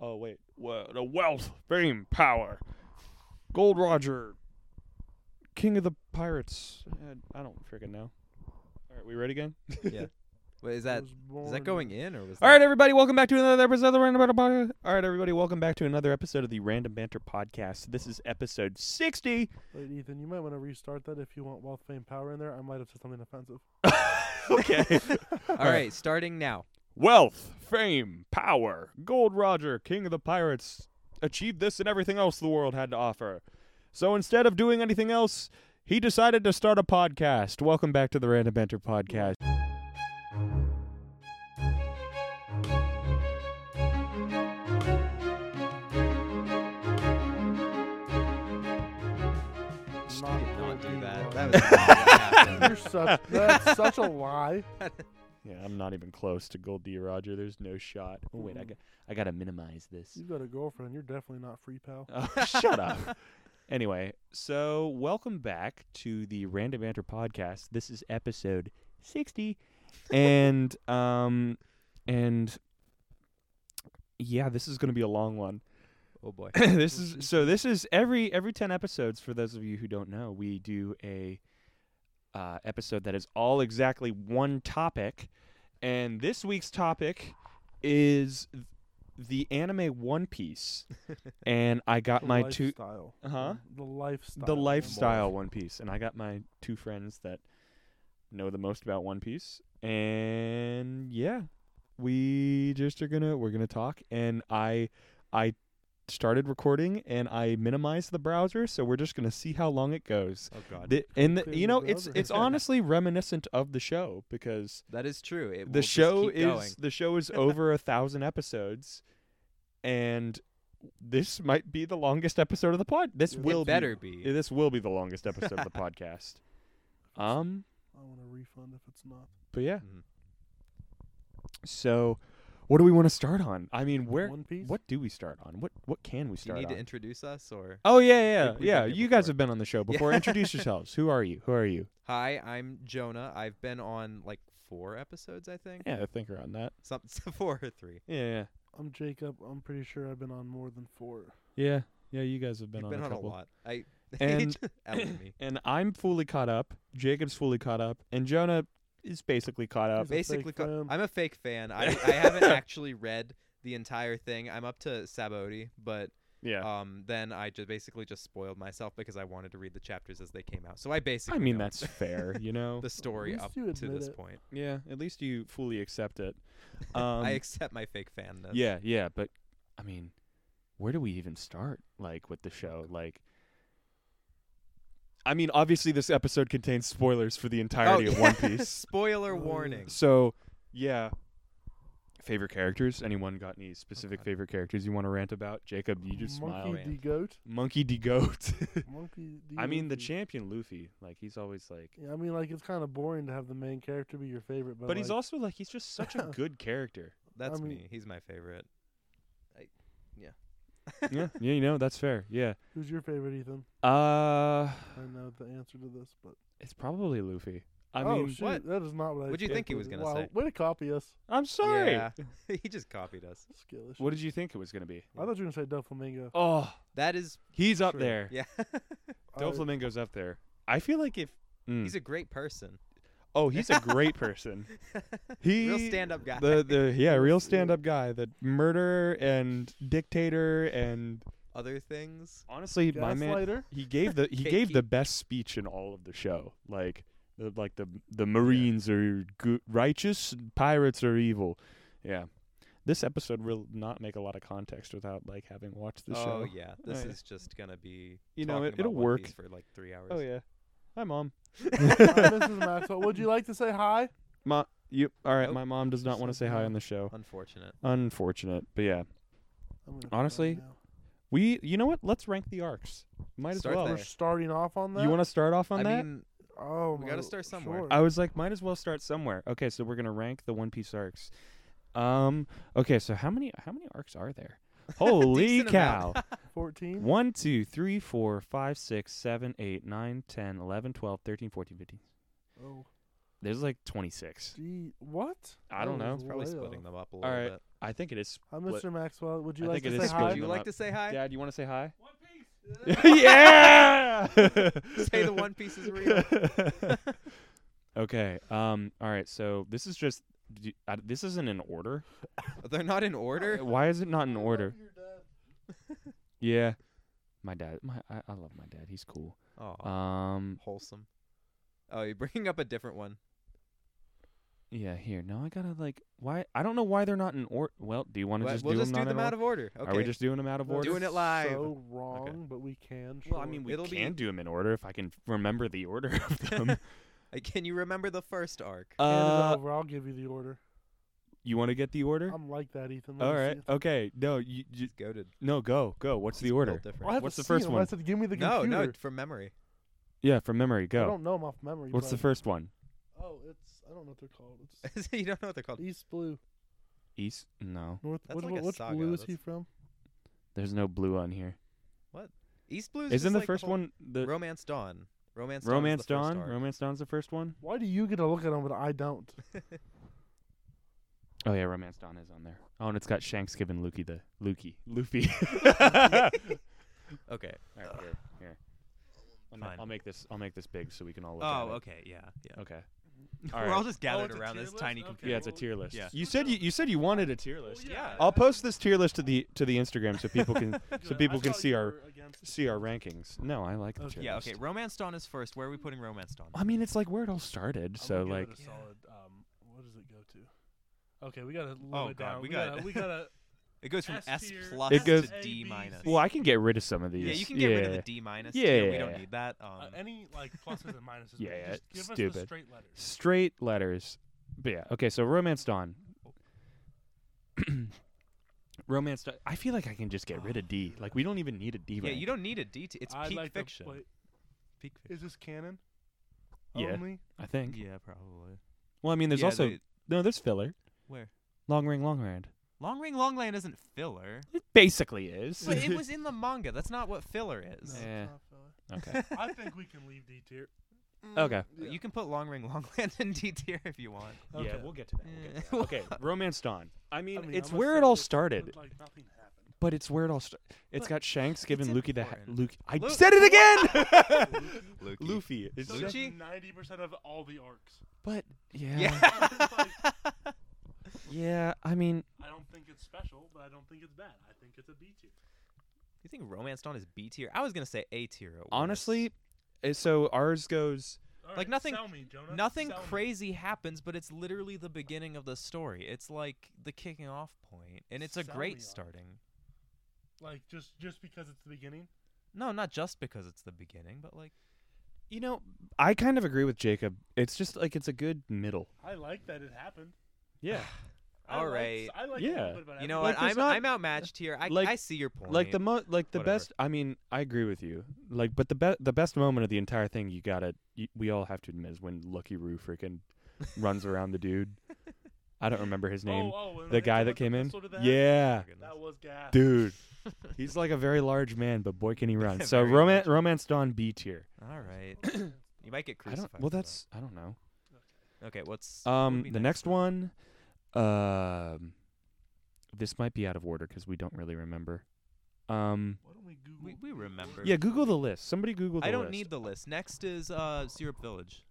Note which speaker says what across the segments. Speaker 1: Oh wait, well, the wealth, fame, power, Gold Roger, King of the Pirates. Uh, I don't freaking know. All right, we ready again?
Speaker 2: Yeah. Wait, is that is that going in or was
Speaker 1: All right, everybody, welcome back to another episode of the Random Banter Podcast. All right, everybody, welcome back to another episode of the Random Banter Podcast. This is episode sixty.
Speaker 3: Wait, Ethan, you might want to restart that if you want wealth, fame, power in there. I might have said something offensive.
Speaker 1: okay.
Speaker 2: that, all right, starting now.
Speaker 1: Wealth, fame, power, Gold Roger, King of the Pirates, achieved this and everything else the world had to offer. So instead of doing anything else, he decided to start a podcast. Welcome back to the Random Banter Podcast.
Speaker 2: Shh,
Speaker 3: Not
Speaker 2: did not
Speaker 3: really
Speaker 2: do that.
Speaker 3: well.
Speaker 2: That was not what happened.
Speaker 3: You're such that's such a lie.
Speaker 1: Yeah, I'm not even close to Gold D Roger. There's no shot. Oh wait, I
Speaker 3: Mm.
Speaker 1: got I gotta minimize this.
Speaker 3: You've got a girlfriend. You're definitely not free, pal.
Speaker 1: Oh, shut up. Anyway, so welcome back to the Random Banter podcast. This is episode 60 and um and yeah, this is going to be a long one.
Speaker 2: Oh boy.
Speaker 1: this is so this is every every 10 episodes for those of you who don't know, we do a uh, episode that is all exactly one topic. And this week's topic is th- the anime One Piece. and I got
Speaker 3: The
Speaker 1: my two
Speaker 3: lifestyle.
Speaker 1: Uh-huh.
Speaker 3: The lifestyle.
Speaker 1: the
Speaker 3: man.
Speaker 1: lifestyle One Piece, and I got my two friends that know the most about One Piece, and yeah, we just are gonna we're gonna talk, and I I started recording and I minimized the browser, so we're just gonna see how long it goes.
Speaker 2: Oh god.
Speaker 1: The, and the,
Speaker 3: Clear
Speaker 1: you
Speaker 3: the
Speaker 1: know it's
Speaker 3: browser.
Speaker 1: it's honestly reminiscent of the show because
Speaker 2: That is true.
Speaker 1: the
Speaker 2: It will just
Speaker 1: show
Speaker 2: keep
Speaker 1: is
Speaker 2: going.
Speaker 1: the show is over a thousand episodes, and this might be the longest episode of the pod. This
Speaker 3: It
Speaker 1: will
Speaker 2: it
Speaker 1: be
Speaker 2: better be.
Speaker 1: yeah, this will be the longest episode of the podcast. Um,
Speaker 3: I want a refund if it's not.
Speaker 1: but yeah.
Speaker 2: Mhm.
Speaker 1: So, what do we want to start on? I mean, where?
Speaker 3: One piece.
Speaker 1: What do we start on? What What can we
Speaker 2: Do you
Speaker 1: start
Speaker 2: need
Speaker 1: on?
Speaker 2: to introduce us or
Speaker 1: oh yeah, yeah,
Speaker 2: We've been
Speaker 1: yeah.
Speaker 2: here
Speaker 1: You guys
Speaker 2: before.
Speaker 1: have been on the show
Speaker 2: Yeah.
Speaker 1: before. Introduce yourselves. Who are you? Who are you?
Speaker 2: Hi, I'm Jonah. I've been on like four episodes, I think.
Speaker 1: Yeah, I think around that.
Speaker 2: Some four or three.
Speaker 1: Yeah, yeah,
Speaker 3: I'm Jacob. I'm pretty sure I've been on more than four.
Speaker 1: yeah. yeah you guys have been
Speaker 2: You've
Speaker 1: on
Speaker 2: been
Speaker 1: a
Speaker 2: on a
Speaker 1: couple.
Speaker 2: lot. I
Speaker 1: And-
Speaker 2: out me.
Speaker 1: And I'm fully caught up. Jacob's fully caught up, and Jonah is basically caught up.
Speaker 3: He's a fake
Speaker 2: basically co-
Speaker 3: fan.
Speaker 2: I'm a fake fan. I, I haven't actually read the entire thing. I'm up to Sabaody, but
Speaker 1: Yeah.
Speaker 2: um then I just basically just spoiled myself because I wanted to read the chapters as they came out. So I
Speaker 1: I
Speaker 2: basically
Speaker 1: mean,
Speaker 2: know
Speaker 1: that's fair, you know.
Speaker 2: the story
Speaker 3: least
Speaker 2: up
Speaker 3: you
Speaker 2: to
Speaker 3: admit
Speaker 2: this
Speaker 3: it.
Speaker 2: point.
Speaker 1: yeah. At least you fully accept it.
Speaker 2: I accept my fake fanness.
Speaker 1: Um, Yeah, yeah, but I mean, where do we even start? Like with the show, like. I mean, obviously, this episode contains spoilers for the entirety of One Piece.
Speaker 2: Oh, Spoiler
Speaker 3: Oh, yeah.
Speaker 2: warning.
Speaker 1: So, yeah. Favorite characters? Anyone got any specific
Speaker 2: God.
Speaker 1: favorite characters you want to rant about? Jacob, you just smile.
Speaker 3: Monkey
Speaker 2: man.
Speaker 3: D goat.
Speaker 1: Monkey D Goat.
Speaker 3: Monkey D.
Speaker 1: I mean, the
Speaker 3: Luffy.
Speaker 1: champion Luffy. Like he's always like,
Speaker 3: Yeah, I mean, like it's kind of boring to have the main character be your favorite, but,
Speaker 1: but he's
Speaker 3: like,
Speaker 1: also like he's just such a good character.
Speaker 2: That's
Speaker 3: mean-
Speaker 2: me. He's my favorite. I, yeah.
Speaker 1: yeah, yeah, you know that's fair. Yeah.
Speaker 3: who's your favorite, Ethan?
Speaker 1: Uh,
Speaker 3: I know the answer to this, but
Speaker 1: it's probably Luffy. I
Speaker 3: oh
Speaker 1: mean,
Speaker 3: shoot,
Speaker 2: what?
Speaker 3: that is not what I.
Speaker 2: What'd you think he was
Speaker 3: expected.
Speaker 2: gonna
Speaker 3: wow,
Speaker 2: say?
Speaker 3: Way to copy us,
Speaker 1: I'm sorry.
Speaker 2: Yeah. he just copied us.
Speaker 3: Skillish.
Speaker 1: What did you think it was going to be?
Speaker 3: I thought you were gonna say Doflamingo.
Speaker 1: Oh,
Speaker 2: That is
Speaker 1: he's up
Speaker 2: true.
Speaker 1: there.
Speaker 2: Yeah.
Speaker 1: Oh,
Speaker 3: Uh,
Speaker 1: Doflamingo's up there. I feel like if mm.
Speaker 2: he's a great person.
Speaker 1: oh, he's a great person. He
Speaker 2: Real stand-up guy.
Speaker 1: The the yeah, real stand up guy, the murderer and dictator and
Speaker 2: Other things.
Speaker 1: honestly, my man,
Speaker 3: Gaslighter.
Speaker 1: he gave the he gave the
Speaker 2: Gatekeep.
Speaker 1: best speech in all of the show. Like the, like the the Marines are good, righteous, and pirates are evil. Yeah. This episode will not make a lot of context without like having watched the
Speaker 2: oh
Speaker 1: show.
Speaker 2: yeah, this
Speaker 1: yeah.
Speaker 2: is just gonna be
Speaker 1: You know,
Speaker 2: talking
Speaker 1: it- it'll
Speaker 2: about One
Speaker 1: work.
Speaker 2: Piece for like three hours.
Speaker 1: Oh yeah. Hi mom.
Speaker 3: Hi, Mrs. Maxwell, would you like to say hi?
Speaker 1: Mom, you all right?
Speaker 2: Nope.
Speaker 1: My mom does not want to say hi on the show.
Speaker 2: Unfortunate.
Speaker 1: Unfortunate, but yeah,
Speaker 3: I'm gonna cry
Speaker 1: Honestly,
Speaker 3: now.
Speaker 1: we. You know what? Let's rank the arcs. Might as
Speaker 2: Start
Speaker 1: well.
Speaker 3: we're
Speaker 2: there.
Speaker 3: starting off on that.
Speaker 1: You want to start off on
Speaker 2: I
Speaker 1: that?
Speaker 2: mean,
Speaker 3: Oh,
Speaker 2: we gotta
Speaker 3: my-
Speaker 2: start somewhere.
Speaker 3: sure.
Speaker 1: I was like, might as well start somewhere. Okay, so we're gonna rank the One Piece arcs. Um. Okay, so how many how many arcs are there? Holy
Speaker 2: Decent
Speaker 1: cow!
Speaker 2: amount.
Speaker 3: Fourteen.
Speaker 1: One, two, three, four, five, six, seven, eight, nine, 10, 11, 12, 13, 14, 15.
Speaker 3: Oh,
Speaker 1: There's like 26.
Speaker 3: gee, what?
Speaker 1: I don't
Speaker 3: That
Speaker 1: know.
Speaker 3: was
Speaker 1: It's
Speaker 2: probably
Speaker 3: way
Speaker 2: splitting
Speaker 3: off.
Speaker 2: them up a little
Speaker 1: right.
Speaker 2: bit.
Speaker 1: I think it is.
Speaker 3: Hi,
Speaker 1: Split.
Speaker 3: Mr. Maxwell. Would you
Speaker 1: I
Speaker 3: like
Speaker 1: think
Speaker 3: to
Speaker 1: it
Speaker 3: say
Speaker 1: is
Speaker 4: Would
Speaker 1: split.
Speaker 3: hi?
Speaker 4: you
Speaker 1: them
Speaker 4: like
Speaker 1: up.
Speaker 4: to say hi?
Speaker 1: Dad, you want to say hi?
Speaker 2: One Piece.
Speaker 1: yeah.
Speaker 4: Say the One Piece is real.
Speaker 1: okay. Um. All right. So this is just. d- I- This isn't in order.
Speaker 4: They're not in order.
Speaker 1: Why is it not in
Speaker 3: I love
Speaker 1: order?
Speaker 3: your dad.
Speaker 1: Yeah. My dad. My I, I love my dad. He's cool.
Speaker 4: Oh,
Speaker 1: Um.
Speaker 4: wholesome. Oh, you're bringing up a different one.
Speaker 1: Yeah. Here. Now I gotta like. Why? I don't know why they're not in order. Well, do you want to
Speaker 4: Wha-
Speaker 1: just
Speaker 4: we'll
Speaker 1: do
Speaker 4: just
Speaker 1: them,
Speaker 4: do them out of order. Okay.
Speaker 1: Are we just doing them out of
Speaker 3: That
Speaker 1: order?
Speaker 4: Doing
Speaker 3: is
Speaker 4: it live.
Speaker 3: So wrong, but we can.
Speaker 1: Well, I
Speaker 3: sure.
Speaker 1: mean, we
Speaker 4: It'll
Speaker 1: can
Speaker 4: be-
Speaker 1: do them in order if I can f- remember the order of them.
Speaker 4: Like, Can you remember the first arc?
Speaker 1: uh,
Speaker 3: Hand it over. I'll give you the order.
Speaker 1: you want to get the order?
Speaker 3: I'm like that, Ethan. Let
Speaker 1: All
Speaker 3: me see
Speaker 1: right.
Speaker 3: it.
Speaker 1: Okay. No. You, you.
Speaker 4: It's goaded.
Speaker 1: No. Go. Go. What's the
Speaker 4: It's
Speaker 1: order?
Speaker 4: built different.
Speaker 3: Well, I haven't
Speaker 1: What's the
Speaker 3: seen
Speaker 1: first
Speaker 3: it.
Speaker 1: one?
Speaker 3: I said, give me the
Speaker 4: no,
Speaker 3: computer.
Speaker 4: no, from memory.
Speaker 1: Yeah. From memory.
Speaker 3: I
Speaker 1: Go.
Speaker 3: don't know 'em off memory.
Speaker 1: What's the
Speaker 3: but-
Speaker 1: first one?
Speaker 3: Oh, it's I don't know what they're called. It's
Speaker 4: you don't know what they're called.
Speaker 3: East Blue,
Speaker 1: East. No.
Speaker 3: North.
Speaker 4: That's
Speaker 3: what,
Speaker 4: like
Speaker 3: what-
Speaker 4: a
Speaker 3: which
Speaker 4: saga,
Speaker 3: blue is he
Speaker 4: that's-
Speaker 3: from?
Speaker 1: There's no blue on here.
Speaker 4: East Blues.
Speaker 1: Isn't the first one the
Speaker 4: Romance Dawn? Romance. Dawn is
Speaker 1: Romance
Speaker 4: the first
Speaker 1: Dawn?
Speaker 4: arc.
Speaker 1: Romance Dawn's the first one.
Speaker 3: Why do you get to look at him but I don't?
Speaker 1: Oh yeah, Romance Dawn is on there. Oh, and it's got Shanks giving Luffy the Luffy Luffy.
Speaker 4: okay.
Speaker 1: All right,
Speaker 4: Ugh.
Speaker 1: here, here. I'll, ma-
Speaker 2: Fine.
Speaker 1: I'll make this. I'll make this big so we can all look at
Speaker 2: Oh,
Speaker 1: it.
Speaker 2: okay, yeah, yeah.
Speaker 1: Okay. All
Speaker 2: We're all
Speaker 1: right.
Speaker 2: just gathered
Speaker 3: it's a
Speaker 2: around
Speaker 3: tier
Speaker 2: this
Speaker 3: list?
Speaker 2: tiny
Speaker 3: Okay.
Speaker 2: computer.
Speaker 1: Yeah, it's a tier list.
Speaker 2: Yeah. Oh,
Speaker 1: You said you, you said you wanted a tier list.
Speaker 2: yeah.
Speaker 1: I'll post this tier list to the to the Instagram so people can so
Speaker 3: Good.
Speaker 1: people
Speaker 3: I
Speaker 1: can
Speaker 3: thought
Speaker 1: see
Speaker 3: you
Speaker 1: our
Speaker 3: were against
Speaker 1: see our rankings. No, I like the
Speaker 3: Okay.
Speaker 1: tier
Speaker 2: Oh, Yeah,
Speaker 1: list.
Speaker 2: okay. Romance Dawn is first. Where are we putting Romance Dawn?
Speaker 1: I mean, it's like where it all started.
Speaker 3: I'm
Speaker 1: so
Speaker 3: gonna
Speaker 1: like,
Speaker 3: give it a
Speaker 2: Yeah.
Speaker 3: solid, um, what does it go to? Okay, we gotta lower
Speaker 2: Oh,
Speaker 3: it
Speaker 2: God,
Speaker 3: down.
Speaker 2: we
Speaker 3: gotta,
Speaker 2: got-
Speaker 3: we gotta.
Speaker 2: It goes from
Speaker 3: S
Speaker 2: S
Speaker 3: tier,
Speaker 2: plus
Speaker 1: It goes-
Speaker 2: to D
Speaker 3: A, B,
Speaker 2: minus.
Speaker 3: C.
Speaker 1: well, I can get rid of some of these.
Speaker 2: yeah, you can get rid of the D minus. tier. we
Speaker 1: Yeah.
Speaker 2: don't need that. Um,
Speaker 3: uh, any like pluses and minuses.
Speaker 1: Yeah,
Speaker 3: but
Speaker 1: yeah,
Speaker 3: just give us the
Speaker 1: stupid.
Speaker 3: straight letters.
Speaker 1: Straight letters. But yeah. Okay, so Romance Dawn. Romance Dawn. I feel like I can just get rid of D. Like we don't even need a D
Speaker 2: yeah,
Speaker 1: rank.
Speaker 2: you don't need a D. T- it's
Speaker 3: I'd
Speaker 2: peak
Speaker 3: like to-
Speaker 2: fiction.
Speaker 3: wait,
Speaker 2: peak fiction.
Speaker 3: is this canon?
Speaker 1: Yeah.
Speaker 3: Only?
Speaker 1: I think.
Speaker 2: Yeah, probably.
Speaker 1: Well, I mean, there's
Speaker 2: Yeah,
Speaker 1: also
Speaker 2: they-
Speaker 1: no. There's filler.
Speaker 2: where
Speaker 1: Long ring, long rand.
Speaker 2: Long Ring Long Land isn't filler.
Speaker 1: It basically is.
Speaker 2: But it was in the manga. That's not what filler is.
Speaker 3: it's
Speaker 1: Yeah.
Speaker 3: not filler.
Speaker 1: okay.
Speaker 3: I think Mm, we can leave D tier.
Speaker 1: Okay.
Speaker 2: You can put Long Ring Long Land in D tier if you want.
Speaker 1: Yeah,
Speaker 3: Okay.
Speaker 1: we'll get to that. We'll get to that. Okay, Romance Dawn. I mean,
Speaker 3: I mean,
Speaker 1: it's
Speaker 3: I'm
Speaker 1: where
Speaker 3: upset
Speaker 1: it all
Speaker 3: with-
Speaker 1: started,
Speaker 3: with, like nothing happened.
Speaker 1: but it's where it all started. It's
Speaker 2: But
Speaker 1: got Shanks giving
Speaker 2: it's
Speaker 1: Luki the ha-
Speaker 2: important.
Speaker 1: Luke. I
Speaker 2: Lu-
Speaker 1: said it again.
Speaker 2: Luffy.
Speaker 1: Luffy. It's
Speaker 2: Luchi?
Speaker 1: just-
Speaker 2: Lucci?
Speaker 3: Ninety percent of all the arcs.
Speaker 1: but yeah, yeah.
Speaker 2: Yeah.
Speaker 1: I mean,
Speaker 3: I don't think it's special, but I don't think it's bad. I think it's a B tier.
Speaker 2: you think Romance Dawn is B tier? I was gonna say A tier. at worst.
Speaker 1: honestly, eh, so ours goes.
Speaker 3: All
Speaker 2: Like, nothing-
Speaker 3: Sell me, Jonah.
Speaker 2: nothing
Speaker 3: Sell me.
Speaker 2: crazy happens, but it's literally the beginning of the story. It's like the kicking off point, and it's a
Speaker 3: Sell me on
Speaker 2: great
Speaker 3: it.
Speaker 2: starting.
Speaker 3: Like just just because it's the beginning.
Speaker 2: No, not just because it's the beginning, but like
Speaker 1: You know, I kind of agree with Jacob. It's just like it's a good middle.
Speaker 3: I like that it happened.
Speaker 1: Yeah,
Speaker 3: I
Speaker 2: All
Speaker 3: like-
Speaker 2: right.
Speaker 3: I like
Speaker 1: Yeah.
Speaker 3: A little bit about
Speaker 2: you know
Speaker 1: Like,
Speaker 2: what?
Speaker 1: there's
Speaker 2: I'm
Speaker 1: not-
Speaker 2: I'm outmatched here. I
Speaker 1: like-
Speaker 2: I see your point.
Speaker 1: like the mo- like the
Speaker 2: Whatever.
Speaker 1: best. I mean, I agree with you. Like, but the best the best moment of the entire thing, you gotta. You, we all have to admit is when Lucky Roo freaking runs around the dude. I don't remember his name.
Speaker 3: Oh, oh, and
Speaker 1: the
Speaker 3: they
Speaker 1: guy
Speaker 3: took
Speaker 1: that came
Speaker 3: the
Speaker 1: in.
Speaker 3: pistol to the head?
Speaker 1: Yeah,
Speaker 2: Goodness.
Speaker 3: That was gas.
Speaker 1: dude. He's like a very large man, but boy can he run. So
Speaker 2: Very
Speaker 1: romance,
Speaker 2: large.
Speaker 1: romance dawn B tier.
Speaker 2: All right, you might get
Speaker 1: I
Speaker 2: crucified.
Speaker 1: don't. Well,
Speaker 2: for that.
Speaker 1: that's I don't know.
Speaker 2: okay. What's what would
Speaker 1: Um,
Speaker 2: be
Speaker 1: the next
Speaker 2: then?
Speaker 1: one, um, this might be out of order because we don't really remember. Um,
Speaker 3: Why don't we Google?
Speaker 2: We- we remember.
Speaker 1: yeah, Google the list. Somebody Google. The
Speaker 2: I don't
Speaker 1: list.
Speaker 2: need the list. Next is uh Syrup Village.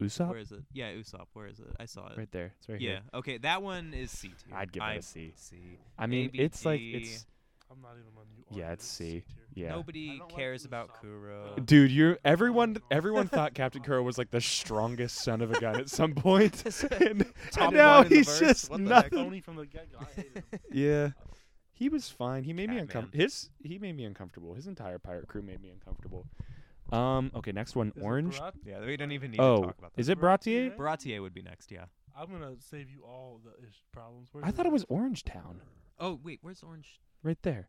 Speaker 1: Usopp
Speaker 2: Where is it? Yeah, Usopp. Where is it? I saw it.
Speaker 1: right there. It's right
Speaker 2: yeah.
Speaker 1: here.
Speaker 2: Okay, that one is C tier.
Speaker 1: I'd give it
Speaker 2: I
Speaker 1: a C.
Speaker 2: C.
Speaker 1: I mean, it's like
Speaker 2: ABG.
Speaker 1: it's
Speaker 3: I'm not even on you.
Speaker 1: yeah,
Speaker 3: Arthur.
Speaker 1: it's C.
Speaker 3: tier.
Speaker 1: Yeah.
Speaker 2: Nobody
Speaker 3: don't like
Speaker 2: cares about
Speaker 3: Usopp.
Speaker 2: Kuro.
Speaker 3: Uh,
Speaker 1: Dude, you everyone everyone thought Captain Kuro was like the strongest son of a gun at some point. and,
Speaker 2: Top
Speaker 1: and now
Speaker 2: one in the
Speaker 1: he's
Speaker 2: verse?
Speaker 1: just
Speaker 2: What the heck?
Speaker 1: nothing.
Speaker 3: Only from the get go. I hated him.
Speaker 1: Yeah. He was fine. He made me
Speaker 2: Catman.
Speaker 1: uncomfortable. His he made me uncomfortable. His entire pirate crew made me uncomfortable. Um. Okay. Next one.
Speaker 3: Is it
Speaker 1: orange.
Speaker 3: Barat?
Speaker 2: Yeah, we don't even need to
Speaker 1: Oh,
Speaker 2: talk about that.
Speaker 1: is it
Speaker 3: Bratier?
Speaker 1: Bratier?
Speaker 2: Baratier would be next, yeah.
Speaker 3: I'm gonna save you all the ish problems. Where's
Speaker 1: I thought it was Orange Town.
Speaker 2: Oh wait, where's Orange?
Speaker 1: Right there.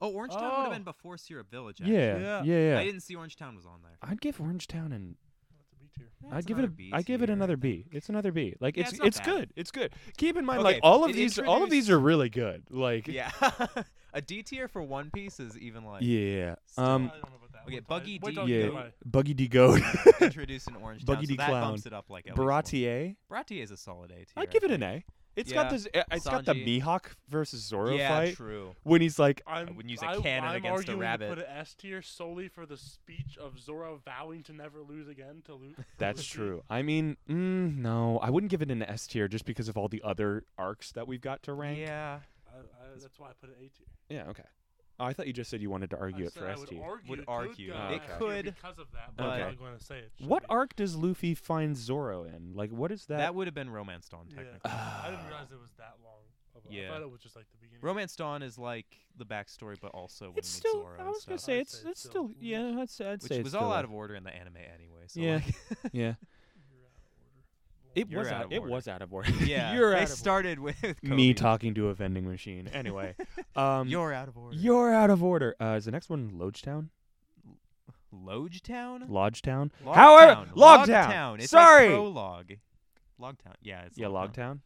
Speaker 2: Oh, Orange Town would
Speaker 3: Oh.
Speaker 2: have been before Syrup Village. Actually.
Speaker 1: Yeah. Yeah.
Speaker 3: Yeah.
Speaker 1: Yeah.
Speaker 2: I didn't see Orange Town was on there.
Speaker 1: I'd give Orange Town and
Speaker 3: That's a B tier.
Speaker 1: I'd give it a I give it another B. It's another B. Like
Speaker 2: Yeah,
Speaker 1: it's
Speaker 2: it's
Speaker 1: it's,
Speaker 2: not bad.
Speaker 1: good. It's good. Keep in mind
Speaker 2: Okay,
Speaker 1: like all of
Speaker 2: it
Speaker 1: these all of these
Speaker 2: introduced-
Speaker 1: are really good. Like
Speaker 2: Yeah, a D tier for One Piece is even like
Speaker 1: Yeah. Um
Speaker 3: I don't know about that.
Speaker 2: okay,
Speaker 3: Wait till
Speaker 2: Buggy
Speaker 3: I-
Speaker 2: D.
Speaker 3: wait till I
Speaker 1: yeah.
Speaker 3: get my-
Speaker 1: Buggy D Goat.
Speaker 2: introduced in Orange Town,
Speaker 1: Buggy
Speaker 2: so
Speaker 1: D
Speaker 2: that
Speaker 1: Clown.
Speaker 2: bumps it up like at least one.
Speaker 1: Baratier.
Speaker 2: Baratier is a solid A tier.
Speaker 1: I'd give
Speaker 2: I
Speaker 1: it an
Speaker 2: think.
Speaker 1: A. It's
Speaker 2: Yeah,
Speaker 1: got this. it- It's got the
Speaker 2: Sanji.
Speaker 1: Mihawk versus Zoro
Speaker 2: yeah,
Speaker 1: fight
Speaker 2: true.
Speaker 1: when he's like, "Oh,
Speaker 3: i
Speaker 2: wouldn't use a cannon
Speaker 3: I'm
Speaker 2: against a
Speaker 3: arguing
Speaker 2: rabbit.
Speaker 3: To put an S tier solely for the speech of Zoro vowing to never lose again to lose.
Speaker 1: "That's true." I mean, mm, no, I wouldn't give it an S tier just because of all the other arcs that we've got to rank.
Speaker 2: Yeah.
Speaker 3: I, I, that's why I put an A tier.
Speaker 1: Yeah, okay. Oh, I thought you just said you wanted to
Speaker 3: I
Speaker 1: argue it
Speaker 3: said
Speaker 1: for
Speaker 3: I
Speaker 1: S
Speaker 3: would
Speaker 1: tier.
Speaker 3: argue,
Speaker 2: Would
Speaker 3: good
Speaker 2: argue.
Speaker 3: guy
Speaker 1: It
Speaker 3: S tier
Speaker 2: could,
Speaker 3: because of that, but
Speaker 2: Okay.
Speaker 3: I'm not going to say it. should
Speaker 1: What
Speaker 3: be.
Speaker 1: arc does Luffy find Zoro in? Like, what is
Speaker 2: That,
Speaker 1: that?
Speaker 2: would have been Romance Dawn
Speaker 3: Yeah.
Speaker 2: technically.
Speaker 3: I
Speaker 1: Ah.
Speaker 3: didn't realize it was that long. Of a,
Speaker 2: Yeah.
Speaker 3: I thought it was just like the beginning.
Speaker 2: Romance Dawn is like the backstory, but also with
Speaker 1: it's still.
Speaker 2: Zoro
Speaker 1: I
Speaker 2: and
Speaker 1: was gonna
Speaker 2: stuff,
Speaker 1: say
Speaker 3: I'd
Speaker 1: it's.
Speaker 3: say
Speaker 1: It's
Speaker 3: so.
Speaker 1: still. Yeah, I'd say. I'd
Speaker 2: which
Speaker 1: say
Speaker 2: was
Speaker 1: it's
Speaker 2: all
Speaker 1: still
Speaker 2: out
Speaker 1: a-
Speaker 2: of order in the anime anyway. So
Speaker 1: Yeah.
Speaker 2: like,
Speaker 1: Yeah,
Speaker 3: You're
Speaker 1: it was
Speaker 2: You're
Speaker 3: out of order.
Speaker 2: out
Speaker 1: out.
Speaker 2: of
Speaker 1: It
Speaker 2: order.
Speaker 1: was out of order.
Speaker 2: yeah,
Speaker 1: You're
Speaker 2: they
Speaker 1: out of order.
Speaker 2: started with, with
Speaker 1: me
Speaker 2: Kobe.
Speaker 1: talking to a vending machine. Anyway, um,
Speaker 2: You're out of order.
Speaker 1: you're out of order. Uh, is the next one Lodgetown?
Speaker 2: Lodge Town.
Speaker 1: Lodgetown?
Speaker 3: Log
Speaker 1: However,
Speaker 2: Town.
Speaker 1: Log Town.
Speaker 2: Town. It's
Speaker 1: Sorry.
Speaker 2: like prologue. Log Town. Yeah, it's
Speaker 1: yeah,
Speaker 2: Log Town.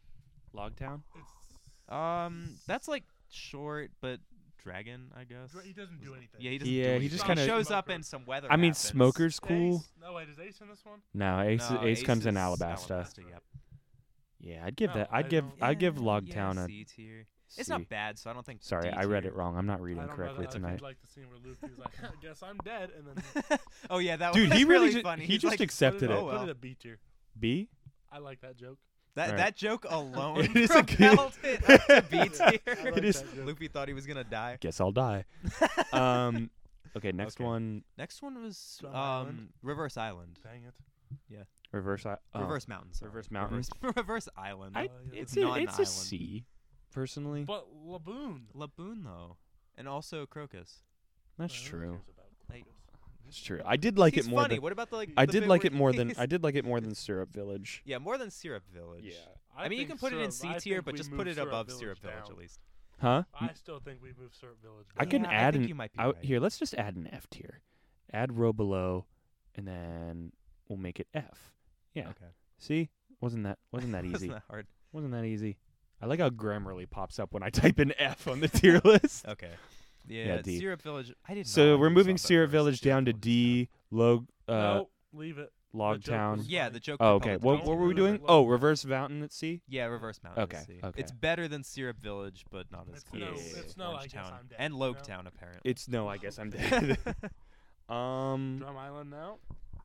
Speaker 1: Logtown. Logtown.
Speaker 3: It's,
Speaker 2: Um, that's like short, but dragon, I guess.
Speaker 3: Dra- he doesn't
Speaker 2: was
Speaker 3: do
Speaker 2: like-
Speaker 3: anything.
Speaker 2: Yeah, he doesn't.
Speaker 1: Yeah,
Speaker 2: do
Speaker 1: he
Speaker 2: anything.
Speaker 1: just kinda-
Speaker 2: shows up
Speaker 3: Smoker.
Speaker 2: and some weather.
Speaker 1: I mean,
Speaker 2: happens.
Speaker 1: Smoker's cool.
Speaker 3: Ace? No, wait, is Ace in this one?
Speaker 1: No, Ace.
Speaker 2: No,
Speaker 1: Ace, comes in
Speaker 2: is
Speaker 1: Alabasta.
Speaker 2: Alabasta, yep.
Speaker 1: Yeah, I'd give
Speaker 3: No,
Speaker 1: that.
Speaker 3: I
Speaker 1: I'd give.
Speaker 3: don't-
Speaker 1: I'd give
Speaker 2: Yeah,
Speaker 1: Logtown
Speaker 2: yeah,
Speaker 1: a.
Speaker 2: C tier. It's
Speaker 1: C.
Speaker 2: not bad, so I don't think.
Speaker 1: Sorry,
Speaker 2: D
Speaker 1: I read
Speaker 2: tier.
Speaker 1: it wrong. I'm not
Speaker 3: I
Speaker 1: reading
Speaker 3: don't know
Speaker 1: correctly
Speaker 3: that I did
Speaker 1: tonight.
Speaker 3: like the scene where Luffy's like, I guess I'm dead, and then
Speaker 2: oh yeah, that
Speaker 1: Dude,
Speaker 2: was
Speaker 1: he really,
Speaker 2: really,
Speaker 1: ju-
Speaker 2: funny.
Speaker 1: he
Speaker 2: He's
Speaker 1: just
Speaker 2: like,
Speaker 1: accepted
Speaker 3: put
Speaker 1: it.
Speaker 3: it,
Speaker 2: Oh,
Speaker 3: Put
Speaker 2: well.
Speaker 3: it at B tier.
Speaker 1: B.
Speaker 3: I like that joke.
Speaker 2: that
Speaker 1: Alright.
Speaker 2: that joke alone
Speaker 1: It is a good-
Speaker 2: propelled it up to B
Speaker 3: Yeah, I
Speaker 2: tier.
Speaker 3: like
Speaker 1: It is-
Speaker 3: that joke.
Speaker 2: Luffy thought he was gonna die.
Speaker 1: Guess I'll die. Um. Okay, next
Speaker 2: Okay.
Speaker 1: one.
Speaker 2: Next one was
Speaker 3: Drum Island.
Speaker 2: um Reverse Island,
Speaker 3: Dang it.
Speaker 1: Reverse. I- oh.
Speaker 2: Reverse Mountain, sorry.
Speaker 1: Reverse Mountain.
Speaker 2: Reverse, Reverse Island.
Speaker 1: I,
Speaker 3: Uh, yeah.
Speaker 1: it's
Speaker 2: It's
Speaker 1: a,
Speaker 2: not an
Speaker 1: it's a
Speaker 2: island.
Speaker 1: C, personally.
Speaker 3: But Laboon.
Speaker 2: Laboon though, and also Crocus.
Speaker 1: That's
Speaker 2: uh,
Speaker 3: Well, who
Speaker 1: true.
Speaker 3: cares about
Speaker 2: Like-
Speaker 3: Crocus?
Speaker 1: That's true. I did like
Speaker 2: He's
Speaker 1: it more
Speaker 2: funny.
Speaker 1: than
Speaker 2: what about the like?
Speaker 1: I
Speaker 2: the
Speaker 1: did
Speaker 2: bit
Speaker 1: like
Speaker 2: where
Speaker 1: it more than
Speaker 2: he's-
Speaker 1: I did like it more than Syrup Village.
Speaker 2: Yeah, more than Syrup Village. Uh, I, mean, you can
Speaker 3: think
Speaker 2: put it in
Speaker 3: Syrup-
Speaker 2: C
Speaker 3: I
Speaker 2: tier,
Speaker 3: think
Speaker 2: but
Speaker 3: we
Speaker 2: just
Speaker 3: move
Speaker 2: put it
Speaker 3: Syrup
Speaker 2: above
Speaker 3: Village
Speaker 2: Syrup Village
Speaker 3: down.
Speaker 2: at least.
Speaker 1: Huh?
Speaker 3: I still think we move Syrup Village.
Speaker 1: I
Speaker 3: down.
Speaker 1: can uh,
Speaker 2: Yeah, I
Speaker 1: add
Speaker 2: think
Speaker 1: an
Speaker 2: you might be
Speaker 1: I w-
Speaker 2: right.
Speaker 1: here. Let's just add an F tier. Add row below, and then we'll make it F. Yeah.
Speaker 2: Okay.
Speaker 1: See, wasn't that wasn't that
Speaker 2: Wasn't
Speaker 1: easy?
Speaker 2: that hard?
Speaker 1: wasn't that easy? I like how Grammarly pops up when I type in F on the tier list.
Speaker 2: Okay. Yeah,
Speaker 1: D.
Speaker 2: Syrup Village. I didn't.
Speaker 1: So we're moving Syrup Village down to D. Log. Uh,
Speaker 3: no, leave it.
Speaker 1: Log
Speaker 3: joke was
Speaker 1: Town.
Speaker 2: Oh, Yeah, the joke.
Speaker 1: Oh, okay.
Speaker 2: propelled
Speaker 1: What,
Speaker 2: it
Speaker 3: Don't
Speaker 1: what were we
Speaker 3: do
Speaker 1: doing?
Speaker 3: that.
Speaker 1: Oh, Reverse Mountain at C.
Speaker 2: Yeah, Reverse Mountain.
Speaker 1: Okay,
Speaker 2: is C.
Speaker 1: okay.
Speaker 2: It's better than Syrup Village, but not as
Speaker 3: It's
Speaker 2: good.
Speaker 1: no-
Speaker 2: as
Speaker 1: it's
Speaker 3: no, I
Speaker 2: Orange
Speaker 3: guess
Speaker 2: Town
Speaker 3: I'm dead,
Speaker 2: and
Speaker 3: you
Speaker 2: Logue
Speaker 3: know?
Speaker 2: Town apparently.
Speaker 1: It's no. I guess I'm dead. um.
Speaker 3: Drum Island now.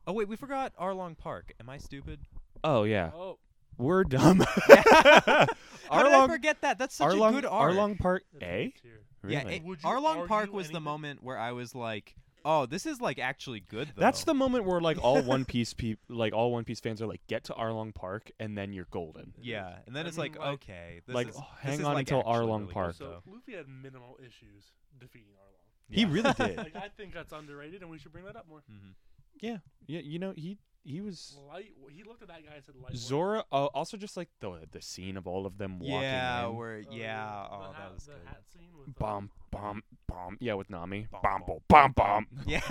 Speaker 2: oh wait, we forgot Arlong Park. Am I stupid?
Speaker 1: Oh yeah.
Speaker 3: Oh,
Speaker 1: We're dumb.
Speaker 2: How did I
Speaker 1: Arlong-
Speaker 2: forget that? That's such
Speaker 1: Arlong,
Speaker 2: a good arc.
Speaker 1: Arlong Park
Speaker 3: it's
Speaker 1: A.
Speaker 3: B tier.
Speaker 2: Yeah,
Speaker 1: Really?
Speaker 2: it,
Speaker 3: Would you
Speaker 2: Arlong Park
Speaker 3: argue
Speaker 2: was the
Speaker 3: anything?
Speaker 2: moment where I was like, "Oh, this is like actually good." Though.
Speaker 1: That's the moment where like all One Piece peop like all One Piece fans are like, get to Arlong Park and then you're golden.
Speaker 3: It is.
Speaker 2: yeah, and then
Speaker 3: I
Speaker 2: it's
Speaker 3: mean,
Speaker 2: like,
Speaker 3: like-
Speaker 2: okay, this
Speaker 1: like,
Speaker 2: is,
Speaker 1: oh,
Speaker 2: this
Speaker 1: hang
Speaker 2: is,
Speaker 1: on
Speaker 2: like,
Speaker 1: until
Speaker 2: actually
Speaker 1: Arlong
Speaker 2: really good,
Speaker 1: Park.
Speaker 2: though.
Speaker 3: So Luffy had minimal issues defeating Arlong.
Speaker 1: He
Speaker 2: Yeah.
Speaker 1: really did.
Speaker 3: Like I think that's underrated, and we should bring that up more.
Speaker 2: Mhm.
Speaker 1: yeah, you know he he was
Speaker 3: Light. He looked at that guy and said, "Light."
Speaker 1: Zora. Uh, also, just like the the scene of all of them walking.
Speaker 2: Yeah,
Speaker 1: in.
Speaker 2: we're
Speaker 3: Oh,
Speaker 2: yeah.
Speaker 3: The
Speaker 2: Oh,
Speaker 3: hat,
Speaker 2: that was
Speaker 3: the
Speaker 2: good.
Speaker 3: hat scene with uh,
Speaker 1: Bomb, bomb, bomb. Yeah, with Nami.
Speaker 2: Bomb,
Speaker 1: Bomb,
Speaker 2: bomb,
Speaker 1: bomb, bomb.
Speaker 2: Yeah.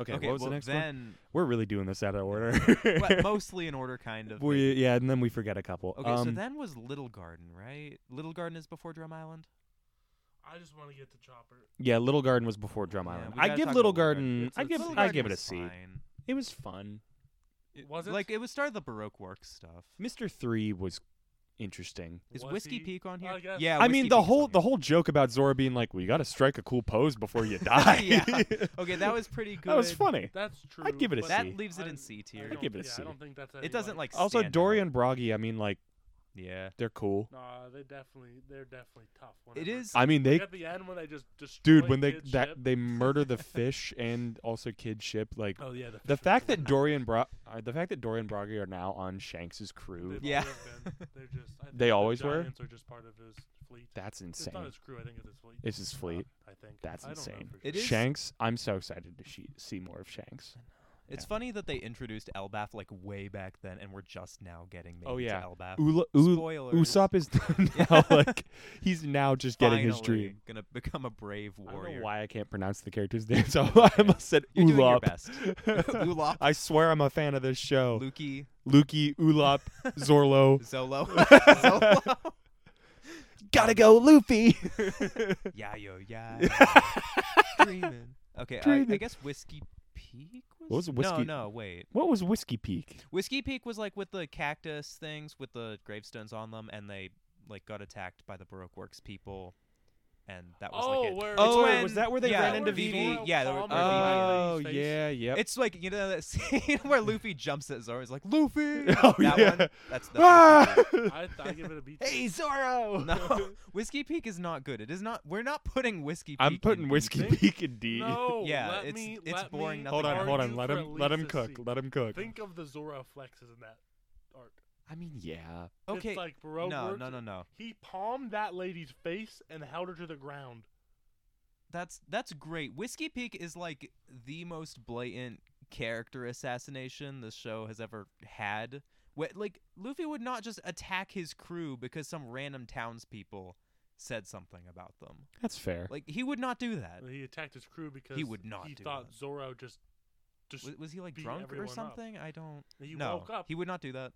Speaker 1: Okay,
Speaker 2: okay.
Speaker 1: what was
Speaker 2: well,
Speaker 1: the next one?
Speaker 2: then,
Speaker 1: We're really doing this out of order.
Speaker 2: well, mostly in order, kind of. maybe.
Speaker 1: we yeah, and then we forget a couple.
Speaker 2: Okay,
Speaker 1: um,
Speaker 2: so then was Little Garden, right? Little Garden is before Drum Island.
Speaker 3: I just want to get to Chopper.
Speaker 1: Yeah, Little Garden was before Drum
Speaker 2: Yeah,
Speaker 1: Island.
Speaker 2: we
Speaker 1: I
Speaker 2: gotta
Speaker 1: give
Speaker 2: talk
Speaker 1: Little
Speaker 2: about Little
Speaker 1: Garden.
Speaker 3: It's-
Speaker 1: I
Speaker 3: it's-
Speaker 1: give.
Speaker 3: Little
Speaker 1: I
Speaker 3: Garden
Speaker 1: give it a
Speaker 2: was
Speaker 1: C.
Speaker 2: fine.
Speaker 1: It was fun.
Speaker 3: Was it
Speaker 2: Like it was start of the Baroque Works stuff.
Speaker 1: Mister Three was interesting.
Speaker 2: Is
Speaker 3: Was
Speaker 2: Whiskey
Speaker 3: he?
Speaker 2: Peak on here?
Speaker 3: I guess.
Speaker 2: Yeah.
Speaker 1: I mean,
Speaker 2: Whiskey
Speaker 1: the
Speaker 2: Peak's
Speaker 1: whole
Speaker 2: on
Speaker 1: the
Speaker 2: here.
Speaker 1: whole joke about Zora being like, "Well, you got to strike a cool pose before you die."
Speaker 2: Yeah, Okay, that was pretty good.
Speaker 1: that was funny.
Speaker 3: That's true.
Speaker 1: give it a
Speaker 3: but
Speaker 1: C.
Speaker 2: That leaves it
Speaker 3: I-
Speaker 2: in C
Speaker 3: I
Speaker 2: tier.
Speaker 1: I'd
Speaker 3: don't-
Speaker 1: give it a
Speaker 3: yeah,
Speaker 1: C.
Speaker 3: I don't think that's.
Speaker 2: It doesn't like
Speaker 1: Also,
Speaker 2: stand out.
Speaker 1: Dory and Bragi. I mean, like
Speaker 2: Yeah.
Speaker 1: they're cool.
Speaker 3: Nah, they definitely they're definitely tough.
Speaker 2: It
Speaker 3: whenever-
Speaker 2: is.
Speaker 1: I mean, they
Speaker 3: Like at the end when they just destroy
Speaker 1: dude when they
Speaker 3: kid's
Speaker 1: that
Speaker 3: ship.
Speaker 1: they murder the fish and also Kid Ship. Like
Speaker 3: oh yeah the,
Speaker 1: the
Speaker 3: fish
Speaker 1: fact
Speaker 3: was
Speaker 1: that Dory and Bra- uh, the fact that Dory and Bragi are now on Shanks's
Speaker 3: cool.
Speaker 1: crew.
Speaker 3: They've
Speaker 2: Yeah.
Speaker 3: always been. They're just I think
Speaker 1: They
Speaker 3: the
Speaker 1: always were?
Speaker 3: giants Are just part of his fleet.
Speaker 1: That's
Speaker 3: It's not
Speaker 1: insane.
Speaker 3: his crew. I think it's his fleet.
Speaker 1: It's his
Speaker 3: Uh,
Speaker 1: fleet.
Speaker 3: I think
Speaker 1: That's
Speaker 3: I don't know
Speaker 1: insane.
Speaker 3: for
Speaker 2: It
Speaker 3: sure.
Speaker 2: is-
Speaker 1: Shanks. I'm so excited to she- see more of Shanks.
Speaker 2: It's
Speaker 1: Yeah.
Speaker 2: funny that they introduced Elbaf like way back then, and we're just now getting maybe
Speaker 1: Oh, yeah.
Speaker 2: to Elbaf.
Speaker 1: Ula, Ula,
Speaker 2: Spoilers.
Speaker 1: Usopp is now like he's now just getting his
Speaker 2: Finally
Speaker 1: dream.
Speaker 2: Gonna become a brave
Speaker 1: I don't know
Speaker 2: warrior.
Speaker 1: why I can't pronounce the character's name, so I must said
Speaker 2: You're doing
Speaker 1: Ulopp.
Speaker 2: your best. Ulopp,
Speaker 1: I swear I'm a fan of this show.
Speaker 2: Luki,
Speaker 1: Lukey, Ulopp, Zorlo.
Speaker 2: Zolo, Zolo,
Speaker 1: Gotta go, Luffy.
Speaker 2: Yayo, Yayo, dreaming. Okay, I, I
Speaker 1: Dreamin'.
Speaker 2: guess whiskey peak Peak was,
Speaker 1: What was the Whiskey-
Speaker 2: No, no, wait.
Speaker 1: What was Whiskey Peak?
Speaker 2: Whiskey Peak was like with the cactus things with the gravestones on them, and they like got attacked by the Baroque Works people, and that was
Speaker 5: oh,
Speaker 2: like it.
Speaker 5: where
Speaker 2: It's
Speaker 1: Oh,
Speaker 2: when-
Speaker 1: was that where they
Speaker 2: yeah,
Speaker 1: ran into
Speaker 2: Vivi?
Speaker 1: Vivi?
Speaker 2: Yeah, they were-
Speaker 5: Palmer
Speaker 2: Vivi.
Speaker 5: Palmer
Speaker 1: Oh
Speaker 5: face.
Speaker 1: yeah, yep.
Speaker 2: It's like you know that scene where Luffy jumps at Zoro. He's like Luffy.
Speaker 1: Oh,
Speaker 2: that
Speaker 1: yeah.
Speaker 2: one. That's the.
Speaker 1: Ah!
Speaker 3: I, I give it a B.
Speaker 1: hey Zorro.
Speaker 2: No, Whiskey Peak is not good. It is not. We're not putting Whiskey. Peak
Speaker 1: I'm putting
Speaker 2: in
Speaker 1: Whiskey
Speaker 2: anything.
Speaker 1: Peak in D.
Speaker 3: No,
Speaker 2: Yeah,
Speaker 3: let
Speaker 2: it's-
Speaker 3: me,
Speaker 2: it's
Speaker 3: let
Speaker 2: boring,
Speaker 3: me
Speaker 2: nothing
Speaker 1: Hold on, hold on.
Speaker 3: argue
Speaker 1: Let
Speaker 3: for
Speaker 1: him
Speaker 3: at
Speaker 1: let
Speaker 3: least
Speaker 1: him
Speaker 3: a
Speaker 1: cook.
Speaker 3: C.
Speaker 1: Let him cook.
Speaker 3: Think of the Zora flexes in that arc.
Speaker 1: I mean, yeah.
Speaker 2: Okay.
Speaker 3: It's like Baroque
Speaker 2: no,
Speaker 3: works.
Speaker 2: no, no, no.
Speaker 3: He palmed that lady's face and held her to the ground.
Speaker 2: That's that's great. Whiskey Peak is like the most blatant character assassination the show has ever had. Wh- like Luffy would not just attack his crew because some random townspeople said something about them.
Speaker 1: That's fair.
Speaker 2: Like he would not do that.
Speaker 3: He attacked his crew because
Speaker 2: would not
Speaker 3: he
Speaker 2: do
Speaker 3: thought
Speaker 2: that.
Speaker 3: Zoro just just
Speaker 2: Was, was he like
Speaker 3: beat
Speaker 2: drunk or
Speaker 3: everyone up.
Speaker 2: something? I don't.
Speaker 3: He
Speaker 2: no,
Speaker 3: woke up.
Speaker 2: he would not do that.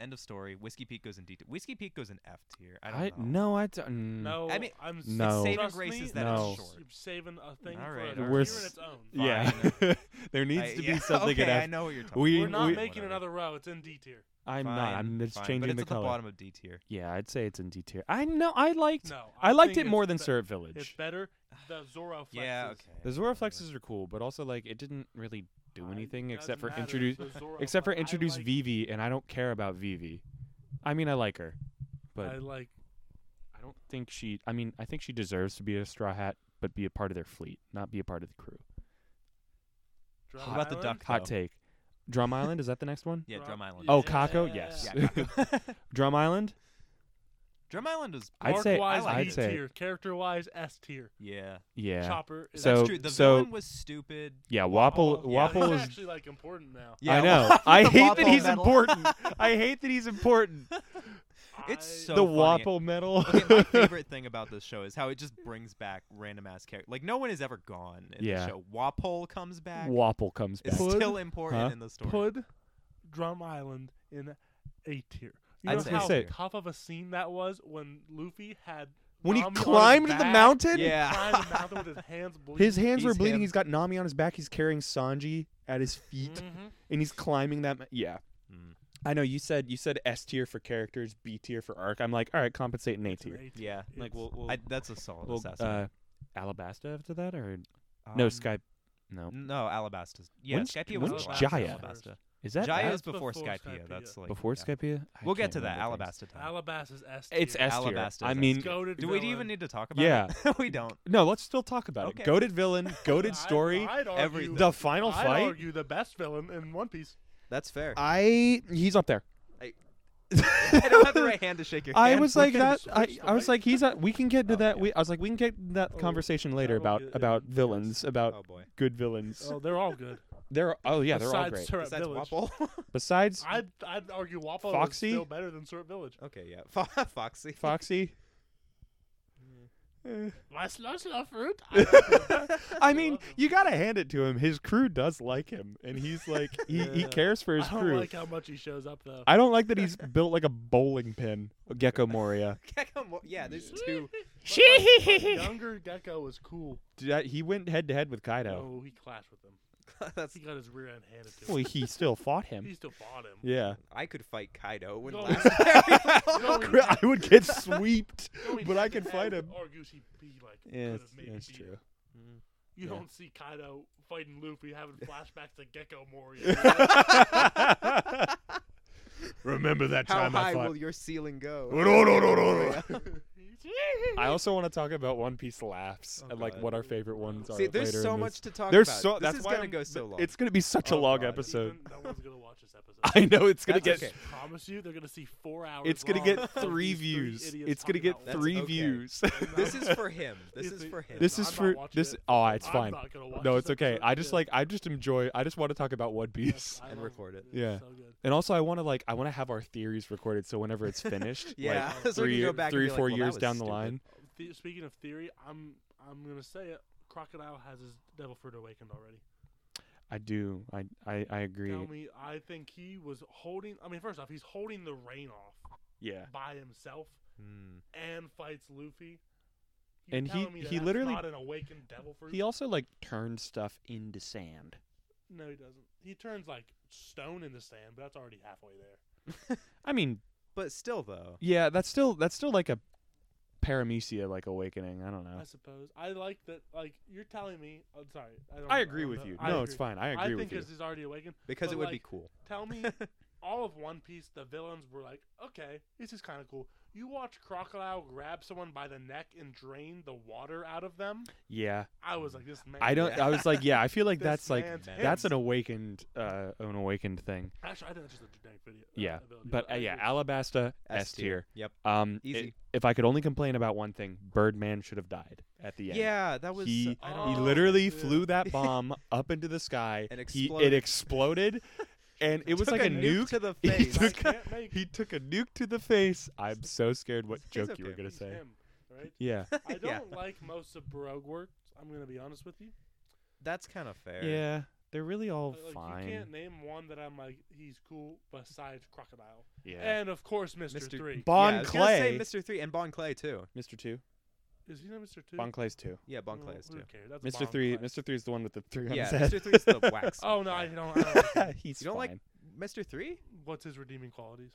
Speaker 2: End of story. Whiskey Peak goes in detail. Whiskey Peak goes in F tier. I don't know.
Speaker 1: no, I don't. mm.
Speaker 3: No,
Speaker 2: I mean,
Speaker 3: I'm s-
Speaker 1: No.
Speaker 2: saving
Speaker 3: trust
Speaker 2: grace
Speaker 3: me,
Speaker 2: is that
Speaker 1: it's
Speaker 3: I'm s-
Speaker 2: short.
Speaker 3: Saving a thing
Speaker 2: All
Speaker 3: for
Speaker 2: right,
Speaker 3: a
Speaker 2: all
Speaker 3: tier
Speaker 1: right.
Speaker 3: in
Speaker 1: We're
Speaker 3: its own.
Speaker 1: Yeah. there needs
Speaker 2: I-
Speaker 1: to be
Speaker 2: yeah,
Speaker 1: something
Speaker 2: okay,
Speaker 1: in F.
Speaker 2: I know what you're talking.
Speaker 1: We-
Speaker 2: about.
Speaker 3: We're not
Speaker 1: we-
Speaker 3: making another row. It's in D tier.
Speaker 1: I'm
Speaker 2: Fine,
Speaker 1: not. I'm just
Speaker 2: fine,
Speaker 1: changing
Speaker 2: but it's
Speaker 1: the
Speaker 2: at
Speaker 1: color.
Speaker 2: the bottom of D tier.
Speaker 1: Yeah, I'd say it's in D tier. I know. I liked.
Speaker 3: No,
Speaker 1: I liked
Speaker 3: think
Speaker 1: it more
Speaker 3: it's
Speaker 1: than
Speaker 3: be-
Speaker 1: Syrup
Speaker 3: It's
Speaker 1: Village.
Speaker 3: better. The Zoro flexes.
Speaker 2: Yeah. Okay.
Speaker 1: The Zora flexes are cool, but also like it didn't really do
Speaker 3: I-
Speaker 1: anything except
Speaker 3: doesn't
Speaker 1: for
Speaker 3: matter,
Speaker 1: introduce,
Speaker 3: the Zoro
Speaker 1: except for
Speaker 3: flex- I
Speaker 1: introduce
Speaker 3: like-
Speaker 1: Vivi, and I don't care about Vivi. I mean, I like her, but
Speaker 3: I like.
Speaker 1: I don't think she. I mean, I think she deserves to be a Straw Hat, but be a part of their fleet, not be a part of the crew.
Speaker 3: Drum
Speaker 2: What about the
Speaker 3: Island?
Speaker 2: duck?
Speaker 1: Hot
Speaker 2: though?
Speaker 1: take. Drum Island is that the next one?
Speaker 2: Yeah, Drum Island.
Speaker 1: Oh,
Speaker 3: Yeah.
Speaker 1: Kako. Yes.
Speaker 2: Yeah, Kako.
Speaker 1: Drum Island.
Speaker 2: Drum Island is.
Speaker 1: I'd
Speaker 3: Arc
Speaker 1: say-
Speaker 3: wise,
Speaker 2: I
Speaker 3: B
Speaker 1: liked it.
Speaker 3: tier. Character wise, S tier.
Speaker 2: Yeah.
Speaker 1: Yeah.
Speaker 3: Chopper. Is
Speaker 1: So-
Speaker 2: That's true. The
Speaker 1: so-
Speaker 2: villain was stupid.
Speaker 1: Yeah. Wapple.
Speaker 3: Oh, yeah,
Speaker 1: Wapple
Speaker 3: he's
Speaker 1: is.
Speaker 3: actually like important now.
Speaker 1: I know. I
Speaker 2: the
Speaker 1: hate that
Speaker 2: Wapple
Speaker 1: he's
Speaker 2: medal.
Speaker 1: important. I hate that he's important.
Speaker 2: It's
Speaker 3: I-
Speaker 2: so
Speaker 1: the
Speaker 2: funny.
Speaker 1: Wapple medal.
Speaker 2: Okay, my favorite thing about this show is how it just brings back random ass characters. Like no one is ever gone in
Speaker 1: Yeah.
Speaker 2: the show. Wapole comes back.
Speaker 1: Wapple comes back.
Speaker 2: It's
Speaker 3: Pud?
Speaker 2: still important
Speaker 1: Huh?
Speaker 2: in the story.
Speaker 3: put Drum Island in A tier. You
Speaker 2: I'd
Speaker 3: know
Speaker 2: say
Speaker 3: how
Speaker 1: A tier.
Speaker 3: tough of a scene that was when Luffy had
Speaker 1: When he
Speaker 3: Nami on his
Speaker 1: climbed the
Speaker 3: back,
Speaker 1: mountain?
Speaker 2: Yeah.
Speaker 3: climbed the mountain with his hands bleeding.
Speaker 1: His hands were
Speaker 2: He's
Speaker 1: bleeding.
Speaker 2: him.
Speaker 1: He's got Nami on his back. He's carrying Sanji at his feet,
Speaker 3: Mhm.
Speaker 1: and he's climbing that. Ma- yeah.
Speaker 2: Mm,
Speaker 1: I know you said you said S tier for characters, B tier for arc. I'm like, all right, compensate in A
Speaker 3: It's an
Speaker 1: tier.
Speaker 3: A tier.
Speaker 2: yeah.
Speaker 1: Like
Speaker 3: It's-
Speaker 1: we'll, we'll,
Speaker 2: I, that's a solid
Speaker 1: we'll
Speaker 2: assassin.
Speaker 1: uh, Alabasta after that, or no
Speaker 2: Um,
Speaker 1: Skype? No,
Speaker 2: No, Alabastas. Yeah,
Speaker 1: When's-
Speaker 2: Skypiea
Speaker 1: when's
Speaker 2: was the last
Speaker 1: Jaya?
Speaker 2: Alabasta.
Speaker 1: is that
Speaker 2: Jaya
Speaker 1: Al-
Speaker 2: is before,
Speaker 3: before
Speaker 2: Skypiea.
Speaker 3: Skypiea.
Speaker 2: That's like
Speaker 1: before
Speaker 2: yeah.
Speaker 1: Skypiea? I
Speaker 2: We'll get
Speaker 1: can't
Speaker 2: to that
Speaker 1: remember things.
Speaker 2: Alabasta time.
Speaker 3: Alabasta's S tier.
Speaker 1: It's S tier.
Speaker 2: Alabasta
Speaker 1: I
Speaker 2: is
Speaker 1: mean,
Speaker 2: S tier.
Speaker 3: Goated
Speaker 2: Do we
Speaker 3: villain.
Speaker 2: even need to talk about
Speaker 1: Yeah.
Speaker 2: it? we don't.
Speaker 1: no, let's still talk about
Speaker 2: Okay.
Speaker 1: it. Goaded villain, goaded
Speaker 3: I'd-
Speaker 1: story,
Speaker 3: I'd argue,
Speaker 2: everything.
Speaker 1: the final
Speaker 3: I'd
Speaker 1: fight.
Speaker 3: argue the best villain in One Piece.
Speaker 2: That's fair.
Speaker 1: I he's up there.
Speaker 2: I-
Speaker 1: I
Speaker 2: I don't have the right hand to shake your
Speaker 1: I
Speaker 2: hand.
Speaker 1: was like
Speaker 3: freaking
Speaker 1: that. I,
Speaker 3: switch the
Speaker 1: I was
Speaker 3: mic.
Speaker 1: like he's. A, we can get to
Speaker 2: Oh,
Speaker 1: that.
Speaker 2: yeah.
Speaker 1: We, I was like we can get to that
Speaker 3: Oh,
Speaker 1: conversation later
Speaker 3: that'll
Speaker 1: about
Speaker 3: get-
Speaker 1: about
Speaker 3: yes.
Speaker 1: villains, about
Speaker 2: Oh boy.
Speaker 1: good villains.
Speaker 3: Oh, they're all good.
Speaker 1: They're oh yeah, they're all
Speaker 3: Besides
Speaker 1: great.
Speaker 3: Syrup
Speaker 2: Besides
Speaker 3: Village.
Speaker 2: Wapple.
Speaker 1: Besides
Speaker 3: I'd, I'd argue Waffle
Speaker 1: Foxy?
Speaker 3: is still better than Syrup Village.
Speaker 2: okay, yeah. Fo- Foxy.
Speaker 1: Foxy.
Speaker 3: My slush love fruit.
Speaker 1: I mean, you gotta hand it to him. His crew does like him, and he's like he, he
Speaker 3: Yeah.
Speaker 1: cares for his
Speaker 3: I don't
Speaker 1: crew.
Speaker 3: like how much he shows up though.
Speaker 1: I don't like that he's built like a bowling pin. Gecko Moria.
Speaker 2: Gecko Mo- yeah, there's two.
Speaker 3: But, like, but younger Gecko was cool.
Speaker 1: That- he went head to head with Kaido.
Speaker 3: No, he clashed with him.
Speaker 2: That's
Speaker 3: He got his rear end handed to him.
Speaker 1: Well, he still fought him.
Speaker 3: he still fought him.
Speaker 1: Yeah.
Speaker 2: I could fight Kaido when
Speaker 3: No,
Speaker 2: last.
Speaker 3: we- No, he
Speaker 1: I would get sweeped,
Speaker 3: No, he
Speaker 1: but I
Speaker 3: didn't
Speaker 1: could
Speaker 3: have
Speaker 1: fight him.
Speaker 3: Argues he, he like
Speaker 1: Yeah,
Speaker 3: could have maybe
Speaker 1: that's
Speaker 3: beat
Speaker 1: true.
Speaker 3: him. You
Speaker 1: Yeah.
Speaker 3: don't see Kaido fighting Luffy having flashbacks to Gecko Moria.
Speaker 1: Mm. Remember that
Speaker 2: How high will your ceiling go?
Speaker 1: Oh,
Speaker 2: Oh,
Speaker 1: I also want to talk about One Piece laughs
Speaker 2: Oh,
Speaker 1: and like
Speaker 2: God.
Speaker 1: what our favorite ones are.
Speaker 2: See, there's
Speaker 1: later
Speaker 2: so
Speaker 1: in this.
Speaker 2: much to talk
Speaker 1: There's
Speaker 2: about.
Speaker 1: so
Speaker 2: this
Speaker 1: that's
Speaker 2: is
Speaker 1: why
Speaker 2: gonna
Speaker 1: I'm-
Speaker 2: go so
Speaker 1: th-
Speaker 2: long.
Speaker 1: It's gonna be such a
Speaker 2: Oh,
Speaker 1: long
Speaker 2: God.
Speaker 1: episode.
Speaker 3: Even- no one's gonna watch this episode.
Speaker 1: I know it's gonna
Speaker 2: That's
Speaker 1: get
Speaker 2: okay.
Speaker 3: promise you, they're gonna see four hours.
Speaker 1: it's gonna
Speaker 3: long
Speaker 1: get
Speaker 3: of
Speaker 1: three
Speaker 3: these
Speaker 1: views.
Speaker 3: idiots
Speaker 1: It's gonna
Speaker 3: talking
Speaker 1: get
Speaker 3: about
Speaker 2: That's
Speaker 1: three
Speaker 2: okay.
Speaker 1: views.
Speaker 2: this is for him. This is for him.
Speaker 1: This
Speaker 3: I'm
Speaker 1: is
Speaker 3: not
Speaker 1: for
Speaker 3: watching
Speaker 1: this.
Speaker 3: it.
Speaker 1: Oh, it's
Speaker 3: I'm
Speaker 1: fine.
Speaker 3: not gonna watch
Speaker 1: No,
Speaker 3: this
Speaker 1: it's okay.
Speaker 3: episode.
Speaker 1: I just
Speaker 3: Yeah.
Speaker 1: like I just enjoy. I just want to talk about One
Speaker 3: Yes,
Speaker 1: Piece.
Speaker 3: I
Speaker 2: And
Speaker 3: love
Speaker 2: record it.
Speaker 3: It's
Speaker 1: Yeah.
Speaker 3: so good.
Speaker 1: And also, I want to like I want to have our theories recorded, so whenever it's finished,
Speaker 2: yeah,
Speaker 1: like,
Speaker 2: so we can
Speaker 1: three,
Speaker 2: go back and
Speaker 1: three,
Speaker 2: be like,
Speaker 1: four
Speaker 2: well, that
Speaker 1: years
Speaker 2: was
Speaker 1: down the
Speaker 2: stupid.
Speaker 1: line.
Speaker 3: The- speaking of theory, I'm I'm gonna say it. Crocodile has his Devil Fruit awakened already.
Speaker 1: I do. I I, I agree.
Speaker 3: Tell me, I think he was holding. I mean, first off, he's holding the rain off
Speaker 1: Yeah.
Speaker 3: by himself
Speaker 2: Mm.
Speaker 3: and fights Luffy. You
Speaker 1: And he-
Speaker 3: telling me that
Speaker 1: he
Speaker 3: that's
Speaker 1: literally-
Speaker 3: not an awakened Devil Fruit.
Speaker 1: He also like turned stuff into sand.
Speaker 3: No, he doesn't. He turns like stone in the sand, but that's already halfway there.
Speaker 1: I mean,
Speaker 2: Hmm. But still, though,
Speaker 1: yeah, that's still that's still like a paramecia like awakening. I don't know.
Speaker 3: I suppose. I like that. Like you're telling me. Oh, sorry. I, don't,
Speaker 1: I agree
Speaker 3: don't
Speaker 1: with
Speaker 3: know.
Speaker 1: you.
Speaker 3: I
Speaker 1: no,
Speaker 3: agree.
Speaker 1: it's fine. I
Speaker 3: I,
Speaker 1: agree
Speaker 3: think
Speaker 1: with you.
Speaker 3: as he's already awakened.
Speaker 2: because
Speaker 3: But,
Speaker 2: it would be
Speaker 3: like,
Speaker 2: cool.
Speaker 3: Tell me, all of One Piece, the villains were like, okay, this is kind of cool. You watch Crocodile grab someone by the neck and drain the water out of them.
Speaker 1: Yeah,
Speaker 3: I was like, this man.
Speaker 1: I don't. I was like, yeah, I feel like
Speaker 3: This
Speaker 1: that's like
Speaker 3: man's
Speaker 1: that's an
Speaker 3: him.
Speaker 1: awakened uh an awakened thing.
Speaker 3: Actually, I think that's just a generic video. uh,
Speaker 1: Yeah,
Speaker 3: ability,
Speaker 1: but uh,
Speaker 3: I
Speaker 1: yeah,
Speaker 3: agree.
Speaker 1: Alabasta S tier.
Speaker 2: Yep.
Speaker 1: Um, i-
Speaker 2: Easy.
Speaker 1: if I could only complain about one thing, Birdman should have died at the
Speaker 2: Yeah,
Speaker 1: end.
Speaker 2: that was.
Speaker 1: he,
Speaker 2: I
Speaker 3: don't
Speaker 1: he
Speaker 3: know.
Speaker 1: literally
Speaker 3: Yeah.
Speaker 1: flew that bomb up into the sky.
Speaker 2: And
Speaker 1: He-
Speaker 2: exploded.
Speaker 1: it exploded, and it was
Speaker 2: Took
Speaker 1: like a,
Speaker 2: nuke, to the
Speaker 1: He
Speaker 2: face.
Speaker 1: took-
Speaker 3: I can't make
Speaker 1: He took a nuke to the face. I'm so scared what
Speaker 2: It's
Speaker 1: joke you were
Speaker 2: okay.
Speaker 1: gonna
Speaker 3: he's
Speaker 1: say.
Speaker 3: him, right?
Speaker 1: Yeah.
Speaker 3: I
Speaker 2: Yeah.
Speaker 3: don't like most of Baroque works. I'm gonna be honest with you.
Speaker 2: That's kind of fair.
Speaker 1: Yeah, they're really all
Speaker 3: Like, You
Speaker 1: Oh, fine.
Speaker 3: can't name one that I'm like he's cool besides Crocodile,
Speaker 1: Yeah.
Speaker 3: and of course Mr.
Speaker 2: Mr.
Speaker 3: Three.
Speaker 1: Bon
Speaker 2: yeah, I was gonna say
Speaker 1: Clay,
Speaker 2: Mr. Three, and Bon Clay too.
Speaker 1: Mr. Two,
Speaker 3: Is he not Mr. Two?
Speaker 1: Bon Clay's two.
Speaker 2: Yeah, Bon
Speaker 3: No,
Speaker 2: Clay is
Speaker 3: who
Speaker 2: too.
Speaker 3: cares? That's
Speaker 1: Mr.
Speaker 3: Bon
Speaker 1: Three,
Speaker 3: Clay.
Speaker 1: Mr. Three is the one with the three on
Speaker 2: Yeah,
Speaker 1: his head.
Speaker 2: Mr. Three's the wax.
Speaker 3: Oh no, I don't. I don't like him.
Speaker 1: He's
Speaker 2: You don't like-
Speaker 1: fine.
Speaker 2: Mr. Three?
Speaker 3: What's his redeeming qualities?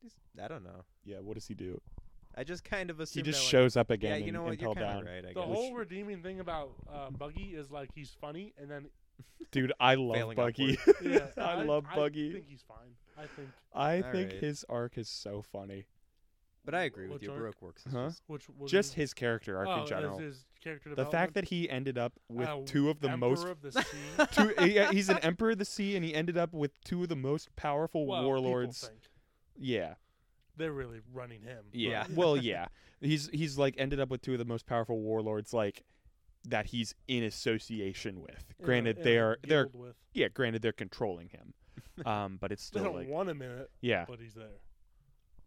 Speaker 2: He's- I don't know.
Speaker 1: Yeah, what does he do?
Speaker 2: I just kind of
Speaker 1: He
Speaker 2: assumed.
Speaker 1: just
Speaker 2: that, like,
Speaker 1: shows up again
Speaker 2: Yeah,
Speaker 1: and,
Speaker 2: you know
Speaker 1: and
Speaker 2: what? You're
Speaker 1: held
Speaker 2: kind of
Speaker 1: down.
Speaker 2: right. I
Speaker 3: The
Speaker 2: guess.
Speaker 3: whole redeeming thing about uh, Buggy is like he's funny, and then
Speaker 1: Dude, I love
Speaker 2: Failing
Speaker 1: Buggy.
Speaker 3: yeah,
Speaker 1: I love
Speaker 3: I
Speaker 1: Buggy.
Speaker 3: think he's fine. I think
Speaker 1: I
Speaker 2: All
Speaker 1: think
Speaker 2: right.
Speaker 1: his arc is so funny.
Speaker 2: but I agree with
Speaker 3: Which
Speaker 2: you.
Speaker 3: arc?
Speaker 2: Baroque works. is
Speaker 1: Huh?
Speaker 2: just-
Speaker 3: which was
Speaker 1: Just his character arc
Speaker 3: oh,
Speaker 1: in general.
Speaker 3: Is his character
Speaker 1: The fact that he ended up with
Speaker 3: Uh,
Speaker 1: two of the
Speaker 3: Emperor
Speaker 1: most
Speaker 3: of the sea.
Speaker 1: two, yeah, he's an emperor of the sea, and he ended up with two of the most powerful
Speaker 3: Well, people
Speaker 1: warlords.
Speaker 3: think
Speaker 1: Yeah,
Speaker 3: They're really running him. but-
Speaker 1: yeah.
Speaker 2: Right.
Speaker 1: well, yeah. He's he's like ended up with two of the most powerful warlords, like that he's in association with.
Speaker 3: in a-
Speaker 1: Granted,
Speaker 3: in
Speaker 1: they
Speaker 3: a
Speaker 1: are they're
Speaker 3: guild with.
Speaker 1: yeah. Granted, they're controlling him. Um, but it's
Speaker 3: They
Speaker 1: still
Speaker 3: don't
Speaker 1: like
Speaker 3: want him in it,
Speaker 1: yeah.
Speaker 3: but he's there.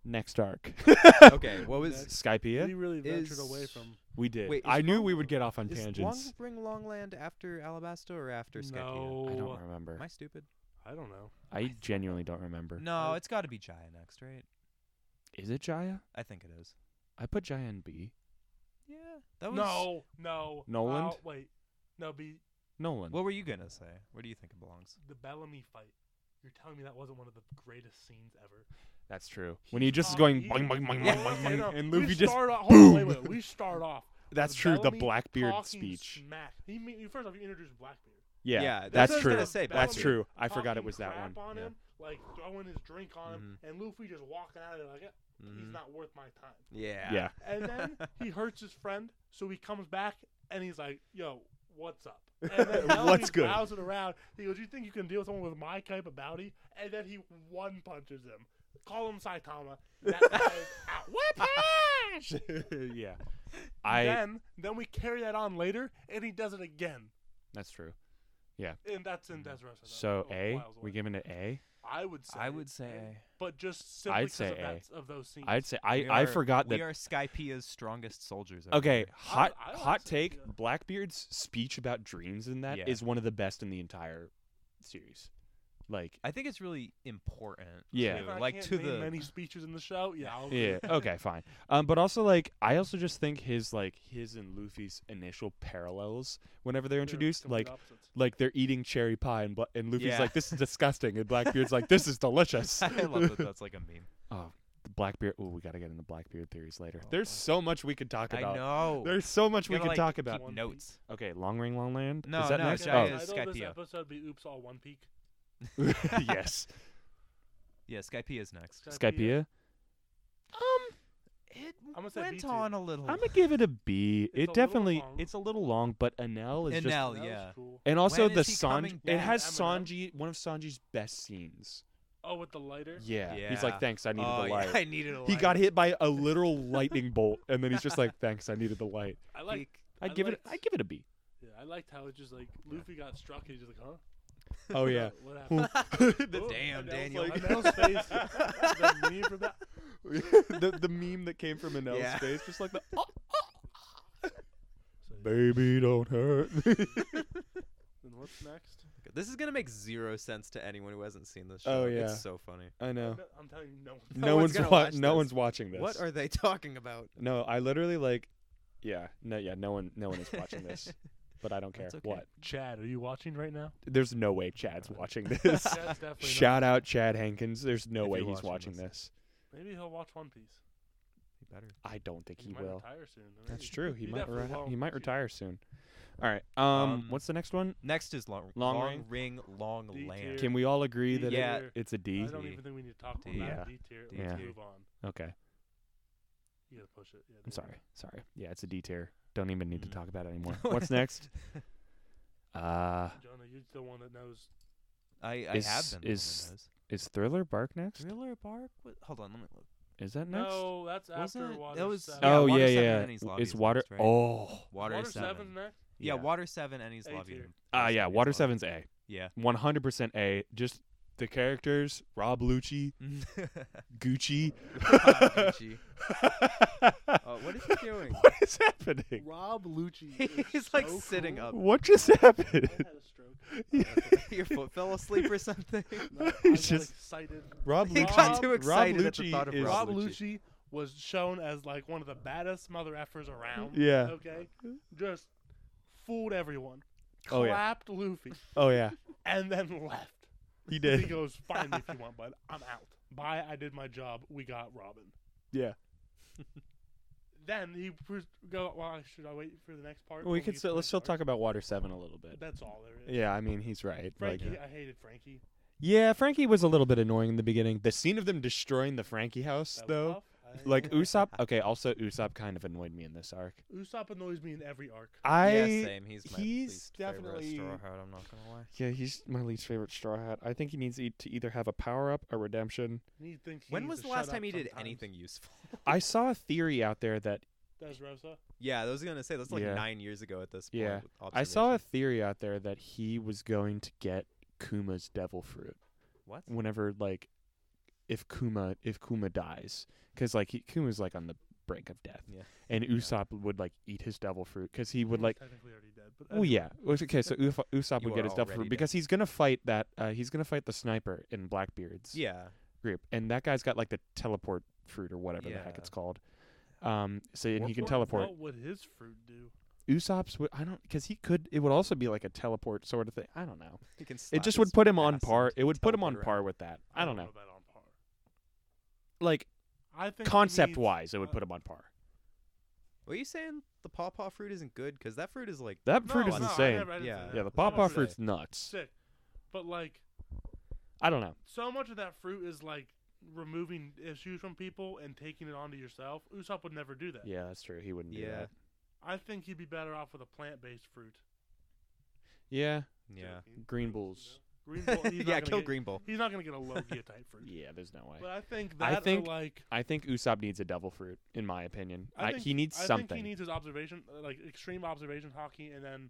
Speaker 1: Next arc,
Speaker 2: okay, what was?
Speaker 3: We
Speaker 1: Skypea.
Speaker 3: really ventured
Speaker 2: Is-
Speaker 3: away from.
Speaker 1: We did.
Speaker 2: Wait,
Speaker 1: I
Speaker 2: is
Speaker 1: knew
Speaker 2: Long-
Speaker 1: we would get off on
Speaker 2: Is
Speaker 1: tangents.
Speaker 2: Long Bring Longland after Alabasta or after Skypea?
Speaker 3: No,
Speaker 1: I don't remember.
Speaker 2: Am I stupid?
Speaker 3: I don't know.
Speaker 1: I genuinely don't remember.
Speaker 6: No, it's got to be Jaya next, right?
Speaker 1: Is it Jaya?
Speaker 6: I think it is.
Speaker 1: I put Jaya in B.
Speaker 6: Yeah, that was.
Speaker 3: No, no.
Speaker 1: Noland?
Speaker 3: I'll- wait, no. Be
Speaker 1: Nolan.
Speaker 6: What were you gonna say? Where do you think it belongs?
Speaker 3: the Bellamy fight. You're telling me that wasn't one of the greatest scenes ever.
Speaker 1: That's true.
Speaker 3: He
Speaker 1: When he just is
Speaker 3: taught-
Speaker 1: going
Speaker 3: he-
Speaker 1: bang bang bang
Speaker 3: E. Yeah,
Speaker 1: bang bang,
Speaker 3: okay,
Speaker 1: bang,
Speaker 3: no,
Speaker 1: and
Speaker 3: we
Speaker 1: Luffy just
Speaker 3: start off, hold on, wait,
Speaker 1: boom.
Speaker 3: wait, we start off.
Speaker 1: that's
Speaker 3: with
Speaker 1: true. The
Speaker 3: Bellamy
Speaker 1: Blackbeard
Speaker 3: talking
Speaker 1: speech.
Speaker 3: Smack. He me- you- first off you introduced Blackbeard.
Speaker 1: Yeah,
Speaker 2: Yeah,
Speaker 1: that's,
Speaker 2: that's what I was
Speaker 1: true.
Speaker 2: gonna say,
Speaker 1: that's
Speaker 2: Bellamy
Speaker 1: true. I forgot it
Speaker 3: talking
Speaker 1: was that
Speaker 3: crap
Speaker 1: one.
Speaker 3: On
Speaker 2: Yeah.
Speaker 3: him, like throwing his drink on him,
Speaker 2: Mm-hmm.
Speaker 3: and Luffy just walking out of there like "Eh, he's
Speaker 2: Mhm.
Speaker 3: not worth my time.
Speaker 2: Yeah.
Speaker 1: Mm. Yeah.
Speaker 3: And then he hurts his friend, so he comes back and he's like, "Yo, what's up?" And then Bellamy
Speaker 1: What's good?
Speaker 3: bows it around. He goes, "You think you can deal with someone with my type of bounty?" And then he one punches him. Call him Saitama. That guy is out. What?
Speaker 1: yeah, I.
Speaker 3: then then we carry that on later, and he does it again,
Speaker 1: That's true.
Speaker 3: and that's in Death Rush.
Speaker 1: So A,
Speaker 3: miles
Speaker 1: we
Speaker 3: away.
Speaker 1: giving it A.
Speaker 3: I would say.
Speaker 6: I would say
Speaker 3: A,
Speaker 6: A.
Speaker 3: but just simply
Speaker 1: I'd
Speaker 3: because
Speaker 1: say
Speaker 3: of,
Speaker 1: A.
Speaker 3: that, of those scenes.
Speaker 1: I'd say I.
Speaker 6: We
Speaker 1: I
Speaker 6: are-
Speaker 1: forgot
Speaker 6: we
Speaker 1: that.
Speaker 6: are Skypea's strongest soldiers. over
Speaker 1: Okay,
Speaker 6: here.
Speaker 1: hot
Speaker 3: I would
Speaker 1: hot
Speaker 3: say
Speaker 1: take.
Speaker 3: yeah.
Speaker 1: Blackbeard's speech about dreams in that is
Speaker 6: Yeah.
Speaker 1: one of the best in the entire series. Like,
Speaker 6: I think it's really important.
Speaker 1: Yeah.
Speaker 6: too,
Speaker 3: If I
Speaker 6: like
Speaker 3: can't
Speaker 6: to
Speaker 3: name
Speaker 6: the
Speaker 3: many speeches in the show. Yeah, I'll agree.
Speaker 1: yeah, okay, fine. Um, but also like I also just think his like his and Luffy's initial parallels whenever they're
Speaker 3: They're
Speaker 1: introduced,
Speaker 3: complete
Speaker 1: like
Speaker 3: opposites.
Speaker 1: like they're eating cherry pie and Bla- and Luffy's
Speaker 6: Yeah.
Speaker 1: like this is disgusting and Blackbeard's like this is delicious.
Speaker 6: I love that. That's like a meme.
Speaker 1: Oh, the Blackbeard. Oh, we got to get into Blackbeard theories later.
Speaker 6: Oh,
Speaker 1: There's
Speaker 6: boy.
Speaker 1: so much we could talk
Speaker 6: I
Speaker 1: about.
Speaker 6: know.
Speaker 1: There's so much we
Speaker 6: Gotta,
Speaker 1: could
Speaker 6: like,
Speaker 1: talk
Speaker 6: keep
Speaker 1: about.
Speaker 3: One
Speaker 6: notes.
Speaker 1: Okay, Long Ring Long Land.
Speaker 6: No,
Speaker 1: is that
Speaker 6: no,
Speaker 1: next?
Speaker 6: Jaya
Speaker 1: Oh.
Speaker 6: is-
Speaker 3: Title of this
Speaker 6: Skypea.
Speaker 3: episode be "Oops, all one peak."
Speaker 1: yes.
Speaker 6: Yeah, Skypea is next.
Speaker 1: Skypea.
Speaker 6: It
Speaker 3: gonna say
Speaker 6: went
Speaker 3: B2.
Speaker 6: on a little.
Speaker 1: I'm gonna give it a B.
Speaker 3: It's a
Speaker 1: it
Speaker 3: little
Speaker 1: definitely
Speaker 3: long.
Speaker 1: it's a little long, but Anel is just
Speaker 6: Enel.
Speaker 3: That was
Speaker 6: yeah.
Speaker 3: cool.
Speaker 1: and also
Speaker 6: When
Speaker 1: the
Speaker 6: is he
Speaker 1: Sanji.
Speaker 6: coming
Speaker 1: It
Speaker 6: back?
Speaker 1: has
Speaker 3: Eminem?
Speaker 1: Sanji one of Sanji's best scenes.
Speaker 3: Oh, with the lighter.
Speaker 1: Yeah. He's like,
Speaker 6: Yeah.
Speaker 1: thanks, I needed
Speaker 6: oh,
Speaker 1: the
Speaker 6: yeah,
Speaker 1: light.
Speaker 6: I needed a
Speaker 1: He got
Speaker 6: light.
Speaker 1: hit by a literal lightning bolt, and then he's just like, "Thanks, I needed the light."
Speaker 3: I like.
Speaker 6: Peak.
Speaker 1: I
Speaker 3: I
Speaker 1: give it.
Speaker 3: liked-
Speaker 1: I give it a B.
Speaker 3: Yeah, I liked how it's just like Luffy got struck. and He's just like, huh?
Speaker 1: Oh yeah.
Speaker 3: What happened?
Speaker 1: the,
Speaker 3: Oh,
Speaker 6: damn,
Speaker 3: and
Speaker 6: Daniel.
Speaker 3: That was like, Anel's face. the meme from that.
Speaker 1: the the meme that came from Anel's
Speaker 6: Yeah.
Speaker 1: face, just like the
Speaker 3: So, yeah.
Speaker 1: baby don't hurt.
Speaker 3: Then what's next?
Speaker 2: This is gonna make zero sense to anyone who hasn't seen this show.
Speaker 1: Oh, yeah.
Speaker 2: It's so funny.
Speaker 1: I know.
Speaker 3: No, I'm telling you, no one.
Speaker 1: No,
Speaker 2: No one's
Speaker 1: one's
Speaker 2: gonna
Speaker 1: wa-
Speaker 2: watch
Speaker 1: no
Speaker 2: this.
Speaker 1: one's watching this.
Speaker 2: What are they talking about?
Speaker 1: no, I literally like, yeah, no, yeah, no one, no one is watching this. but I don't care.
Speaker 6: That's okay.
Speaker 1: What?
Speaker 3: Chad, are you watching right now?
Speaker 1: There's no way Chad's watching this.
Speaker 3: Chad's definitely not.
Speaker 1: Shout out Chad Hankins. There's no
Speaker 6: If
Speaker 1: way
Speaker 6: you're
Speaker 1: he's
Speaker 6: watching
Speaker 1: watching
Speaker 6: this.
Speaker 1: this.
Speaker 3: Maybe he'll watch One Piece.
Speaker 6: He better.
Speaker 1: I don't think he,
Speaker 3: might
Speaker 1: will.
Speaker 3: retire soon. I mean,
Speaker 1: That's
Speaker 3: he-
Speaker 1: true. He, might
Speaker 3: definitely
Speaker 1: re-
Speaker 3: won't.
Speaker 1: he might
Speaker 3: Shit.
Speaker 1: retire soon. All right. Um,
Speaker 6: Um,
Speaker 1: what's the next one?
Speaker 6: Next is long,
Speaker 1: Long
Speaker 6: long ring, long
Speaker 3: D
Speaker 6: land.
Speaker 3: tier.
Speaker 1: Can we all agree that it-
Speaker 6: Yeah.
Speaker 3: tier.
Speaker 1: it's a D?
Speaker 3: I don't even think we need to talk more about D tier.
Speaker 6: D
Speaker 3: Let's
Speaker 1: tier.
Speaker 3: move on.
Speaker 1: Okay.
Speaker 3: You gotta push it. Yeah,
Speaker 1: I'm
Speaker 3: there you go.
Speaker 1: sorry. Sorry. Yeah, it's a D tier. Don't even need to
Speaker 6: Mhm.
Speaker 1: talk about it anymore. what's next? Uh,
Speaker 3: Jonah, you're the one that knows.
Speaker 6: I, I
Speaker 1: Is-
Speaker 6: have been. the one
Speaker 1: is-
Speaker 6: that knows.
Speaker 1: is Thriller Bark next?
Speaker 6: Thriller Bark? What? Hold on, let me look.
Speaker 1: Is that next?
Speaker 3: No, that's
Speaker 6: Was
Speaker 3: after
Speaker 6: it-
Speaker 3: Water
Speaker 6: that was-
Speaker 3: Seven.
Speaker 6: Yeah,
Speaker 1: oh
Speaker 6: Water
Speaker 1: yeah,
Speaker 6: Seven
Speaker 1: yeah.
Speaker 6: and His
Speaker 1: W-
Speaker 6: Lobby
Speaker 1: It's
Speaker 6: is
Speaker 1: water.
Speaker 6: next, right?
Speaker 1: Oh.
Speaker 6: Water,
Speaker 3: Water
Speaker 6: Seven.
Speaker 3: Seven's next.
Speaker 6: Yeah,
Speaker 1: Yeah.
Speaker 6: Water Seven, and he's
Speaker 3: A
Speaker 6: lobby.
Speaker 3: tier.
Speaker 6: and
Speaker 1: Ah,
Speaker 6: Water
Speaker 1: yeah.
Speaker 6: Seven,
Speaker 1: Water
Speaker 6: E's Lobby.
Speaker 1: Seven's A.
Speaker 6: Yeah.
Speaker 1: 100% A. Just the characters. Rob Lucci,
Speaker 2: Mm-hmm.
Speaker 1: Gucci.
Speaker 2: Gucci. Uh, what is he doing?
Speaker 1: What is happening?
Speaker 3: Rob Lucci.
Speaker 2: He's like sitting up.
Speaker 1: What just happened?
Speaker 2: Your foot fell asleep or something.
Speaker 1: He's just
Speaker 3: excited.
Speaker 1: Rob
Speaker 2: He
Speaker 1: Lucci.
Speaker 2: got too
Speaker 1: Rob
Speaker 2: excited at the
Speaker 1: Lucci
Speaker 2: thought of
Speaker 1: is-
Speaker 3: Rob
Speaker 2: Rob
Speaker 3: Lucci was shown as like one of the baddest mother effers around.
Speaker 1: Yeah.
Speaker 3: Okay. Just fooled everyone.
Speaker 1: Oh, yeah.
Speaker 3: Clapped Luffy
Speaker 1: Oh yeah,
Speaker 3: and then left.
Speaker 1: he
Speaker 3: He
Speaker 1: did.
Speaker 3: goes, "Find me if you want, bud. I'm out. Bye. I did my job. We got Robin."
Speaker 1: yeah.
Speaker 3: Then he pres- go. Well, should I wait for the next part?
Speaker 1: We
Speaker 3: When
Speaker 1: could
Speaker 3: get
Speaker 1: still,
Speaker 3: to
Speaker 1: let's
Speaker 3: the
Speaker 1: still
Speaker 3: next
Speaker 1: talk about Water Seven a little
Speaker 3: part?
Speaker 1: bit.
Speaker 3: That's all there is.
Speaker 1: Yeah, I mean he's right.
Speaker 3: Frankie,
Speaker 1: Like,
Speaker 3: I hated Frankie.
Speaker 1: yeah, Frankie was a little bit annoying in the beginning. The scene of them destroying the Frankie house,
Speaker 3: That was
Speaker 1: though,
Speaker 3: tough. I-
Speaker 1: like Usopp. Okay, also Usopp kind of annoyed me in this arc.
Speaker 3: Usopp annoys me in every arc.
Speaker 1: I
Speaker 6: yeah, same. He's my
Speaker 1: he's
Speaker 6: least favorite
Speaker 1: definitely-
Speaker 6: Straw Hat. I'm not gonna lie.
Speaker 1: yeah, he's my least favorite Straw Hat. I think he needs e- to either have a power up, a redemption.
Speaker 3: And he thinks he
Speaker 6: When
Speaker 3: needs
Speaker 6: was
Speaker 3: to
Speaker 6: the
Speaker 3: shut
Speaker 6: last
Speaker 3: up
Speaker 6: time he did
Speaker 3: sometimes.
Speaker 6: anything useful?
Speaker 1: I saw a theory out there that
Speaker 3: That's Rosa.
Speaker 6: yeah, I was gonna say that's like
Speaker 1: Yeah.
Speaker 6: nine years ago at this point.
Speaker 1: Yeah.
Speaker 6: with
Speaker 1: I saw a
Speaker 6: observation.
Speaker 1: theory out there that he was going to get Kuma's devil fruit.
Speaker 6: what?
Speaker 1: whenever like if Kuma if Kuma dies because like he, Kuma's like on the brink of death,
Speaker 6: Yeah.
Speaker 1: and Usopp would like eat his devil fruit because he would like.
Speaker 3: technically already dead. But
Speaker 1: Well, yeah. Well, Okay, so Uf- Usopp
Speaker 6: You
Speaker 1: would get
Speaker 6: are
Speaker 1: his devil
Speaker 6: already
Speaker 1: fruit because he's gonna fight that. Uh, he's gonna fight the sniper in Blackbeard's
Speaker 6: Yeah.
Speaker 1: group, and that guy's got like the teleport fruit or whatever the heck
Speaker 6: Yeah. Oh.
Speaker 1: it's called. Um, so and he can
Speaker 3: What-
Speaker 1: teleport.
Speaker 3: What would his fruit do?
Speaker 1: Usopp's would I don't because he could. It would also be like a teleport sort of thing. I don't know.
Speaker 6: He can
Speaker 1: It
Speaker 6: slap
Speaker 1: just
Speaker 6: his
Speaker 1: would put him on
Speaker 6: ass
Speaker 1: par.
Speaker 6: and
Speaker 1: It would put him on
Speaker 6: teleport around.
Speaker 1: par with that. I don't know.
Speaker 3: about on par.
Speaker 1: Like
Speaker 3: I think he
Speaker 1: concept
Speaker 3: needs-
Speaker 1: wise, it would
Speaker 3: uh,
Speaker 1: put him on par.
Speaker 6: What are you saying? The pawpaw fruit isn't good because that fruit is like
Speaker 1: That fruit
Speaker 3: no,
Speaker 1: is
Speaker 3: no, I
Speaker 1: insane.
Speaker 3: never- I didn't say
Speaker 6: Yeah.
Speaker 1: yeah,
Speaker 3: that.
Speaker 1: the
Speaker 3: I never
Speaker 1: pawpaw
Speaker 3: said
Speaker 1: fruit's nuts.
Speaker 3: sick. But like,
Speaker 1: I don't know.
Speaker 3: so much of that fruit is like removing issues from people and taking it onto yourself. Usopp would never do that.
Speaker 1: Yeah, that's true. He wouldn't do
Speaker 6: Yeah.
Speaker 1: that.
Speaker 3: I think he'd be better off with a plant-based fruit.
Speaker 1: Yeah,
Speaker 6: yeah.
Speaker 3: Joking.
Speaker 1: green
Speaker 3: Gross,
Speaker 1: bulls.
Speaker 3: you know? Green bull. he's not
Speaker 6: yeah,
Speaker 3: gonna
Speaker 6: kill
Speaker 3: get-
Speaker 6: Green Bull.
Speaker 3: He's not gonna get a Logia type fruit.
Speaker 1: Yeah, there's no
Speaker 3: But
Speaker 1: way.
Speaker 3: I think
Speaker 1: I
Speaker 3: that or,
Speaker 1: think-
Speaker 3: like
Speaker 1: I think Usopp needs a devil fruit, in my opinion.
Speaker 3: I
Speaker 1: I
Speaker 3: think-
Speaker 1: he needs
Speaker 3: I think he
Speaker 1: something.
Speaker 3: needs his observation, uh, like extreme observation hockey, and then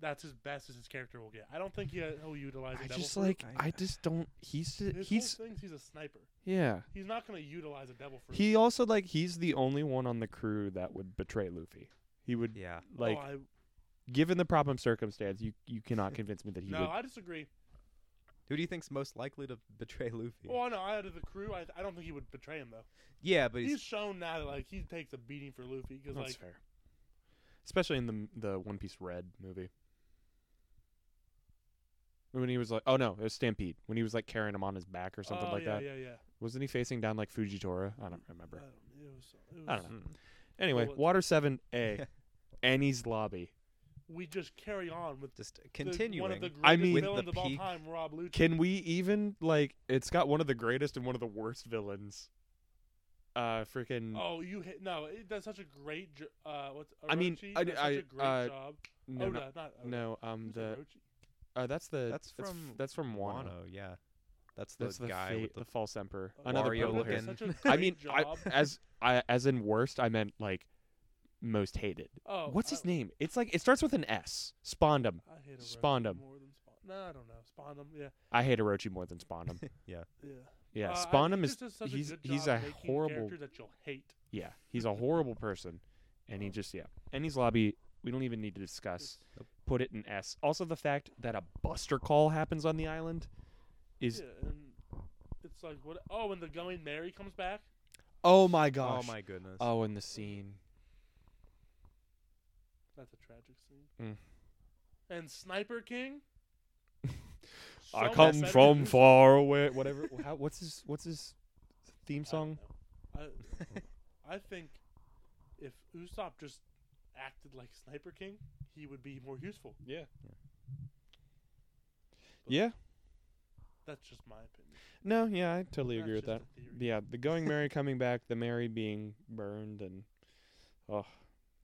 Speaker 3: that's as best as his character will get. I don't think he, uh, he'll utilize. a
Speaker 1: I
Speaker 3: devil
Speaker 1: just
Speaker 3: fruit.
Speaker 1: like
Speaker 6: I-
Speaker 1: I just don't. He's
Speaker 3: His
Speaker 1: he's
Speaker 3: whole thing is he's a sniper.
Speaker 1: yeah.
Speaker 3: He's not going to utilize a devil fruit.
Speaker 1: He also like he's the only one on the crew that would betray Luffy. He would
Speaker 6: Yeah.
Speaker 3: Oh,
Speaker 1: like
Speaker 3: I-
Speaker 1: given the problem circumstance, you you cannot convince me that he
Speaker 3: no,
Speaker 1: would.
Speaker 3: I disagree.
Speaker 6: Who do you think's most likely to betray Luffy?
Speaker 3: Oh no, out of the crew, I, I don't think he would betray him though.
Speaker 6: yeah, but
Speaker 3: He's
Speaker 6: he's,
Speaker 3: shown now that like he takes a beating for Luffy because
Speaker 1: That's
Speaker 3: like
Speaker 1: fair. Especially in the the One Piece Red movie. When he was like, oh no, it was Stampede. When he was like carrying him on his back or something
Speaker 3: oh,
Speaker 1: like
Speaker 3: yeah,
Speaker 1: that.
Speaker 3: Yeah, yeah,
Speaker 1: Wasn't he facing down like Fujitora? I don't remember.
Speaker 3: Um, it was, it
Speaker 1: I
Speaker 3: was-
Speaker 1: don't know. anyway,
Speaker 3: well, it-
Speaker 1: Water 7A, Annie's Lobby.
Speaker 3: We just carry on with the-
Speaker 6: just continuing.
Speaker 3: one of the greatest
Speaker 1: I mean- With
Speaker 3: villains
Speaker 6: the
Speaker 3: of all
Speaker 6: peak.
Speaker 3: time, Rob Lucci.
Speaker 1: Can we even, like, it's got one of the greatest and one of the worst villains. Uh, freaking.
Speaker 3: Oh, you hit no! It does such a great. Jo- uh, what's
Speaker 1: I mean,
Speaker 3: Orochi
Speaker 1: I-
Speaker 3: does such
Speaker 1: I-
Speaker 3: a great
Speaker 1: uh,
Speaker 3: job.
Speaker 1: no,
Speaker 3: Oda,
Speaker 1: no,
Speaker 3: not Oda.
Speaker 1: no, um,
Speaker 3: Who's
Speaker 1: the.
Speaker 3: Orochi?
Speaker 1: Uh, that's the.
Speaker 6: That's
Speaker 1: f-
Speaker 6: from
Speaker 1: that's from Wano.
Speaker 6: Wano, yeah. That's the
Speaker 1: That's the,
Speaker 6: guy
Speaker 1: fa-
Speaker 6: with
Speaker 1: the,
Speaker 6: the
Speaker 1: false emperor.
Speaker 3: Oh,
Speaker 1: Another
Speaker 6: Wario
Speaker 1: Wario
Speaker 3: Oda does
Speaker 6: looking.
Speaker 3: such a
Speaker 1: I
Speaker 3: great
Speaker 1: mean, I,
Speaker 3: job.
Speaker 1: as I, as in worst, I meant like most hated.
Speaker 3: oh,
Speaker 1: What's
Speaker 3: I-
Speaker 1: his name? It's like it starts with an S. Spondum.
Speaker 3: I hate Orochi
Speaker 1: Spondum.
Speaker 3: More than Spond- no, I don't know. Spondum, yeah,
Speaker 1: I hate Orochi more than Spondum.
Speaker 3: yeah.
Speaker 1: Yeah,
Speaker 3: Uh, I-
Speaker 1: Spondum
Speaker 3: he
Speaker 1: is
Speaker 3: just does such
Speaker 1: he's-
Speaker 3: a good
Speaker 1: he's
Speaker 3: job
Speaker 1: a
Speaker 3: making
Speaker 1: horrible-
Speaker 3: characters that you'll hate.
Speaker 1: yeah, he's a horrible person, and he just yeah. And his lobby, we don't even need to discuss.
Speaker 6: Nope.
Speaker 1: Put it in S. Also, the fact that a Buster call happens on the island is
Speaker 3: yeah, and it's like what? Oh, and the going Mary comes back.
Speaker 1: oh my
Speaker 6: Oh
Speaker 1: gosh.
Speaker 6: my goodness.
Speaker 1: Oh, and the scene.
Speaker 3: That's a tragic scene. and Sniper King.
Speaker 1: Mm. I
Speaker 3: so
Speaker 1: come
Speaker 3: much
Speaker 1: from
Speaker 3: better.
Speaker 1: far away. Whatever. How, what's his What's his theme
Speaker 3: I don't
Speaker 1: song?
Speaker 3: know. I, I think if Usopp just acted like Sniper King, he would be more useful.
Speaker 1: Yeah. Yeah.
Speaker 3: That's just my opinion.
Speaker 1: No. Yeah, I totally agree with
Speaker 3: That's
Speaker 1: that.
Speaker 3: just a theory.
Speaker 1: Yeah, the going Mary coming back, the Mary being burned, and oh,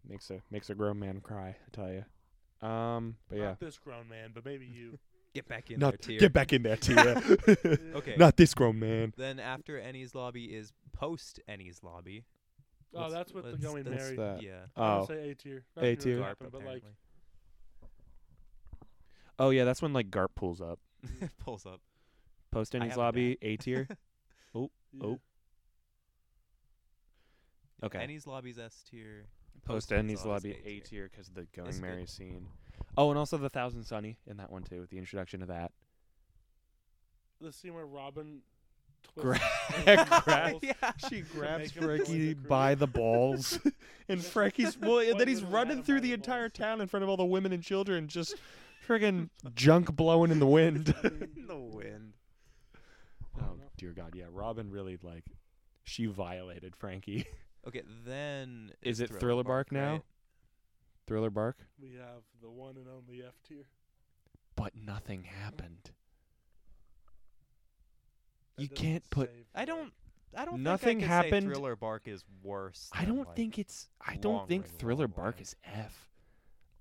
Speaker 1: makes a makes a grown man cry. I tell you. Um. But yeah.
Speaker 3: Not this grown man, but maybe you.
Speaker 2: Get back in
Speaker 1: Not
Speaker 2: there, tier.
Speaker 1: get back in there, Tia.
Speaker 2: Okay.
Speaker 1: Not this grown man.
Speaker 2: Then after Ennie's lobby is post Ennie's lobby.
Speaker 3: oh,
Speaker 2: Let's-
Speaker 3: that's what the
Speaker 2: let's-
Speaker 3: going
Speaker 2: let's-
Speaker 1: What's
Speaker 3: Mary.
Speaker 1: that?
Speaker 2: yeah.
Speaker 3: I would
Speaker 1: Oh.
Speaker 3: say A tier.
Speaker 1: A
Speaker 3: Nothing really
Speaker 1: tier.
Speaker 2: Garp,
Speaker 3: happened, but like
Speaker 2: apparently.
Speaker 1: Oh yeah, that's when like Garp pulls up.
Speaker 2: pulls up.
Speaker 1: Post
Speaker 2: I
Speaker 1: in his
Speaker 2: have a
Speaker 1: lobby, A tier.
Speaker 3: yeah.
Speaker 1: Oh. Okay.
Speaker 2: Ennie's lobby's S tier.
Speaker 1: Post
Speaker 2: Ennie's
Speaker 1: Ennie's
Speaker 2: lobby's
Speaker 1: lobby, A tier, because the going
Speaker 2: That's good.
Speaker 1: Mary scene. Oh, and also the Thousand Sunny in that one too. The introduction of that.
Speaker 3: the scene where Robin
Speaker 1: Gra-
Speaker 3: twists Frankie's
Speaker 1: gra-
Speaker 3: balls.
Speaker 2: yeah.
Speaker 1: She grabs
Speaker 3: Make him join the
Speaker 1: Frankie
Speaker 3: crew.
Speaker 1: by the balls, and
Speaker 3: That's-
Speaker 1: Frankie's well, and
Speaker 3: Boy
Speaker 1: then he's
Speaker 3: literally had
Speaker 1: running
Speaker 3: him
Speaker 1: through
Speaker 3: by
Speaker 1: the
Speaker 3: the
Speaker 1: entire
Speaker 3: balls.
Speaker 1: town in front of all the women and children, just friggin' junk blowing in the wind.
Speaker 2: in the wind.
Speaker 1: oh dear God, yeah, Robin really like she violated Frankie.
Speaker 2: Okay, then
Speaker 1: Is it
Speaker 2: Thriller
Speaker 1: Thriller
Speaker 2: Bark,
Speaker 1: Bark now?
Speaker 2: right?
Speaker 1: Thriller bark,
Speaker 3: We have the one and only F tier.
Speaker 1: but nothing happened.
Speaker 3: That
Speaker 1: You
Speaker 3: doesn't
Speaker 1: can't put-
Speaker 3: save
Speaker 2: I
Speaker 3: the
Speaker 2: don't. I don't.
Speaker 1: Nothing
Speaker 2: think I could
Speaker 1: happened.
Speaker 2: Say Thriller Bark is worse.
Speaker 1: I
Speaker 2: than,
Speaker 1: don't
Speaker 2: like-
Speaker 1: think it's. I
Speaker 2: Long
Speaker 1: don't think
Speaker 2: Ring,
Speaker 1: Thriller
Speaker 2: Long
Speaker 1: Bark
Speaker 2: Ring.
Speaker 1: is F.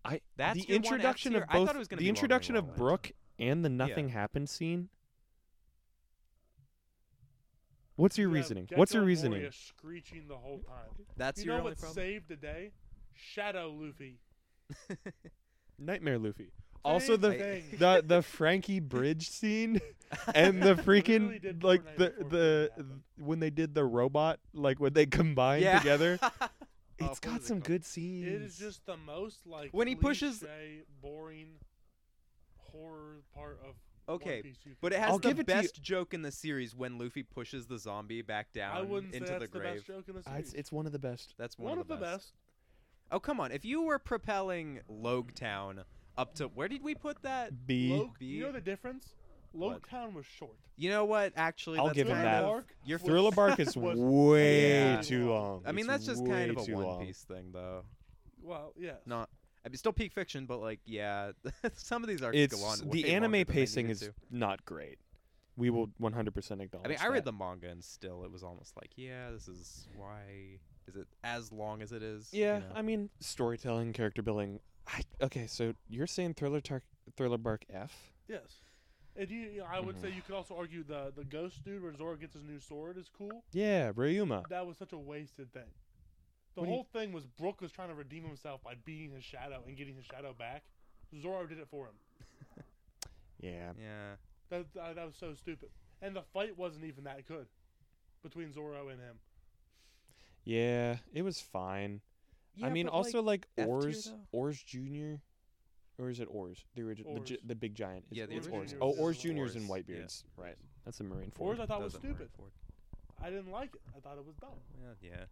Speaker 1: I
Speaker 2: That's
Speaker 1: the
Speaker 2: your one F
Speaker 1: introduction
Speaker 2: tier?
Speaker 1: of
Speaker 2: I thought
Speaker 1: both
Speaker 2: it was gonna
Speaker 1: the
Speaker 2: be Long Ring,
Speaker 1: introduction
Speaker 2: Long
Speaker 1: of
Speaker 2: Ring.
Speaker 1: Brooke and the nothing happened scene. What's your
Speaker 3: You have
Speaker 1: reasoning? What's
Speaker 3: Gecko
Speaker 1: your
Speaker 3: and
Speaker 1: reasoning?
Speaker 3: Moria screeching the whole time.
Speaker 2: That's
Speaker 3: you
Speaker 2: your
Speaker 3: know
Speaker 2: only
Speaker 3: what
Speaker 2: problem.
Speaker 3: saved the day? Shadow Luffy.
Speaker 1: Nightmare Luffy. Also
Speaker 3: Same
Speaker 1: the
Speaker 3: thing.
Speaker 1: the the Frankie Bridge scene and the
Speaker 3: Literally
Speaker 1: freaking
Speaker 3: did
Speaker 1: like
Speaker 3: Fortnite
Speaker 1: the
Speaker 3: before
Speaker 1: the
Speaker 3: Fortnite happened.
Speaker 1: when they did the robot like when they combined
Speaker 2: yeah.
Speaker 1: together.
Speaker 2: Oh,
Speaker 1: It's
Speaker 2: what was
Speaker 1: got
Speaker 2: it
Speaker 1: some
Speaker 2: called?
Speaker 1: good scenes.
Speaker 3: It is just the most like
Speaker 2: When he pushes-
Speaker 3: cliche, boring horror part of
Speaker 2: Okay,
Speaker 3: One Piece you
Speaker 2: but
Speaker 3: can
Speaker 2: it has
Speaker 1: I'll
Speaker 2: the
Speaker 1: give it to you-
Speaker 2: best joke in the series when Luffy pushes the zombie back down
Speaker 3: I wouldn't
Speaker 2: into
Speaker 3: say that's
Speaker 2: the
Speaker 3: the,
Speaker 2: grave.
Speaker 3: best joke in the
Speaker 1: Uh,
Speaker 3: series.
Speaker 1: it's it's one of the best.
Speaker 2: That's
Speaker 3: one, of the best.
Speaker 2: Oh come on! If you were propelling Logue Town up to where did we put that?
Speaker 1: B.
Speaker 3: Loke,
Speaker 2: B.
Speaker 3: you know the difference? Loke Town was short.
Speaker 2: You know what? Actually,
Speaker 1: I'll
Speaker 2: that's
Speaker 1: give him
Speaker 2: kind
Speaker 1: that.
Speaker 2: of-
Speaker 3: Bark
Speaker 2: Your
Speaker 3: was-
Speaker 1: Thriller Bark is
Speaker 3: was
Speaker 1: way
Speaker 2: Yeah.
Speaker 1: too long.
Speaker 2: I mean,
Speaker 1: It's
Speaker 2: that's just kind of
Speaker 1: way
Speaker 2: a
Speaker 1: too
Speaker 2: One
Speaker 1: long.
Speaker 2: Piece thing, though.
Speaker 3: Well, yeah.
Speaker 2: No, I mean, still peak fiction, but like, yeah, some of these arcs
Speaker 1: It's
Speaker 2: go on. way
Speaker 1: the anime
Speaker 2: longer than they
Speaker 1: pacing
Speaker 2: needed
Speaker 1: is
Speaker 2: to.
Speaker 1: not great. We will 100% acknowledge.
Speaker 2: I mean, I read
Speaker 1: that.
Speaker 2: the manga, and still, it was almost like, yeah, this is why is it as long as it is? you
Speaker 1: Yeah,
Speaker 2: know?
Speaker 1: I mean, storytelling, character building. I okay, so you're saying Thriller Tar- Thriller Bark F?
Speaker 3: Yes. And you, you know, I
Speaker 2: Mm-hmm.
Speaker 3: would say you could also argue the the ghost dude where Zoro gets his new sword is cool.
Speaker 1: Yeah, Ryuma.
Speaker 3: That was such a wasted thing. The
Speaker 1: What do you-
Speaker 3: whole thing was Brook was trying to redeem himself by beating his shadow and getting his shadow back. Zoro did it for him.
Speaker 1: Yeah.
Speaker 2: yeah.
Speaker 3: That, that, that was so stupid. And the fight wasn't even that good between Zoro and him.
Speaker 1: Yeah, it was fine. I mean, also like,
Speaker 2: F tier,
Speaker 1: Ors
Speaker 2: though.
Speaker 1: Ors Junior, or is it Ors? The original, the, gi-
Speaker 3: Oars.
Speaker 1: the big giant. It's,
Speaker 2: Yeah, the
Speaker 1: it's
Speaker 2: original
Speaker 1: Ors.
Speaker 2: Junior
Speaker 1: Oh,
Speaker 2: was the
Speaker 1: Ors
Speaker 2: original
Speaker 1: Juniors and
Speaker 2: Oars.
Speaker 1: Whitebeards. Right. That's a Marine
Speaker 3: Ors
Speaker 1: force.
Speaker 3: I thought was
Speaker 2: Those are more
Speaker 3: stupid.
Speaker 2: important.
Speaker 3: I didn't like it. I thought it was dumb.
Speaker 2: Yeah, yeah.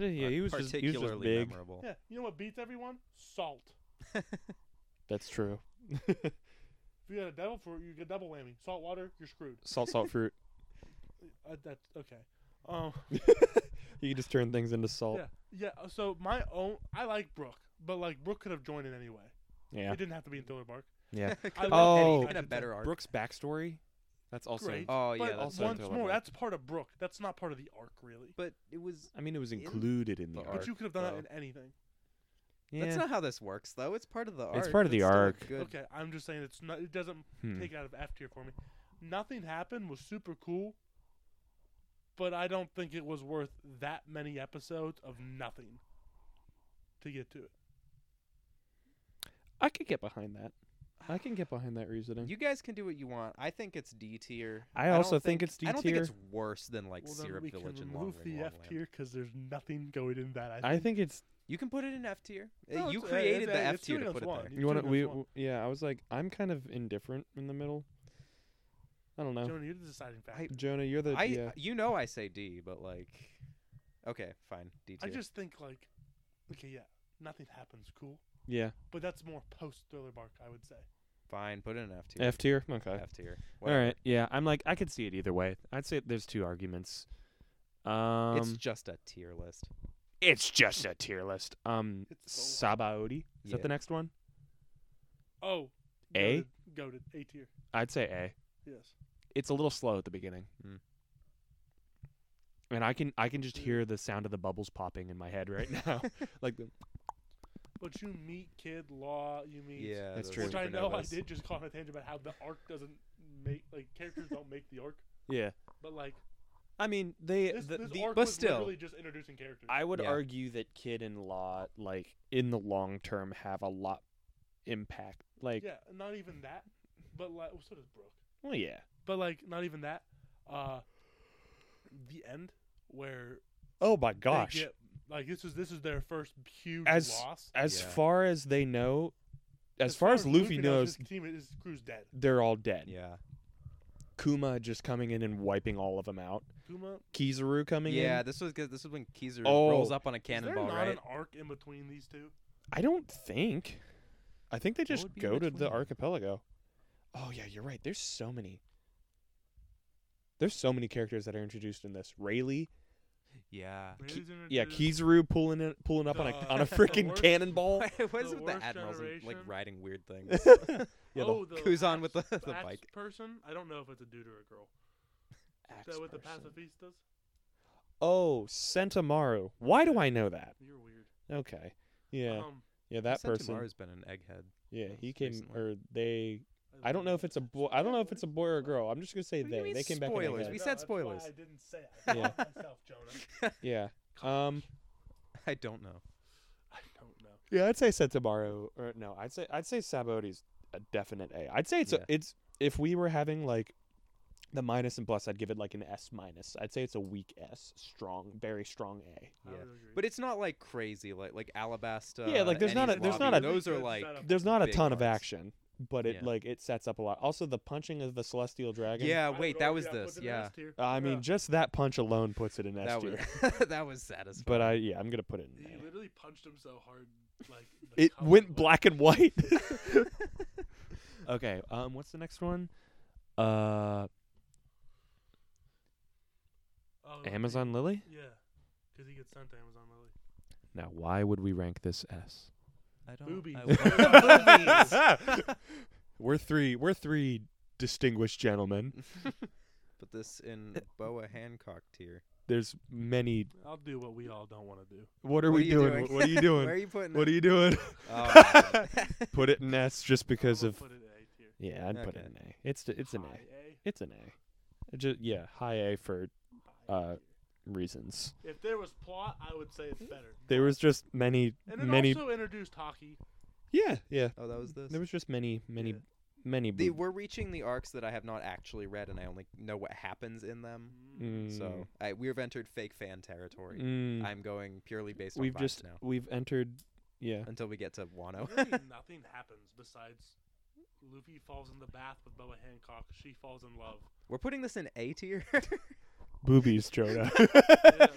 Speaker 1: Yeah,
Speaker 2: Not
Speaker 1: he was just he
Speaker 2: particularly
Speaker 1: was just big.
Speaker 2: memorable.
Speaker 3: Yeah. You know what beats everyone? Salt.
Speaker 1: That's true.
Speaker 3: If you got a devil fruit, you get double whammy. Salt water, you're screwed.
Speaker 1: Salt, salt, fruit.
Speaker 3: Uh, that's okay. Um,
Speaker 1: you can just turn things into salt.
Speaker 3: yeah, yeah. uh, So my own, I like Brooke, but like Brooke could have joined in anyway.
Speaker 1: Yeah.
Speaker 3: It didn't have to be in Thriller Bark.
Speaker 1: Yeah.
Speaker 3: I
Speaker 1: Oh.
Speaker 2: and a better arc.
Speaker 1: Brooke's backstory. That's also.
Speaker 3: Great.
Speaker 2: oh yeah,
Speaker 3: but
Speaker 2: that's
Speaker 1: also
Speaker 3: once
Speaker 1: Thriller
Speaker 3: more,
Speaker 1: Bark.
Speaker 3: that's part of Brooke. That's not part of the arc, really.
Speaker 2: but it was.
Speaker 1: I mean, it was
Speaker 2: In
Speaker 1: included in the,
Speaker 2: the
Speaker 1: arc.
Speaker 3: But you could have done
Speaker 2: though.
Speaker 3: that in anything.
Speaker 2: That's not how this works, though. It's part of the arc.
Speaker 1: It's part of the
Speaker 2: That's still a
Speaker 1: arc.
Speaker 2: Good.
Speaker 3: Okay, I'm just saying it's not. It doesn't
Speaker 1: Hmm.
Speaker 3: take it out of F tier for me. Nothing happened was super cool, but I don't think it was worth that many episodes of nothing to get to it.
Speaker 1: I could get behind that. I can get behind that reasoning.
Speaker 2: You guys can do what you want. I think it's D tier.
Speaker 1: Mm-hmm. I
Speaker 2: don't
Speaker 1: also think it's
Speaker 2: I don't think
Speaker 1: D-tier.
Speaker 2: it's worse than like
Speaker 3: well, then
Speaker 2: Syrup
Speaker 3: we
Speaker 2: Village
Speaker 3: can
Speaker 2: and Long
Speaker 3: remove
Speaker 2: Ring
Speaker 3: the
Speaker 2: Long
Speaker 3: F
Speaker 2: Land.
Speaker 3: tier because there's nothing going in that. I think.
Speaker 1: I think it's
Speaker 2: You can put it in F tier. Uh,
Speaker 3: No,
Speaker 2: you
Speaker 3: it's- uh,
Speaker 2: created
Speaker 3: it's-
Speaker 2: the
Speaker 3: uh,
Speaker 2: F
Speaker 3: it's
Speaker 2: tier
Speaker 3: two
Speaker 2: to
Speaker 3: against
Speaker 2: put it
Speaker 3: one.
Speaker 2: there.
Speaker 3: You
Speaker 1: you want
Speaker 3: two
Speaker 1: to we
Speaker 3: against one.
Speaker 1: w- yeah. I was like I'm kind of indifferent in the middle. I don't know. Jonah,
Speaker 3: Jonah, you're the deciding factor.
Speaker 2: I-
Speaker 1: you're the
Speaker 2: I
Speaker 1: yeah.
Speaker 2: you know I say D, but like okay, fine. D
Speaker 3: I
Speaker 2: tier.
Speaker 3: just think like, okay, yeah, nothing happens. Cool.
Speaker 1: Yeah.
Speaker 3: but that's more post Thriller Bark, I would say.
Speaker 2: Fine, put it in F tier.
Speaker 1: F tier. Okay.
Speaker 2: F tier.
Speaker 1: All right. Yeah. I'm like I could see it either way. I'd say there's two arguments. Um,
Speaker 2: it's just a tier list.
Speaker 1: it's just a tier list. Um,
Speaker 3: It's so-
Speaker 1: Sabaody. Is that
Speaker 2: Yeah.
Speaker 1: the next one?
Speaker 3: Oh,
Speaker 1: A?
Speaker 3: goated, goated A tier.
Speaker 1: I'd say A.
Speaker 3: Yes.
Speaker 1: It's a little slow at the beginning.
Speaker 2: Mm.
Speaker 1: And I can I can just hear the sound of the bubbles popping in my head right now. like the,
Speaker 3: But you meet Kid Law, you meet
Speaker 2: Yeah,
Speaker 1: That's
Speaker 2: those
Speaker 1: true.
Speaker 3: Which I know I
Speaker 2: supernovas.
Speaker 3: did just call on a tangent about how the arc doesn't make like characters don't make the arc,
Speaker 1: yeah.
Speaker 3: but like
Speaker 1: I mean they
Speaker 3: this,
Speaker 1: the,
Speaker 3: this
Speaker 1: the-
Speaker 3: arc
Speaker 2: but
Speaker 3: was
Speaker 2: still.
Speaker 3: literally just introducing characters.
Speaker 1: I would
Speaker 2: Yeah.
Speaker 1: argue that Kid and Law like in the long term have a lot impact. Like
Speaker 3: yeah, not even that, but like well, so does Brooke.
Speaker 1: well yeah.
Speaker 3: But like not even that. Uh, the end where
Speaker 1: Oh my
Speaker 3: they
Speaker 1: gosh.
Speaker 3: get- like this is this is their first huge
Speaker 1: As-
Speaker 3: loss.
Speaker 1: as
Speaker 2: Yeah.
Speaker 1: far as they know, as, far, as Luffy, knows,
Speaker 3: his team his crew's dead.
Speaker 1: they're all dead.
Speaker 2: Yeah.
Speaker 1: Kuma just coming in and wiping all of them out.
Speaker 3: Kuma,
Speaker 1: Kizaru coming
Speaker 2: Yeah,
Speaker 1: in.
Speaker 2: this was good. This was when Kizer
Speaker 1: Oh.
Speaker 2: rolls up on a
Speaker 3: is
Speaker 2: cannonball,
Speaker 3: there not
Speaker 2: right?
Speaker 3: an arc in between these two?
Speaker 1: I don't think. I think they just
Speaker 6: would be in
Speaker 1: go to the
Speaker 6: between?
Speaker 1: archipelago. Oh yeah, you're right. There's so many. There's so many characters that are introduced in this. Rayleigh,
Speaker 6: Yeah.
Speaker 3: Rayleigh's
Speaker 1: yeah,
Speaker 3: introduced.
Speaker 1: Kizaru pulling in, pulling up on a on a
Speaker 3: Mm-hmm. The- the
Speaker 1: freaking
Speaker 3: worst-
Speaker 1: cannonball.
Speaker 2: what is
Speaker 3: The
Speaker 2: it with the
Speaker 3: worst
Speaker 2: admirals and, like
Speaker 3: generation.
Speaker 2: riding weird things?
Speaker 1: yeah, the
Speaker 3: oh, the
Speaker 2: Who's on
Speaker 3: axe-
Speaker 2: with the, the
Speaker 3: axe
Speaker 2: bike?
Speaker 3: person? I don't know if it's a dude or a girl.
Speaker 1: axe
Speaker 3: Is that what the
Speaker 1: person.
Speaker 3: pacifistas?
Speaker 1: Oh, Sentamaru. Why do I know that?
Speaker 3: You're weird.
Speaker 1: Okay. Yeah.
Speaker 3: Um,
Speaker 1: Yeah, that person.
Speaker 2: has been an egghead.
Speaker 1: Yeah,
Speaker 2: most
Speaker 1: he came
Speaker 2: recently.
Speaker 1: or they. I don't know if it's a boy. I don't know if it's a boy or a girl. I'm just gonna say
Speaker 2: What do you
Speaker 1: they.
Speaker 2: mean
Speaker 1: They came
Speaker 2: spoilers?
Speaker 1: back.
Speaker 2: We
Speaker 1: And
Speaker 2: said spoilers.
Speaker 3: I didn't say it. I did it myself, Jonah.
Speaker 1: yeah. Um.
Speaker 2: I don't know.
Speaker 3: I don't know.
Speaker 1: Yeah, I'd say Sentamaru. Or no, I'd say I'd say Sabaody's a definite A. I'd say it's
Speaker 2: Yeah.
Speaker 1: a, it's if we were having like the minus and plus, I'd give it like an S minus. I'd say it's a weak S, strong, very strong A.
Speaker 2: Yeah.
Speaker 3: I would agree.
Speaker 2: But it's not like crazy, like like Alabasta.
Speaker 1: Yeah, like, there's
Speaker 2: Enies
Speaker 1: not a-
Speaker 2: Lobby.
Speaker 1: there's not a-
Speaker 2: Those are
Speaker 3: It's
Speaker 2: like
Speaker 3: not a-
Speaker 1: There's not a
Speaker 2: Big
Speaker 1: ton of
Speaker 2: parts.
Speaker 1: action, but it
Speaker 2: Yeah.
Speaker 1: like it sets up a lot. Also, the punching of the celestial dragon.
Speaker 2: yeah.
Speaker 3: I would
Speaker 2: Wait, that
Speaker 3: argue
Speaker 2: was
Speaker 3: I put
Speaker 2: this.
Speaker 3: them in
Speaker 2: Yeah,
Speaker 3: S tier.
Speaker 1: Uh, I mean,
Speaker 3: Yeah.
Speaker 1: just that punch alone puts it in S
Speaker 2: that
Speaker 1: tier.
Speaker 2: was that was satisfying.
Speaker 1: But I yeah, I'm gonna put it in.
Speaker 3: he
Speaker 1: A.
Speaker 3: literally punched him so hard, like the
Speaker 1: It
Speaker 3: color
Speaker 1: went
Speaker 3: of-
Speaker 1: black and white. okay. Um. What's the next one? Uh.
Speaker 3: Oh, okay.
Speaker 1: Amazon Lily.
Speaker 3: Yeah, because he gets sent to Amazon Lily.
Speaker 1: Now, why would we rank this S?
Speaker 6: I don't.
Speaker 3: Boobies.
Speaker 6: I
Speaker 3: Boobies.
Speaker 1: we're three. We're three distinguished gentlemen.
Speaker 2: Put this in Boa Hancock tier.
Speaker 1: There's many.
Speaker 3: I'll do what we all don't want to do.
Speaker 1: What are
Speaker 2: What
Speaker 1: we
Speaker 2: are you
Speaker 1: doing?
Speaker 2: doing?
Speaker 1: Wh- What are you
Speaker 2: Where are
Speaker 1: doing?
Speaker 2: you putting?
Speaker 1: what
Speaker 2: it?
Speaker 1: are you doing?
Speaker 2: Oh, I see.
Speaker 1: put it in S just because
Speaker 3: I'm
Speaker 1: of.
Speaker 3: gonna put it A tier.
Speaker 1: Yeah, I'd put it
Speaker 2: Okay.
Speaker 1: in A. It's it's an
Speaker 3: High
Speaker 1: A. It's an A. It ju- yeah, high A for
Speaker 3: A, high
Speaker 1: Uh, reasons.
Speaker 3: tier. If there was plot, I would say it's better.
Speaker 1: There was just many
Speaker 3: And it
Speaker 1: many.
Speaker 3: also introduced hockey.
Speaker 1: yeah, yeah.
Speaker 2: oh, that was this.
Speaker 1: There was just many many
Speaker 3: Yeah.
Speaker 1: many.
Speaker 2: The,
Speaker 1: boob-
Speaker 2: we're reaching the arcs that I have not actually read, and I only know what happens in them.
Speaker 3: Mm-hmm.
Speaker 2: So I, we have entered fake fan territory.
Speaker 1: Mm, mm.
Speaker 2: I'm going purely based on
Speaker 1: we've
Speaker 2: vibes
Speaker 1: just
Speaker 2: now
Speaker 1: we've entered. Yeah.
Speaker 2: until we get to Wano.
Speaker 3: Really nothing happens besides Luffy falls in the bath with Boa Hancock. She falls in love.
Speaker 2: We're putting this in A tier.
Speaker 1: Boobies, Jonah.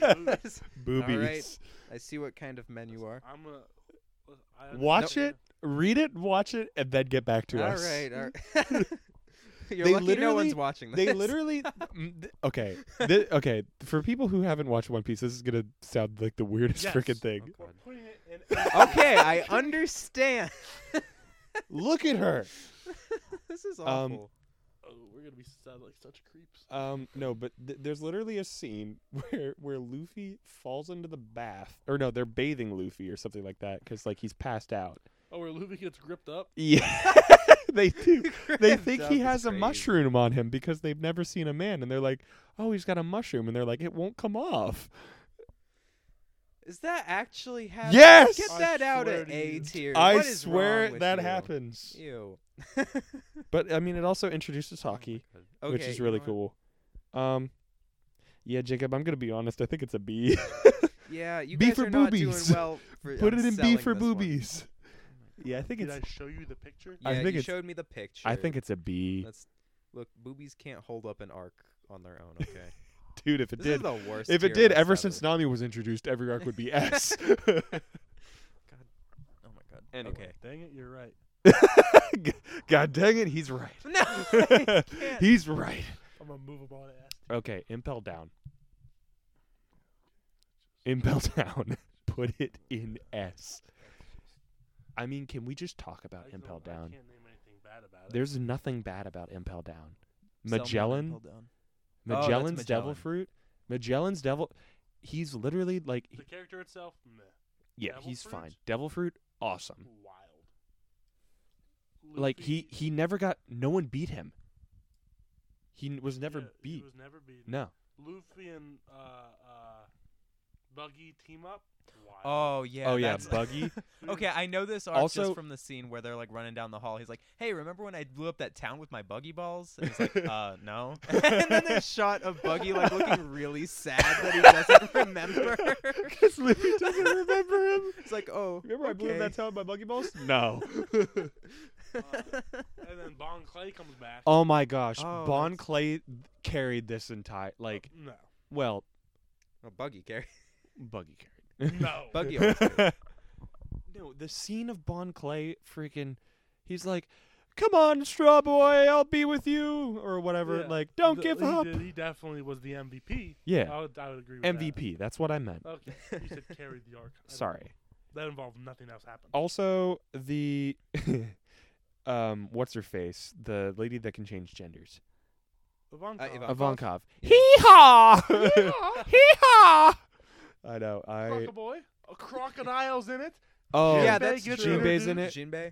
Speaker 3: Yeah, movies.
Speaker 1: Boobies.
Speaker 2: I see what kind of men you are.
Speaker 3: I'm gonna I
Speaker 1: Watch
Speaker 3: understand.
Speaker 1: Read it, watch it, and then get back to
Speaker 2: All
Speaker 1: us.
Speaker 2: right, all right. You're
Speaker 1: They
Speaker 2: lucky no
Speaker 1: literally-
Speaker 2: one's watching this.
Speaker 1: They literally. mm, th- okay. Th- okay. For people who haven't watched One Piece, this is going to sound like the weirdest
Speaker 3: Yes.
Speaker 1: freaking thing.
Speaker 3: We're
Speaker 2: God.
Speaker 3: putting it in.
Speaker 2: okay, I understand.
Speaker 1: Look at her.
Speaker 2: this is
Speaker 1: Um,
Speaker 2: awful.
Speaker 3: oh, we're gonna be sad like such creeps.
Speaker 1: Um, no, but th- there's literally a scene where where Luffy falls into the bath, or no, they're bathing Luffy or something like that, because like he's passed out.
Speaker 3: Oh, where Luffy gets gripped up.
Speaker 1: Yeah, they do. They think
Speaker 2: Dub
Speaker 1: he
Speaker 2: is
Speaker 1: has a
Speaker 2: crazy.
Speaker 1: mushroom on him because they've never seen a man, and they're like, "Oh, he's got a mushroom," and they're like, "It won't come off."
Speaker 2: Is that actually happening?
Speaker 1: Yes!
Speaker 2: Get
Speaker 3: I
Speaker 2: that out
Speaker 3: swear
Speaker 2: at
Speaker 3: to
Speaker 2: A
Speaker 3: you.
Speaker 2: tier.
Speaker 1: I
Speaker 2: What is
Speaker 1: swear
Speaker 2: wrong with
Speaker 1: that
Speaker 2: you?
Speaker 1: happens.
Speaker 2: Ew.
Speaker 1: But I mean, it also introduces hockey,
Speaker 2: Okay,
Speaker 1: which is
Speaker 2: you know
Speaker 1: really
Speaker 2: what?
Speaker 1: cool. Um, yeah, Jacob, I'm gonna be honest. I think it's a B.
Speaker 2: Yeah, you
Speaker 1: B
Speaker 2: guys
Speaker 1: for
Speaker 2: are not
Speaker 1: boobies.
Speaker 2: doing well. For,
Speaker 1: Put
Speaker 2: on
Speaker 1: it in B
Speaker 2: selling
Speaker 1: for
Speaker 2: this one. Oh
Speaker 1: boobies. Yeah, I think
Speaker 3: Did
Speaker 1: it's.
Speaker 3: I show you the picture?
Speaker 1: I
Speaker 2: Yeah,
Speaker 1: think
Speaker 2: you
Speaker 1: it's-
Speaker 2: showed me the picture.
Speaker 1: I think it's a B,
Speaker 2: That's look, boobies can't hold up an arc on their own. Okay,
Speaker 1: dude. If it
Speaker 2: this is
Speaker 1: did,
Speaker 2: the worst.
Speaker 1: if it
Speaker 2: tier
Speaker 1: did,
Speaker 2: list
Speaker 1: ever
Speaker 2: ever.
Speaker 1: since Nami was introduced, every arc would be S.
Speaker 2: God, oh my god.
Speaker 1: Anyway.
Speaker 6: Okay.
Speaker 3: Dang it, you're right.
Speaker 1: G- God dang it, he's right.
Speaker 6: No, I can't.
Speaker 1: he's right.
Speaker 3: I'm gonna move them on ass.
Speaker 1: Okay, impel down. Impel down. Put it in S. I mean, can we just talk about
Speaker 3: I
Speaker 1: impel
Speaker 3: don't- I
Speaker 1: down?
Speaker 3: can't name anything bad about it.
Speaker 1: There's nothing bad about impel down.
Speaker 6: Someone
Speaker 1: Magellan,
Speaker 6: impelled down. Oh, that's
Speaker 1: Magellan's devil
Speaker 6: Magellan.
Speaker 1: fruit, Magellan's devil. He's literally like,
Speaker 3: the character itself, meh.
Speaker 1: yeah,
Speaker 3: devil
Speaker 1: he's
Speaker 3: fruit?
Speaker 1: fine. Devil fruit, awesome.
Speaker 3: wild.
Speaker 1: Hmm. Like he
Speaker 3: Luffy-
Speaker 1: he never got. No one beat him. He n- was never
Speaker 3: yeah, he
Speaker 1: beat.
Speaker 3: was never beaten.
Speaker 1: No.
Speaker 3: Luffy and uh, uh, Buggy team up. Wild.
Speaker 6: Oh yeah.
Speaker 1: oh yeah,
Speaker 6: that's-
Speaker 1: buggy.
Speaker 3: Dude,
Speaker 6: Okay, I know this arc
Speaker 1: Also-
Speaker 6: just from the scene where they're like running down the hall. He's like, "Hey, remember when I blew up that town with my buggy balls?" And he's like, "Uh, no." and then they shot a buggy like looking really sad that he doesn't remember.
Speaker 1: Because Luffy doesn't remember him.
Speaker 6: it's like, "Oh,
Speaker 1: Remember I blew up
Speaker 6: okay.
Speaker 1: that town by buggy balls? No.
Speaker 3: And then Bon Clay comes back.
Speaker 1: oh my gosh,
Speaker 6: Oh,
Speaker 1: Bon
Speaker 6: that's-
Speaker 1: Clay carried this entire like
Speaker 3: no,
Speaker 1: well,
Speaker 2: A buggy carry.
Speaker 1: buggy carried.
Speaker 3: no.
Speaker 2: Buggy always carry.
Speaker 1: no, the scene of Bon Clay freaking he's like, "Come on, straw boy, I'll be with you" or whatever.
Speaker 3: Yeah.
Speaker 1: Like, "Don't
Speaker 3: The-
Speaker 1: give
Speaker 3: he
Speaker 1: up."
Speaker 3: did- he definitely was the MVP.
Speaker 1: Yeah.
Speaker 3: I would, I would agree with that.
Speaker 1: MVP, that's what I meant.
Speaker 3: Okay, you said carried the arc. I don't-
Speaker 1: Sorry. Oh,
Speaker 3: that involved nothing else happened.
Speaker 1: Also, the um what's her face? The lady that can change genders.
Speaker 3: Ivanka.
Speaker 2: Uh, Ivan-
Speaker 1: Ivankov.
Speaker 2: Yeah.
Speaker 1: Hee haw! Hee haw! I know. I
Speaker 3: Ivanka boy. A crocodile's in it.
Speaker 1: oh
Speaker 6: yeah,
Speaker 3: Jinbei
Speaker 6: that's
Speaker 3: gets
Speaker 6: true.
Speaker 1: Jinbei's in it.
Speaker 2: Jinbei.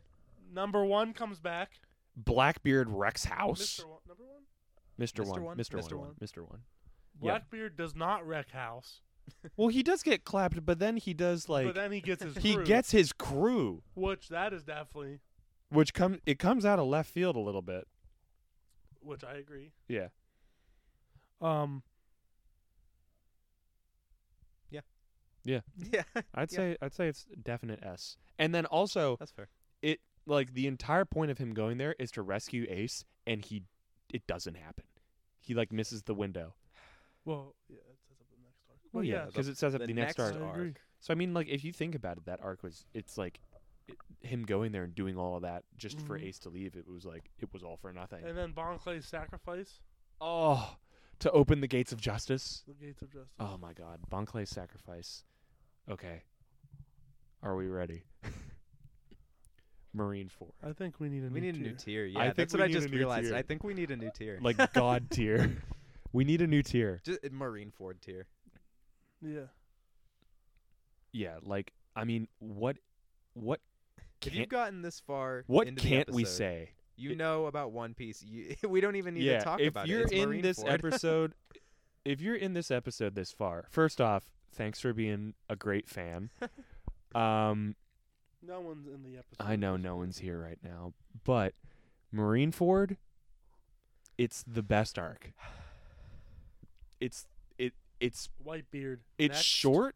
Speaker 3: Number one comes back.
Speaker 1: Blackbeard Rex House.
Speaker 3: Mr. One, number one.
Speaker 1: Mister
Speaker 6: Mr.
Speaker 1: One.
Speaker 6: One?
Speaker 1: Mister
Speaker 6: Mr.
Speaker 1: One.
Speaker 6: One.
Speaker 1: Mister One. Yeah.
Speaker 3: Blackbeard does not wreck house,
Speaker 1: Well, he does get clapped, but then he does
Speaker 3: but
Speaker 1: like
Speaker 3: then he gets his.
Speaker 1: he
Speaker 3: crew,
Speaker 1: gets his crew,
Speaker 3: which that is definitely
Speaker 1: which comes it comes out of left field a little bit.
Speaker 3: which I agree.
Speaker 1: Yeah.
Speaker 3: Um,
Speaker 6: Yeah,
Speaker 1: I'd
Speaker 6: Yeah.
Speaker 1: say I'd say it's definite S. And then also
Speaker 6: that's fair.
Speaker 1: it like the entire point of him going there is to rescue Ace, and he it doesn't happen. He like misses the window.
Speaker 3: well, yeah, that says up the next arc.
Speaker 1: Well, yeah,
Speaker 2: the-
Speaker 1: because it says at the, next, arc.
Speaker 3: I agree.
Speaker 1: So I mean, like, if you think about it, that arc was it's like it, him going there and doing all of that just for
Speaker 3: Mhm.
Speaker 2: Mm-hmm.
Speaker 1: Ace to leave. It was like it was all for nothing.
Speaker 3: And then Bon Clay's sacrifice,
Speaker 1: oh, to open the gates of justice.
Speaker 3: the gates of justice.
Speaker 1: Oh my God, Bon Clay's sacrifice. Okay, are we ready? Marine Four,
Speaker 3: I think we need a
Speaker 2: We
Speaker 3: new
Speaker 2: need a new tier.
Speaker 3: tier.
Speaker 2: Yeah,
Speaker 1: I think
Speaker 2: that's what
Speaker 1: we
Speaker 2: I
Speaker 1: need a
Speaker 2: just
Speaker 1: new
Speaker 2: realized.
Speaker 1: tier.
Speaker 2: I think we need a new tier.
Speaker 1: like God tier. We need a new tier.
Speaker 2: just Marine Ford tier.
Speaker 3: Yeah.
Speaker 1: Yeah, like I mean, what, what
Speaker 2: If you've
Speaker 1: can't
Speaker 2: gotten this far,
Speaker 1: what
Speaker 2: into the
Speaker 1: can't we
Speaker 2: episode,
Speaker 1: say?
Speaker 2: You know about One Piece. You, we don't even need to talk
Speaker 1: if
Speaker 2: about
Speaker 1: you're
Speaker 2: it. It's
Speaker 1: in
Speaker 2: Marine
Speaker 1: this
Speaker 2: Ford.
Speaker 1: episode, if you're in this episode this far, first off, thanks for being a great fan. um,
Speaker 3: No one's in the episode.
Speaker 1: I know no one's here right now, but Marine Ford, it's the best arc. It's it it's
Speaker 3: White beard.
Speaker 1: it's
Speaker 3: Next,
Speaker 1: short.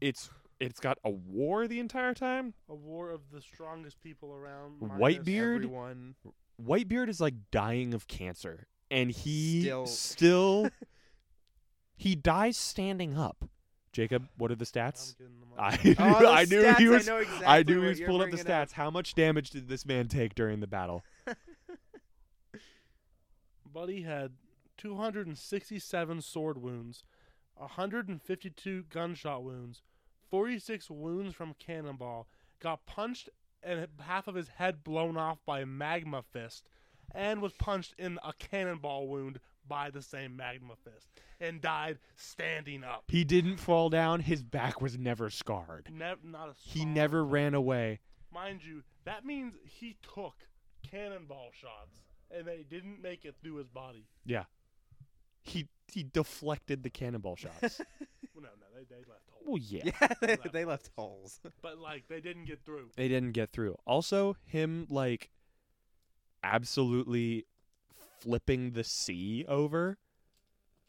Speaker 1: It's it's got a war the entire time.
Speaker 3: A war of the strongest people around.
Speaker 1: White
Speaker 3: minus-
Speaker 1: beard?
Speaker 2: Everyone.
Speaker 1: Whitebeard is like dying of cancer, and he
Speaker 2: Still.
Speaker 1: still he dies standing up. Jacob, what are the
Speaker 3: I'm
Speaker 1: stats?
Speaker 3: getting them all.
Speaker 1: I knew,
Speaker 2: Oh, those
Speaker 1: I knew
Speaker 2: stats,
Speaker 1: he was.
Speaker 2: I,
Speaker 1: I,
Speaker 2: know exactly
Speaker 1: knew
Speaker 2: what
Speaker 1: he was
Speaker 2: you're
Speaker 1: pulling up the
Speaker 2: bringing
Speaker 1: stats. How much damage did this man take during the battle?
Speaker 3: Buddy had 267 sword wounds, 152 gunshot wounds, 46 wounds from cannonball, got punched and h- half of his head blown off by a magma fist, and was punched in a cannonball wound by the same magma fist, and died standing up.
Speaker 1: He didn't fall down. His back was never scarred.
Speaker 3: Nev- not a
Speaker 1: He
Speaker 3: scar.
Speaker 1: never ran away.
Speaker 3: Mind you, that means he took cannonball shots, and they didn't make it through his body.
Speaker 1: He he deflected the cannonball shots.
Speaker 3: Well, no, no, they, they left holes.
Speaker 1: well, yeah.
Speaker 2: Out. Yeah, they, they left holes.
Speaker 3: But, like, they didn't get through.
Speaker 1: they didn't get through. Also, him like absolutely flipping the sea over.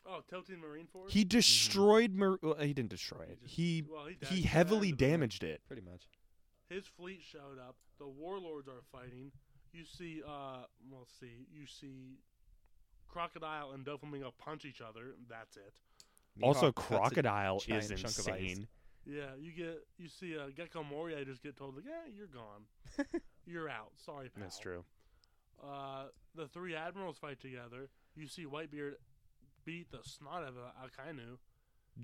Speaker 3: Oh, tilting Marine Force.
Speaker 1: He destroyed. Mar- well, he didn't destroy it.
Speaker 3: just-
Speaker 1: He
Speaker 3: well, he,
Speaker 1: he
Speaker 3: damaged-
Speaker 1: heavily
Speaker 3: damaged it.
Speaker 1: damaged it.
Speaker 2: Pretty much.
Speaker 3: His fleet showed up. The warlords are fighting. You see, uh, well, let's see, you see, crocodile and Doflamingo punch each other. And that's it.
Speaker 1: Also,
Speaker 2: Mihawk cuts a
Speaker 1: crocodile is
Speaker 2: giant chunk of ice.
Speaker 1: insane.
Speaker 3: Yeah, you get you see uh, Gecko Moria just get told like, "Yeah, you're gone, you're out. Sorry, pal."
Speaker 1: That's true.
Speaker 3: Uh, the three admirals fight together. You see Whitebeard beat the snot out of uh, Akainu.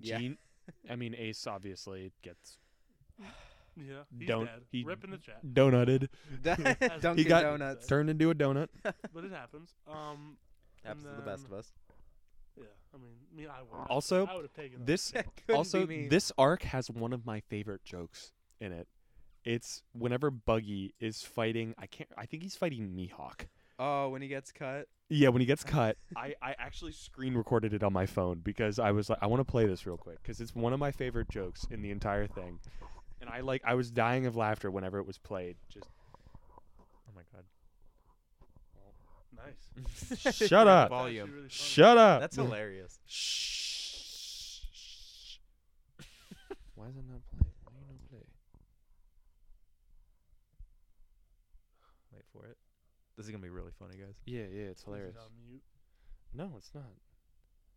Speaker 7: Yeah.
Speaker 1: Gene, I mean Ace obviously gets
Speaker 3: Yeah, he's
Speaker 1: Don't-
Speaker 3: dead.
Speaker 1: he-
Speaker 3: Rip in the chat,
Speaker 1: donutted,
Speaker 7: Dunkin'
Speaker 1: got-
Speaker 7: Donuts.
Speaker 1: turned into a donut.
Speaker 3: but it happens. Um, and
Speaker 7: Happens to the best of
Speaker 3: then-
Speaker 7: us.
Speaker 3: Yeah, I mean, me, I would.
Speaker 1: Also,
Speaker 3: I would have taken that.
Speaker 1: This also this arc has one of my favorite jokes in it. It's whenever Buggy is fighting. I can't. I think he's fighting Mihawk.
Speaker 7: Oh, when he gets cut.
Speaker 1: Yeah, when he gets cut, I, I actually screen recorded it on my phone because I was like, I want to play this real quick because it's one of my favorite jokes in the entire thing, and I like I was dying of laughter whenever it was played. Just oh my god,
Speaker 3: Nice.
Speaker 1: shut up,
Speaker 3: That's actually
Speaker 2: Volume.
Speaker 3: really funny.
Speaker 1: shut up.
Speaker 2: That's hilarious.
Speaker 1: Shh. Why is it not playing? Why you not play?
Speaker 2: Wait for it. This is gonna be really funny, guys.
Speaker 1: Yeah, yeah, it's
Speaker 3: Is it
Speaker 1: hilarious.
Speaker 3: on mute?
Speaker 1: No, it's not.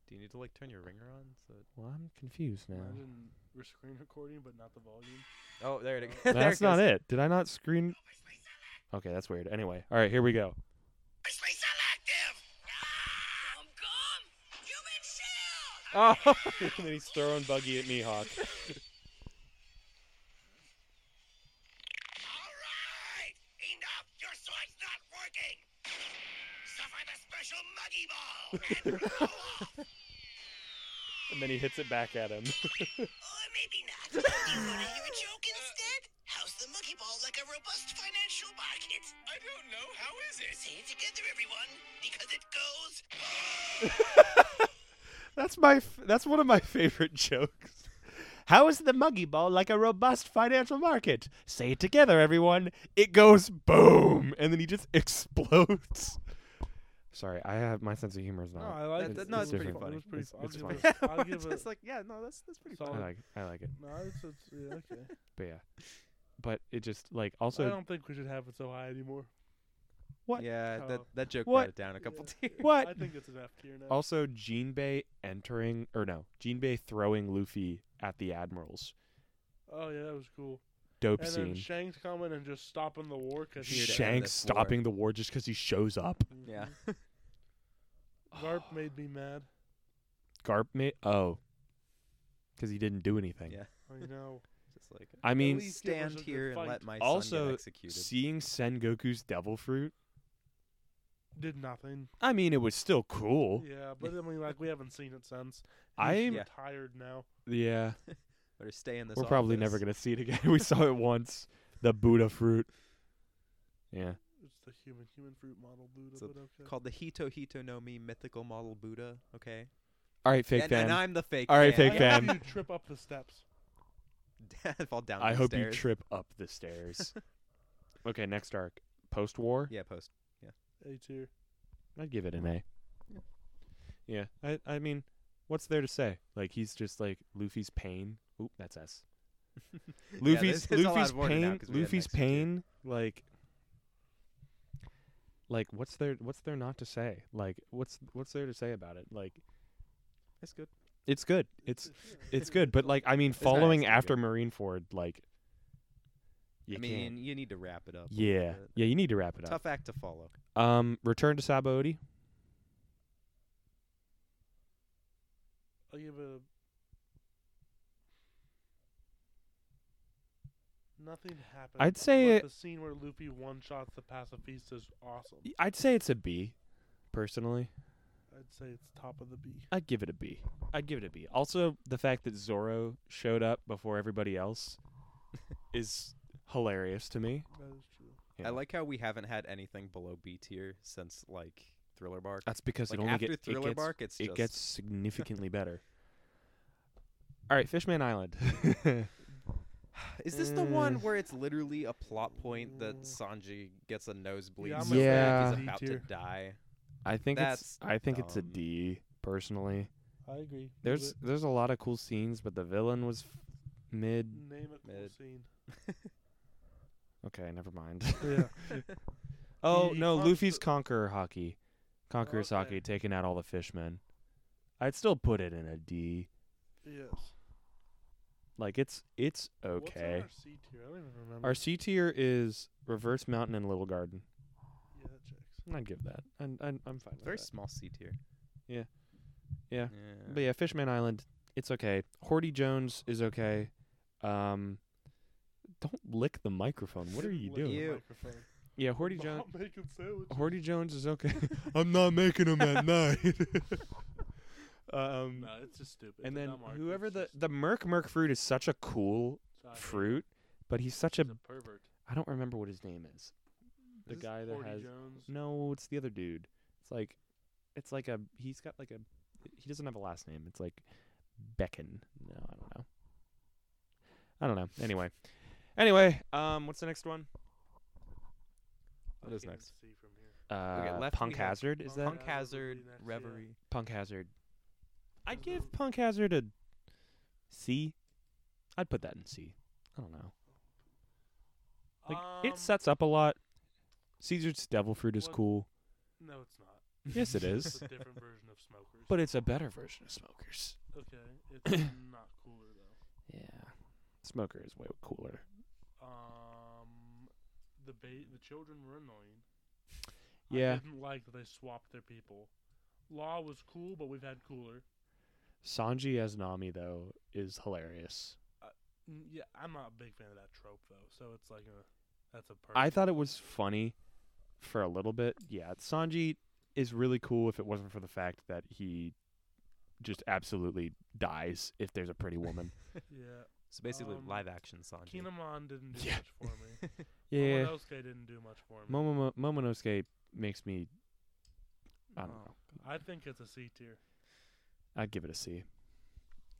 Speaker 2: Do you need to like turn your ringer on? So...
Speaker 1: Well, I'm confused now.
Speaker 3: Imagine we're screen recording, but not the volume.
Speaker 2: Oh, there it
Speaker 1: No,
Speaker 2: there
Speaker 1: That's not
Speaker 2: goes.
Speaker 1: it. Did I not screen? Okay, that's weird. Anyway, all right, here we go.
Speaker 6: Ah!
Speaker 2: Oh,
Speaker 1: and then he's throwing Buggy at Mihawk.
Speaker 6: All right! Enough! Your sword's not working! Suffer the special muggy ball! And blow off!
Speaker 1: And then he hits it back at him.
Speaker 6: Or Oh, maybe not. You wanna hear a joke instead? How's the muggy ball like a robust financial market? I don't know. How is it? Say it together, everyone, because it goes.
Speaker 1: that's my. F- that's one of my favorite jokes. How is the Muggy Ball like a robust financial market? Say it together, everyone. It goes boom, and then he just explodes. Sorry, I have my sense of humor is
Speaker 3: No,
Speaker 1: not.
Speaker 3: I like
Speaker 1: That-
Speaker 3: it.
Speaker 1: that-
Speaker 3: It
Speaker 1: no,
Speaker 3: was
Speaker 1: it's pretty
Speaker 3: fun.
Speaker 1: funny.
Speaker 3: It was pretty
Speaker 1: It's-
Speaker 3: fun. I'll
Speaker 1: it's
Speaker 3: give
Speaker 1: funny.
Speaker 3: it- I'll give
Speaker 2: just
Speaker 3: it.
Speaker 2: like yeah, no, that's that's pretty
Speaker 1: I
Speaker 3: solid.
Speaker 1: like. I like it.
Speaker 3: No, it's, it's yeah, okay.
Speaker 1: But yeah, but it just like
Speaker 3: I
Speaker 1: also
Speaker 3: don't think we should have it so high anymore.
Speaker 1: What?
Speaker 2: Yeah, that
Speaker 3: Oh.
Speaker 2: that joke
Speaker 1: What?
Speaker 2: brought it down a couple
Speaker 3: Yeah.
Speaker 2: tiers.
Speaker 1: What?
Speaker 3: I think it's an F tier now.
Speaker 1: also Jinbei entering or no Jinbei throwing Luffy at the admirals.
Speaker 3: oh yeah, that was cool.
Speaker 1: Dope
Speaker 3: And then
Speaker 1: scene.
Speaker 3: Shanks coming and just stopping the war because
Speaker 2: Here to end
Speaker 1: Shanks
Speaker 2: this war.
Speaker 1: stopping the war just because he shows up.
Speaker 2: Yeah.
Speaker 3: Mm-hmm. Garp made me mad.
Speaker 1: Garp made oh, because he didn't do anything.
Speaker 2: Yeah.
Speaker 3: I know.
Speaker 2: Just like
Speaker 1: I mean,
Speaker 3: least give us
Speaker 2: stand
Speaker 3: a good
Speaker 2: here and
Speaker 3: fight.
Speaker 2: let my son
Speaker 1: Also,
Speaker 2: get executed.
Speaker 1: seeing Sen Goku's Devil Fruit.
Speaker 3: Did nothing.
Speaker 1: I mean, it was still cool.
Speaker 3: Yeah, but I mean, like we haven't seen it since. He's
Speaker 1: I'm yeah.
Speaker 2: Yeah.
Speaker 3: tired now.
Speaker 2: Better stay in this.
Speaker 1: we're probably never gonna see it again. we saw it once. The Buddha fruit. Yeah.
Speaker 3: It's the human human fruit model Buddha,
Speaker 2: It's a-
Speaker 3: but okay.
Speaker 2: Called the Hito Hito no Mi Mythical Model Buddha. Okay.
Speaker 1: All right, fake
Speaker 2: and,
Speaker 1: fan.
Speaker 2: and I'm the fake.
Speaker 1: All right,
Speaker 2: fan.
Speaker 1: fake
Speaker 3: I hope
Speaker 1: fan.
Speaker 3: you trip up the steps.
Speaker 2: Fall down.
Speaker 1: I
Speaker 2: the
Speaker 1: hope
Speaker 2: stairs.
Speaker 1: you trip up the stairs. okay, next arc. Post war?
Speaker 2: Yeah, post.
Speaker 3: A tier.
Speaker 1: I'd give it an A. Mm.
Speaker 2: Yeah.
Speaker 1: Yeah. I I mean, what's there to say? Like he's just like Luffy's pain. Oop, that's S. Luffy's
Speaker 2: there's a lot
Speaker 1: Luffy's
Speaker 2: of order now
Speaker 1: pain.
Speaker 2: 'cause we had
Speaker 1: Luffy's
Speaker 2: Max and
Speaker 1: pain.
Speaker 2: Jake.
Speaker 1: Like like what's there what's there not to say? Like what's what's there to say about it? Like
Speaker 2: That's good.
Speaker 1: it's good. It's it's good, but like I mean
Speaker 2: not
Speaker 1: following
Speaker 2: actually good.
Speaker 1: after Marineford like you
Speaker 2: I
Speaker 1: can't-
Speaker 2: mean, you need to wrap it up. a little
Speaker 1: yeah. uh,
Speaker 2: bit.
Speaker 1: Yeah, you need to wrap it up.
Speaker 2: Tough act to follow.
Speaker 1: Um, Return to Sabaody.
Speaker 3: I'll give it a. Nothing happened.
Speaker 1: I'd say-
Speaker 3: but the scene where Luffy one shots the pacifist is awesome.
Speaker 1: I'd say it's a B, personally.
Speaker 3: I'd say it's top of the B.
Speaker 1: I'd give it a B. I'd give it a B. Also, the fact that Zoro showed up before everybody else is hilarious to me.
Speaker 3: That is true.
Speaker 1: Yeah.
Speaker 2: I like how we haven't had anything below B tier since like Thriller Bark.
Speaker 1: That's because
Speaker 2: like
Speaker 1: Uh, it only
Speaker 2: after
Speaker 1: get, it
Speaker 2: Thriller
Speaker 1: gets
Speaker 2: Bark, it's
Speaker 1: it
Speaker 2: just
Speaker 1: gets significantly better. All right, Fishman Island.
Speaker 2: Is this the one
Speaker 1: Mm.
Speaker 2: where it's literally a plot point that Sanji gets a nosebleed
Speaker 3: I'm
Speaker 2: so bad
Speaker 1: Yeah.
Speaker 2: he's about
Speaker 3: D-tier.
Speaker 2: to die?
Speaker 1: I think
Speaker 2: That's
Speaker 1: it's I think it's a
Speaker 2: dumb.
Speaker 1: D personally.
Speaker 3: I agree. with
Speaker 1: There's
Speaker 3: it.
Speaker 1: there's a lot of cool scenes, but the villain was f- mid.
Speaker 3: name a cool
Speaker 2: Mid.
Speaker 3: scene.
Speaker 1: Okay, never mind.
Speaker 3: Yeah.
Speaker 1: Oh
Speaker 3: He
Speaker 1: no,
Speaker 3: conquer-
Speaker 1: Luffy's conqueror hockey, conqueror's
Speaker 3: Okay.
Speaker 1: hockey, taking out all the fishmen. I'd still put it in a D.
Speaker 3: yes.
Speaker 1: Like it's it's
Speaker 3: What's in
Speaker 1: okay.
Speaker 3: our C tier? I don't even remember.
Speaker 1: Our C tier is Reverse Mountain and Little Garden.
Speaker 3: yeah, that checks.
Speaker 1: I'd give that. I'm I'm, I'm fine.
Speaker 2: It's
Speaker 1: with
Speaker 2: very
Speaker 1: that.
Speaker 2: small C tier.
Speaker 1: Uh, Yeah. Yeah.
Speaker 2: Yeah.
Speaker 1: But yeah, Fishman Island, it's okay. Horty Jones is okay. Um, don't lick the microphone. What are you
Speaker 3: Look at the
Speaker 1: doing?
Speaker 2: Ew.
Speaker 3: microphone.
Speaker 1: Yeah, Horty Jones.
Speaker 3: Mom making sandwiches.
Speaker 1: Horty Jones is okay. I'm not making them at night. um,
Speaker 3: No, it's just stupid.
Speaker 1: and
Speaker 3: The
Speaker 1: then
Speaker 3: dumb arc
Speaker 1: whoever
Speaker 3: is
Speaker 1: the
Speaker 3: just-
Speaker 1: the Merc Merc fruit is such a cool
Speaker 3: Sorry.
Speaker 1: fruit, but he's such a
Speaker 3: He's pervert.
Speaker 1: I don't remember what his name is. The
Speaker 3: Is this
Speaker 1: guy that
Speaker 3: Horty
Speaker 1: has
Speaker 3: Jones.
Speaker 1: no, it's the other dude. It's like, it's like a he's got like a he doesn't have a last name. It's like Beckon. No, I don't know. I don't know. Anyway, anyway, um, what's the next one?
Speaker 2: What is
Speaker 3: Can't
Speaker 2: next?
Speaker 3: see from here.
Speaker 1: Uh,
Speaker 6: left we
Speaker 1: Punk
Speaker 6: have
Speaker 1: Hazard is
Speaker 3: Punk
Speaker 1: that
Speaker 6: Punk
Speaker 3: Hazard
Speaker 6: Hazard,
Speaker 3: would be next, yeah.
Speaker 6: Reverie.
Speaker 1: Punk Hazard? I'd
Speaker 3: Is
Speaker 1: give
Speaker 3: that-
Speaker 1: Punk Hazard a C. I'd put that in C. I don't know. Like
Speaker 3: Um,
Speaker 1: it sets up a lot. Caesar's Devil Fruit is
Speaker 3: what-
Speaker 1: cool.
Speaker 3: No, it's not.
Speaker 1: Yes, it
Speaker 3: It's
Speaker 1: is.
Speaker 3: a different version of smokers.
Speaker 1: But it's a better version of Smokers.
Speaker 3: okay, it's not cooler though.
Speaker 1: Yeah. Smoker is way cooler.
Speaker 3: Um, the ba- the children were annoying. I
Speaker 1: Yeah.
Speaker 3: didn't like that they swapped their people. Law was cool, but we've had cooler.
Speaker 1: Sanji as Nami though is hilarious.
Speaker 3: Mm, Yeah, I'm not a big fan of that trope though. So it's like a that's a perfect.
Speaker 1: I thought it was funny for a little bit. Yeah, Sanji is really cool if it wasn't for the fact that he just absolutely dies if there's a pretty woman.
Speaker 3: Yeah,
Speaker 6: So basically,
Speaker 3: Um,
Speaker 6: live action Sanji.
Speaker 3: Kinemon didn't do
Speaker 1: Yeah.
Speaker 3: much for me.
Speaker 1: yeah.
Speaker 3: Momonosuke didn't do much for me.
Speaker 1: Momomo- Momonosuke makes me I don't know.
Speaker 3: Oh, I think it's a C tier.
Speaker 1: I'd give it a C.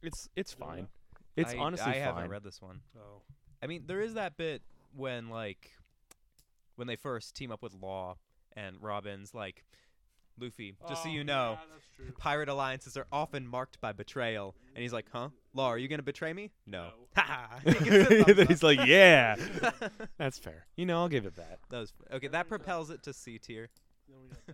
Speaker 1: It's it's
Speaker 3: Jonah?
Speaker 1: fine. It's
Speaker 6: I,
Speaker 1: honestly
Speaker 6: I
Speaker 1: fine.
Speaker 6: haven't read this one.
Speaker 3: Oh,
Speaker 6: I mean, there is that bit when like when they first team up with Law and Robin's like Luffy. Just so
Speaker 3: Oh,
Speaker 6: you know,
Speaker 3: yeah, that's true.
Speaker 6: pirate alliances are often marked by betrayal. And he's like, "Huh? Law, are you gonna betray me? No."
Speaker 3: No.
Speaker 6: Ha! ha. He gives it a
Speaker 1: He's
Speaker 6: thumbs
Speaker 1: like, yeah,
Speaker 6: up.
Speaker 1: that's fair. You know, I'll give it that.
Speaker 6: that was okay. That propels it to C tier.
Speaker 3: Then we got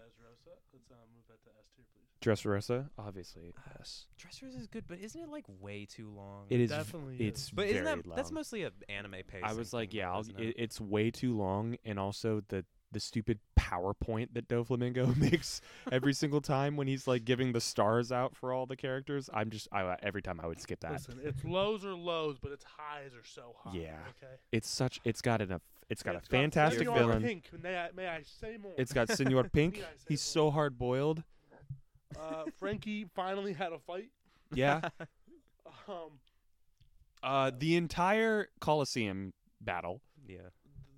Speaker 3: Dressrosa. Let's uh, move that to S tier, please.
Speaker 1: Dressrosa, obviously, yes.
Speaker 6: Dressers is good, but isn't it like way too long?
Speaker 1: It is.
Speaker 3: Definitely is.
Speaker 1: It's
Speaker 6: But isn't
Speaker 1: very
Speaker 6: that that's
Speaker 1: long.
Speaker 6: mostly an anime pace?
Speaker 1: I was like, yeah, I'll, it, it's way too long, and also the the stupid PowerPoint that Doflamingo makes every single time when he's like giving the stars out for all the characters. I'm just I every time I would skip that.
Speaker 3: Listen, its lows are lows, but its highs are so high.
Speaker 1: Yeah.
Speaker 3: Okay.
Speaker 1: It's such. It's got an. It's got
Speaker 3: It's
Speaker 1: a fantastic
Speaker 3: Senor
Speaker 1: villain.
Speaker 3: Pink, may, I, may I say more?
Speaker 1: It's got Senor Pink.
Speaker 3: Yeah, I say
Speaker 1: he's
Speaker 3: that.
Speaker 1: so hard boiled.
Speaker 3: uh, Frankie finally had a fight.
Speaker 1: Yeah.
Speaker 3: Um,
Speaker 1: Uh, the entire Coliseum battle,
Speaker 6: yeah.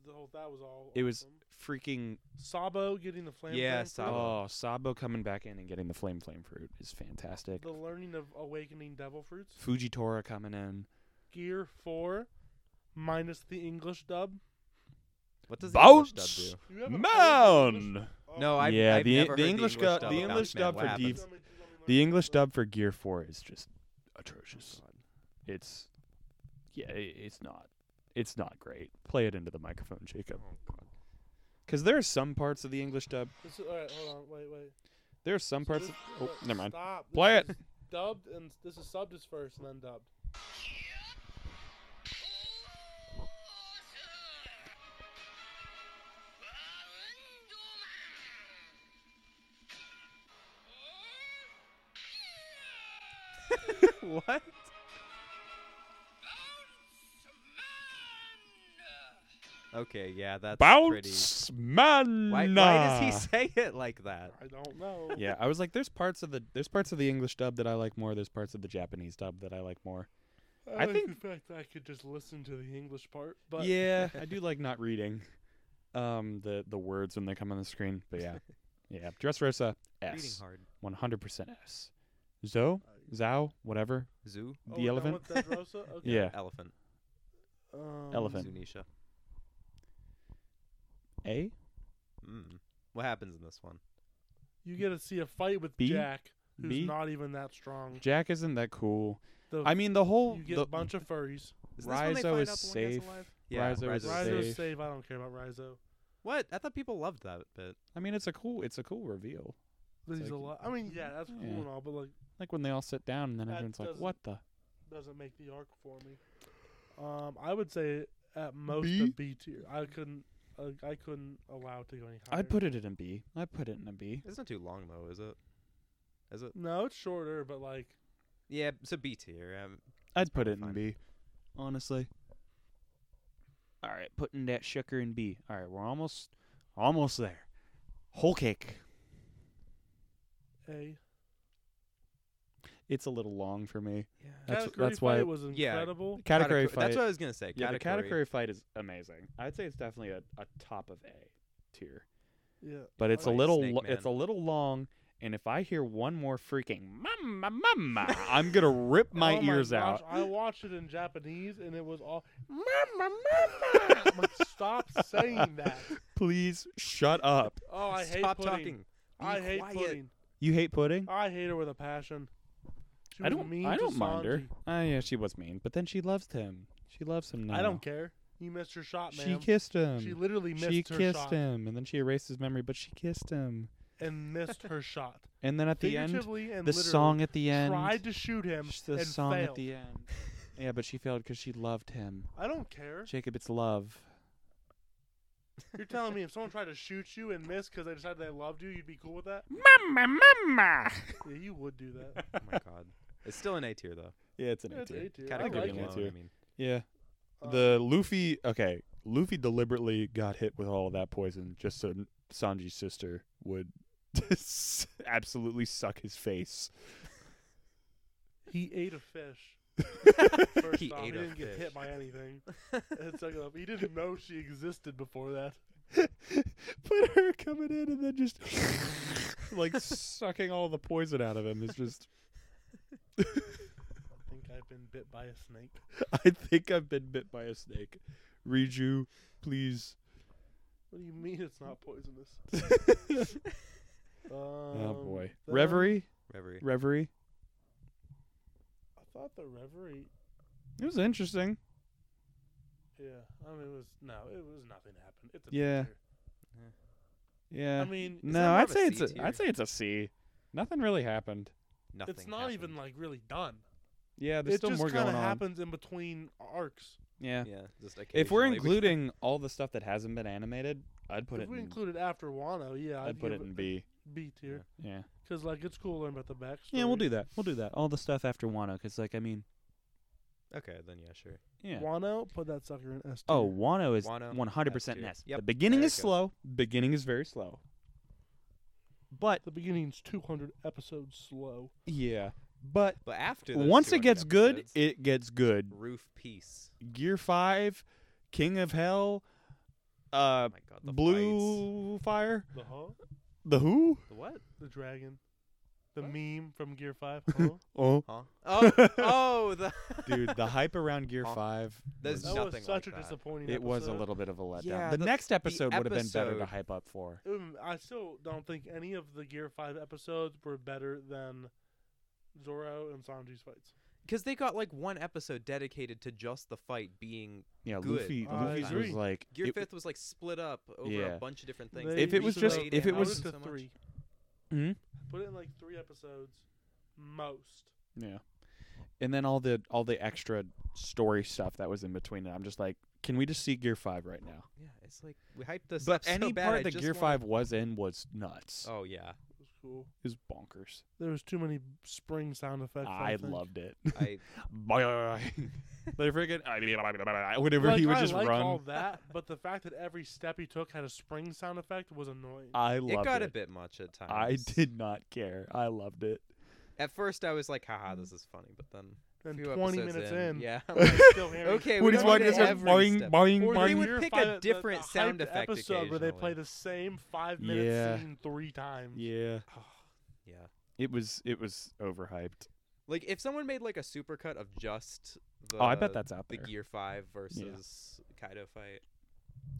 Speaker 3: the whole, that was all.
Speaker 1: It was-
Speaker 3: awesome.
Speaker 1: freaking
Speaker 3: Sabo getting the Uh, flame.
Speaker 6: Yeah,
Speaker 3: flame
Speaker 6: Sabo.
Speaker 1: oh Sabo coming back in and getting the flame flame fruit is fantastic.
Speaker 3: fruit, The learning of awakening devil fruits.
Speaker 1: Fujitora coming in.
Speaker 3: Gear four, minus the English dub.
Speaker 6: What does the English dub
Speaker 1: Bounce!
Speaker 6: do?
Speaker 3: You have a problem with English?
Speaker 1: Mound.
Speaker 3: Oh,
Speaker 6: No, I've,
Speaker 1: Yeah,
Speaker 6: I've
Speaker 1: the-
Speaker 6: never
Speaker 1: the
Speaker 6: heard
Speaker 1: English
Speaker 6: the
Speaker 1: gu-
Speaker 6: English dub,
Speaker 1: the
Speaker 6: of
Speaker 1: English
Speaker 6: Batman.
Speaker 1: dub
Speaker 6: What
Speaker 1: for
Speaker 6: happened?
Speaker 1: Deep-
Speaker 3: Let me- let me learn
Speaker 1: The English
Speaker 3: dub.
Speaker 1: dub for Gear Four is just atrocious. It's yeah, i it's not. It's not great. Play it into the microphone, Jacob. Because there are some parts of the English dub.
Speaker 3: This is, all right, hold on, wait, wait.
Speaker 1: There are some parts. Of,
Speaker 3: This-
Speaker 1: oh,
Speaker 3: look,
Speaker 1: never mind.
Speaker 3: Stop. This
Speaker 1: Play it.
Speaker 3: is Dubbed and this is subbed as first and then dubbed.
Speaker 6: What? Okay, yeah, that's pretty.
Speaker 1: Bounce man.
Speaker 6: Why, why does he say it like that?
Speaker 3: I don't know.
Speaker 1: yeah, I was like, there's parts of the there's parts of the English dub that I like more. There's parts of the Japanese dub that I like more.
Speaker 3: I,
Speaker 1: I
Speaker 3: like
Speaker 1: think-
Speaker 3: the fact that I could just listen to the English part, but
Speaker 1: yeah, I do like not reading, um, the the words when they come on the screen. But yeah, yeah. Dressrosa
Speaker 6: Reading
Speaker 1: S,
Speaker 6: hard.
Speaker 1: 100% S. Zo, Zao, whatever.
Speaker 6: Zoo?
Speaker 3: Oh,
Speaker 1: the
Speaker 3: is that
Speaker 1: elephant?
Speaker 3: what that Rosa? Okay.
Speaker 1: Yeah,
Speaker 6: Elephant.
Speaker 3: Um,
Speaker 1: elephant.
Speaker 6: Zunisha.
Speaker 1: A.
Speaker 2: Hmm.
Speaker 6: Mm. What happens in this one?
Speaker 3: You get to see a fight with
Speaker 1: B?
Speaker 3: Jack, who's
Speaker 1: B?
Speaker 3: not even that strong.
Speaker 1: Jack isn't that cool.
Speaker 3: The,
Speaker 1: I mean, the whole
Speaker 3: you get
Speaker 1: the,
Speaker 3: a bunch of furries.
Speaker 6: Is this when they
Speaker 1: Rizo is
Speaker 6: find out the one guy's
Speaker 1: safe.
Speaker 6: alive? Yeah,
Speaker 1: Rizo is
Speaker 6: Rizo's
Speaker 1: safe.
Speaker 3: Rizo save. I don't care about Rizo.
Speaker 6: What? I thought people loved that bit.
Speaker 1: I mean, it's a cool it's a cool reveal.
Speaker 3: That
Speaker 1: It's
Speaker 3: he's
Speaker 1: like-
Speaker 3: alive. I mean, yeah, that's cool
Speaker 1: Yeah.
Speaker 3: and all, but like,
Speaker 1: Like when they all sit down and then
Speaker 3: That
Speaker 1: everyone's like,
Speaker 3: doesn't-
Speaker 1: "What the?"
Speaker 3: doesn't make the arc for me. Um, I would say at most a
Speaker 1: B?
Speaker 3: B tier. I couldn't. Uh, I couldn't allow it to go any higher.
Speaker 1: I'd put it in a B. I'd put it in a B.
Speaker 2: It's not too long though, is it? Is it?
Speaker 3: No, it's shorter, but like
Speaker 2: Yeah, it's a B tier. Um,
Speaker 1: I'd put it in
Speaker 2: fine.
Speaker 1: B. Honestly. All right, putting that sugar in B. All right, we're almost, almost there. Whole cake.
Speaker 3: a.
Speaker 1: It's a little long for me.
Speaker 2: yeah.
Speaker 1: That's-
Speaker 3: Category
Speaker 1: that's why-
Speaker 3: fight was
Speaker 2: Yeah.
Speaker 3: incredible.
Speaker 1: Category
Speaker 2: Categ-
Speaker 1: fight.
Speaker 2: That's what I was gonna say.
Speaker 1: yeah, the
Speaker 2: category.
Speaker 1: category fight is amazing. I'd say it's definitely a, a top of A tier,
Speaker 3: Yeah.
Speaker 1: but it's a
Speaker 2: Like
Speaker 1: little
Speaker 2: Snake
Speaker 1: lo- it's a
Speaker 2: Man.
Speaker 1: little long. And if I hear one more freaking mama mama, I'm gonna rip my
Speaker 3: Oh
Speaker 1: ears
Speaker 3: gosh,
Speaker 1: out.
Speaker 3: I watched it in Japanese and it was all mama mama. I'm like, Stop saying that.
Speaker 1: Please shut up.
Speaker 3: Oh, I hate
Speaker 2: Stop
Speaker 3: pudding.
Speaker 2: talking. Be
Speaker 3: I hate
Speaker 2: quiet.
Speaker 3: pudding.
Speaker 1: You hate pudding?
Speaker 3: I hate her with a passion. She
Speaker 1: I
Speaker 3: was
Speaker 1: don't.
Speaker 3: mean
Speaker 1: I
Speaker 3: to
Speaker 1: don't mind her.
Speaker 3: Sanji.
Speaker 1: Ah, yeah, she was mean, but then she loves him. She loves him now.
Speaker 3: I don't care. You missed your shot,
Speaker 1: She
Speaker 3: man.
Speaker 1: kissed him.
Speaker 3: She literally missed
Speaker 1: She
Speaker 3: her
Speaker 1: kissed
Speaker 3: shot
Speaker 1: him, and then she erased his memory, but she kissed him.
Speaker 3: and missed her shot.
Speaker 1: And then at the end, the
Speaker 3: Figuratively and literally
Speaker 1: song at the end,
Speaker 3: tried to shoot him
Speaker 1: sh- the
Speaker 3: and
Speaker 1: song
Speaker 3: failed.
Speaker 1: at the end. yeah, but she failed because she loved him.
Speaker 3: I don't care.
Speaker 1: Jacob, it's love.
Speaker 3: You're telling me if someone tried to shoot you and miss because they decided they loved you, you'd be cool with that?
Speaker 1: Mama, mama.
Speaker 3: Yeah, you would do that.
Speaker 2: Oh my god. It's still an A tier though.
Speaker 1: Yeah, it's an
Speaker 3: Yeah,
Speaker 1: A
Speaker 3: it's
Speaker 1: tier.
Speaker 3: A tier. I
Speaker 2: Category
Speaker 3: like
Speaker 1: an A
Speaker 3: it.
Speaker 2: alone,
Speaker 1: tier.
Speaker 2: I mean.
Speaker 1: Yeah,
Speaker 3: Um,
Speaker 1: the Luffy. Okay, Luffy deliberately got hit with all of that poison just so Sanji's sister would absolutely suck his face.
Speaker 3: he ate a fish. First
Speaker 2: He
Speaker 3: off,
Speaker 2: ate
Speaker 3: he
Speaker 2: a
Speaker 3: didn't get
Speaker 2: fish.
Speaker 3: hit by anything. And second off, he didn't know she existed before that.
Speaker 1: but her coming in and then just like sucking all the poison out of him is just
Speaker 3: I think I've been bit by a snake.
Speaker 1: I think I've been bit by a snake. Reju, please.
Speaker 3: What do you mean it's not poisonous? Um,
Speaker 1: oh boy.
Speaker 3: then
Speaker 1: Reverie?
Speaker 2: Reverie.
Speaker 1: Reverie.
Speaker 3: I thought the Reverie.
Speaker 1: It was interesting.
Speaker 3: Yeah, I mean it was no, it was nothing happened. It's a
Speaker 1: Yeah.
Speaker 3: picture.
Speaker 1: Yeah.
Speaker 3: I mean,
Speaker 2: that
Speaker 1: no,
Speaker 2: more
Speaker 1: I'd
Speaker 2: of a
Speaker 1: say it's
Speaker 2: C
Speaker 1: a,
Speaker 2: tier?
Speaker 1: I'd say it's a C. Nothing really happened.
Speaker 2: Nothing.
Speaker 3: it's not even
Speaker 2: happened.
Speaker 3: like really done.
Speaker 1: Yeah, there's
Speaker 3: it
Speaker 1: still
Speaker 3: just
Speaker 1: more
Speaker 3: kinda
Speaker 1: going on.
Speaker 3: happens in between arcs.
Speaker 1: Yeah.
Speaker 2: Yeah. Just
Speaker 1: If we're
Speaker 2: occasionally we-
Speaker 1: including all the stuff that hasn't been animated, I'd put
Speaker 3: if
Speaker 1: it
Speaker 3: we
Speaker 1: in
Speaker 3: included after Wano, yeah,
Speaker 1: I'd put
Speaker 3: give
Speaker 1: it in B.
Speaker 3: B tier
Speaker 1: Yeah.
Speaker 3: because like it's cool to learn about the backstory.
Speaker 1: Yeah, we'll do that. We'll do that. All the stuff after Wano cuz like I mean,
Speaker 2: Okay, then yeah, sure.
Speaker 1: yeah.
Speaker 3: Wano, put that sucker in S.
Speaker 1: Oh, Wano is
Speaker 2: Wano,
Speaker 1: one hundred percent E
Speaker 2: S tier.
Speaker 1: S.
Speaker 2: Yep,
Speaker 1: the beginning
Speaker 2: there
Speaker 1: is
Speaker 2: it goes.
Speaker 1: slow. Beginning is very slow. But
Speaker 3: the beginning's 200 episodes slow.
Speaker 1: yeah, but
Speaker 2: But after those
Speaker 1: once it
Speaker 2: 200
Speaker 1: gets good,
Speaker 2: episodes,
Speaker 1: it gets good.
Speaker 2: roof piece.
Speaker 1: Gear Five, King of Hell, uh,
Speaker 2: Oh my god, the fights.
Speaker 1: Blue Fire,
Speaker 3: The huh?
Speaker 1: the Who?
Speaker 2: The what?
Speaker 3: The dragon, the meme from Gear Five. Huh?
Speaker 1: Oh,
Speaker 2: Huh? Oh, oh, the
Speaker 1: dude, the hype around Gear
Speaker 2: Huh?
Speaker 1: Five.
Speaker 2: Oh. There's
Speaker 1: was-
Speaker 3: that
Speaker 2: nothing
Speaker 3: was such
Speaker 2: like
Speaker 3: a
Speaker 2: that.
Speaker 3: disappointing.
Speaker 1: it was a
Speaker 3: episode.
Speaker 1: little bit of a letdown.
Speaker 2: Yeah,
Speaker 1: the,
Speaker 2: the-
Speaker 1: next episode
Speaker 2: the
Speaker 1: would have been better to
Speaker 2: episode-
Speaker 1: hype up for.
Speaker 3: Um, I still don't think any of the Gear Five episodes were better than Zoro and Sanji's fights.
Speaker 2: because they got like one episode dedicated to just the fight being
Speaker 1: Yeah,
Speaker 2: Good.
Speaker 1: Luffy.
Speaker 3: I
Speaker 1: Luffy's
Speaker 3: agree.
Speaker 1: was like,
Speaker 2: Gear
Speaker 1: it-
Speaker 2: Fifth was like split up over
Speaker 1: Yeah.
Speaker 2: a bunch of different things.
Speaker 3: They
Speaker 1: If it was just-
Speaker 2: replayed
Speaker 1: if it
Speaker 2: and
Speaker 1: was-
Speaker 2: so
Speaker 3: Put it to
Speaker 2: much.
Speaker 3: three,
Speaker 1: Hmm?
Speaker 3: put it in like three episodes, most.
Speaker 1: Yeah. And then all the all the extra story stuff that was in between it. I'm just like, can we just see Gear 5 right now?
Speaker 2: yeah, it's like we hyped this.
Speaker 1: But
Speaker 2: up so
Speaker 1: any
Speaker 2: bad, I
Speaker 1: part that
Speaker 2: just
Speaker 1: Gear
Speaker 2: wanna-
Speaker 1: 5 was in was nuts.
Speaker 2: Oh yeah,
Speaker 3: It was cool.
Speaker 1: It was bonkers.
Speaker 3: There was too many spring sound effects. I,
Speaker 1: I
Speaker 3: think.
Speaker 1: loved it.
Speaker 2: I
Speaker 1: Boy, they freaking whenever
Speaker 3: Like,
Speaker 1: he would
Speaker 3: I
Speaker 1: just
Speaker 3: like
Speaker 1: run.
Speaker 3: all that, but the fact that every step he took had a spring sound effect was annoying.
Speaker 1: I
Speaker 2: it
Speaker 1: loved
Speaker 2: got
Speaker 1: it.
Speaker 2: a bit much at times.
Speaker 1: I did not care. I loved it.
Speaker 2: At first, I was like, "Haha, this is funny," but then a
Speaker 3: and
Speaker 2: few
Speaker 3: 20
Speaker 2: episodes
Speaker 3: minutes
Speaker 2: in,
Speaker 3: in,
Speaker 2: yeah, I'm
Speaker 3: I'm
Speaker 2: like,
Speaker 3: still hearing
Speaker 2: okay,
Speaker 1: when
Speaker 2: we
Speaker 1: he's
Speaker 2: don't
Speaker 1: walking,
Speaker 2: need
Speaker 1: it's like
Speaker 2: every
Speaker 1: boing,
Speaker 2: step.
Speaker 1: boing,
Speaker 3: Or
Speaker 1: boing.
Speaker 3: the
Speaker 2: would
Speaker 3: Gear
Speaker 2: pick a
Speaker 3: Five- the-
Speaker 2: different
Speaker 3: the
Speaker 2: sound
Speaker 3: hyped
Speaker 2: effect
Speaker 3: episode where they play
Speaker 2: occasionally.
Speaker 3: the same five minute
Speaker 1: Yeah.
Speaker 3: scene three times.
Speaker 1: Yeah,
Speaker 2: "Oh, yeah.
Speaker 1: it was it was overhyped.
Speaker 2: Like if someone made like a supercut of just the
Speaker 1: oh, I
Speaker 3: Uh,
Speaker 1: bet that's out
Speaker 2: the
Speaker 1: there.
Speaker 2: Gear Five versus Kaido fight.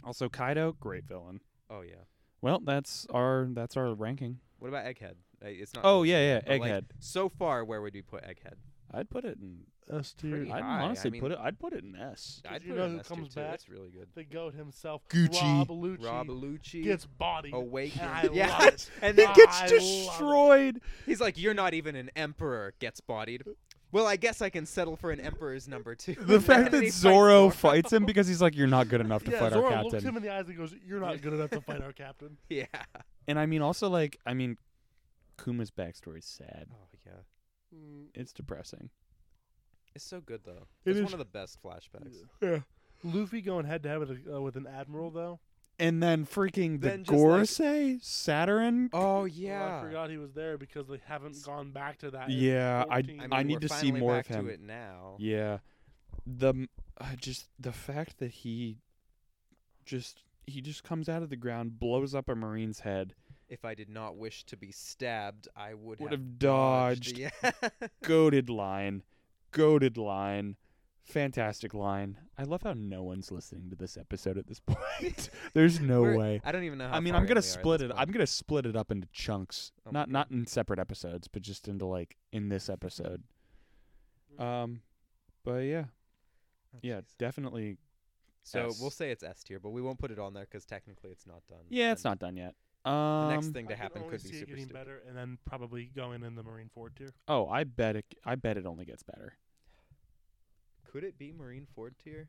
Speaker 1: Also, Kaido, great villain.
Speaker 2: Oh yeah.
Speaker 1: Well, that's our that's our ranking.
Speaker 2: What about Egghead? Uh, It's not.
Speaker 1: Oh
Speaker 2: really
Speaker 1: yeah,
Speaker 2: but,
Speaker 1: yeah,
Speaker 2: like,
Speaker 1: Egghead.
Speaker 2: so far, where would we put Egghead?
Speaker 1: I'd put it in.
Speaker 3: S tier.
Speaker 2: Pretty
Speaker 1: I'd
Speaker 2: high, I
Speaker 1: honestly
Speaker 2: mean-
Speaker 1: put it. I'd put it in S.
Speaker 3: Did
Speaker 2: I'd
Speaker 3: you
Speaker 2: put
Speaker 3: know
Speaker 2: it in
Speaker 3: who
Speaker 2: S tier,
Speaker 3: comes
Speaker 2: too.
Speaker 3: back?
Speaker 2: It's really good.
Speaker 3: The goat himself,
Speaker 1: Gucci.
Speaker 3: Rob Lucci,
Speaker 2: Rob Lucci
Speaker 3: gets bodied.
Speaker 2: awake.
Speaker 3: And I
Speaker 2: yeah,
Speaker 3: love it.
Speaker 2: and
Speaker 1: He
Speaker 2: then
Speaker 3: I
Speaker 1: gets
Speaker 3: love it.
Speaker 1: destroyed.
Speaker 2: he's like, "You're not even an emperor." Gets bodied. Well, I guess I can settle for an emperor's number two.
Speaker 1: The fact that
Speaker 2: And he fights
Speaker 1: Zoro fights him because he's like, "You're not good enough to
Speaker 3: yeah,
Speaker 1: fight
Speaker 3: Zoro
Speaker 1: our
Speaker 3: looks
Speaker 1: captain."
Speaker 3: him in the eyes and goes, "You're not good enough to fight our captain."
Speaker 2: Yeah.
Speaker 1: and I mean, also like, I mean, Kuma's backstory is sad.
Speaker 2: Oh yeah.
Speaker 3: Mm,
Speaker 1: It's depressing.
Speaker 2: It's so good though.
Speaker 3: It
Speaker 2: it's
Speaker 3: is-
Speaker 2: one of the best flashbacks.
Speaker 3: Yeah. Luffy going head to head with, a- uh, with an admiral though.
Speaker 1: And then freaking the
Speaker 2: Then just, like-
Speaker 1: Gorosei Saturn.
Speaker 2: Oh
Speaker 3: Well,
Speaker 2: yeah.
Speaker 3: I forgot he was there because they haven't gone back to that. in
Speaker 1: Yeah, I
Speaker 3: 14.
Speaker 2: I, mean,
Speaker 1: I need
Speaker 2: we're
Speaker 1: to see
Speaker 2: finally
Speaker 1: more of
Speaker 2: back
Speaker 1: him.
Speaker 2: To it now.
Speaker 1: Yeah, the m- uh, just the fact that he just he just comes out of the ground, blows up a marine's head,
Speaker 2: If I did not wish to be stabbed, I would,
Speaker 1: would
Speaker 2: have,
Speaker 1: have dodged.
Speaker 2: Yeah.
Speaker 1: Goaded line, goaded line, fantastic line. I love how no one's listening to this episode at this point. There's no
Speaker 2: We're-
Speaker 1: way.
Speaker 2: I don't even know. How
Speaker 1: I mean,
Speaker 2: far
Speaker 1: I'm
Speaker 2: in we are
Speaker 1: gonna
Speaker 2: at this
Speaker 1: split it.
Speaker 2: point.
Speaker 1: I'm gonna split it up into chunks,
Speaker 2: Oh my
Speaker 1: not
Speaker 2: God.
Speaker 1: not in separate episodes, but just into like in this episode. Um, but yeah,
Speaker 2: Mm. Oh,
Speaker 1: yeah,
Speaker 2: jeez.
Speaker 1: definitely.
Speaker 2: So we'll
Speaker 1: S.
Speaker 2: say it's S tier, but we won't put it on there because technically it's not done.
Speaker 1: Yeah, it's
Speaker 2: and
Speaker 1: not done yet.
Speaker 2: Mm, The
Speaker 1: Um,
Speaker 2: next thing to
Speaker 3: I
Speaker 2: happen
Speaker 3: only
Speaker 2: could
Speaker 3: see
Speaker 2: be
Speaker 3: it
Speaker 2: super
Speaker 3: getting
Speaker 2: stupid.
Speaker 3: better, and then probably going in the Marine Ford tier.
Speaker 1: oh, I bet it. I bet it only gets better.
Speaker 2: Could it be Marine Ford tier?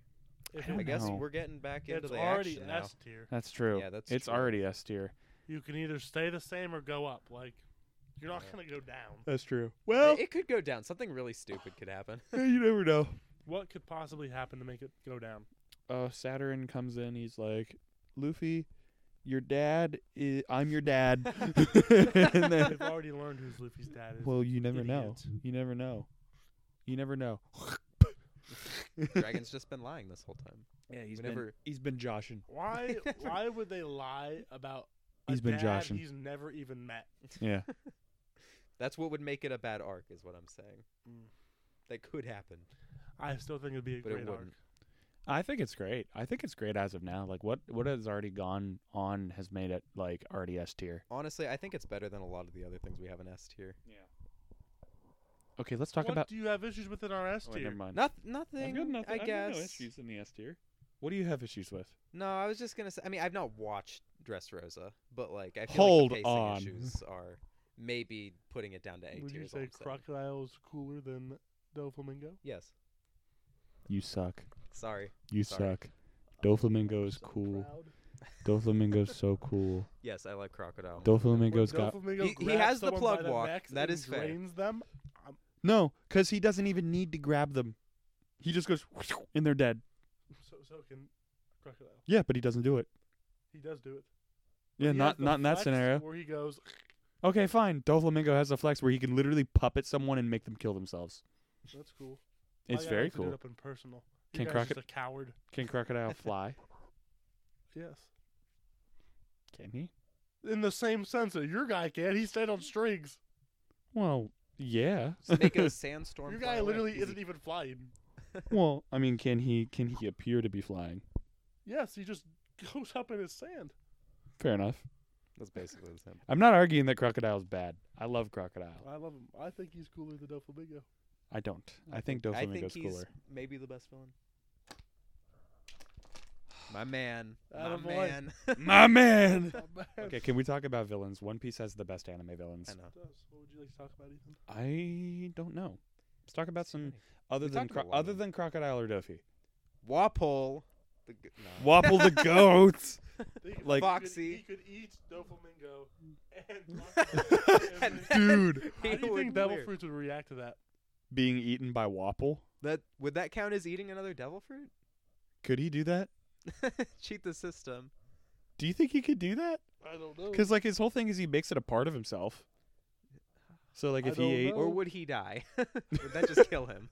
Speaker 3: If
Speaker 1: I
Speaker 3: it-
Speaker 1: don't
Speaker 2: I guess
Speaker 1: know.
Speaker 2: we're getting back into
Speaker 3: it's
Speaker 2: the
Speaker 3: already
Speaker 2: action now.
Speaker 3: S tier.
Speaker 1: That's true.
Speaker 2: Yeah, that's
Speaker 1: it's
Speaker 2: true.
Speaker 1: already S tier.
Speaker 3: You can either stay the same or go up. Like you're not
Speaker 2: Yeah.
Speaker 3: gonna go down.
Speaker 1: That's true.
Speaker 2: Uh,
Speaker 1: Well,
Speaker 2: It could go down. Something really stupid could happen.
Speaker 1: you never know.
Speaker 3: What could possibly happen to make it go down?
Speaker 1: uh, Saturn comes in. He's like, Luffy, your dad. I- I'm your dad. and then,
Speaker 3: They've already learned who's Luffy's dad is.
Speaker 1: well, you never know.
Speaker 3: Idiot.
Speaker 1: You never know. You never know.
Speaker 2: Dragon's just been lying this whole time.
Speaker 1: Yeah, he's
Speaker 2: been- Whenever-
Speaker 1: he's been joshing.
Speaker 3: Why? Why would they lie about? a
Speaker 1: He's been
Speaker 3: dad
Speaker 1: joshing.
Speaker 3: He's never even met.
Speaker 1: Yeah.
Speaker 2: That's what would make it a bad arc, is what I'm saying.
Speaker 3: Mm.
Speaker 2: That could happen.
Speaker 3: I still think it'd be a
Speaker 2: But it
Speaker 3: great arc.
Speaker 2: wouldn't.
Speaker 1: I think it's great. I think it's great as of now. Like what what has already gone on has made it like already S tier.
Speaker 2: Honestly, I think it's better than a lot of the other things we have in S tier.
Speaker 1: Okay, let's talk
Speaker 3: what
Speaker 1: about
Speaker 3: do you have issues with in our S
Speaker 1: Oh, wait,
Speaker 3: tier?
Speaker 1: never mind.
Speaker 2: Noth- nothing.
Speaker 1: I've got nothing.
Speaker 2: I
Speaker 1: I've got
Speaker 2: guess.
Speaker 1: no issues in the S tier. What do you have issues with?
Speaker 2: No, I was just gonna say. I mean, I've not watched Dressrosa, but like, I feel
Speaker 1: Hold
Speaker 2: like the pacing
Speaker 1: on.
Speaker 2: issues are maybe putting it down to A
Speaker 3: Would
Speaker 2: tier.
Speaker 3: you
Speaker 2: is all
Speaker 3: say
Speaker 2: I'm saying.
Speaker 3: crocodile's cooler than Doflamingo?
Speaker 2: Yes.
Speaker 1: You suck.
Speaker 2: Sorry.
Speaker 1: You
Speaker 2: Sorry.
Speaker 1: suck. Doflamingo's
Speaker 3: So
Speaker 1: cool.
Speaker 3: proud.
Speaker 1: Doflamingo's so cool.
Speaker 2: Yes, I like crocodile.
Speaker 1: Doflamingo's
Speaker 3: When
Speaker 1: got
Speaker 3: Doflamingo
Speaker 2: He- he
Speaker 3: grabs
Speaker 2: has the
Speaker 3: someone
Speaker 2: plug
Speaker 3: by the
Speaker 2: walk.
Speaker 3: necks
Speaker 2: That
Speaker 3: and
Speaker 2: is fair.
Speaker 3: drains them.
Speaker 1: no, because he doesn't even need to grab them. He just goes and they're dead.
Speaker 3: So, so can crocodile.
Speaker 1: Yeah, but he doesn't do it.
Speaker 3: He does do it.
Speaker 1: Yeah,
Speaker 3: He has
Speaker 1: not
Speaker 3: the
Speaker 1: not in that
Speaker 3: flex
Speaker 1: scenario.
Speaker 3: Where he goes,
Speaker 1: Okay, fine. Doflamingo has a flex where he can literally puppet someone and make them kill themselves.
Speaker 3: that's cool. My
Speaker 1: It's
Speaker 3: guy
Speaker 1: very
Speaker 3: likes to do it
Speaker 1: cool.
Speaker 3: up and personal. You
Speaker 1: Can
Speaker 3: guys
Speaker 1: croco-
Speaker 3: just a coward.
Speaker 1: Can crocodile fly?
Speaker 3: Yes.
Speaker 1: Can he?
Speaker 3: In the same sense that your guy can. He stayed on strings.
Speaker 1: Well, yeah.
Speaker 2: Just make it a sandstorm.
Speaker 3: Your
Speaker 2: fly
Speaker 3: guy
Speaker 2: away.
Speaker 3: literally
Speaker 2: Easy.
Speaker 3: isn't even flying.
Speaker 1: well, I mean, can he? Can he appear to be flying?
Speaker 3: Yes, he just goes up in his sand.
Speaker 1: Fair enough.
Speaker 2: That's basically the same.
Speaker 1: I'm not arguing that crocodile's bad. I love crocodile.
Speaker 3: I love him. I think he's cooler than Doflamingo.
Speaker 1: I don't. I think
Speaker 2: I think
Speaker 1: Doflamingo's
Speaker 2: he's
Speaker 1: cooler.
Speaker 2: maybe the best villain. My man. My
Speaker 3: Atta boy.
Speaker 2: man.
Speaker 1: My man.
Speaker 3: Oh, man.
Speaker 1: Okay, can we talk about villains? One Piece has the best anime
Speaker 2: I
Speaker 1: villains.
Speaker 2: know.
Speaker 3: Does. What would you like to talk about, Ethan?
Speaker 1: I don't know. Let's talk about some other
Speaker 2: We
Speaker 1: than
Speaker 2: talked about
Speaker 1: cro-
Speaker 2: a lot of
Speaker 1: other
Speaker 2: them.
Speaker 1: than crocodile or Dofi.
Speaker 2: Wapole. The g- no.
Speaker 1: Wapple the goat.
Speaker 3: They could-
Speaker 1: Like-
Speaker 2: Foxy.
Speaker 3: He could, he could eat Doflamingo and Crocodile
Speaker 2: And
Speaker 3: every-
Speaker 1: Dude.
Speaker 2: he
Speaker 3: How do you
Speaker 2: would
Speaker 3: think Devil
Speaker 2: clear.
Speaker 3: Fruits would react to that?
Speaker 1: Being eaten by Wapple.
Speaker 2: That would that count as eating another devil fruit?
Speaker 1: Could he do that?
Speaker 2: Cheat the system.
Speaker 1: Do you think he could do that?
Speaker 3: I don't know.
Speaker 1: Because like his whole thing is he makes it a part of himself. So like
Speaker 3: I
Speaker 1: if
Speaker 3: don't
Speaker 1: he ate,
Speaker 3: know.
Speaker 2: Or would he die? would that just kill him?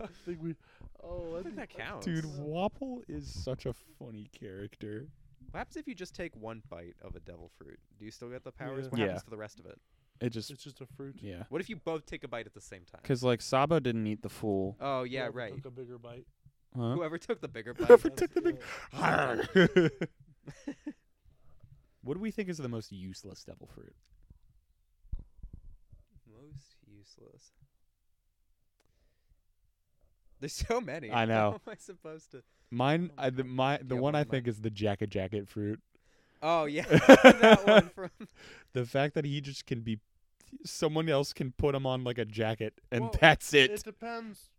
Speaker 3: I think we. Oh,
Speaker 2: I think that counts.
Speaker 1: dude, Wapple is such a funny character.
Speaker 2: What happens if you just take one bite of a devil fruit? Do you still get the powers?
Speaker 3: Yeah.
Speaker 2: What
Speaker 1: Yeah.
Speaker 2: happens to the rest of it?
Speaker 1: It just
Speaker 3: It's just a fruit.
Speaker 1: yeah.
Speaker 2: What if you both take a bite at the same time?
Speaker 1: Because like Sabo didn't eat the fool.
Speaker 2: Oh yeah,
Speaker 3: Whoever
Speaker 2: right.
Speaker 3: Took a bigger bite.
Speaker 1: Huh?
Speaker 2: Whoever took the bigger bite.
Speaker 1: Whoever
Speaker 2: wins.
Speaker 1: took the big. what do we think is the most useless devil fruit?
Speaker 2: Most useless. There's so many.
Speaker 1: I know.
Speaker 2: How am I supposed to?
Speaker 1: Mine,
Speaker 2: Oh,
Speaker 1: I, the,
Speaker 2: God.
Speaker 1: my, the
Speaker 2: Yeah,
Speaker 1: one
Speaker 2: what
Speaker 1: I
Speaker 2: am I-
Speaker 1: think is the jacket jacket fruit.
Speaker 2: Oh yeah, that one from.
Speaker 1: The fact that he just can be, someone else can put him on like a jacket, and
Speaker 3: Well,
Speaker 1: that's it.
Speaker 3: It depends.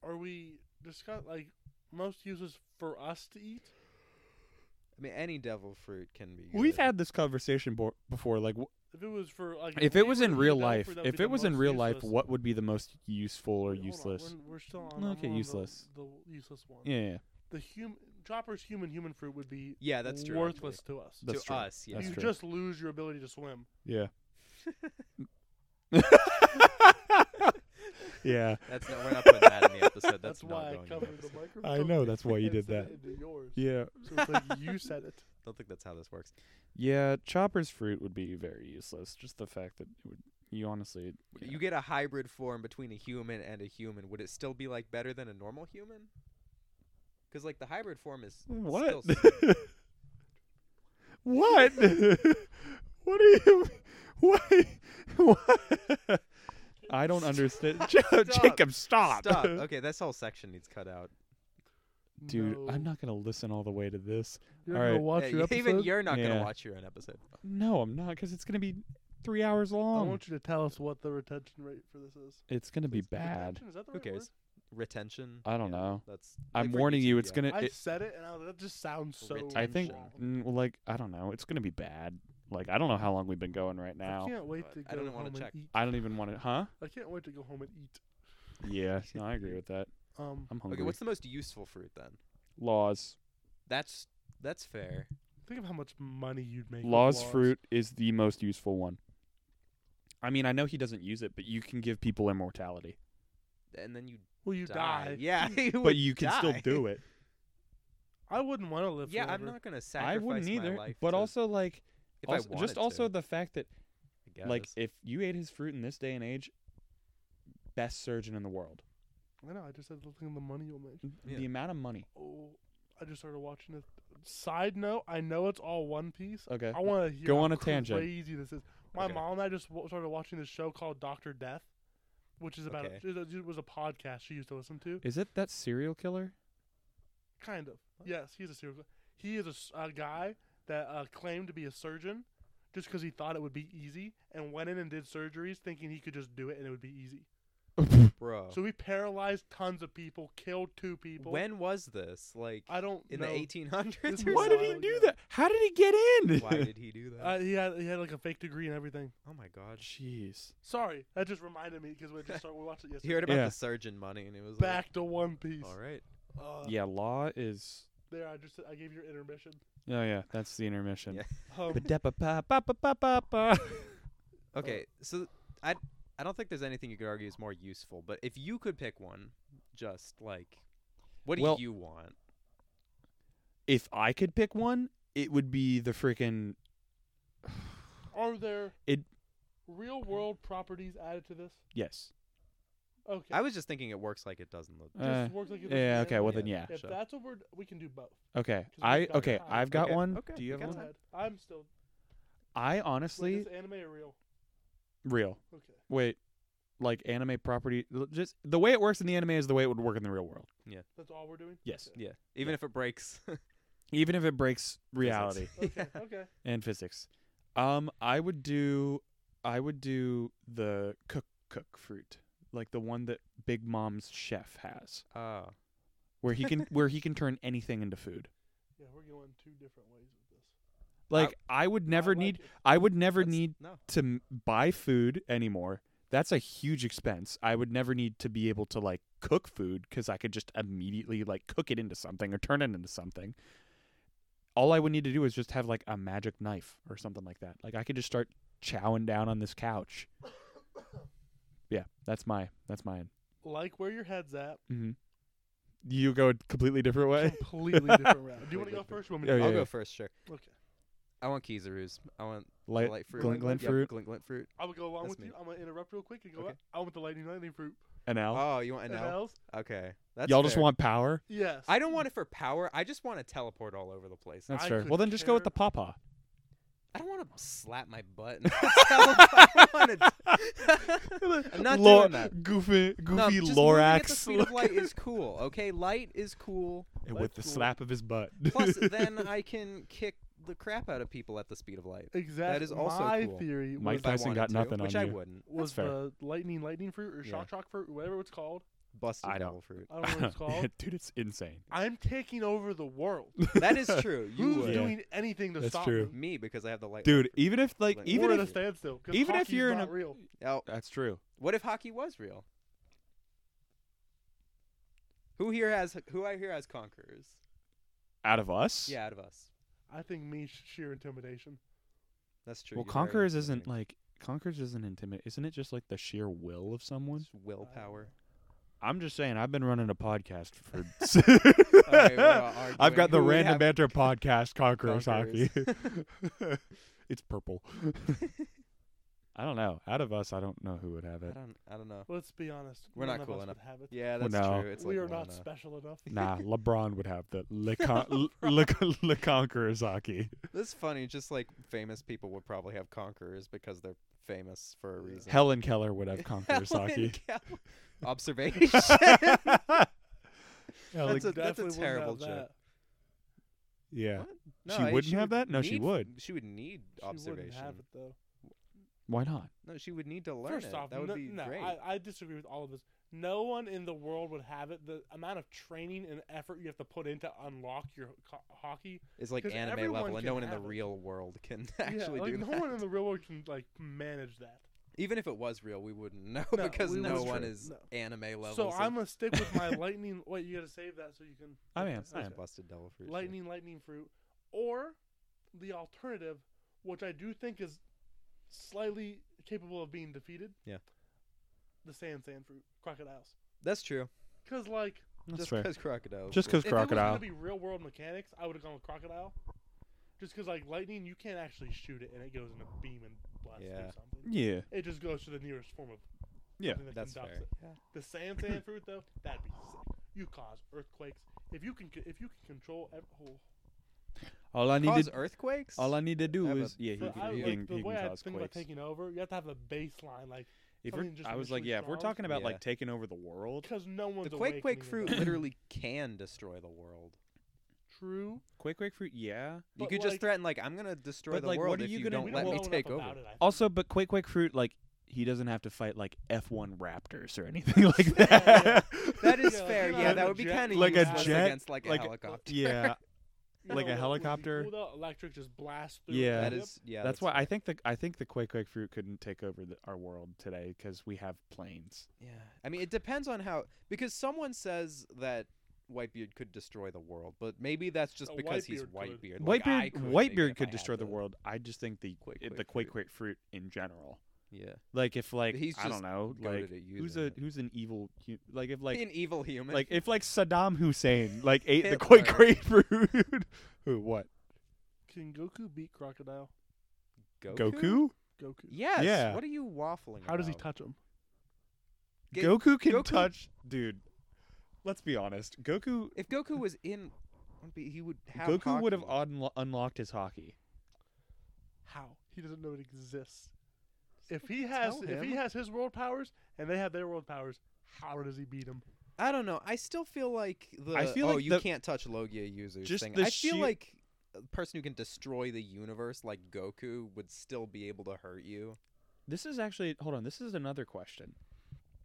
Speaker 3: Are we discuss like most uses for us to eat?
Speaker 2: I mean, any devil fruit can be.
Speaker 1: We've
Speaker 2: good.
Speaker 1: had this conversation bo- before. Like, wh-
Speaker 3: If it was for like,
Speaker 1: if
Speaker 3: we
Speaker 1: it was
Speaker 3: were
Speaker 1: in
Speaker 3: to eat
Speaker 1: real
Speaker 3: that
Speaker 1: life,
Speaker 3: fruit, that would
Speaker 1: if
Speaker 3: be
Speaker 1: it
Speaker 3: the
Speaker 1: was in
Speaker 3: most
Speaker 1: real life,
Speaker 3: useless.
Speaker 1: what would be the most useful or
Speaker 3: Wait, hold on,
Speaker 1: useless?
Speaker 3: We're, we're still on.
Speaker 1: Okay,
Speaker 3: I'm on
Speaker 1: useless.
Speaker 3: The, the useless one.
Speaker 1: Yeah, yeah,
Speaker 3: The human Chopper's human human fruit would be
Speaker 2: Yeah, that's true.
Speaker 3: worthless to us.
Speaker 1: That's
Speaker 2: to
Speaker 1: true.
Speaker 2: us, yeah.
Speaker 1: That's
Speaker 3: you
Speaker 1: true.
Speaker 3: just lose your ability to swim.
Speaker 1: yeah. yeah,
Speaker 2: That's not. We're not putting that in the episode. That's,
Speaker 3: That's,
Speaker 2: not
Speaker 3: why
Speaker 2: going.
Speaker 3: I
Speaker 2: in the
Speaker 3: covered the
Speaker 2: episode.
Speaker 3: microphone.
Speaker 1: I know, that's why you
Speaker 3: and
Speaker 1: did
Speaker 3: said
Speaker 1: that.
Speaker 3: it into yours.
Speaker 1: yeah,
Speaker 3: So it's like you said it.
Speaker 2: Don't think that's how this works.
Speaker 1: yeah. Chopper's fruit would be very useless. Just the fact that it would, you honestly, yeah.
Speaker 2: You get a hybrid form between a human and a human. Would it still be like better than a normal human? Because like the hybrid form is
Speaker 1: What?
Speaker 2: Still
Speaker 1: what? what are you? What? what? I don't understand. Ja- Jacob, stop.
Speaker 2: Stop. Okay, this whole section needs cut out.
Speaker 1: Dude, I'm
Speaker 3: No.
Speaker 1: not gonna listen all the way to this.
Speaker 3: You're
Speaker 1: all
Speaker 3: gonna
Speaker 1: right.
Speaker 3: watch
Speaker 2: Yeah,
Speaker 3: your episode.
Speaker 2: even you're not
Speaker 1: Yeah.
Speaker 2: gonna watch your own episode.
Speaker 1: No, I'm not, because it's gonna be three hours
Speaker 3: I
Speaker 1: long.
Speaker 3: want you to tell us what the retention rate for this is.
Speaker 1: it's gonna be
Speaker 3: Is it
Speaker 1: bad.
Speaker 3: retention? Is that the
Speaker 2: Who
Speaker 3: right word?
Speaker 2: cares? Retention.
Speaker 1: I don't know.
Speaker 2: That's.
Speaker 1: I'm warning you, it's gonna.
Speaker 3: I
Speaker 1: It,
Speaker 3: said it, and I was, that just sounds so.
Speaker 1: I think,
Speaker 3: wrong.
Speaker 1: mm, well, like, I don't know. It's gonna be bad. Like, I don't know how long we've been going right
Speaker 3: I
Speaker 1: now.
Speaker 3: can't wait to go
Speaker 2: I don't wanna
Speaker 3: home
Speaker 2: check.
Speaker 3: and eat.
Speaker 1: I don't even want to. Huh?
Speaker 3: I can't wait to go home and eat.
Speaker 1: Yeah. No, I agree with that.
Speaker 3: Um,
Speaker 1: I'm hungry.
Speaker 2: Okay, what's the most useful fruit then?
Speaker 1: Laws.
Speaker 2: That's that's fair.
Speaker 3: think of how much money you'd make. with
Speaker 1: Law's
Speaker 3: laws.
Speaker 1: fruit is the most useful one. I mean, I know he doesn't use it, but you can give people immortality.
Speaker 2: And then you
Speaker 3: Well, you
Speaker 2: die.
Speaker 3: die.
Speaker 2: Yeah,
Speaker 1: But you can still do it.
Speaker 3: I wouldn't want to live.
Speaker 2: Yeah, I'm
Speaker 3: forever.
Speaker 2: not gonna sacrifice
Speaker 1: I wouldn't either.
Speaker 2: my life.
Speaker 1: But
Speaker 2: to-
Speaker 1: also, like,
Speaker 2: if I
Speaker 1: also,
Speaker 2: wanted
Speaker 1: just
Speaker 2: to,
Speaker 1: also the fact that,
Speaker 2: I
Speaker 1: like,
Speaker 2: guess.
Speaker 1: if you ate his fruit in this day and age, best surgeon in the world.
Speaker 3: I know. I just said the thing of the money you'll make.
Speaker 2: Yeah.
Speaker 1: The amount of money.
Speaker 3: Oh, I just started watching it. Side note: I know it's all One Piece.
Speaker 1: Okay.
Speaker 3: I want to hear
Speaker 1: Go
Speaker 3: how
Speaker 1: on a tangent.
Speaker 3: Crazy this is. My
Speaker 2: Okay.
Speaker 3: mom and I just w- started watching this show called Doctor Death, which is about
Speaker 2: Okay.
Speaker 3: a, it was a podcast she used to listen to.
Speaker 1: Is it that serial killer?
Speaker 3: Kind of. Yes, he's a serial. killer. He is a s- a, guy that uh, claimed to be a surgeon just because he thought it would be easy, and went in and did surgeries thinking he could just do it and it would be easy.
Speaker 2: bro,
Speaker 3: So he paralyzed tons of people, killed two people.
Speaker 2: Oh. when was this? Like
Speaker 3: I don't
Speaker 2: in
Speaker 3: know.
Speaker 2: the 1800s?
Speaker 3: This
Speaker 2: Or
Speaker 3: was
Speaker 1: Why
Speaker 2: something?
Speaker 1: did he
Speaker 3: While
Speaker 1: do
Speaker 3: ago.
Speaker 1: that? How did he get in?
Speaker 2: Why did he do that?
Speaker 3: uh, he had he had like a fake degree and everything.
Speaker 2: oh my god,
Speaker 1: Jeez.
Speaker 3: Sorry, that just reminded me because we just started, we watched it
Speaker 2: he
Speaker 3: yesterday.
Speaker 2: heard about
Speaker 1: Yeah.
Speaker 2: the surgeon money and it was
Speaker 3: Back to One Piece.
Speaker 2: Like, All right,
Speaker 3: Uh,
Speaker 1: Yeah, law is.
Speaker 3: There, I just I gave your intermission.
Speaker 1: Oh yeah, that's the intermission.
Speaker 2: Yeah.
Speaker 3: Um,
Speaker 1: Ba-da-ba-ba-ba-ba-ba-ba.
Speaker 2: okay. So I I don't think there's anything you could argue is more useful. But if you could pick one, just like, what do
Speaker 1: Well-
Speaker 2: you want?
Speaker 1: if I could pick one, it would be the freaking
Speaker 3: are there
Speaker 1: It-
Speaker 3: real world properties added to this?
Speaker 1: yes.
Speaker 3: Okay.
Speaker 2: I was just thinking it works like it does in the.
Speaker 1: Uh,
Speaker 3: just work like it was
Speaker 1: yeah,
Speaker 3: in
Speaker 1: okay, well
Speaker 3: Animal
Speaker 1: then yeah.
Speaker 3: Man. If
Speaker 2: sure.
Speaker 3: that's what we're d- we can do both.
Speaker 1: Okay.
Speaker 3: 'Cause
Speaker 1: I
Speaker 3: we've got
Speaker 1: okay,
Speaker 3: time.
Speaker 1: I've got
Speaker 2: Okay,
Speaker 1: one.
Speaker 2: okay,
Speaker 1: Do you have
Speaker 2: we got
Speaker 1: one?
Speaker 2: time.
Speaker 3: Go ahead. I'm still
Speaker 1: I
Speaker 3: Wait,
Speaker 1: honestly
Speaker 3: is anime or real?
Speaker 1: real.
Speaker 3: Okay.
Speaker 1: Wait. Like anime property l- just the way it works in the anime is the way it would work in the real world.
Speaker 3: That's all we're doing?
Speaker 1: Yes.
Speaker 3: Okay.
Speaker 2: Yeah, even if it breaks.
Speaker 1: Even if it breaks reality
Speaker 3: Okay.
Speaker 2: Yeah.
Speaker 3: okay.
Speaker 1: and physics. Um I would do I would do the cook cook fruit. Like the one that Big Mom's chef has.
Speaker 2: Oh,
Speaker 1: Where he can where he can turn anything into food.
Speaker 3: Yeah, we're going two different ways with this.
Speaker 1: Like I, would never
Speaker 3: I like
Speaker 1: need
Speaker 3: it.
Speaker 1: I would never
Speaker 2: that's-
Speaker 1: need
Speaker 2: no.
Speaker 1: to m- buy food anymore. That's a huge expense. I would never need to be able to like cook food because I could just immediately like cook it into something or turn it into something. All I would need to do is just have like a magic knife or something like that. Like I could just start chowing down on this couch. Yeah, that's my that's mine.
Speaker 3: Like where your head's at,
Speaker 1: hmm You go a completely different way.
Speaker 3: completely different route. Do you want to go first? or You want me to
Speaker 1: Oh,
Speaker 3: go?
Speaker 1: yeah,
Speaker 2: I'll
Speaker 1: yeah.
Speaker 2: go first. Sure.
Speaker 3: Okay.
Speaker 2: I want Kizaru's. I want
Speaker 1: Light,
Speaker 2: light fruit.
Speaker 1: glint, glint
Speaker 2: Yep,
Speaker 1: fruit,
Speaker 2: Glint, glint fruit.
Speaker 3: I would go along
Speaker 2: That's
Speaker 3: with
Speaker 2: me.
Speaker 3: you. I'm gonna interrupt real quick and go.
Speaker 2: Okay.
Speaker 3: up. I want the lightning lightning fruit.
Speaker 1: an owl.
Speaker 2: Oh, you want an
Speaker 3: And
Speaker 2: L?
Speaker 3: else?
Speaker 2: Okay. That's
Speaker 1: Y'all just
Speaker 2: fair.
Speaker 1: want power.
Speaker 3: Yes.
Speaker 2: I don't want it for power. I just want to teleport all over the place.
Speaker 1: That's
Speaker 3: I
Speaker 1: fair.
Speaker 3: could
Speaker 1: Well, then just go with the
Speaker 3: care-
Speaker 1: pawpaw.
Speaker 2: I don't want to slap my butt. and tell 'em I wanna- I'm not
Speaker 1: Lo-
Speaker 2: doing that.
Speaker 1: Goofy, goofy
Speaker 2: No, just moving at the
Speaker 1: Lorax
Speaker 2: speed of
Speaker 1: look.
Speaker 2: light is cool. Okay, light is cool.
Speaker 1: And with the
Speaker 3: Cool.
Speaker 1: slap of his butt.
Speaker 2: Plus, then I can kick the crap out of people at the speed of light.
Speaker 3: Exactly.
Speaker 2: is also
Speaker 3: my
Speaker 2: cool.
Speaker 3: theory.
Speaker 1: Mike
Speaker 3: was,
Speaker 2: if I
Speaker 1: Tyson got
Speaker 2: wanted to,
Speaker 1: nothing
Speaker 2: which
Speaker 1: on
Speaker 2: I
Speaker 1: you.
Speaker 2: wouldn't.
Speaker 3: was
Speaker 1: fair.
Speaker 3: the lightning lightning fruit or shock shock fruit, whatever it's called.
Speaker 2: Busted
Speaker 1: I don't-
Speaker 2: devil fruit.
Speaker 3: I don't know what it's called.
Speaker 1: Dude, it's insane.
Speaker 3: I'm taking over the world.
Speaker 2: That is true. You
Speaker 3: Who's
Speaker 2: would.
Speaker 1: Yeah.
Speaker 3: doing anything to
Speaker 1: That's
Speaker 3: stop
Speaker 1: true.
Speaker 3: me?
Speaker 2: Me because I have the light.
Speaker 1: Dude, even if like
Speaker 2: Like,
Speaker 1: even
Speaker 3: We're at
Speaker 1: if
Speaker 3: a standstill. 'cause
Speaker 1: even if
Speaker 3: hockey's
Speaker 1: you're in
Speaker 3: not
Speaker 1: a-
Speaker 3: real.
Speaker 2: Oh,
Speaker 1: that's true.
Speaker 2: what if hockey was real? Who here has who I here has conquerors?
Speaker 1: Out of us?
Speaker 2: Yeah, out of us.
Speaker 3: I think me sh- sheer intimidation.
Speaker 2: That's true.
Speaker 1: Well,
Speaker 2: you are
Speaker 1: conquerors
Speaker 2: intimidating.
Speaker 1: isn't like conquerors isn't intimate. Isn't it just like the sheer will of someone?
Speaker 2: Just willpower.
Speaker 1: Oh. I'm just saying. I've been running a podcast for.
Speaker 2: Okay, we're all
Speaker 1: I've
Speaker 2: arguing
Speaker 1: got the
Speaker 2: who would
Speaker 1: random
Speaker 2: have
Speaker 1: banter podcast conquerors hockey.
Speaker 2: conquerors.
Speaker 1: it's purple. I don't know. Out of us, I don't know who would have
Speaker 2: I
Speaker 1: it.
Speaker 2: don't. I don't know.
Speaker 3: Let's be honest.
Speaker 2: We're
Speaker 3: none
Speaker 2: not
Speaker 3: of
Speaker 2: cool
Speaker 3: us
Speaker 2: enough.
Speaker 3: would have it.
Speaker 2: Yeah,
Speaker 1: Well,
Speaker 2: that's
Speaker 1: no.
Speaker 2: true. It's like
Speaker 3: we are
Speaker 2: one
Speaker 3: not
Speaker 2: of-
Speaker 3: special enough.
Speaker 1: Nah, LeBron would have the Le, Con- Le, Le, Le Conquerors hockey.
Speaker 2: That's funny. Just like famous people would probably have conquerors because they're famous for a reason.
Speaker 1: Helen Keller would have Conquerors hockey.
Speaker 2: Helen Keller. Observation.
Speaker 1: Helen-
Speaker 2: That's a- that's a
Speaker 3: Definitely wouldn't
Speaker 2: terrible
Speaker 3: have that.
Speaker 1: yeah.
Speaker 2: What? No,
Speaker 1: She
Speaker 2: I-
Speaker 1: wouldn't have that? No, she
Speaker 2: need-
Speaker 1: would.
Speaker 2: She would need
Speaker 3: She wouldn't
Speaker 2: observation.
Speaker 3: have it though.
Speaker 1: Why not?
Speaker 2: No, she would need to learn
Speaker 3: First
Speaker 2: it.
Speaker 3: off,
Speaker 2: that would
Speaker 3: no,
Speaker 2: be
Speaker 3: no,
Speaker 2: great.
Speaker 3: I, I disagree with all of this. No one in the world would have it. The amount of training and effort you have to put in to unlock your co- hockey.
Speaker 2: it's like
Speaker 3: 'cause
Speaker 2: anime
Speaker 3: everyone
Speaker 2: level, and
Speaker 3: can
Speaker 2: no one in the
Speaker 3: have it.
Speaker 2: real world can
Speaker 3: yeah,
Speaker 2: actually
Speaker 3: like,
Speaker 2: do
Speaker 3: no
Speaker 2: that.
Speaker 3: one in the real world can like manage that.
Speaker 2: Even if it was real, we wouldn't know
Speaker 3: No,
Speaker 2: because
Speaker 3: we
Speaker 2: no
Speaker 3: wouldn't.
Speaker 2: one
Speaker 3: True.
Speaker 2: is
Speaker 3: No.
Speaker 2: anime level.
Speaker 3: so I'm gonna stick with my lightning. Wait, you gotta save that so you can.
Speaker 1: I
Speaker 3: okay,
Speaker 1: am, I
Speaker 3: okay.
Speaker 1: am.
Speaker 2: busted devil fruit. shit.
Speaker 3: lightning, lightning fruit, or the alternative, which I do think is slightly capable of being defeated.
Speaker 2: Yeah.
Speaker 3: The sand, sand fruit, crocodiles,
Speaker 2: That's true.
Speaker 3: because like
Speaker 1: That's
Speaker 2: Just
Speaker 1: fair.
Speaker 2: because crocodile.
Speaker 1: Just because
Speaker 3: if it
Speaker 1: crocodile.
Speaker 3: was gonna be real world mechanics, I would have gone with crocodile. Just because like lightning, you can't actually shoot it, and it goes in a beam and blasts
Speaker 2: Yeah.
Speaker 3: through something.
Speaker 1: yeah.
Speaker 3: It just goes to the nearest form of
Speaker 1: Yeah.
Speaker 3: something that
Speaker 2: That's
Speaker 3: conducts
Speaker 2: fair.
Speaker 3: it. The sand sand fruit though, that'd be sick. You cause earthquakes if you can c- if you can control ev- oh,
Speaker 1: All I need
Speaker 2: Cause
Speaker 1: to
Speaker 2: earthquakes.
Speaker 1: all I need to do
Speaker 2: have a-
Speaker 1: is yeah. He
Speaker 3: But
Speaker 1: can,
Speaker 3: I,
Speaker 1: he
Speaker 3: like,
Speaker 1: can,
Speaker 3: the
Speaker 1: he
Speaker 3: way
Speaker 1: can
Speaker 3: I
Speaker 1: cause
Speaker 3: think about
Speaker 1: quakes.
Speaker 3: taking over, you have to have a baseline, like
Speaker 1: If
Speaker 3: something
Speaker 1: we're-
Speaker 3: just
Speaker 1: I was like,
Speaker 3: initially
Speaker 1: yeah, if we're
Speaker 3: strong.
Speaker 1: talking about
Speaker 2: Yeah.
Speaker 1: like taking over the world,
Speaker 3: because no one's
Speaker 2: the quake quake
Speaker 3: awakening
Speaker 2: fruit
Speaker 3: enough.
Speaker 2: literally can destroy the world.
Speaker 3: True.
Speaker 1: quake, quake fruit, yeah.
Speaker 2: You
Speaker 3: But,
Speaker 2: could
Speaker 3: like-
Speaker 2: just threaten like I'm gonna destroy
Speaker 1: but,
Speaker 2: the
Speaker 1: like, what
Speaker 2: world
Speaker 1: are
Speaker 2: if
Speaker 1: you
Speaker 2: you
Speaker 1: gonna
Speaker 2: don't
Speaker 1: do?
Speaker 2: let
Speaker 1: Well,
Speaker 2: me
Speaker 1: well,
Speaker 2: take over.
Speaker 1: Also, but Quake Quake Fruit, like he doesn't have to fight like F one Raptors or anything like
Speaker 3: Yeah,
Speaker 1: that.
Speaker 2: That is
Speaker 3: Yeah,
Speaker 2: fair.
Speaker 3: you
Speaker 2: Yeah,
Speaker 3: know,
Speaker 2: that would be
Speaker 3: jet-
Speaker 2: kind of
Speaker 1: like a
Speaker 2: useless
Speaker 1: jet,
Speaker 2: against like a
Speaker 1: like a-
Speaker 2: helicopter.
Speaker 1: yeah, Like a
Speaker 3: You know, what would be
Speaker 1: helicopter.
Speaker 3: cool, though? electric just blast through.
Speaker 1: Yeah.
Speaker 2: that
Speaker 3: Yep.
Speaker 2: is yeah.
Speaker 1: that's why I think the I think the Quake Quake Fruit couldn't take over the, our world today because we have planes.
Speaker 2: Yeah, I mean, it depends on how because someone says that Whitebeard could destroy the world, but maybe that's just
Speaker 3: No,
Speaker 2: because he's
Speaker 3: Whitebeard could.
Speaker 2: Whitebeard. Like, I
Speaker 1: Whitebeard
Speaker 2: couldn't
Speaker 1: Whitebeard
Speaker 2: if I
Speaker 1: could
Speaker 2: had
Speaker 1: destroy the
Speaker 2: to.
Speaker 1: world. I just think the
Speaker 2: Quake,
Speaker 1: it-
Speaker 2: Quake
Speaker 1: the Quake
Speaker 2: Fruit.
Speaker 1: Quake Fruit in general.
Speaker 2: Yeah,
Speaker 1: Like if like
Speaker 2: he's
Speaker 1: I don't
Speaker 2: just
Speaker 1: know,
Speaker 2: goated
Speaker 1: like
Speaker 2: at using
Speaker 1: who's a
Speaker 2: it.
Speaker 1: who's an evil hu- like if like
Speaker 2: an evil human.
Speaker 1: like if like Saddam Hussein like ate the Quake
Speaker 2: Hitler.
Speaker 1: Quake Fruit. Who what?
Speaker 3: Can Goku beat crocodile?
Speaker 2: Goku.
Speaker 1: Goku?
Speaker 3: Goku.
Speaker 2: Yes.
Speaker 1: Yeah.
Speaker 2: What are you waffling?
Speaker 3: How does he
Speaker 2: about?
Speaker 3: touch him?
Speaker 2: Ga-
Speaker 1: Goku can
Speaker 2: Goku-
Speaker 1: touch, dude. Let's be honest. Goku,
Speaker 2: If Goku was in, wouldn't be- he would have.
Speaker 1: Goku would have
Speaker 2: hockey.
Speaker 1: unlo- unlocked his hockey.
Speaker 3: How? He doesn't know it exists. If he has
Speaker 2: Tell
Speaker 3: if he
Speaker 2: him.
Speaker 3: has his world powers and they have their world powers, how does he beat him?
Speaker 2: I don't know. I still feel like the.
Speaker 1: I feel
Speaker 2: oh,
Speaker 1: like
Speaker 2: you
Speaker 1: the-
Speaker 2: can't touch Logia users
Speaker 1: just
Speaker 2: thing.
Speaker 1: the
Speaker 2: I feel
Speaker 1: sheer-
Speaker 2: like a person who can destroy the universe like Goku would still be able to hurt you.
Speaker 1: This is actually hold on. This is another question.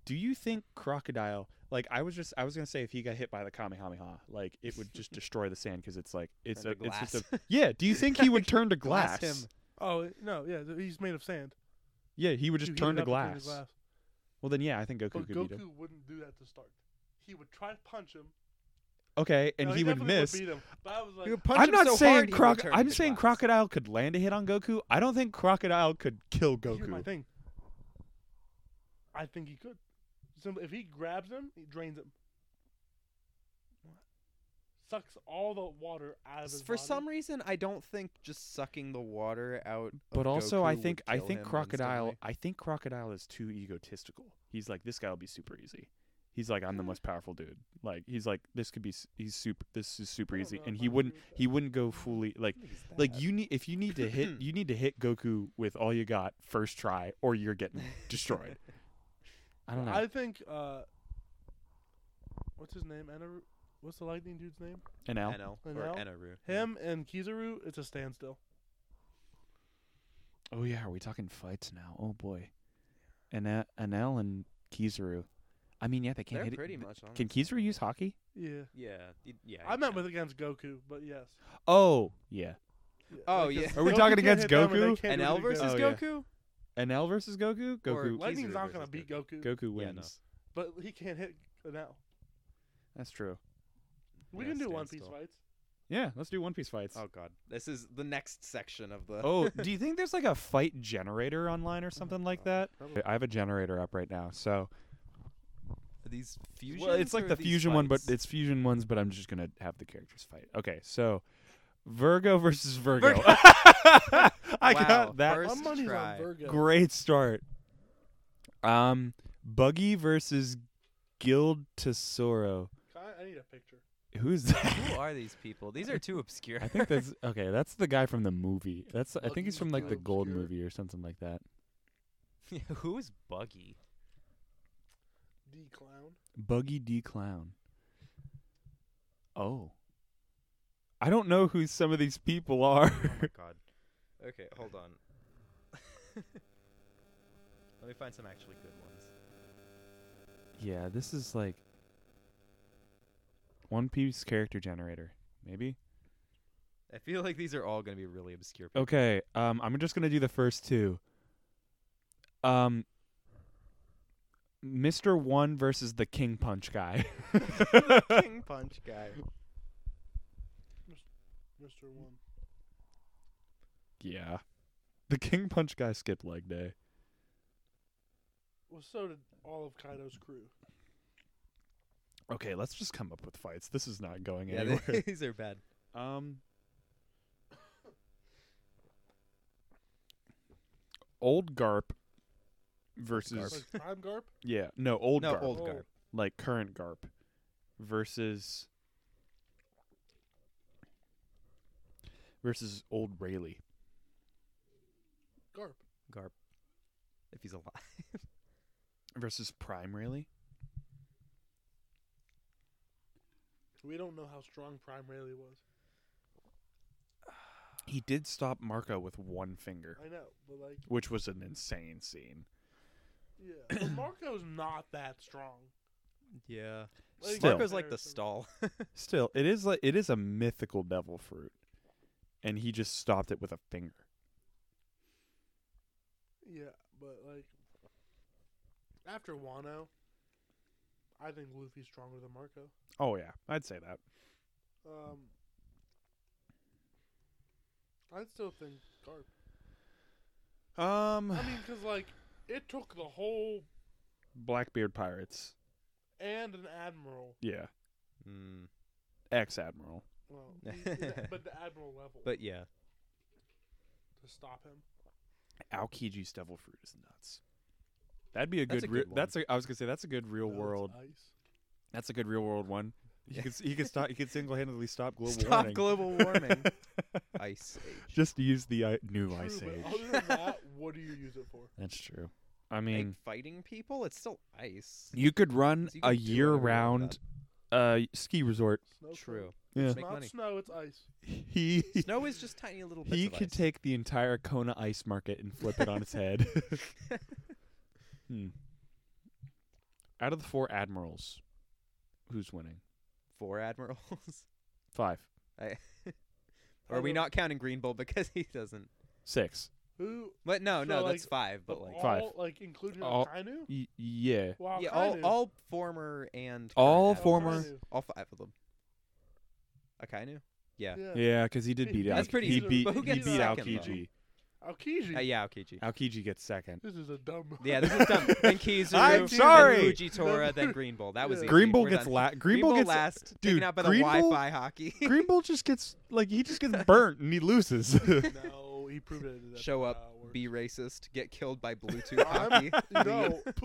Speaker 1: Do you think crocodile? Like I was just I was gonna say if he got hit by the Kamehameha, like it would just destroy the sand because it's like it's a,
Speaker 2: Turn to
Speaker 1: it's just a
Speaker 2: glass.
Speaker 1: yeah. Do you think he would turn to glass?
Speaker 2: Glass him.
Speaker 3: Oh no, yeah, th- he's made of sand.
Speaker 1: Yeah, he would
Speaker 3: You
Speaker 1: just
Speaker 3: heat
Speaker 1: turn
Speaker 3: it
Speaker 1: to,
Speaker 3: up and
Speaker 1: glass. Well then, yeah, I think Goku
Speaker 3: But
Speaker 1: could beat him.
Speaker 3: Goku wouldn't do that to start. He would try to punch him.
Speaker 1: Okay, and
Speaker 3: No,
Speaker 1: he, would
Speaker 3: definitely
Speaker 1: miss.
Speaker 3: beat him. But I was like,
Speaker 2: He would punch
Speaker 1: I'm
Speaker 2: him
Speaker 1: not
Speaker 2: so
Speaker 1: saying
Speaker 2: hard, he would
Speaker 1: croc.
Speaker 2: turn
Speaker 1: I'm
Speaker 2: into
Speaker 1: saying
Speaker 2: glass.
Speaker 1: crocodile could land a hit on Goku. I don't think crocodile could kill Goku.
Speaker 3: Here's my thing. I think he could. Simple- if he grabs him, he drains him. Sucks all the water out of his
Speaker 2: For
Speaker 3: body.
Speaker 2: some reason, I don't think just sucking the water out. Of
Speaker 1: But also,
Speaker 2: Goku
Speaker 1: I
Speaker 2: would
Speaker 1: think I
Speaker 2: kill
Speaker 1: think
Speaker 2: him
Speaker 1: crocodile.
Speaker 2: instantly.
Speaker 1: I think crocodile is too egotistical. He's like, this guy will be super easy. he's like I'm the most powerful dude. Like he's like this could be s- he's super this is super easy and he wouldn't he wouldn't go fully like like you need if you need to hit you need to hit Goku with all you got first try or you're getting destroyed. I don't know.
Speaker 3: I think uh, what's his name? Enaru? What's the lightning dude's name?
Speaker 1: and Al.
Speaker 2: Eno or
Speaker 3: Enel?
Speaker 2: Enoru. yeah.
Speaker 3: Him and Kizaru. It's a standstill.
Speaker 1: Oh yeah, are we talking fights now? Oh boy. And uh, Anel and Kizaru. I mean, yeah, they can't
Speaker 2: They're
Speaker 1: hit it.
Speaker 2: pretty
Speaker 1: th-
Speaker 2: much on.
Speaker 1: Can Kizaru use hockey?
Speaker 3: Yeah.
Speaker 2: Yeah, y- yeah.
Speaker 3: I
Speaker 2: you
Speaker 3: meant
Speaker 2: can.
Speaker 3: with against Goku, but yes.
Speaker 1: Oh, yeah.
Speaker 3: Yeah,
Speaker 2: Oh,
Speaker 3: because
Speaker 2: yeah.
Speaker 1: Are we
Speaker 3: Goku
Speaker 1: talking
Speaker 3: can't
Speaker 1: against
Speaker 3: hit them and they
Speaker 1: Goku?
Speaker 3: can't
Speaker 2: and
Speaker 3: do
Speaker 2: L
Speaker 3: anything
Speaker 2: versus
Speaker 1: Oh,
Speaker 3: against-
Speaker 1: yeah.
Speaker 2: Goku.
Speaker 1: Anel versus Goku?
Speaker 2: Or
Speaker 1: Goku
Speaker 2: Goku-
Speaker 3: Lightning's
Speaker 2: Kizaru
Speaker 3: not gonna
Speaker 2: versus
Speaker 3: beat
Speaker 2: Goku.
Speaker 3: Goku,
Speaker 1: Goku wins.
Speaker 2: Yeah, no.
Speaker 3: but he can't hit Enel.
Speaker 1: That's true.
Speaker 3: We
Speaker 2: Yeah,
Speaker 3: can do One Piece
Speaker 2: standstill.
Speaker 3: fights.
Speaker 1: Yeah, let's do One Piece fights.
Speaker 2: Oh god, this is the next section of the.
Speaker 1: oh, do you think there's like a fight generator online or something like that?
Speaker 2: probably.
Speaker 1: I have a generator up right now. So,
Speaker 6: Are these fusions?
Speaker 1: well, it's
Speaker 6: or
Speaker 1: like
Speaker 6: are
Speaker 1: the
Speaker 6: these
Speaker 1: fusion one, but
Speaker 6: fights?
Speaker 1: it's fusion ones, but I'm just going to have the characters fight. Okay, so Virgo versus Virgo.
Speaker 2: Virgo.
Speaker 1: I
Speaker 2: Wow,
Speaker 1: got that
Speaker 2: first
Speaker 3: My money's
Speaker 2: try.
Speaker 3: on Virgo.
Speaker 1: Great start. Um, Buggy versus Guild Tesoro.
Speaker 3: Can I, I need a picture.
Speaker 1: Who's that?
Speaker 6: Who are these people? These are too obscure.
Speaker 1: I think that's okay. That's the guy from the movie. That's I think he's
Speaker 3: Buggy's
Speaker 1: from like the
Speaker 3: too
Speaker 1: Gold
Speaker 3: obscure.
Speaker 1: movie or something like that.
Speaker 6: Who is Buggy?
Speaker 3: D clown.
Speaker 1: Buggy D Clown. Oh, I don't know who some of these people are.
Speaker 2: Oh, god. Okay, hold on. Let me find some actually good ones.
Speaker 1: yeah, this is like One Piece character generator, maybe.
Speaker 2: I feel like these are all gonna be really obscure. People.
Speaker 1: Okay, um, I'm just gonna do the first two. Um, Mr. One versus the King Punch guy.
Speaker 2: King Punch guy.
Speaker 3: Mr. One.
Speaker 1: yeah, the King Punch guy skipped leg day.
Speaker 3: Well, so did all of Kaido's crew.
Speaker 1: Okay, let's just come up with fights. This is not going
Speaker 2: Yeah,
Speaker 1: anywhere.
Speaker 2: they- these are bad.
Speaker 1: um, old Garp versus
Speaker 3: Like Prime Garp.
Speaker 1: yeah, no old
Speaker 2: no,
Speaker 1: Garp,
Speaker 2: old
Speaker 3: Oh.
Speaker 2: Garp.
Speaker 1: like current Garp versus versus old Rayleigh.
Speaker 3: Garp.
Speaker 2: Garp. If he's alive.
Speaker 1: versus Prime Rayleigh.
Speaker 3: We don't know how strong Prime Rayleigh was.
Speaker 1: He did stop Marco with one finger,
Speaker 3: I know, but like,
Speaker 1: which was an insane scene.
Speaker 3: yeah, But Marco's not that strong.
Speaker 2: Yeah.
Speaker 3: Like,
Speaker 1: Still.
Speaker 2: Marco's like the
Speaker 3: comparison.
Speaker 2: stall.
Speaker 1: Still, it is like it is a mythical devil fruit, and he just stopped it with a finger.
Speaker 3: Yeah, but like, after Wano, I think Luffy's stronger than Marco.
Speaker 1: Oh yeah, I'd say that.
Speaker 3: Um, I still think Garp.
Speaker 1: Um,
Speaker 3: I mean, because like, it took the whole
Speaker 1: Blackbeard pirates.
Speaker 3: and an admiral.
Speaker 1: Yeah,
Speaker 2: mm,
Speaker 1: ex admiral.
Speaker 3: Well, the- but the admiral level
Speaker 2: but yeah.
Speaker 3: to stop him.
Speaker 1: Aokiji's devil fruit is nuts. That'd be a
Speaker 2: That's
Speaker 1: good.
Speaker 2: a
Speaker 1: re-
Speaker 2: good one.
Speaker 1: that's a. I was gonna say that's a good real
Speaker 3: No, it's
Speaker 1: world.
Speaker 3: ice.
Speaker 1: That's a good real world one. He could. s- He could stop. He could single handedly stop global
Speaker 2: Stop
Speaker 1: warming.
Speaker 2: global warming. Ice Age.
Speaker 1: just use the uh, new
Speaker 3: True,
Speaker 1: ice
Speaker 3: but
Speaker 1: age.
Speaker 3: Other than that, what do you use it for?
Speaker 1: That's true. I
Speaker 2: Like,
Speaker 1: mean,
Speaker 2: fighting people? It's still ice.
Speaker 1: you could run
Speaker 2: So you
Speaker 1: a
Speaker 2: can do whatever you want with
Speaker 1: year-round uh, ski resort.
Speaker 3: Snow cone.
Speaker 2: True.
Speaker 1: Yeah.
Speaker 3: It's
Speaker 2: Make
Speaker 3: not
Speaker 2: money.
Speaker 3: snow. It's ice.
Speaker 1: He
Speaker 2: Snow is just tiny little bits
Speaker 1: he
Speaker 2: of
Speaker 1: could
Speaker 2: ice.
Speaker 1: take the entire Kona ice market and flip it on its head. hmm. Out of the four admirals, who's winning?
Speaker 2: four admirals.
Speaker 1: Five,
Speaker 2: Or are we
Speaker 3: Kaido-
Speaker 2: not counting Green Bull because he doesn't?
Speaker 1: six.
Speaker 3: Who?
Speaker 2: But no,
Speaker 3: So,
Speaker 2: no,
Speaker 3: like,
Speaker 2: that's five. But
Speaker 3: of
Speaker 2: like,
Speaker 3: all,
Speaker 1: Five.
Speaker 3: Like including
Speaker 1: All-
Speaker 3: Kainu.
Speaker 1: Y- yeah.
Speaker 3: Wow.
Speaker 2: yeah, all,
Speaker 3: Kainu.
Speaker 2: all former and current
Speaker 1: All
Speaker 2: admirals.
Speaker 1: former-
Speaker 3: Kainu.
Speaker 2: all five of them. Akainu, yeah,
Speaker 3: Yeah.
Speaker 1: Yeah, because he did
Speaker 3: He-
Speaker 1: beat.
Speaker 2: That's
Speaker 1: Aok-
Speaker 2: pretty
Speaker 1: He
Speaker 2: easy.
Speaker 1: beat.
Speaker 2: But who
Speaker 1: he
Speaker 2: gets
Speaker 1: beat
Speaker 2: second,
Speaker 3: though?
Speaker 1: Aokiji.
Speaker 3: Aokiji.
Speaker 2: Uh, yeah, Aokiji.
Speaker 1: Aokiji gets second.
Speaker 3: This is a dumb.
Speaker 2: Yeah, this is dumb. then Kizaru,
Speaker 1: I'm
Speaker 2: then
Speaker 1: sorry.
Speaker 2: Fujitora, then Green Bull. That was
Speaker 3: Yeah.
Speaker 2: easy.
Speaker 1: Green Bull
Speaker 2: We're
Speaker 1: gets
Speaker 2: done.
Speaker 1: la- Green,
Speaker 2: Green
Speaker 1: Bull gets
Speaker 2: last,
Speaker 1: dude,
Speaker 2: taken out by the
Speaker 1: Green Bull-
Speaker 2: Wi-Fi hockey.
Speaker 1: Green Bull just gets like he just gets burnt and he loses.
Speaker 3: no, he proved it. That's
Speaker 2: Show
Speaker 3: how
Speaker 2: up,
Speaker 3: it works.
Speaker 2: be racist, get killed by Bluetooth hockey.
Speaker 3: I'm- no,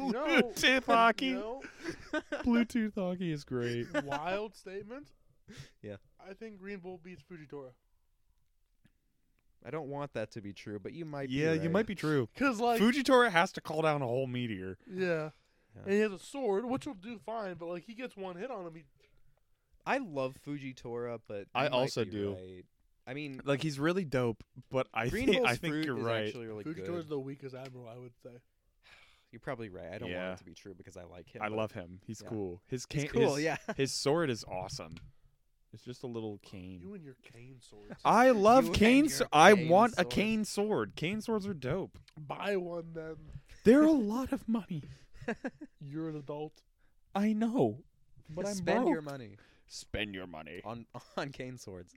Speaker 3: no,
Speaker 1: Bluetooth hockey.
Speaker 3: no.
Speaker 1: Bluetooth hockey is great.
Speaker 3: Wild statement.
Speaker 2: Yeah.
Speaker 3: I think Green Bull beats Fujitora.
Speaker 2: I don't want that to be true, but you might.
Speaker 1: yeah,
Speaker 2: be
Speaker 1: you
Speaker 2: right.
Speaker 1: might be true.
Speaker 3: Cause like,
Speaker 1: Fujitora has to call down a whole meteor.
Speaker 3: yeah.
Speaker 2: Yeah.
Speaker 3: and he has a sword, which will do fine. But like, he gets one hit on him, he
Speaker 2: I love Fujitora, but
Speaker 1: I
Speaker 2: you might
Speaker 1: also
Speaker 2: be
Speaker 1: do.
Speaker 2: right. I mean,
Speaker 1: Like he's really dope, but I
Speaker 2: Green
Speaker 1: think
Speaker 2: Bull's
Speaker 1: I think
Speaker 2: fruit
Speaker 1: you're
Speaker 2: is
Speaker 1: right.
Speaker 2: actually really
Speaker 3: Fujitora's
Speaker 2: good.
Speaker 3: the weakest admiral, I would say.
Speaker 2: You're probably right. I don't want
Speaker 1: Yeah.
Speaker 2: it to be true because I like him.
Speaker 1: I
Speaker 2: but
Speaker 1: love him. He's
Speaker 2: Yeah.
Speaker 1: cool. His
Speaker 2: He's
Speaker 1: cane
Speaker 2: cool.
Speaker 1: his,
Speaker 2: yeah.
Speaker 1: his sword is awesome. It's just a little cane.
Speaker 3: You and your cane swords.
Speaker 1: I love
Speaker 2: You
Speaker 1: cane.
Speaker 2: and
Speaker 1: So-
Speaker 2: your
Speaker 1: I
Speaker 2: cane
Speaker 1: want a
Speaker 2: sword.
Speaker 1: cane sword. Cane swords are dope.
Speaker 3: Buy one, then
Speaker 1: They're a lot of money.
Speaker 3: you're an adult.
Speaker 1: I know, but I'm
Speaker 2: Spend your
Speaker 1: broke.
Speaker 2: money
Speaker 1: Spend your money.
Speaker 2: on on cane swords.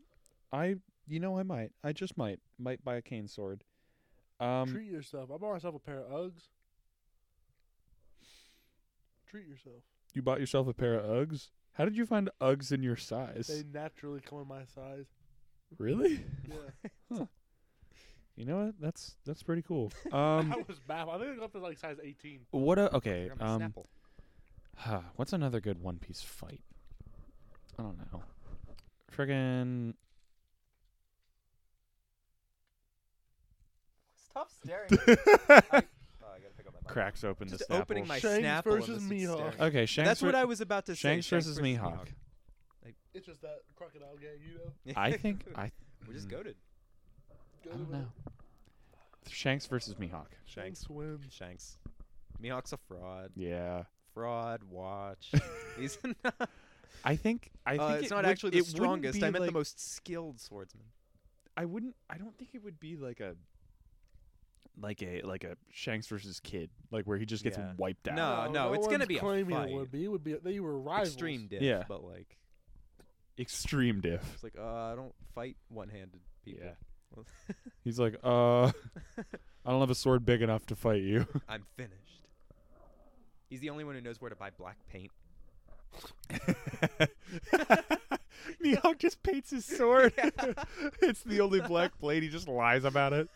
Speaker 1: I, you know, I might. I just might. Might buy a cane sword. Um,
Speaker 3: Treat yourself. I bought myself a pair of Uggs. Treat yourself.
Speaker 1: you bought yourself a pair of Uggs. How did you find Uggs in your size?
Speaker 3: They naturally come in my size.
Speaker 1: Really?
Speaker 3: Yeah,
Speaker 1: You know what? That's that's pretty cool. Um,
Speaker 3: I was baffled. I think I got up to like size 18.
Speaker 1: what? A, okay.
Speaker 2: Grab a
Speaker 1: Um,
Speaker 2: Snapple.
Speaker 1: Huh, what's another good One Piece fight? I don't know. Friggin'
Speaker 6: Stop staring. at me. I, oh, I gotta pick up my mic.
Speaker 1: cracks open
Speaker 2: Just
Speaker 1: the Snapple.
Speaker 2: opening my
Speaker 3: Shanks
Speaker 2: Snapple
Speaker 3: versus
Speaker 2: and it's
Speaker 3: Mihawk.
Speaker 2: staring.
Speaker 1: Okay, Shanks.
Speaker 2: That's what
Speaker 1: ver-
Speaker 2: I was about to say.
Speaker 1: Shanks versus Mihawk.
Speaker 3: It's just that crocodile gang, you know.
Speaker 1: I think I.
Speaker 2: we're just
Speaker 1: Mm.
Speaker 2: goaded.
Speaker 3: Go
Speaker 1: I don't
Speaker 3: to it.
Speaker 1: know. Shanks versus Mihawk.
Speaker 2: Shanks.
Speaker 3: wins.
Speaker 2: Shanks. Mihawk's a fraud.
Speaker 1: Yeah,
Speaker 2: Fraud. Watch. He's not.
Speaker 1: I think I think
Speaker 2: uh,
Speaker 1: it
Speaker 2: it's not
Speaker 1: would-
Speaker 2: actually
Speaker 1: it
Speaker 2: the
Speaker 1: wouldn't
Speaker 2: strongest.
Speaker 1: be
Speaker 2: I meant
Speaker 1: like-
Speaker 2: the most skilled swordsman.
Speaker 1: I wouldn't. I don't think it would be like a. Like a like a Shanks versus Kid, like where he just gets
Speaker 2: Yeah.
Speaker 1: wiped out.
Speaker 2: No, no, it's gonna
Speaker 3: one's
Speaker 2: be a
Speaker 3: claiming
Speaker 2: fight.
Speaker 3: It would be. It would be. They were rivals.
Speaker 2: Extreme diff.
Speaker 1: Yeah.
Speaker 2: But like,
Speaker 1: Extreme diff.
Speaker 2: it's like, uh, I don't fight one-handed people.
Speaker 1: Yeah. He's like, uh, I don't have a sword big enough to fight you.
Speaker 2: I'm finished. He's the only one who knows where to buy black paint.
Speaker 1: Mihawk just paints his sword. it's the only black blade. He just lies about it.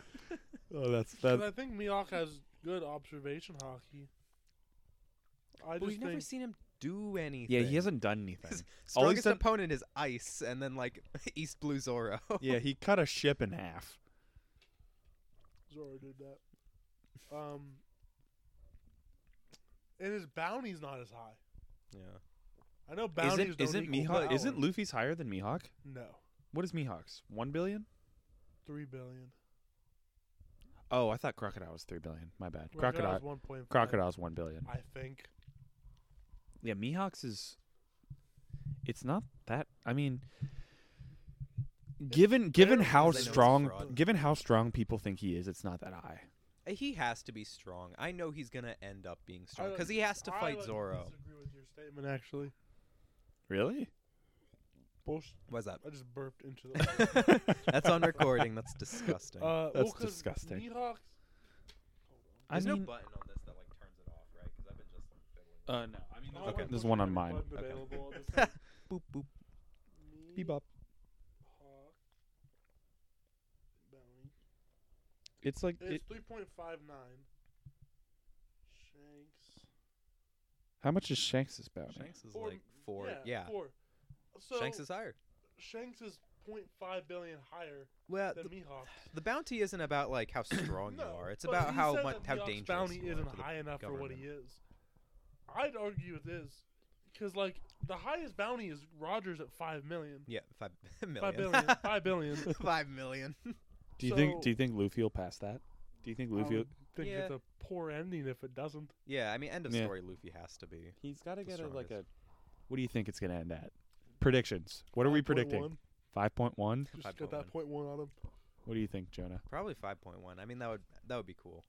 Speaker 1: Oh, that's
Speaker 3: And
Speaker 1: that.
Speaker 3: I think Mihawk has good observation hockey. I
Speaker 2: But
Speaker 3: just
Speaker 2: we've never
Speaker 3: think
Speaker 2: seen him do anything.
Speaker 1: Yeah, he hasn't done anything.
Speaker 2: His
Speaker 1: All
Speaker 2: strongest
Speaker 1: he's done-
Speaker 2: opponent is Ice, and then like East Blue Zoro.
Speaker 1: yeah, he cut a ship in half.
Speaker 3: Zoro did that. Um, and his bounty's not as high.
Speaker 2: yeah.
Speaker 3: I know bounties
Speaker 1: isn't
Speaker 3: don't
Speaker 1: isn't
Speaker 3: equal
Speaker 1: Mihawk? Isn't
Speaker 3: power.
Speaker 1: Luffy's higher than Mihawk?
Speaker 3: No,
Speaker 1: What is Mihawk's? One billion?
Speaker 3: three billion.
Speaker 1: Oh, I thought Crocodile was three billion. My bad. Crocodile.
Speaker 3: One point.
Speaker 1: Crocodile's one billion.
Speaker 3: I think.
Speaker 1: Yeah, Mihawk's is. It's not that. I mean, given given
Speaker 3: better
Speaker 1: how
Speaker 2: because I know it's a
Speaker 1: strong
Speaker 2: fraud.
Speaker 1: given how strong people think he is, it's not that high.
Speaker 2: Uh, He has to be strong. I know he's gonna end up being strong
Speaker 3: I
Speaker 2: because he has to
Speaker 3: I
Speaker 2: fight
Speaker 3: like
Speaker 2: Zoro.
Speaker 3: Disagree with your statement, actually.
Speaker 1: Really?
Speaker 3: Bullsh-
Speaker 2: What's that?
Speaker 3: I just burped into the.
Speaker 2: That's on recording. That's disgusting.
Speaker 3: uh,
Speaker 1: That's
Speaker 3: well, 'cause
Speaker 1: disgusting.
Speaker 3: Mihawk's
Speaker 1: I
Speaker 2: There's
Speaker 1: mean,
Speaker 2: no button on this that like turns it off, right? Because I've been just like, fiddling.
Speaker 1: uh, no. I mean,
Speaker 3: Oh,
Speaker 1: okay.
Speaker 3: my
Speaker 1: There's
Speaker 3: gosh,
Speaker 1: one on
Speaker 3: there's
Speaker 1: mine.
Speaker 3: button
Speaker 2: Okay.
Speaker 3: available on this thing.
Speaker 2: boop boop.
Speaker 1: Bebop.
Speaker 3: Mihawk bounty.
Speaker 1: It's like it,
Speaker 3: It's three point five nine. Shanks.
Speaker 1: how much is Shanks's bounty?
Speaker 2: Shanks is
Speaker 3: Four-
Speaker 2: like four. Yeah.
Speaker 3: Four. So
Speaker 2: Shanks is higher.
Speaker 3: Shanks is 0.5 billion higher
Speaker 2: Well,
Speaker 3: than
Speaker 2: Uh, the,
Speaker 3: Mihawk.
Speaker 2: the bounty isn't about like how strong
Speaker 3: No,
Speaker 2: you are. It's
Speaker 3: but
Speaker 2: about
Speaker 3: he
Speaker 2: how
Speaker 3: said
Speaker 2: much
Speaker 3: that
Speaker 2: how
Speaker 3: Mihawk's
Speaker 2: dangerous
Speaker 3: bounty
Speaker 2: you are
Speaker 3: isn't
Speaker 2: to the
Speaker 3: high enough for what he
Speaker 2: government.
Speaker 3: is. I'd argue it is, because like the highest bounty is Rogers at five million.
Speaker 2: Yeah, five million.
Speaker 3: Five billion. Five billion.
Speaker 2: Five million.
Speaker 1: Do you think
Speaker 3: So- Um,
Speaker 1: Do you think Luffy will pass that? Do you think Luffy?
Speaker 3: I
Speaker 1: Will,
Speaker 3: would think it's
Speaker 2: Yeah.
Speaker 3: a poor ending if it doesn't.
Speaker 2: Yeah, I mean, end of
Speaker 1: Yeah.
Speaker 2: story. Luffy has to be.
Speaker 1: he's got to
Speaker 2: the
Speaker 1: get a, like a.
Speaker 2: strongest.
Speaker 1: What do you think it's gonna end at? Predictions. What are we predicting?
Speaker 3: 5.1.
Speaker 1: Five point one.
Speaker 3: Just got that point one on him.
Speaker 1: What do you think, Jonah?
Speaker 2: Probably five point one. I mean, that would that would be cool.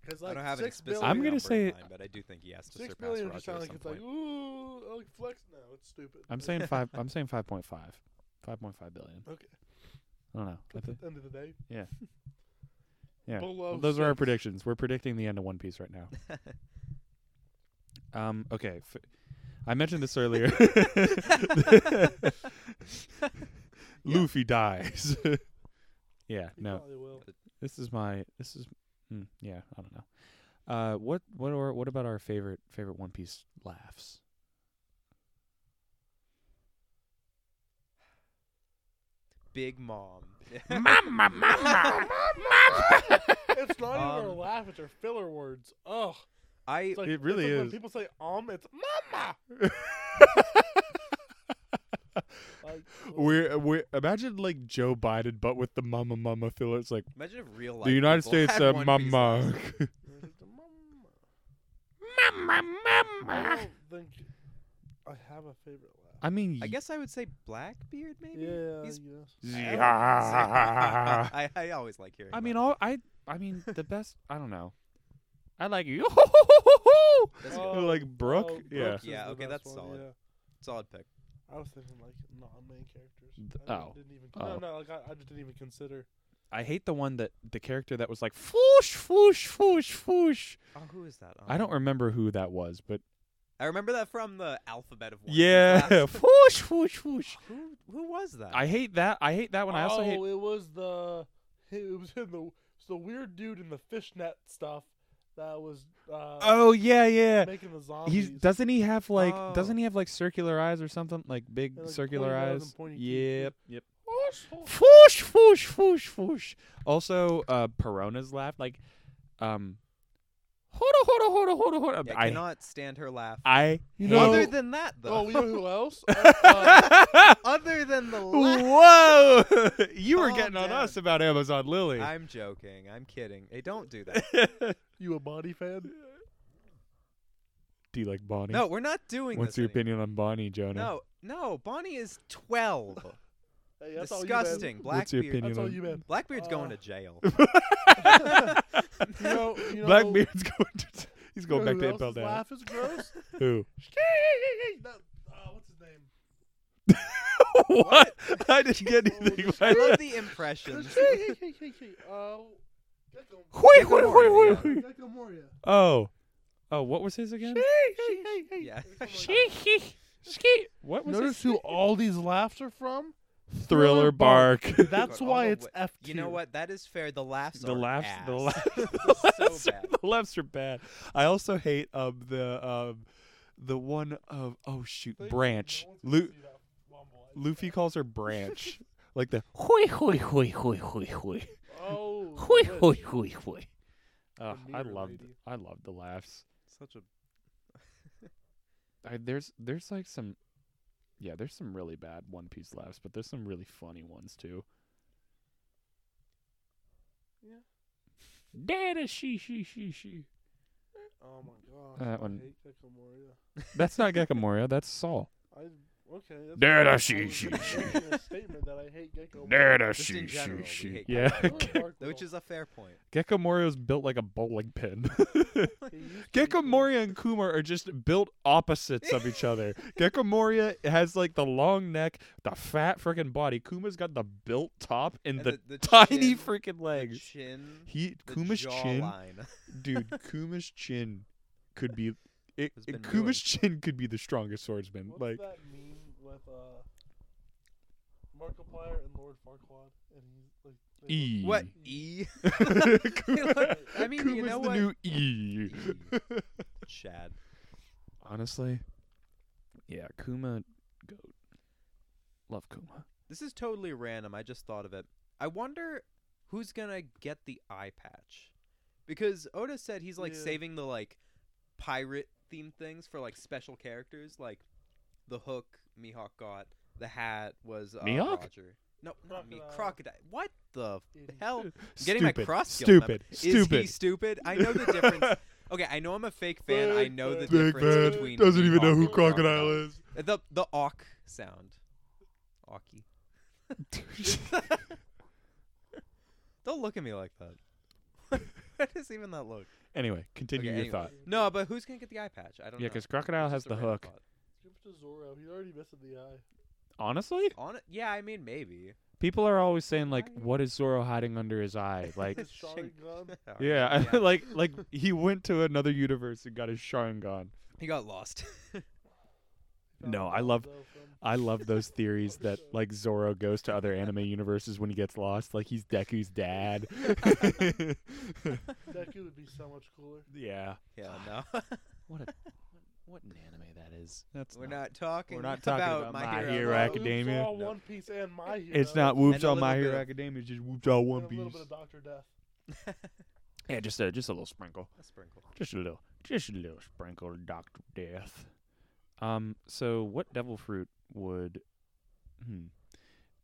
Speaker 3: Because like
Speaker 2: I don't have any
Speaker 3: six
Speaker 2: specific
Speaker 1: I'm
Speaker 3: billion-
Speaker 1: gonna
Speaker 2: number
Speaker 1: say-
Speaker 2: in mind, but I do think he has to
Speaker 3: six
Speaker 2: surpass
Speaker 3: billion
Speaker 2: Roger
Speaker 3: just sound
Speaker 2: at
Speaker 3: like
Speaker 2: some
Speaker 3: it's like
Speaker 2: point.
Speaker 3: ooh, I like flex. No, it's stupid.
Speaker 1: I'm
Speaker 3: But
Speaker 1: saying five. I'm saying five point five. Five point five billion.
Speaker 3: Okay.
Speaker 1: I don't know. I
Speaker 3: at
Speaker 1: thi-
Speaker 3: the end of the day,
Speaker 1: yeah.
Speaker 3: below.
Speaker 1: Those are our
Speaker 3: six.
Speaker 1: predictions. We're predicting the end of One Piece right now. um. Okay. F- I mentioned this earlier.
Speaker 6: Yeah.
Speaker 1: Luffy dies. yeah,
Speaker 3: He
Speaker 1: no.
Speaker 3: probably will.
Speaker 1: This is my this is mm, yeah, I don't know. Uh what what are what about our favorite favorite One Piece laughs?
Speaker 6: Big mom.
Speaker 1: Mama mama mama.
Speaker 3: It's not even a
Speaker 6: Um,
Speaker 3: laugh. It's her filler words. Ugh.
Speaker 2: I
Speaker 3: It's like,
Speaker 1: It
Speaker 3: it's
Speaker 1: really
Speaker 3: like
Speaker 1: is.
Speaker 3: When people say um, it's mama. Like,
Speaker 1: We're, we're imagine like Joe Biden, but with the mama mama filler. It's like
Speaker 2: imagine if real life
Speaker 1: the United
Speaker 2: people
Speaker 1: States
Speaker 2: had
Speaker 1: uh,
Speaker 2: One Piece
Speaker 1: mama.
Speaker 2: laws.
Speaker 3: mama.
Speaker 1: mama
Speaker 3: I
Speaker 1: mama.
Speaker 3: don't think I have a favorite laugh.
Speaker 1: I mean,
Speaker 2: I guess I would say Blackbeard maybe.
Speaker 3: yeah,
Speaker 2: He's-
Speaker 3: I guess. Oh,
Speaker 1: yeah.
Speaker 2: I, I always like hearing.
Speaker 1: I
Speaker 2: that.
Speaker 1: mean, all I I mean the best. I don't know. I like you.
Speaker 2: That's
Speaker 3: Oh,
Speaker 2: good.
Speaker 1: like Brooke,
Speaker 3: Oh,
Speaker 1: yeah.
Speaker 3: Brooke's is
Speaker 2: Yeah,
Speaker 3: the
Speaker 2: okay, that's
Speaker 3: best one,
Speaker 2: solid.
Speaker 3: yeah.
Speaker 2: solid pick.
Speaker 3: I was thinking like non-main characters.
Speaker 1: Th-
Speaker 3: I really
Speaker 1: oh.
Speaker 3: didn't even.
Speaker 1: Oh.
Speaker 3: No, no, like I, I just didn't even consider.
Speaker 1: I hate the one that the character that was like foosh foosh foosh foosh.
Speaker 2: Oh, who is that?
Speaker 1: I don't
Speaker 2: Um,
Speaker 1: remember who that was, but
Speaker 2: I remember that from the alphabet of one. Piece
Speaker 1: yeah,
Speaker 2: class.
Speaker 1: foosh foosh foosh.
Speaker 2: who who was that?
Speaker 1: I hate that. I hate that one. I also
Speaker 3: oh,
Speaker 1: hate.
Speaker 3: it was the it was in the it's the weird dude in the fishnet stuff that was uh,
Speaker 1: Oh yeah, yeah.
Speaker 3: making the zombies.
Speaker 1: He's doesn't he have like
Speaker 2: Oh.
Speaker 1: doesn't he have like circular eyes or something like big
Speaker 3: Yeah, like
Speaker 1: circular
Speaker 3: pointy
Speaker 1: eyes?
Speaker 3: nose and pointy teeth, yeah.
Speaker 1: Yep, yep.
Speaker 3: Asshole.
Speaker 1: Foosh, foosh, foosh, foosh. Also, uh, Perona's laugh, like, um, hoda, hoda, hoda, hoda, hoda.
Speaker 2: Yeah, I
Speaker 1: I,
Speaker 2: cannot stand her laugh.
Speaker 1: I,
Speaker 3: You
Speaker 1: know.
Speaker 2: Other than that, though.
Speaker 3: Oh, you know who else? Uh,
Speaker 2: Other than the laugh.
Speaker 1: Whoa! you were
Speaker 2: Calm
Speaker 1: getting on
Speaker 2: down.
Speaker 1: us about Amazon Lily.
Speaker 2: I'm joking. I'm kidding. Hey, don't do that.
Speaker 3: you a Bonnie fan?
Speaker 1: Do you like Bonnie?
Speaker 2: No, we're not doing
Speaker 1: What's
Speaker 2: this.
Speaker 1: your
Speaker 2: anymore.
Speaker 1: opinion on Bonnie, Jonah?
Speaker 2: No, no. Bonnie is twelve.
Speaker 3: Hey, that's all you, man.
Speaker 2: Disgusting.
Speaker 1: What's your
Speaker 2: Blackbeard.
Speaker 1: opinion
Speaker 3: That's all
Speaker 1: on-
Speaker 3: you, man.
Speaker 2: Blackbeard's going to
Speaker 3: Uh,
Speaker 2: jail.
Speaker 3: You know, you know,
Speaker 1: Blackbeard's going to. He's
Speaker 3: you
Speaker 1: going
Speaker 3: know
Speaker 1: back
Speaker 3: who
Speaker 1: to
Speaker 3: else's
Speaker 1: Impel Down.
Speaker 3: Laugh is gross.
Speaker 1: Who?
Speaker 3: that, uh, what's his name?
Speaker 1: what? I didn't get anything.
Speaker 2: I
Speaker 1: by
Speaker 2: love
Speaker 1: that.
Speaker 2: the impressions.
Speaker 3: uh, Gekko-
Speaker 1: Hui, hui, hui,
Speaker 2: Gekko
Speaker 1: hui,
Speaker 2: Moria, yeah.
Speaker 1: hui.
Speaker 3: Gekko Moria.
Speaker 1: Oh, oh, what was his again?
Speaker 3: Hey, hey, hey.
Speaker 2: Yeah.
Speaker 3: Something like that.
Speaker 1: She, she, she. What was his?
Speaker 3: Notice who all these laughs are from?
Speaker 1: Thriller bark.
Speaker 3: That's
Speaker 2: All
Speaker 3: why
Speaker 2: the
Speaker 3: it's
Speaker 2: wa-
Speaker 3: F.
Speaker 2: You know what? That is fair. The laughs.
Speaker 1: The
Speaker 2: are
Speaker 1: laughs-
Speaker 2: Ass.
Speaker 1: the laugh-
Speaker 2: the
Speaker 1: laughs
Speaker 2: so
Speaker 1: are-
Speaker 2: bad.
Speaker 1: the laughs are bad. I also hate um the um the one of oh shoot branch. Lu- Luffy calls her branch. like the hui hui hui hui hui hui
Speaker 3: Oh.
Speaker 1: hui
Speaker 3: the
Speaker 1: hui
Speaker 3: witch.
Speaker 1: hui hui. Ugh, I
Speaker 3: meter
Speaker 1: loved
Speaker 3: lady.
Speaker 1: I loved the laughs.
Speaker 2: Such a
Speaker 1: I, there's there's like some yeah there's some really bad One Piece laughs, but there's some really funny ones too.
Speaker 3: Yeah.
Speaker 1: Dada she she she she.
Speaker 3: Oh my
Speaker 1: That
Speaker 3: god.
Speaker 1: one-
Speaker 3: I hate Gekko Moria.
Speaker 1: That's not Gekamoria, that's Saul.
Speaker 3: I, okay. That's
Speaker 1: There
Speaker 3: I
Speaker 1: it
Speaker 3: was
Speaker 1: is, she- she-
Speaker 3: making a statement that I hate Gekko Moria.
Speaker 1: Dada
Speaker 2: Just in general, we hate
Speaker 1: Yeah,
Speaker 2: Gecko
Speaker 1: Ge-
Speaker 3: Dark
Speaker 2: Which
Speaker 3: World.
Speaker 2: is a fair point.
Speaker 1: Gekamoria's built like a bowling pin.
Speaker 3: He used to be cool.
Speaker 1: Gekamoria and Kumar are just built opposites of each other. Gekamoria has like the long neck, the fat freaking body. Kuma's got the built top and,
Speaker 2: And
Speaker 1: the,
Speaker 2: the- the
Speaker 1: tiny
Speaker 2: chin-
Speaker 1: freaking
Speaker 2: The
Speaker 1: legs.
Speaker 2: chin.
Speaker 1: He
Speaker 2: the
Speaker 1: Kuma's chin,
Speaker 2: jawline.
Speaker 1: dude. Kuma's chin could be it.
Speaker 2: Has
Speaker 1: it
Speaker 2: been
Speaker 1: Kuma's chin could be the strongest swordsman.
Speaker 3: What's
Speaker 1: like
Speaker 3: that meme with uh, Markiplier and Lord Farquaad, and he's like, they look-
Speaker 1: E.
Speaker 2: What E?
Speaker 1: Kuma-
Speaker 2: I mean, you
Speaker 1: Kuma's
Speaker 2: know
Speaker 1: the
Speaker 2: what?
Speaker 1: new E.
Speaker 2: Chad.
Speaker 1: Honestly, yeah, Kuma, goat. Love Kuma.
Speaker 2: This is totally random. I just thought of it. I wonder who's gonna get the eye patch, because Oda said he's like
Speaker 3: Yeah.
Speaker 2: saving the like pirate themed things for like special characters, like the hook Mihawk got, the hat was uh,
Speaker 1: Mihawk?
Speaker 2: Roger. No, not me.
Speaker 3: Crocodile.
Speaker 2: Crocodile. What the
Speaker 3: Idiot.
Speaker 2: hell?
Speaker 1: Stupid.
Speaker 2: Getting my cross skills
Speaker 1: Stupid.
Speaker 2: up. Is he
Speaker 1: Stupid.
Speaker 2: stupid? I know the difference. Okay, I know I'm a fake fan. I know the
Speaker 3: Fake
Speaker 2: difference
Speaker 3: fan
Speaker 2: between
Speaker 1: doesn't even know
Speaker 2: Mihawk
Speaker 1: who
Speaker 2: and
Speaker 1: crocodile is.
Speaker 2: Uh, The the awk sound. Awky. Don't look at me like that. what is even that look?
Speaker 1: anyway, continue
Speaker 2: Okay,
Speaker 1: your
Speaker 2: anyway.
Speaker 1: thought.
Speaker 2: No, but who's gonna get the eye patch? I don't
Speaker 1: Yeah,
Speaker 2: know.
Speaker 1: because crocodile
Speaker 2: It's
Speaker 1: has
Speaker 2: just a
Speaker 1: the
Speaker 2: random
Speaker 1: hook.
Speaker 2: thought.
Speaker 3: Give it to Zoro. He's already missing the eye.
Speaker 1: Honestly,
Speaker 2: On yeah, I mean maybe.
Speaker 1: people are always saying like, "What is Zoro hiding under his eye?" Like,
Speaker 3: His Sharingan.
Speaker 2: Alright,
Speaker 1: yeah, like like he went to another universe and got his Sharingan.
Speaker 2: he got lost.
Speaker 1: No, I love- I love those theories that like Zoro goes to other anime universes when he gets lost, like he's Deku's dad.
Speaker 3: Deku would be so much cooler.
Speaker 1: yeah.
Speaker 2: Yeah, no.
Speaker 1: What a what an anime that is. That's
Speaker 2: We're not talking.
Speaker 1: We're not talking about My Hero
Speaker 2: though.
Speaker 1: Acad- Academia.
Speaker 3: It's all
Speaker 1: No.
Speaker 3: One Piece and My Hero.
Speaker 1: It's not
Speaker 2: And
Speaker 1: Whoops
Speaker 2: a
Speaker 1: on My
Speaker 2: little
Speaker 1: Hero
Speaker 2: bit of-
Speaker 1: Academia, just Whoops on One
Speaker 3: And A
Speaker 1: Piece.
Speaker 3: little bit of Doctor Death.
Speaker 1: Yeah, just a just a little sprinkle.
Speaker 2: A sprinkle.
Speaker 1: Just a little just a little sprinkle of Doctor Death. Um so what devil fruit would hmm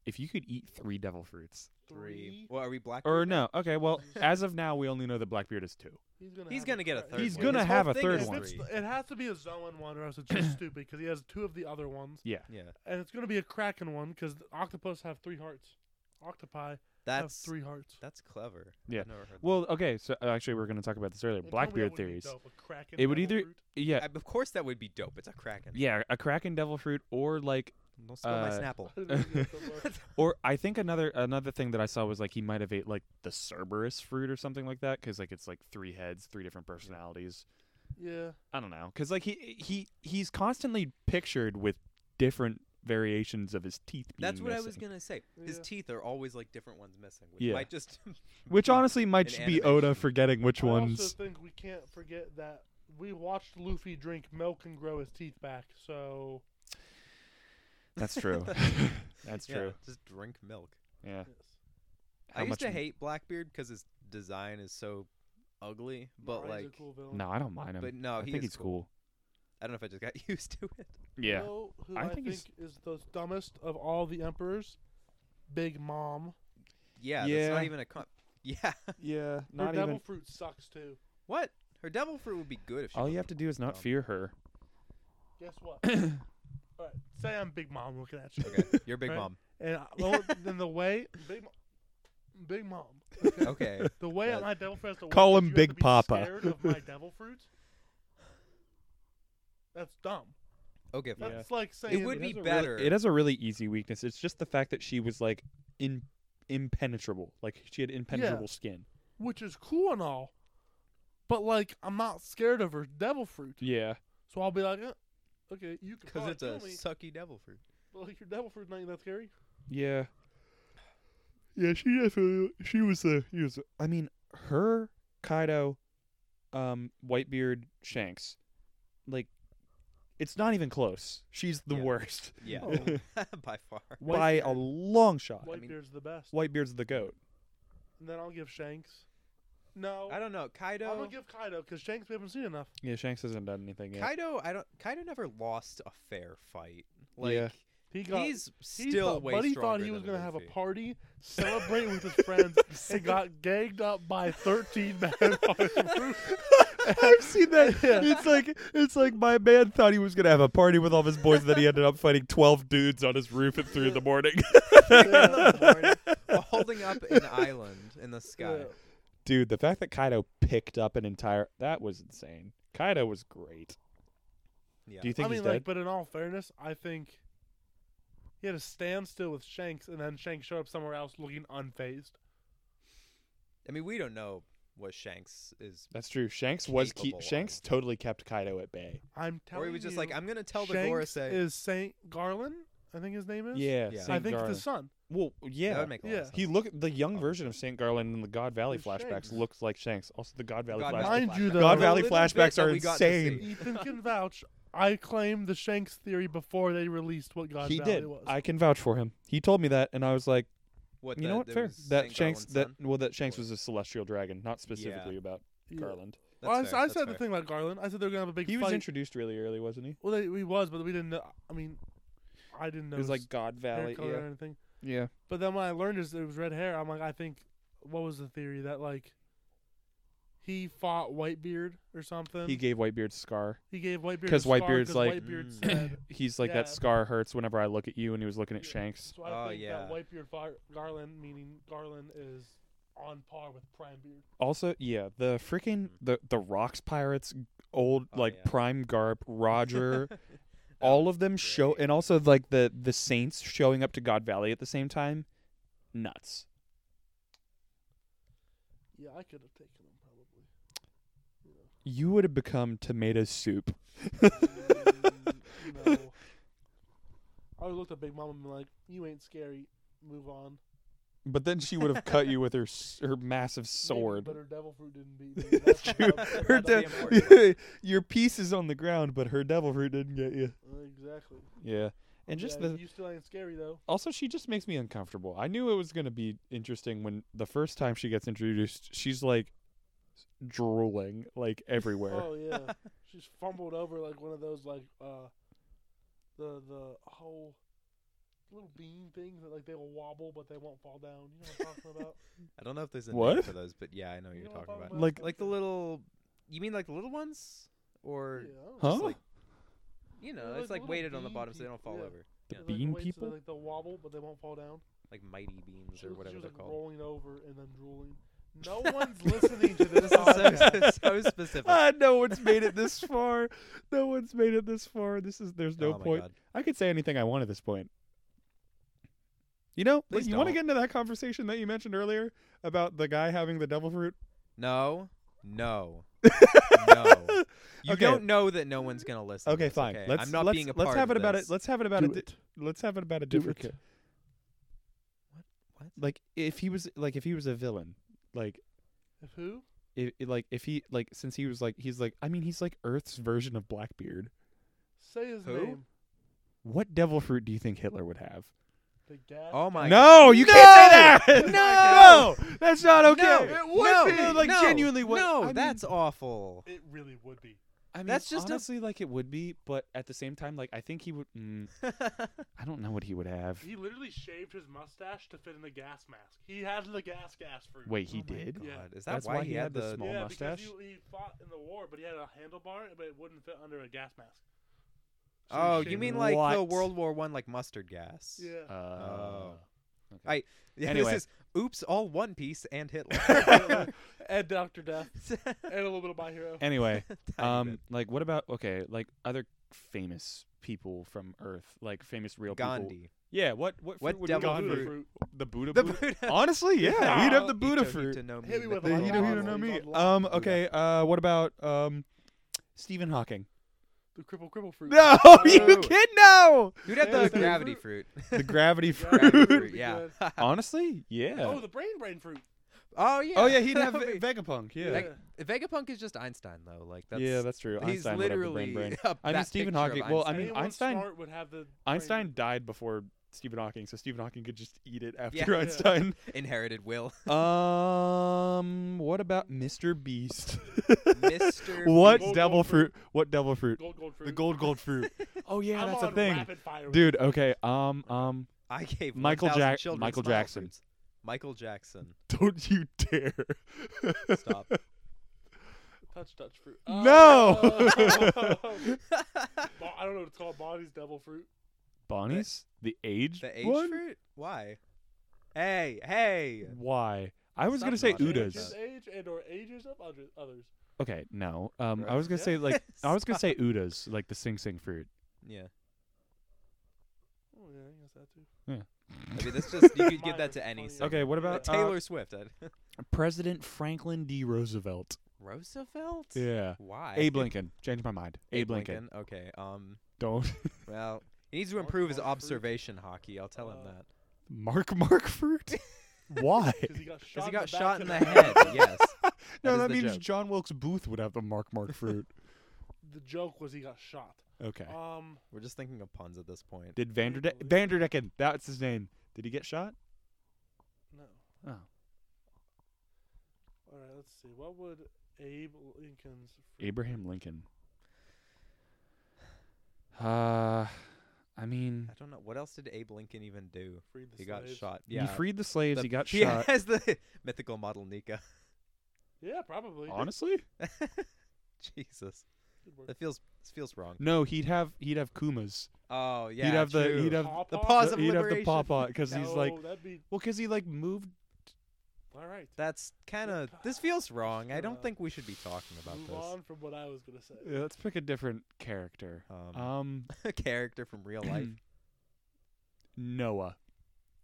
Speaker 1: if you could eat three devil fruits.
Speaker 2: Three. Well, are we black?
Speaker 1: Or no, okay, well, as of now we only know that Blackbeard is two.
Speaker 3: He's gonna.
Speaker 2: He's
Speaker 3: have
Speaker 2: gonna get a
Speaker 3: crack.
Speaker 2: third.
Speaker 1: He's
Speaker 2: one.
Speaker 1: gonna
Speaker 2: This
Speaker 1: have
Speaker 2: whole
Speaker 1: a
Speaker 2: thing
Speaker 1: third
Speaker 2: is
Speaker 3: If
Speaker 1: one.
Speaker 2: three.
Speaker 3: it's the- it has to be a Zoan one, or else it's just stupid because he has two of the other ones,
Speaker 1: Yeah.
Speaker 2: Yeah,
Speaker 3: and it's gonna be a Kraken one because octopus have three hearts. Octopi have
Speaker 2: that's
Speaker 3: three hearts.
Speaker 2: that's clever.
Speaker 1: Yeah.
Speaker 2: I've never heard that.
Speaker 1: Well, okay, so uh, actually we were gonna talk about this earlier.
Speaker 3: And tell me that
Speaker 1: Blackbeard
Speaker 3: wouldn't be
Speaker 1: theories.
Speaker 3: dope, a Kraken
Speaker 1: It would
Speaker 3: devil
Speaker 1: either-
Speaker 3: fruit.
Speaker 1: Yeah.
Speaker 2: I- of course that would be dope. It's a kraken.
Speaker 1: Yeah, a Kraken devil fruit or like
Speaker 2: Don't spill my
Speaker 1: Uh,
Speaker 2: Snapple.
Speaker 3: I didn't even get the word.
Speaker 1: or I think another another thing that I saw was like he might have ate like the Cerberus fruit or something like that cuz like it's like three heads, three different personalities.
Speaker 3: yeah.
Speaker 1: I don't know cuz like he he he's constantly pictured with different variations of his teeth being
Speaker 2: That's what I was
Speaker 1: missing,
Speaker 2: gonna say. His
Speaker 3: Yeah.
Speaker 2: teeth are always like different ones missing, which
Speaker 1: Yeah.
Speaker 2: might just
Speaker 1: Which honestly might
Speaker 2: An
Speaker 1: just be Oda
Speaker 2: animation.
Speaker 1: forgetting which
Speaker 3: I
Speaker 1: ones.
Speaker 3: also think we can't forget that we watched Luffy drink milk and grow his teeth back. So
Speaker 1: That's true. That's
Speaker 2: yeah,
Speaker 1: true.
Speaker 2: Just drink milk.
Speaker 1: Yeah.
Speaker 3: yes.
Speaker 1: How
Speaker 2: I used
Speaker 1: much
Speaker 2: to
Speaker 1: m-
Speaker 2: hate Blackbeard because his design is so ugly, but
Speaker 3: Rai's a
Speaker 2: like,
Speaker 3: cool villain.
Speaker 1: No, I don't mind him.
Speaker 2: but no,
Speaker 1: I
Speaker 2: he
Speaker 1: think
Speaker 2: is
Speaker 1: he's cool.
Speaker 2: I don't know if I just got used to it.
Speaker 1: Yeah.
Speaker 3: You know who
Speaker 1: I
Speaker 3: I,
Speaker 1: think
Speaker 3: think,
Speaker 1: he's-
Speaker 3: is the dumbest of all the emperors? Big Mom.
Speaker 2: Yeah, that's
Speaker 1: Yeah.
Speaker 2: not even a comp. Yeah,
Speaker 1: Yeah,
Speaker 3: Her devil fruit sucks too.
Speaker 2: what? Her devil fruit would be good if she.
Speaker 1: All you
Speaker 2: wasn't
Speaker 1: have to do is not
Speaker 2: dumb.
Speaker 1: fear her.
Speaker 3: Guess what? all right, say I'm Big Mom looking at you,
Speaker 2: Okay, you're big
Speaker 3: Right?
Speaker 2: mom.
Speaker 3: and I, well, then the way Big, Mo- Big Mom,
Speaker 2: Okay,
Speaker 3: the way
Speaker 2: Yeah.
Speaker 3: my devil fruit has to work
Speaker 1: Call
Speaker 3: is
Speaker 1: him
Speaker 3: you have
Speaker 1: Big
Speaker 3: to be
Speaker 1: Papa.
Speaker 3: Scared of my devil fruit. That's dumb.
Speaker 2: okay, fine.
Speaker 3: That's like saying
Speaker 2: It would be
Speaker 1: has a really-
Speaker 2: better.
Speaker 1: it has a really easy weakness. It's just the fact that she was like in impenetrable. Like she had impenetrable skin.
Speaker 3: which is cool and all, but like I'm not scared of her devil fruit,
Speaker 1: Yeah.
Speaker 3: so I'll be like, eh, okay, you can
Speaker 2: because
Speaker 3: probably
Speaker 2: it's a
Speaker 3: kill me,
Speaker 2: sucky devil fruit.
Speaker 3: but like your devil fruit's not even that scary.
Speaker 1: Yeah. Yeah, she definitely she was the he was I mean, her Kaido um Whitebeard Shanks. Like it's not even close. She's the
Speaker 2: Yeah.
Speaker 1: worst
Speaker 2: Yeah,
Speaker 1: Oh.
Speaker 2: by far.
Speaker 1: by a long shot.
Speaker 3: Whitebeard's
Speaker 2: mean-
Speaker 3: the best.
Speaker 1: Whitebeard's the goat.
Speaker 3: And then I'll give Shanks. No,
Speaker 2: I don't know. Kaido.
Speaker 3: I'm gonna give Kaido because Shanks we haven't seen enough.
Speaker 1: Yeah, Shanks hasn't done anything yet.
Speaker 2: Kaido, I don't. Kaido never lost a fair fight. Like
Speaker 1: Yeah.
Speaker 3: He got
Speaker 2: he's
Speaker 3: he
Speaker 2: still
Speaker 3: thought,
Speaker 2: way
Speaker 3: Buddy
Speaker 2: stronger
Speaker 3: thought he was
Speaker 2: than
Speaker 3: gonna have a
Speaker 2: Luffy.
Speaker 3: party, celebrate with his friends, and got gagged up by 13 men. on his roof.
Speaker 1: I've seen that. It's like it's like my man thought he was gonna have a party with all of his boys, then he ended up fighting twelve dudes on his roof at three in the morning.
Speaker 2: While holding up an island in the sky.
Speaker 3: Yeah.
Speaker 1: Dude, the fact that Kaido picked up an entire that was insane. Kaido was great.
Speaker 2: Yeah.
Speaker 1: Do you
Speaker 3: I
Speaker 1: think
Speaker 3: mean,
Speaker 1: he's
Speaker 3: like,
Speaker 1: dead?
Speaker 3: but in all fairness, I think he had a standstill with Shanks, and then Shanks showed up somewhere else looking unfazed.
Speaker 2: I mean, we don't know what Shanks is,
Speaker 1: That's true. Shanks was keep
Speaker 2: Capable of.
Speaker 1: Shanks totally kept Kaido at bay.
Speaker 3: I'm telling
Speaker 2: or he
Speaker 3: you,
Speaker 2: was just like, "I'm gonna tell the
Speaker 3: Shanks
Speaker 2: Gorosei."
Speaker 3: is Saint Garland, I think his name is.
Speaker 1: Yeah,
Speaker 2: Yeah.
Speaker 1: Saint
Speaker 3: I think
Speaker 1: Garland.
Speaker 3: the son.
Speaker 1: well,
Speaker 2: That
Speaker 1: yeah.
Speaker 2: would make a
Speaker 3: yeah.
Speaker 2: lot of sense.
Speaker 1: He looked the young version of Saint Garland in the God Valley
Speaker 3: It's
Speaker 1: flashbacks
Speaker 3: Shanks.
Speaker 1: looks like Shanks. Also, the God Valley
Speaker 2: God
Speaker 1: flashbacks.
Speaker 2: Valley
Speaker 3: Mind you,
Speaker 2: flashback.
Speaker 3: though-
Speaker 1: God
Speaker 3: The
Speaker 1: Valley
Speaker 2: little bit
Speaker 1: flashbacks
Speaker 2: that
Speaker 1: are
Speaker 2: we got to
Speaker 1: insane.
Speaker 2: see.
Speaker 3: Ethan can vouch. I claimed the Shanks theory before they released what God
Speaker 1: he
Speaker 3: Valley
Speaker 1: did.
Speaker 3: was.
Speaker 1: I can vouch for him. He told me that, and I was like,
Speaker 2: What,
Speaker 1: you
Speaker 2: that
Speaker 1: know what?
Speaker 2: there
Speaker 1: Fair.
Speaker 2: was
Speaker 1: That
Speaker 2: Saint
Speaker 1: Shanks.
Speaker 2: Garland's
Speaker 1: That
Speaker 2: son?
Speaker 1: well, that Shanks
Speaker 2: Or-
Speaker 1: was a celestial dragon, not specifically about
Speaker 3: Yeah.
Speaker 1: Garland.
Speaker 2: That's
Speaker 3: well, I,
Speaker 2: fair,
Speaker 3: I
Speaker 2: that's
Speaker 3: said
Speaker 2: fair.
Speaker 3: the thing about Garland. I said they were gonna have a big
Speaker 1: He
Speaker 3: fight.
Speaker 1: was introduced really early, wasn't he?
Speaker 3: well, they, he was, but we didn't. know. I mean, I didn't know.
Speaker 1: It was
Speaker 3: his
Speaker 1: like God
Speaker 3: hair
Speaker 1: Valley.
Speaker 3: color
Speaker 1: Yeah.
Speaker 3: or anything.
Speaker 1: yeah.
Speaker 3: But then when I learned is it was red hair, I'm like, I think, what was the theory that like he fought Whitebeard or something?
Speaker 1: He gave Whitebeard scar.
Speaker 3: He gave Whitebeard
Speaker 1: 'Cause
Speaker 3: a scar
Speaker 1: Whitebeard's
Speaker 3: 'cause
Speaker 1: like-
Speaker 3: Whitebeard
Speaker 2: Mm.
Speaker 3: said.
Speaker 1: He's like that
Speaker 3: Yeah.
Speaker 1: scar hurts whenever I look at you, and he was looking at
Speaker 3: Yeah.
Speaker 1: Shanks.
Speaker 3: So I
Speaker 2: Oh,
Speaker 3: think
Speaker 2: yeah.
Speaker 3: that Whitebeard fought Garland, meaning Garland is on par with Primebeard.
Speaker 1: Also, yeah, the freaking the the rocks pirates, old
Speaker 2: Oh,
Speaker 1: like
Speaker 2: yeah.
Speaker 1: Prime Garp, Roger,
Speaker 2: That
Speaker 1: all
Speaker 2: was
Speaker 1: of them show,
Speaker 2: great.
Speaker 1: and also like the the Saints showing up to God Valley at the same time. Nuts.
Speaker 3: Yeah, I could have taken him probably.
Speaker 1: You would have become tomato soup.
Speaker 3: Mm, no. I would have looked at Big Mom and been like, "You ain't scary. Move on."
Speaker 1: But then she would have cut you with her s- her massive
Speaker 3: Maybe,
Speaker 1: sword.
Speaker 3: But her devil fruit didn't beat me.
Speaker 1: That's
Speaker 3: That's
Speaker 1: true.
Speaker 3: how-
Speaker 1: Her
Speaker 3: that's
Speaker 1: de-
Speaker 3: how-
Speaker 1: your piece is on the ground, but her devil fruit didn't get you.
Speaker 3: Exactly.
Speaker 1: Yeah, and just
Speaker 3: Yeah,
Speaker 1: the
Speaker 3: you still ain't scary though.
Speaker 1: also she just makes me uncomfortable. I knew it was gonna be interesting when the first time she gets introduced, she's like drooling like everywhere.
Speaker 3: Oh yeah, she's fumbled over like one of those like uh, the the whole little bean things that like they will wobble but they won't fall down. You know what I'm talking about?
Speaker 2: I don't know if there's a name
Speaker 1: What?
Speaker 2: for those, but yeah, I know what
Speaker 3: You
Speaker 2: you're
Speaker 3: know what I'm
Speaker 2: talking about.
Speaker 1: about? Like-
Speaker 2: Like the little. You mean like the little ones, or
Speaker 3: Yeah, I
Speaker 1: Huh?
Speaker 3: don't know.
Speaker 2: like- you know,
Speaker 3: like
Speaker 2: it's like
Speaker 3: little
Speaker 2: weighted on the
Speaker 3: bean
Speaker 2: bottom so they don't
Speaker 3: people,
Speaker 2: fall
Speaker 3: yeah.
Speaker 2: over,
Speaker 1: The
Speaker 3: They're, like,
Speaker 1: bean
Speaker 3: weights that
Speaker 1: people.
Speaker 3: They, like they'll wobble but they won't fall down.
Speaker 2: like mighty beans
Speaker 3: She
Speaker 2: or
Speaker 3: was, she
Speaker 2: whatever
Speaker 3: was
Speaker 2: they're
Speaker 3: like
Speaker 2: called.
Speaker 3: rolling over and then drooling. No one's listening to
Speaker 2: This
Speaker 3: this.
Speaker 2: is
Speaker 3: podcast.
Speaker 2: so, Oh, so specific.
Speaker 1: Ah, no one's made it this far. No one's made it this far. This is there's no
Speaker 2: oh my
Speaker 1: point.
Speaker 2: God.
Speaker 1: I could say anything I want at this point. You know,
Speaker 2: Please
Speaker 1: you want to
Speaker 2: don't.
Speaker 1: get into that conversation that you mentioned earlier about the guy having the devil fruit?
Speaker 2: No, no, no. You
Speaker 1: Okay.
Speaker 2: don't know that no one's gonna listen. to
Speaker 1: Okay,
Speaker 2: this,
Speaker 1: fine.
Speaker 2: okay?
Speaker 1: Let's
Speaker 2: I'm not
Speaker 1: let's,
Speaker 2: being a
Speaker 1: let's
Speaker 2: part
Speaker 1: have it
Speaker 2: of
Speaker 1: about
Speaker 2: this.
Speaker 1: it. Let's have it about
Speaker 3: Do
Speaker 1: it.
Speaker 3: it.
Speaker 1: Let's have it about a
Speaker 3: Do
Speaker 1: different.
Speaker 3: it.
Speaker 1: ca-
Speaker 2: What?
Speaker 1: Like if he was like if he was a villain, like
Speaker 3: If Who?
Speaker 1: if like if he like since he was like he's like I mean he's like Earth's version of Blackbeard.
Speaker 3: Say his
Speaker 2: Who?
Speaker 3: name.
Speaker 1: What devil fruit do you think Hitler would have?
Speaker 3: The gas.
Speaker 2: Oh my
Speaker 1: no, you can't say
Speaker 2: No! Oh
Speaker 1: that. No, that's not okay.
Speaker 2: No,
Speaker 3: it would
Speaker 2: no,
Speaker 3: be.
Speaker 2: no,
Speaker 1: like
Speaker 2: no,
Speaker 1: genuinely what-
Speaker 2: No,
Speaker 1: I mean-
Speaker 2: that's awful.
Speaker 3: It really would be.
Speaker 1: I mean,
Speaker 2: That's just a-
Speaker 1: honestly like it would be, but at the same time, like I think he would. Mm,
Speaker 3: Oh,
Speaker 1: I don't know what he would have.
Speaker 3: He literally shaved his mustache to fit in the gas mask. He had the gas gas fruit.
Speaker 1: Wait, he
Speaker 2: Oh my
Speaker 1: did?
Speaker 2: God,
Speaker 3: Yeah.
Speaker 2: Is that
Speaker 1: That's
Speaker 2: why he had
Speaker 1: the
Speaker 2: the?
Speaker 1: small
Speaker 3: yeah,
Speaker 1: mustache.
Speaker 3: because he, he fought in the war, but he had a handlebar, but it wouldn't fit under a gas mask. So he
Speaker 2: Oh,
Speaker 3: shaved
Speaker 2: you
Speaker 3: it.
Speaker 2: mean like the
Speaker 1: What?
Speaker 2: World War One, like mustard gas?
Speaker 1: Uh,
Speaker 3: Yeah.
Speaker 2: Oh.
Speaker 1: okay.
Speaker 2: I- Yeah,
Speaker 1: Anyway.
Speaker 2: This is oops, all One Piece and Hitler.
Speaker 3: and Doctor Death, and a little bit of my hero.
Speaker 1: Anyway,
Speaker 2: Tiny
Speaker 1: um,
Speaker 2: bit.
Speaker 1: like what about okay, like other famous people from Earth, like famous real people.
Speaker 2: Gandhi.
Speaker 1: Yeah, what what,
Speaker 2: What
Speaker 1: fruit would
Speaker 2: devil
Speaker 1: Gandhi?
Speaker 2: fruit?
Speaker 1: The Buddha.
Speaker 2: The
Speaker 1: fruit?
Speaker 2: Buddha.
Speaker 1: Honestly, yeah,
Speaker 3: Yeah.
Speaker 1: he'd have the Buddha
Speaker 2: Ito,
Speaker 1: fruit.
Speaker 2: Ito no
Speaker 3: Hit
Speaker 2: me,
Speaker 3: me
Speaker 2: the
Speaker 3: with a
Speaker 1: The-
Speaker 2: Buddha
Speaker 1: he
Speaker 3: lot
Speaker 1: don't,
Speaker 3: of
Speaker 1: he
Speaker 2: model.
Speaker 1: don't know me.
Speaker 3: Buddha.
Speaker 1: Um, okay. Uh, what about um, Stephen Hawking?
Speaker 3: The cripple cripple fruit.
Speaker 1: No, you
Speaker 2: No.
Speaker 1: kid, no.
Speaker 2: Dude had
Speaker 3: Yeah,
Speaker 2: the
Speaker 3: the
Speaker 2: gravity fruit.
Speaker 1: The gravity
Speaker 3: Yeah, that would
Speaker 1: fruit.
Speaker 3: be
Speaker 2: yeah.
Speaker 3: good.
Speaker 1: Honestly, yeah.
Speaker 3: Oh, the brain brain fruit.
Speaker 2: oh yeah.
Speaker 1: Oh yeah, he'd
Speaker 2: that
Speaker 1: have
Speaker 2: would be-
Speaker 1: Ve- Vegapunk. Yeah.
Speaker 2: Like, Vegapunk is just Einstein though. Like that's
Speaker 1: yeah, that's true.
Speaker 2: he's
Speaker 1: Einstein would have the
Speaker 2: literally
Speaker 1: brain brain.
Speaker 2: up
Speaker 1: I mean,
Speaker 2: that
Speaker 1: Stephen
Speaker 2: picture of
Speaker 1: Hawking- well, I mean,
Speaker 3: Anyone
Speaker 1: Einstein-
Speaker 3: smart would have the.
Speaker 1: Einstein died before Stephen Hawking, so Stephen Hawking could just eat it after
Speaker 2: Yeah. Yeah.
Speaker 1: Einstein.
Speaker 2: inherited will.
Speaker 1: um, what about Mr. Beast?
Speaker 2: Mr.
Speaker 1: What
Speaker 3: Beast.
Speaker 1: devil
Speaker 3: Gold, gold
Speaker 1: fruit? What devil fruit?
Speaker 3: Gold gold fruit.
Speaker 1: The gold gold fruit. oh yeah,
Speaker 3: I'm
Speaker 1: that's a
Speaker 3: on
Speaker 1: thing,
Speaker 3: Rapid fire with
Speaker 1: dude. Okay. Um, um,
Speaker 2: I gave
Speaker 1: Michael
Speaker 2: 1,000
Speaker 1: Jack-
Speaker 2: children
Speaker 1: Michael
Speaker 2: smile
Speaker 1: Jackson.
Speaker 2: fruits. Michael Jackson.
Speaker 1: don't you dare.
Speaker 2: Stop.
Speaker 3: Touch touch fruit.
Speaker 1: No!
Speaker 3: Oh. Bo- I don't know what it's called. Bonnie's devil fruit.
Speaker 1: Bonnie's the age.
Speaker 2: the age
Speaker 1: one?
Speaker 2: fruit? Why? Hey, hey.
Speaker 1: Why? I was gonna say
Speaker 2: Stop nodding.
Speaker 1: Uda's.
Speaker 3: Ages, age and or ages of other- others.
Speaker 1: Okay, no. Um, I
Speaker 2: Right.
Speaker 1: was gonna
Speaker 2: Yeah.
Speaker 1: say like I was gonna say Uda's, like the Sing Sing fruit.
Speaker 2: Yeah.
Speaker 3: Oh yeah, I guess that too.
Speaker 2: I mean, that's just you could give
Speaker 3: Mine
Speaker 2: that
Speaker 3: was
Speaker 2: to any.
Speaker 3: funny.
Speaker 2: singer.
Speaker 1: Okay, what about uh,
Speaker 2: Taylor Swift. I'd-
Speaker 1: President Franklin D. Roosevelt?
Speaker 2: Roosevelt.
Speaker 1: Yeah.
Speaker 2: Why?
Speaker 1: Abe Lincoln. Changed my mind. Abe, Lincoln.
Speaker 2: Okay. Um.
Speaker 1: Don't.
Speaker 2: Well, he needs to
Speaker 3: Mark
Speaker 2: improve his
Speaker 3: Mark Fruit.
Speaker 2: observation hockey. I'll tell him
Speaker 3: Uh,
Speaker 2: that.
Speaker 1: Mark Mark fruit. Why?
Speaker 3: Because he got
Speaker 2: Because
Speaker 3: shot.
Speaker 2: he
Speaker 3: in
Speaker 2: got
Speaker 3: the
Speaker 2: shot in the
Speaker 3: back
Speaker 2: head. yes.
Speaker 1: no,
Speaker 2: is
Speaker 1: that
Speaker 2: the
Speaker 1: means
Speaker 2: joke.
Speaker 1: John Wilkes Booth would have the Mark Mark fruit.
Speaker 3: The joke was he got shot.
Speaker 1: Okay.
Speaker 2: Oh,
Speaker 3: Um,
Speaker 2: We're just thinking of puns at this point.
Speaker 1: Did Vanderde-
Speaker 3: believe-
Speaker 1: Vanderdecken? That's his name. Did he get shot?
Speaker 3: no.
Speaker 1: Oh.
Speaker 3: All right, let's see. What would Abe Lincoln's fruit
Speaker 1: Abraham Lincoln. Uh, I mean,
Speaker 2: I don't know. What else did Abe Lincoln even do?
Speaker 3: freed the
Speaker 2: He got
Speaker 3: slaves?
Speaker 2: shot. Yeah.
Speaker 1: he freed the slaves.
Speaker 2: the-
Speaker 1: he got
Speaker 2: he
Speaker 1: shot.
Speaker 2: has the mythical model Nika.
Speaker 3: Yeah, probably. Good-
Speaker 1: Honestly,
Speaker 2: Jesus,
Speaker 3: good work.
Speaker 2: that feels this feels wrong.
Speaker 1: no. He'd have he'd have kumas.
Speaker 2: Oh yeah.
Speaker 1: he'd have
Speaker 2: true.
Speaker 1: the he'd have
Speaker 3: Paw
Speaker 2: the
Speaker 3: Paw?
Speaker 2: paws
Speaker 1: the-
Speaker 2: of
Speaker 1: he'd have the
Speaker 2: liberation.
Speaker 1: pop out because he's like
Speaker 3: No, that'd be
Speaker 1: well because he like moved
Speaker 3: all right.
Speaker 2: That's kind of this feels wrong. I don't think we should be talking about
Speaker 3: Move
Speaker 2: this.
Speaker 3: on from what I was gonna say.
Speaker 1: Yeah, uh, let's pick a different character.
Speaker 2: Um,
Speaker 1: Um,
Speaker 2: a character from real life.
Speaker 1: Noah.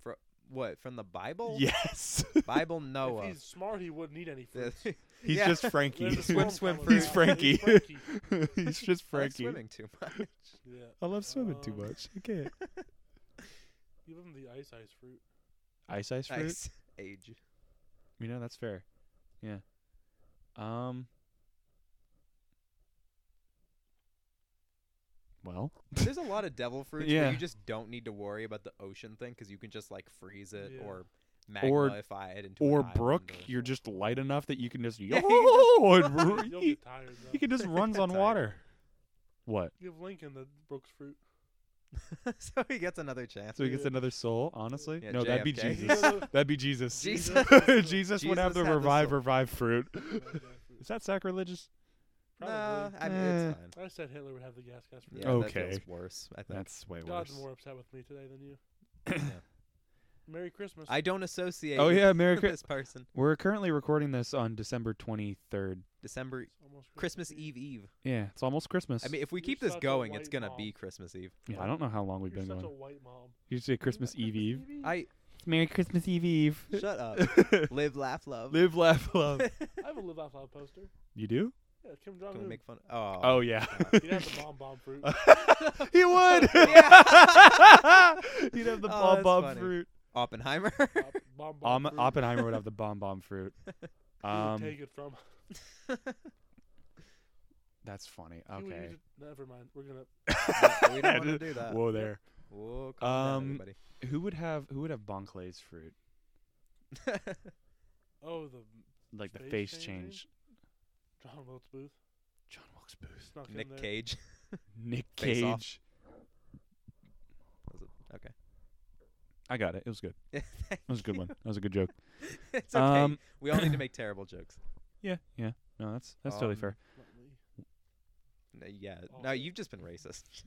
Speaker 2: Fro- what from the Bible?
Speaker 1: Yes.
Speaker 2: Bible
Speaker 3: If
Speaker 2: Noah.
Speaker 3: he's smart, he wouldn't need any
Speaker 2: The-
Speaker 3: fruits.
Speaker 1: He's
Speaker 2: Yeah.
Speaker 1: just Frankie.
Speaker 3: There's a
Speaker 1: he's
Speaker 3: swamp
Speaker 2: swim fruit.
Speaker 3: coming
Speaker 2: He's
Speaker 3: out.
Speaker 1: Frankie.
Speaker 3: Frankie.
Speaker 1: just
Speaker 2: I like
Speaker 1: Frankie.
Speaker 2: swimming Oh. too much.
Speaker 3: Yeah.
Speaker 1: I love swimming too
Speaker 3: Um,
Speaker 1: much. I can't.
Speaker 3: Give him the ice ice fruit.
Speaker 1: Ice ice fruit.
Speaker 2: Nice. Age.
Speaker 1: You know that's fair. Yeah. Um. Well,
Speaker 2: There's a lot of devil fruits where
Speaker 1: Yeah.
Speaker 2: you just don't need to worry about the ocean thing because you can just like freeze it
Speaker 3: Yeah.
Speaker 2: or
Speaker 1: Or-
Speaker 2: magnify it into an
Speaker 1: or
Speaker 2: island
Speaker 1: Brooke,
Speaker 2: or-
Speaker 1: you're just light enough that you can just yo,
Speaker 2: Yeah,
Speaker 1: and ru-
Speaker 3: You'll
Speaker 1: he,
Speaker 3: get tired
Speaker 1: he
Speaker 3: though.
Speaker 1: can just runs on
Speaker 2: Tired.
Speaker 1: water. What?
Speaker 3: Give Lincoln the Brooks fruit.
Speaker 2: so he gets another chance.
Speaker 1: So he gets
Speaker 3: Yeah.
Speaker 1: another soul? Honestly,
Speaker 2: Yeah,
Speaker 1: no, that'd be
Speaker 2: JFK.
Speaker 1: Jesus. that'd be Jesus.
Speaker 2: Jesus.
Speaker 1: Jesus would have
Speaker 2: Jesus
Speaker 1: the
Speaker 2: had the
Speaker 1: revive,
Speaker 2: soul.
Speaker 1: revive fruit.
Speaker 3: Probably.
Speaker 1: Is that sacrilegious?
Speaker 2: Nah, I mean,
Speaker 1: Eh.
Speaker 2: it's fine.
Speaker 3: I said Hitler would have the gas gas fruit.
Speaker 2: Yeah,
Speaker 1: Okay.
Speaker 2: That feels worse. I think.
Speaker 1: That's way
Speaker 3: Oh, God's
Speaker 1: worse.
Speaker 3: more upset with me today than you.
Speaker 2: Yeah.
Speaker 3: Merry Christmas.
Speaker 2: I don't associate.
Speaker 1: Oh,
Speaker 2: with
Speaker 1: yeah, Merry Chri-
Speaker 2: this person.
Speaker 1: We're currently recording this on December 23rd.
Speaker 2: December,
Speaker 3: It's almost
Speaker 2: Christmas Eve Eve.
Speaker 1: Yeah, it's almost Christmas.
Speaker 2: I mean, if we
Speaker 3: You're
Speaker 2: keep this
Speaker 3: such a
Speaker 2: going, it's
Speaker 3: white
Speaker 2: gonna
Speaker 3: mom.
Speaker 2: be Christmas Eve.
Speaker 1: yeah, I don't know how long we've
Speaker 3: You're
Speaker 1: been
Speaker 3: such
Speaker 1: going.
Speaker 3: a white mom.
Speaker 1: You say Christmas Eve Eve.
Speaker 3: I
Speaker 2: I
Speaker 1: Merry Christmas Eve Eve.
Speaker 2: shut up. Live, laugh, love.
Speaker 1: Live, laugh, love.
Speaker 3: I have a live out loud poster.
Speaker 1: You do?
Speaker 3: Yeah, Kim Jong
Speaker 2: Can we
Speaker 3: Un.
Speaker 2: make fun? Oh.
Speaker 1: Oh yeah.
Speaker 3: He'd have the bomb bomb fruit.
Speaker 1: he would.
Speaker 2: Yeah.
Speaker 1: He'd have the
Speaker 2: Oh,
Speaker 1: bomb
Speaker 2: that's
Speaker 1: bomb
Speaker 2: funny.
Speaker 1: fruit.
Speaker 2: Oppenheimer.
Speaker 3: Op- bomb
Speaker 1: Um,
Speaker 3: bomb fruit.
Speaker 1: Oppenheimer would have the bomb bomb fruit.
Speaker 3: He would
Speaker 1: Um,
Speaker 3: take it from.
Speaker 1: that's funny.
Speaker 3: he would
Speaker 1: Okay.
Speaker 3: use it- Never mind. We're gonna.
Speaker 2: No, we don't wanna do that.
Speaker 1: Whoa there.
Speaker 2: Whoa,
Speaker 1: Um,
Speaker 2: calm down,
Speaker 1: Who would have Who would have Bonclay's fruit?
Speaker 2: everybody.
Speaker 3: Oh, the
Speaker 1: Like the
Speaker 3: Face
Speaker 1: face
Speaker 3: changing?
Speaker 1: change.
Speaker 3: John Wilkes Booth
Speaker 1: John Wilkes Booth.
Speaker 3: snuck in
Speaker 2: Nick
Speaker 3: there.
Speaker 2: Cage.
Speaker 1: Nick
Speaker 2: Face Off.
Speaker 1: Cage.
Speaker 2: Was it- Okay.
Speaker 1: I got it. It was good.
Speaker 2: Thank
Speaker 1: That was a good
Speaker 2: you.
Speaker 1: one. That was a good joke.
Speaker 2: it's okay.
Speaker 1: Um,
Speaker 2: we all need to make terrible jokes.
Speaker 1: yeah. Yeah. No, that's that's totally
Speaker 2: Um,
Speaker 1: fair.
Speaker 3: Not me.
Speaker 2: No, yeah. No,
Speaker 3: Awful.
Speaker 2: you've just been racist.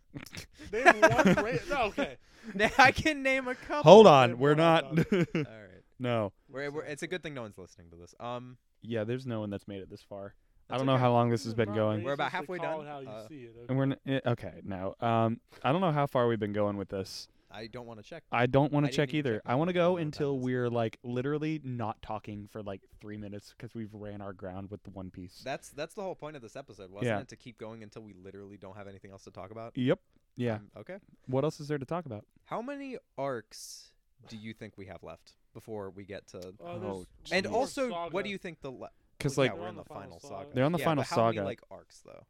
Speaker 3: Name one great. No, okay.
Speaker 2: now I can name a couple.
Speaker 1: Hold on.
Speaker 3: Name
Speaker 1: We're
Speaker 3: one,
Speaker 1: not.
Speaker 2: All right.
Speaker 1: no.
Speaker 2: We're, we're, it's a good thing no one's listening to this. Um,
Speaker 1: Yeah. There's no one that's made it this far. I
Speaker 2: That's
Speaker 1: don't know
Speaker 2: okay.
Speaker 1: how long this
Speaker 3: This
Speaker 1: has
Speaker 3: is
Speaker 1: been
Speaker 3: not
Speaker 1: going.
Speaker 2: We're about
Speaker 3: racist to
Speaker 2: halfway
Speaker 3: call
Speaker 2: done.
Speaker 3: it How you
Speaker 2: Uh,
Speaker 3: see it?
Speaker 1: And
Speaker 3: okay.
Speaker 1: we're n- eh, okay now. Um, I don't know how far we've been going with this.
Speaker 2: I don't want to check.
Speaker 1: I don't want
Speaker 2: I
Speaker 1: to
Speaker 2: didn't
Speaker 1: check
Speaker 2: even
Speaker 1: either.
Speaker 2: check my
Speaker 1: I want to
Speaker 2: phone. I don't
Speaker 1: go
Speaker 2: know what
Speaker 1: until
Speaker 2: that is.
Speaker 1: we're like literally not talking for like three minutes because we've ran our ground with the One Piece.
Speaker 2: That's that's the whole point of this episode, wasn't
Speaker 1: Yeah.
Speaker 2: it? To keep going until we literally don't have anything else to talk about.
Speaker 1: yep. Yeah.
Speaker 2: Um, okay.
Speaker 1: What else is there to talk about?
Speaker 2: How many arcs do you think we have left before we get to?
Speaker 3: Oh, there's
Speaker 1: Oh,
Speaker 3: one
Speaker 2: and
Speaker 3: more
Speaker 2: also,
Speaker 3: saga.
Speaker 2: what do you think the? Le-
Speaker 1: Because
Speaker 2: well,
Speaker 1: like
Speaker 2: yeah, we're in the final saga.
Speaker 1: they're on the
Speaker 2: Yeah,
Speaker 1: final
Speaker 2: but how many,
Speaker 1: saga.
Speaker 2: like arcs though,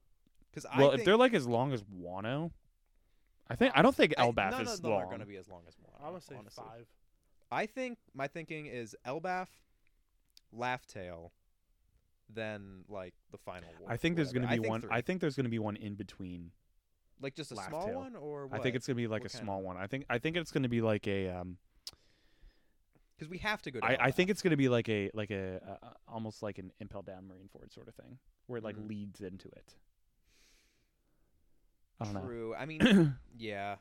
Speaker 2: because
Speaker 1: well,
Speaker 2: I
Speaker 1: if they're
Speaker 2: think-
Speaker 1: like as long as Wano, I think I don't think
Speaker 2: I-
Speaker 1: Elbaf
Speaker 2: none
Speaker 1: is
Speaker 2: of them
Speaker 1: long.
Speaker 2: are going to be as long as one.
Speaker 3: I'm gonna say
Speaker 2: honestly.
Speaker 3: five.
Speaker 2: I think my thinking is Elbaf, Laughtail, then like the final.
Speaker 1: I think there's
Speaker 2: going to
Speaker 1: be one.
Speaker 2: Three.
Speaker 1: I think there's going to be one in between.
Speaker 2: like just a small
Speaker 1: Laughtail.
Speaker 2: one or
Speaker 1: I think it's going to be like
Speaker 2: What
Speaker 1: a
Speaker 2: kind
Speaker 1: small one. I think I think it's going to be like a um.
Speaker 2: because we have to go. To
Speaker 1: I, I
Speaker 2: Elbaf.
Speaker 1: think it's going to be like a like a uh, almost like an impel down marine forward sort of thing where it like
Speaker 2: Mhm.
Speaker 1: leads into it. I don't know.
Speaker 2: true. I mean, yeah.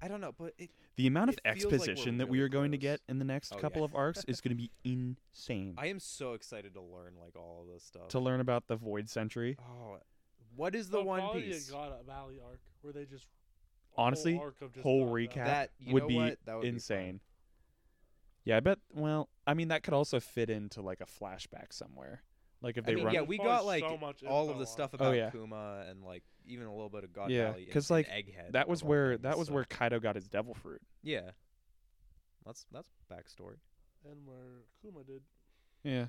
Speaker 2: I don't know, but it,
Speaker 1: The amount of
Speaker 2: It feels like we're
Speaker 1: exposition that we
Speaker 2: really
Speaker 1: are going to
Speaker 2: close.
Speaker 1: get in the next
Speaker 2: Oh, yeah.
Speaker 1: couple of arcs is going to be insane.
Speaker 2: I am so excited to learn like all of this stuff.
Speaker 1: to learn about the void century,
Speaker 2: Oh, what is the
Speaker 3: There'll
Speaker 2: One
Speaker 3: probably be
Speaker 2: Piece?
Speaker 3: a God Valley arc where they just a
Speaker 1: Honestly,
Speaker 3: whole, arc of just
Speaker 1: whole
Speaker 3: God Valley.
Speaker 1: recap
Speaker 2: That you
Speaker 1: would
Speaker 2: know
Speaker 1: be
Speaker 2: what? That would be fun.
Speaker 1: insane. yeah, I bet. Well, I mean, that could also fit into like a flashback somewhere. Like if
Speaker 2: I
Speaker 1: they
Speaker 2: mean,
Speaker 1: run,
Speaker 2: yeah,
Speaker 3: There's
Speaker 2: we
Speaker 3: probably
Speaker 2: got like
Speaker 3: so much
Speaker 2: all
Speaker 3: info
Speaker 2: of the
Speaker 3: on
Speaker 2: stuff
Speaker 3: it.
Speaker 2: about
Speaker 1: Oh, yeah.
Speaker 2: Kuma and like even a little bit of God
Speaker 1: Yeah,
Speaker 2: Valley. and-
Speaker 1: 'cause,
Speaker 2: and
Speaker 1: like,
Speaker 2: Egghead.
Speaker 1: that was
Speaker 2: of all
Speaker 1: where
Speaker 2: things,
Speaker 1: that was
Speaker 2: so-
Speaker 1: where Kaido got his devil fruit.
Speaker 2: Yeah. That's that's backstory.
Speaker 3: and where Kuma did.
Speaker 1: Yeah.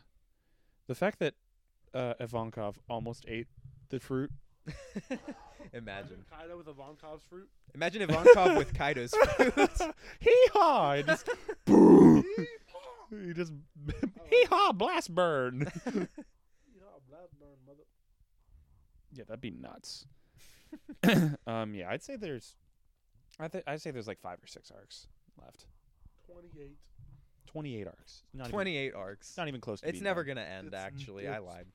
Speaker 1: The fact that uh, Ivankov almost ate the fruit.
Speaker 2: Imagine,
Speaker 3: Kaido with Ivankov's fruit.
Speaker 2: imagine Ivankov with Kaido's fruit.
Speaker 1: Hee haw! It Just boom. He just hee haw blast burn.
Speaker 3: Yeah, Blackburn, mother.
Speaker 1: yeah, that'd be nuts. um, yeah, I'd say there's, I think I'd say there's like five or six arcs left.
Speaker 3: 28.
Speaker 1: Twenty-eight arcs. Not Even,
Speaker 2: Twenty-eight arcs.
Speaker 1: it's not even close. To
Speaker 2: It's
Speaker 1: being
Speaker 2: never
Speaker 1: done.
Speaker 2: gonna end.
Speaker 3: It's-
Speaker 2: Actually, I
Speaker 3: it's-
Speaker 2: lied.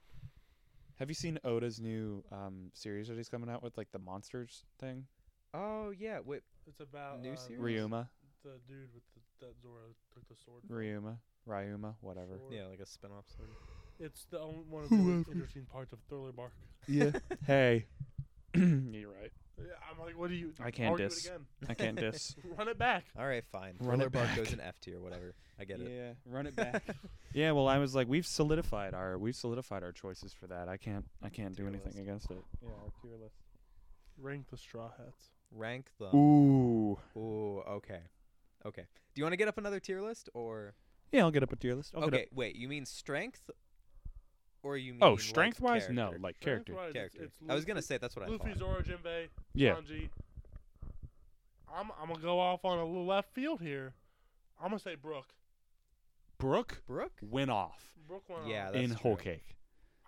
Speaker 1: Have you seen Oda's new um series that he's coming out with, like the monsters thing?
Speaker 2: Oh yeah, wait.
Speaker 3: It's about
Speaker 2: New
Speaker 3: uh,
Speaker 2: series?
Speaker 1: Ryuma,
Speaker 3: The dude with the, that Zoro took the sword. from.
Speaker 1: Ryuma, Ryuma, whatever.
Speaker 3: Sure.
Speaker 2: Yeah, like a spin-off. Sort of.
Speaker 3: It's the only one of the least interesting parts of Thriller Bark.
Speaker 1: Yeah. hey. You're right.
Speaker 3: Yeah, I'm like, what do you?
Speaker 1: I can't
Speaker 3: argue
Speaker 1: diss.
Speaker 3: It again.
Speaker 1: I can't diss.
Speaker 3: Run it back.
Speaker 2: All right, fine.
Speaker 1: Run
Speaker 2: Thriller
Speaker 1: it
Speaker 2: Bark goes
Speaker 1: back.
Speaker 2: in F tier, whatever. I get it.
Speaker 1: Yeah, run it back. yeah, well, I was like, we've solidified our we've solidified our choices for that. I can't I can't do
Speaker 2: Tier
Speaker 1: anything
Speaker 2: list.
Speaker 1: against it. Yeah, our tier list.
Speaker 3: Rank the Straw Hats.
Speaker 1: Uh,
Speaker 2: Rank them.
Speaker 1: Ooh,
Speaker 2: Ooh, okay. Okay. Do you want to get up another tier list or?
Speaker 1: Yeah, I'll get up a tier list. I'll get
Speaker 2: okay,
Speaker 1: up-
Speaker 2: wait. You mean strength, or you mean?
Speaker 1: Oh,
Speaker 2: like,
Speaker 1: strength wise, no,
Speaker 2: character?
Speaker 1: like character.
Speaker 3: Strength-wise, it's-
Speaker 2: character.
Speaker 3: it's
Speaker 2: I was gonna
Speaker 3: Luffy-
Speaker 2: say that's what I
Speaker 3: Luffy,
Speaker 2: thought.
Speaker 3: Zoro, Jinbei,
Speaker 1: Yeah.
Speaker 3: Sanji. I'm I'm gonna go off on a little left field here. I'm gonna say Brook.
Speaker 1: Brooke
Speaker 2: Brooke,
Speaker 1: went off
Speaker 3: Brook went
Speaker 2: Yeah,
Speaker 3: off.
Speaker 2: That's
Speaker 1: in whole
Speaker 2: true.
Speaker 1: cake.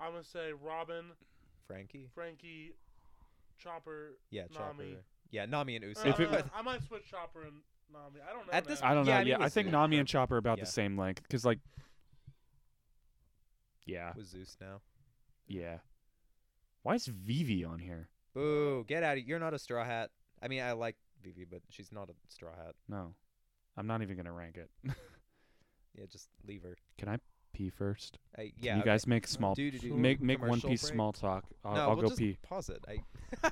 Speaker 3: I'm gonna say Robin,
Speaker 2: Frankie,
Speaker 3: Frankie, Chopper.
Speaker 2: yeah,
Speaker 3: Nami.
Speaker 2: Chopper, yeah, Nami and
Speaker 3: Uh,
Speaker 2: Usopp.
Speaker 1: If it
Speaker 3: I,
Speaker 1: was-
Speaker 3: I might switch Chopper and Nami. I don't know.
Speaker 2: At this
Speaker 3: now.
Speaker 1: I don't
Speaker 2: Yeah,
Speaker 1: know.
Speaker 2: I mean,
Speaker 1: yeah, I
Speaker 2: it's-
Speaker 1: think Nami and Chopper are about
Speaker 2: Yeah.
Speaker 1: the same length because like. Yeah,
Speaker 2: was Zeus now.
Speaker 1: yeah. Why is Vivi on here?
Speaker 2: Boo! Get out of You're not a straw hat. I mean, I like Vivi, but she's not a straw hat.
Speaker 1: No, I'm not even gonna rank it.
Speaker 2: Yeah, just leave her.
Speaker 1: Can I pee first?
Speaker 2: I,
Speaker 1: Can
Speaker 2: yeah.
Speaker 1: you
Speaker 2: okay.
Speaker 1: guys make small
Speaker 2: Do, do, do.
Speaker 1: make make one
Speaker 2: Commercial
Speaker 1: piece
Speaker 2: break?
Speaker 1: small talk. I'll,
Speaker 2: no,
Speaker 1: I'll
Speaker 2: we'll
Speaker 1: go
Speaker 2: just
Speaker 1: pee.
Speaker 2: Pause it. I.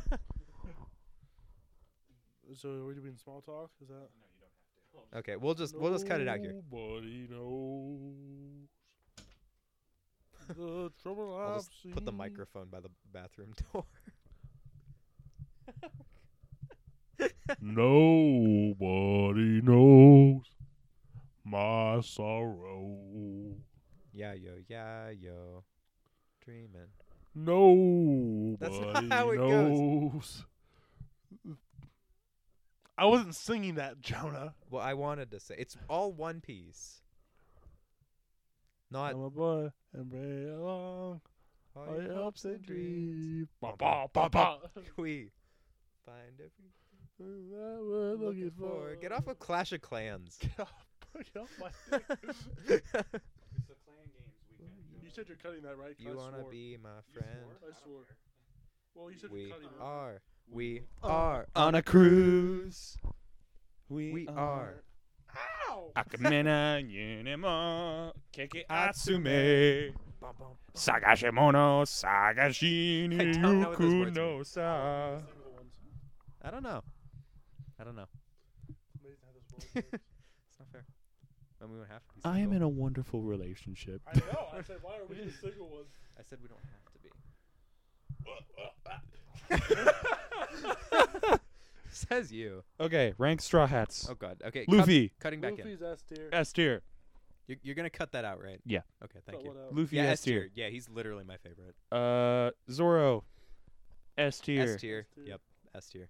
Speaker 3: So are we doing small talk? Is that?
Speaker 2: okay, we'll just we'll just cut it out here.
Speaker 3: Nobody knows the trouble
Speaker 2: I'll
Speaker 3: I've
Speaker 2: just put the
Speaker 3: seen.
Speaker 2: microphone by the bathroom door.
Speaker 3: Nobody knows my sorrow.
Speaker 2: Yeah, yo, yeah, yo. Dreaming.
Speaker 3: Nobody
Speaker 2: how it goes.
Speaker 3: knows. I wasn't singing that, Jonah.
Speaker 2: Well, I wanted to say it's all one piece. Not
Speaker 3: I'm a boy and play
Speaker 2: all
Speaker 3: along. All
Speaker 2: your hopes and dreams.
Speaker 3: Ba, ba, ba, ba.
Speaker 2: We find everything
Speaker 3: That we're
Speaker 2: we're
Speaker 3: looking
Speaker 2: looking for. Get off of Clash of Clans.
Speaker 3: Get off, get off my dick. You said you're cutting that, right? 'Cause
Speaker 2: you
Speaker 3: I
Speaker 2: wanna
Speaker 3: swore.
Speaker 2: be my friend?
Speaker 3: I swore. Well, Oh, you said you're
Speaker 2: We
Speaker 3: cutting it.
Speaker 2: are. We are. Uh,
Speaker 1: on a cruise.
Speaker 2: We are.
Speaker 3: Ow!
Speaker 1: Akamena Yunemo Keke Atsume
Speaker 2: Bum, bum.
Speaker 1: Sagashimono Sagashini
Speaker 2: I don't know what those
Speaker 1: Yuku
Speaker 2: words mean.
Speaker 1: no Sa.
Speaker 3: Single ones.
Speaker 2: I don't know. I don't know.
Speaker 3: Amazing how those words work.
Speaker 2: It's not fair. And we don't have to be
Speaker 1: I am
Speaker 2: single.
Speaker 1: in a wonderful relationship.
Speaker 3: I know. I said, why are we the single ones?
Speaker 2: I said we don't have to be. Says you.
Speaker 1: Okay, rank straw hats.
Speaker 2: Oh God. Okay. cut-
Speaker 1: Luffy
Speaker 2: cutting back in.
Speaker 3: Luffy's S tier.
Speaker 1: S tier.
Speaker 2: You're, you're gonna cut that out, right?
Speaker 1: Yeah.
Speaker 2: Okay. Thank
Speaker 3: But
Speaker 2: you.
Speaker 3: whatever.
Speaker 1: Luffy
Speaker 2: Yeah,
Speaker 1: S tier.
Speaker 2: Yeah, he's literally my favorite.
Speaker 1: Uh Zoro S tier.
Speaker 2: S tier.
Speaker 3: S tier.
Speaker 2: Yep. S tier.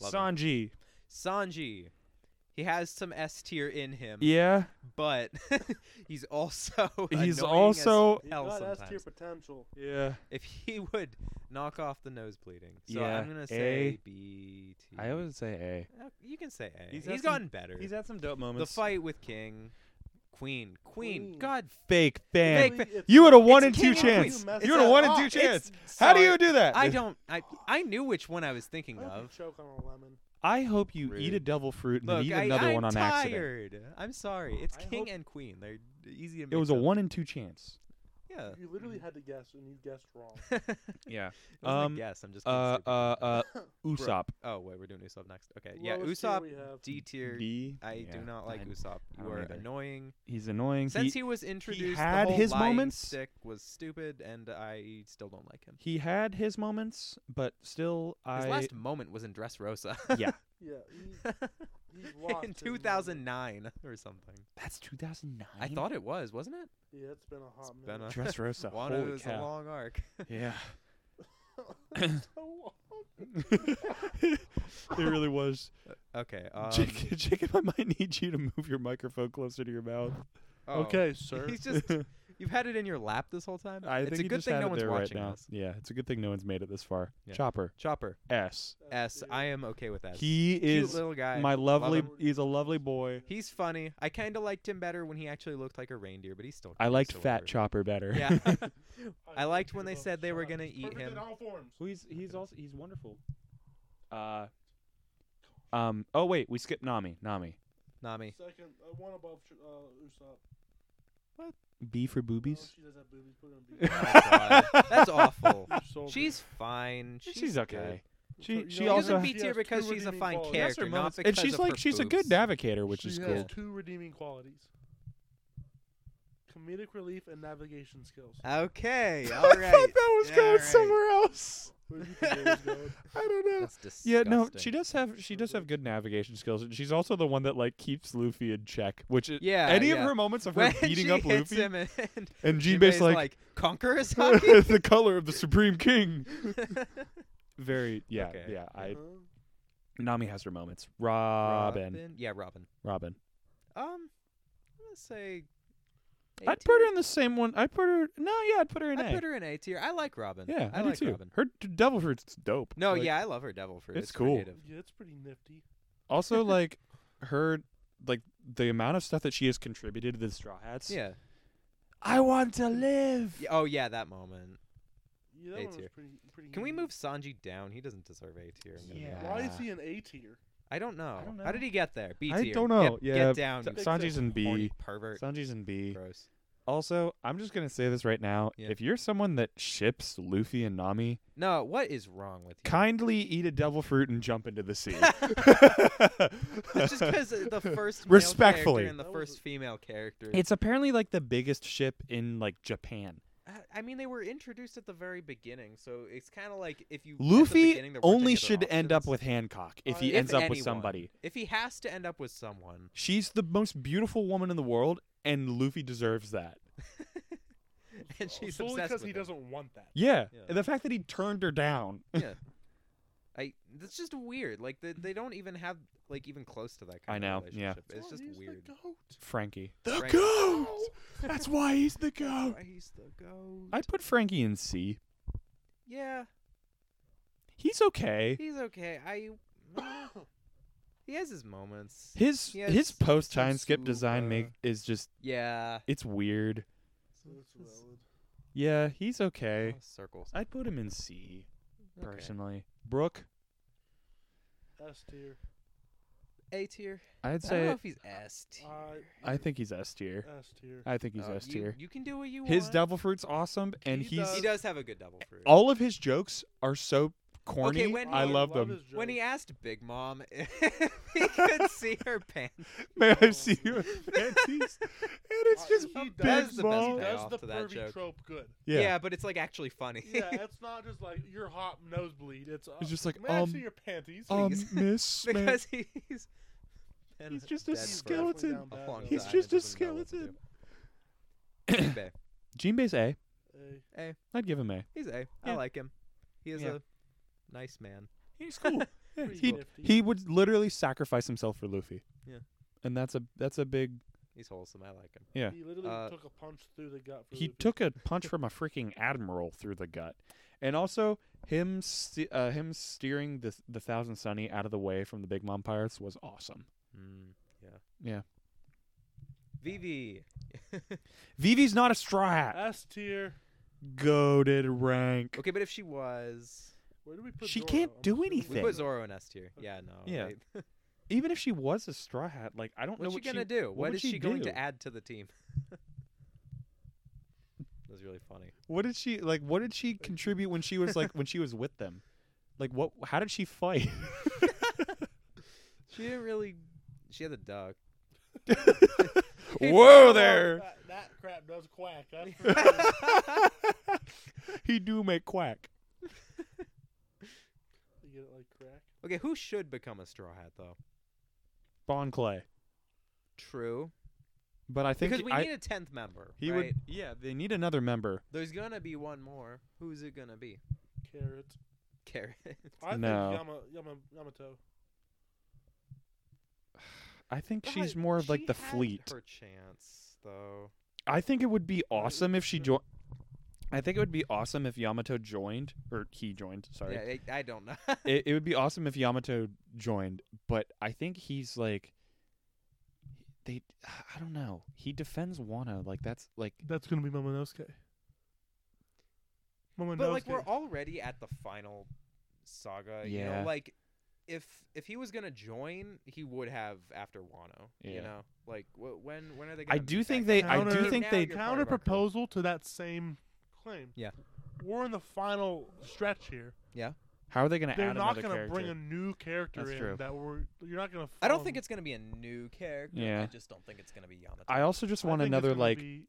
Speaker 2: Love him.
Speaker 1: Sanji.
Speaker 2: Sanji. He has some S tier in him,
Speaker 1: Yeah.
Speaker 2: but he's also
Speaker 1: He's
Speaker 2: annoying
Speaker 1: also
Speaker 2: as
Speaker 3: He's
Speaker 2: hell
Speaker 3: got S tier
Speaker 2: sometimes.
Speaker 3: potential.
Speaker 1: Yeah.
Speaker 2: If he would knock off the nose bleeding, so
Speaker 1: Yeah,
Speaker 2: I'm gonna say
Speaker 1: A.
Speaker 2: B. T.
Speaker 1: I always say
Speaker 2: Uh, You can say A.
Speaker 1: He's
Speaker 2: He's,
Speaker 1: had some-
Speaker 2: gotten better.
Speaker 1: A. had some dope
Speaker 2: the
Speaker 1: moments.
Speaker 2: fight with King, Queen, Queen.
Speaker 3: Queen.
Speaker 2: God,
Speaker 1: fake fan.
Speaker 2: Fake
Speaker 3: Really, it's-
Speaker 1: You would have one
Speaker 2: It's
Speaker 1: in two
Speaker 2: King
Speaker 3: and
Speaker 1: chance.
Speaker 3: Queen.
Speaker 1: You
Speaker 3: It's
Speaker 1: would have
Speaker 3: a
Speaker 1: one in
Speaker 2: lot.
Speaker 1: two chance.
Speaker 2: It's-
Speaker 1: How do
Speaker 2: sorry.
Speaker 1: you do that?
Speaker 2: I don't. I I knew which one I was thinking
Speaker 3: I hope you
Speaker 2: of.
Speaker 3: choke on a lemon.
Speaker 1: I hope you eat
Speaker 2: Rude.
Speaker 1: a devil fruit and
Speaker 2: Look,
Speaker 1: then eat
Speaker 2: I,
Speaker 1: another
Speaker 2: I'm
Speaker 1: one on accident.
Speaker 2: tired. I'm sorry. It's
Speaker 3: I
Speaker 2: King
Speaker 3: hope-
Speaker 2: and Queen. They're d- easy to.
Speaker 1: It
Speaker 2: mix
Speaker 1: was a
Speaker 2: up.
Speaker 1: one in two chance.
Speaker 2: Yeah.
Speaker 3: You literally had to guess, and you guessed wrong.
Speaker 1: Yeah. Um,
Speaker 2: um. Yes, I'm just. being
Speaker 1: Uh,
Speaker 2: stupid.
Speaker 1: uh, uh, Usopp.
Speaker 2: Oh wait, we're doing Usopp next. Okay. Yeah.
Speaker 3: Lowest tier
Speaker 2: Usopp
Speaker 3: we have.
Speaker 2: D tier.
Speaker 1: D.
Speaker 2: I
Speaker 1: Yeah,
Speaker 2: do not like
Speaker 1: I-
Speaker 2: Usopp.
Speaker 1: I
Speaker 2: You
Speaker 1: don't
Speaker 2: are
Speaker 1: either.
Speaker 2: annoying.
Speaker 1: He's annoying.
Speaker 2: Since
Speaker 1: he,
Speaker 2: he was introduced,
Speaker 1: had
Speaker 2: the whole
Speaker 1: his
Speaker 2: lying
Speaker 1: moments.
Speaker 2: Stick was stupid, and I still don't like him.
Speaker 1: he had his moments, but still,
Speaker 2: His
Speaker 1: I
Speaker 2: last moment was in Dressrosa.
Speaker 1: yeah,
Speaker 3: Yeah, he, he's lost
Speaker 2: in
Speaker 3: his mind.
Speaker 2: 2009 or something.
Speaker 1: that's 2009.
Speaker 2: I thought it was, wasn't it?
Speaker 3: Yeah, it's been a hot
Speaker 2: It's been
Speaker 3: minute.
Speaker 2: a-
Speaker 1: Dressrosa.
Speaker 2: Wano
Speaker 1: holy
Speaker 2: is a
Speaker 1: cow.
Speaker 2: long arc.
Speaker 1: Yeah,
Speaker 3: So long.
Speaker 2: Oh,
Speaker 1: it really was.
Speaker 2: okay. Um,
Speaker 1: Jacob, Jacob, I might need you to move your microphone closer to your mouth.
Speaker 2: oh.
Speaker 3: Okay, sir.
Speaker 2: He's just you've had it in your lap this whole time.
Speaker 1: I
Speaker 2: it's
Speaker 1: think
Speaker 2: a
Speaker 1: he
Speaker 2: good
Speaker 1: just
Speaker 2: thing
Speaker 1: had
Speaker 2: no
Speaker 1: it
Speaker 2: one's
Speaker 1: there right
Speaker 2: watching
Speaker 1: now.
Speaker 2: us.
Speaker 1: Yeah, it's a good thing no one's made it this far.
Speaker 2: Yeah.
Speaker 1: Chopper
Speaker 2: Chopper.
Speaker 1: S.
Speaker 2: S. I am okay with S.
Speaker 1: He
Speaker 2: Cute
Speaker 1: is
Speaker 2: little guy.
Speaker 1: my
Speaker 2: Love
Speaker 1: lovely.
Speaker 2: him.
Speaker 1: he's a lovely boy.
Speaker 2: He's funny. I kind of liked him better when he actually looked like a reindeer, but he's still.
Speaker 1: I
Speaker 2: cute,
Speaker 1: liked
Speaker 2: so
Speaker 1: Fat
Speaker 2: whatever.
Speaker 1: Chopper better.
Speaker 2: Yeah. I
Speaker 3: think
Speaker 2: liked
Speaker 3: you
Speaker 2: when they
Speaker 3: both
Speaker 2: said they were
Speaker 3: shot.
Speaker 2: gonna
Speaker 3: He's
Speaker 2: eat
Speaker 3: perfect
Speaker 2: him.
Speaker 3: in all forms.
Speaker 1: Well, he's he's
Speaker 2: Okay.
Speaker 1: also he's wonderful. Uh, um. Oh wait, we skipped Nami. Nami.
Speaker 2: Nami.
Speaker 3: Second, uh, one above Ch- uh, Usopp.
Speaker 1: B for
Speaker 3: No,
Speaker 1: boobies.
Speaker 3: she does have boobies. Put it on
Speaker 2: Oh, God. That's awful.
Speaker 3: B. She's so
Speaker 2: She's fine.
Speaker 1: She's,
Speaker 2: She's, good.
Speaker 1: okay. She
Speaker 3: So, you
Speaker 1: she
Speaker 3: know,
Speaker 2: She's
Speaker 1: also
Speaker 2: in
Speaker 3: has-
Speaker 2: B
Speaker 3: she
Speaker 2: tier
Speaker 3: has
Speaker 2: because
Speaker 3: two
Speaker 2: she's a
Speaker 3: redeeming
Speaker 2: fine
Speaker 3: qualities.
Speaker 1: That's
Speaker 2: character,
Speaker 1: her
Speaker 2: not
Speaker 1: moments,
Speaker 2: because
Speaker 1: and she's
Speaker 2: of
Speaker 1: like
Speaker 2: her
Speaker 1: she's a good
Speaker 2: boobs.
Speaker 1: navigator, which
Speaker 3: she
Speaker 1: is
Speaker 3: has
Speaker 1: cool.
Speaker 3: two redeeming qualities: comedic relief and navigation skills.
Speaker 2: Okay, all right.
Speaker 1: that was
Speaker 2: Yeah,
Speaker 1: going
Speaker 2: all right.
Speaker 1: somewhere else.
Speaker 3: Where do you think that was going?
Speaker 1: I don't know.
Speaker 2: That's disgusting.
Speaker 1: Yeah, no, she does have she does have good navigation skills, and she's also the one that like keeps Luffy in check. Which is,
Speaker 2: Yeah,
Speaker 1: any of
Speaker 2: yeah.
Speaker 1: her moments of her
Speaker 2: When
Speaker 1: beating
Speaker 2: she
Speaker 1: up
Speaker 2: hits
Speaker 1: Luffy
Speaker 2: him and, and
Speaker 1: and Jinbei's
Speaker 2: Jinbei's
Speaker 1: like,
Speaker 2: like conquerors hockey.
Speaker 1: the color of the supreme king. Very yeah
Speaker 2: Okay.
Speaker 1: yeah. I
Speaker 3: Huh?
Speaker 1: Nami has her moments. Robin,
Speaker 2: Yeah, Robin.
Speaker 1: Robin.
Speaker 2: Um, I'm gonna say.
Speaker 1: I'd put her in the same one. I'd put her no yeah. I'd put her in
Speaker 2: I
Speaker 1: A.
Speaker 2: put her in A tier. I like Robin.
Speaker 1: yeah, I,
Speaker 2: I, like
Speaker 1: do too.
Speaker 2: Robin.
Speaker 1: Her d- devil fruit's dope.
Speaker 2: No,
Speaker 1: Like,
Speaker 2: yeah, I love her devil fruit.
Speaker 1: it's
Speaker 2: It's,
Speaker 1: cool.
Speaker 2: creative.
Speaker 3: Yeah, it's pretty nifty.
Speaker 1: Also like her like the amount of stuff that she has contributed to the Straw Hats.
Speaker 2: Yeah.
Speaker 1: I want to live.
Speaker 2: Yeah, Oh yeah, that moment.
Speaker 3: Yeah, that
Speaker 2: A
Speaker 3: one was
Speaker 2: tier.
Speaker 3: pretty, pretty.
Speaker 2: Can we
Speaker 3: nifty.
Speaker 2: move Sanji down? He doesn't deserve A tier. I'm gonna be
Speaker 1: Yeah.
Speaker 2: honest.
Speaker 3: Why is he an A tier?
Speaker 2: I don't know.
Speaker 1: don't
Speaker 2: How
Speaker 1: know.
Speaker 2: did he get there? B tier.
Speaker 1: I don't
Speaker 2: Get-
Speaker 1: know.
Speaker 2: Get,
Speaker 1: Yeah,
Speaker 2: down.
Speaker 1: Sa-
Speaker 2: You
Speaker 1: Sanji's in
Speaker 2: horny
Speaker 1: B.
Speaker 2: pervert.
Speaker 1: Sanji's in B.
Speaker 2: Gross.
Speaker 1: Also, I'm just gonna say this right now.
Speaker 2: Yeah.
Speaker 1: If you're someone that ships Luffy and Nami,
Speaker 2: No, what is wrong with you?
Speaker 1: kindly eat a devil fruit and jump into the sea.
Speaker 2: That's just because the first male
Speaker 1: Respectfully.
Speaker 2: character and the
Speaker 3: That was
Speaker 2: first female character.
Speaker 1: it's apparently like the biggest ship in like Japan.
Speaker 2: I- Uh, I mean, they were introduced at the very beginning, so it's kind of like if you at the
Speaker 1: Luffy
Speaker 2: beginning, there weren't
Speaker 1: only
Speaker 2: any other
Speaker 1: should end up
Speaker 2: options.
Speaker 1: with Hancock if
Speaker 3: Uh,
Speaker 1: he
Speaker 2: If
Speaker 1: ends up with
Speaker 2: anyone.
Speaker 1: somebody.
Speaker 2: If he has to end up with someone,
Speaker 1: She's the most beautiful woman in the world, and Luffy deserves that.
Speaker 2: and she's
Speaker 3: solely
Speaker 2: obsessed
Speaker 3: because
Speaker 2: with
Speaker 3: he
Speaker 2: him.
Speaker 3: doesn't want that.
Speaker 1: Yeah,
Speaker 2: Yeah.
Speaker 1: and the fact that he turned her down.
Speaker 2: yeah. I that's just weird. Like they, they don't even have like even close to that
Speaker 1: I
Speaker 2: kind
Speaker 1: know,
Speaker 2: of
Speaker 1: yeah.
Speaker 2: relationship. It's
Speaker 3: Oh,
Speaker 2: just
Speaker 3: he's the
Speaker 2: weird.
Speaker 3: goat.
Speaker 1: Frankie, the
Speaker 2: Frankie.
Speaker 1: goat. That's why he's the goat.
Speaker 2: He's the goat.
Speaker 1: I put Frankie in C.
Speaker 2: yeah,
Speaker 1: He's okay.
Speaker 2: he's okay. I he has his moments.
Speaker 1: His
Speaker 2: He
Speaker 1: his
Speaker 2: has
Speaker 1: post
Speaker 2: some uh,
Speaker 1: time skip design make
Speaker 2: super-
Speaker 1: is just
Speaker 2: Yeah.
Speaker 1: it's weird.
Speaker 3: So that's valid.
Speaker 1: Yeah, he's okay.
Speaker 2: Oh, circles.
Speaker 1: I'd put him in C
Speaker 2: Okay.
Speaker 1: personally. Brooke,
Speaker 3: S tier.
Speaker 2: A tier.
Speaker 1: I'd
Speaker 2: I don't know
Speaker 1: say
Speaker 2: if he's S tier.
Speaker 3: I
Speaker 1: I think he's S tier.
Speaker 3: S tier.
Speaker 1: I think he's
Speaker 2: Uh,
Speaker 1: S
Speaker 2: you-
Speaker 1: tier.
Speaker 2: You, can do what you
Speaker 1: His
Speaker 2: want.
Speaker 1: devil fruit's awesome, and
Speaker 3: He
Speaker 1: he's
Speaker 2: He
Speaker 3: does-
Speaker 2: does have a good double fruit.
Speaker 1: all of his jokes are so corny.
Speaker 2: when
Speaker 1: I
Speaker 2: he-
Speaker 1: love them.
Speaker 3: his
Speaker 2: When he
Speaker 3: jokes.
Speaker 2: asked Big Mom if he could see her pants,
Speaker 1: May I see your panties? And it's
Speaker 3: Uh,
Speaker 1: just
Speaker 3: he
Speaker 1: a
Speaker 3: does-
Speaker 2: That
Speaker 1: big
Speaker 2: is the best
Speaker 1: ball.
Speaker 3: he does
Speaker 2: payoff
Speaker 3: the
Speaker 2: to that
Speaker 3: pervy
Speaker 2: joke.
Speaker 3: trope good.
Speaker 1: Yeah.
Speaker 2: but it's like actually funny.
Speaker 3: Yeah, it's not just like your hot nosebleed. It's, uh,
Speaker 1: It's just like,
Speaker 3: may I see
Speaker 1: um,
Speaker 3: your panties.
Speaker 1: Um,
Speaker 2: Because-
Speaker 1: Miss, may I-
Speaker 2: because he's been
Speaker 1: He's just a
Speaker 2: dead for
Speaker 1: skeleton.
Speaker 3: Definitely down
Speaker 2: a
Speaker 3: bad
Speaker 2: long
Speaker 3: though.
Speaker 1: He's
Speaker 2: time
Speaker 1: just
Speaker 2: and
Speaker 1: a
Speaker 2: doesn't know what to do. Jinbei.
Speaker 1: Jinbei's A.
Speaker 3: Hey,
Speaker 1: I'd give him A.
Speaker 2: He's A. I
Speaker 1: Yeah.
Speaker 2: like him. He is
Speaker 1: Yeah.
Speaker 2: a nice man.
Speaker 1: He's cool. Yeah,
Speaker 3: Pretty
Speaker 1: he
Speaker 3: nifty.
Speaker 1: he would literally sacrifice himself for Luffy.
Speaker 2: Yeah.
Speaker 1: And that's a that's a big
Speaker 2: He's wholesome. I like him.
Speaker 1: Yeah.
Speaker 3: He literally
Speaker 2: Uh,
Speaker 3: took a punch through the gut. For
Speaker 1: he
Speaker 3: Luffy.
Speaker 1: took a punch from a freaking admiral through the gut, and also him ste- uh, him steering the the Thousand Sunny out of the way from the Big Mom Pirates was awesome.
Speaker 2: Mm, yeah.
Speaker 1: Yeah.
Speaker 2: Vivi.
Speaker 1: Vivi's not a straw hat.
Speaker 3: S tier.
Speaker 1: Goaded rank.
Speaker 2: okay, but if she was,
Speaker 3: Where do we put?
Speaker 1: She
Speaker 3: Zoro?
Speaker 1: can't
Speaker 3: I'm
Speaker 1: do
Speaker 3: sure we
Speaker 1: anything.
Speaker 2: we put Zoro in S tier. Yeah, no.
Speaker 1: Yeah.
Speaker 2: right?
Speaker 1: Even if she was a straw hat, like I don't know
Speaker 2: What's she
Speaker 1: what
Speaker 2: gonna
Speaker 1: she,
Speaker 2: do?
Speaker 1: would
Speaker 2: what is she,
Speaker 1: she
Speaker 2: going
Speaker 1: do?
Speaker 2: to add to the team? That was really funny.
Speaker 1: What did she like? What did she contribute when she was like when she was with them? Like what? How did she fight?
Speaker 2: She didn't really. She had a duck.
Speaker 1: Whoa
Speaker 3: Well,
Speaker 1: there!
Speaker 3: That, that crap does quack. That's for sure.
Speaker 1: he do make quack.
Speaker 3: you get it like crack.
Speaker 2: Okay, who should become a straw hat though?
Speaker 1: Bon Clay,
Speaker 2: True,
Speaker 1: but I think
Speaker 2: because we
Speaker 1: I,
Speaker 2: need a tenth member.
Speaker 1: he
Speaker 2: right?
Speaker 1: would. Yeah, they need another member.
Speaker 2: There's gonna be one more. Who's it gonna be?
Speaker 3: Carrot.
Speaker 2: Carrot.
Speaker 1: No.
Speaker 3: I think Yama, Yama, Yamato.
Speaker 1: I think
Speaker 2: God,
Speaker 1: she's more of like
Speaker 2: she
Speaker 1: the
Speaker 2: had
Speaker 1: fleet.
Speaker 2: Her chance though.
Speaker 1: I think it would be
Speaker 3: Right,
Speaker 1: awesome if she
Speaker 2: Mm-hmm.
Speaker 3: sure.
Speaker 1: joined. I think it would be awesome if Yamato joined, or he joined. Sorry,
Speaker 2: Yeah, I, I don't know.
Speaker 1: it, it would be awesome if Yamato joined, but I think he's like they I don't know. He defends Wano like that's like
Speaker 3: That's gonna be Momonosuke. Momonosuke.
Speaker 2: but like we're already at the final saga. You
Speaker 1: Yeah.
Speaker 2: know, like if if he was gonna join, he would have after Wano.
Speaker 1: Yeah.
Speaker 2: You know, like wh- when when are they?
Speaker 1: I
Speaker 2: Gonna
Speaker 1: do
Speaker 2: meet
Speaker 1: think
Speaker 2: back
Speaker 1: they
Speaker 2: up?
Speaker 1: I do
Speaker 3: Counter-
Speaker 1: think
Speaker 2: Now
Speaker 1: they
Speaker 2: you're part
Speaker 3: counter
Speaker 2: of our crew.
Speaker 3: proposal to that same claim.
Speaker 2: Yeah.
Speaker 3: We're in the final stretch here.
Speaker 1: how are they going to
Speaker 3: They're
Speaker 1: add
Speaker 3: not
Speaker 1: another
Speaker 3: gonna
Speaker 1: character?
Speaker 3: bring a new character
Speaker 1: That's
Speaker 3: in
Speaker 1: true.
Speaker 3: that we're you're not gonna.
Speaker 2: I don't
Speaker 3: follow-
Speaker 2: think it's gonna be a new character.
Speaker 1: Yeah.
Speaker 2: I just don't think it's gonna be Yamato.
Speaker 1: I also just
Speaker 3: I
Speaker 1: want
Speaker 3: think it's
Speaker 1: another
Speaker 3: gonna
Speaker 1: like
Speaker 3: be-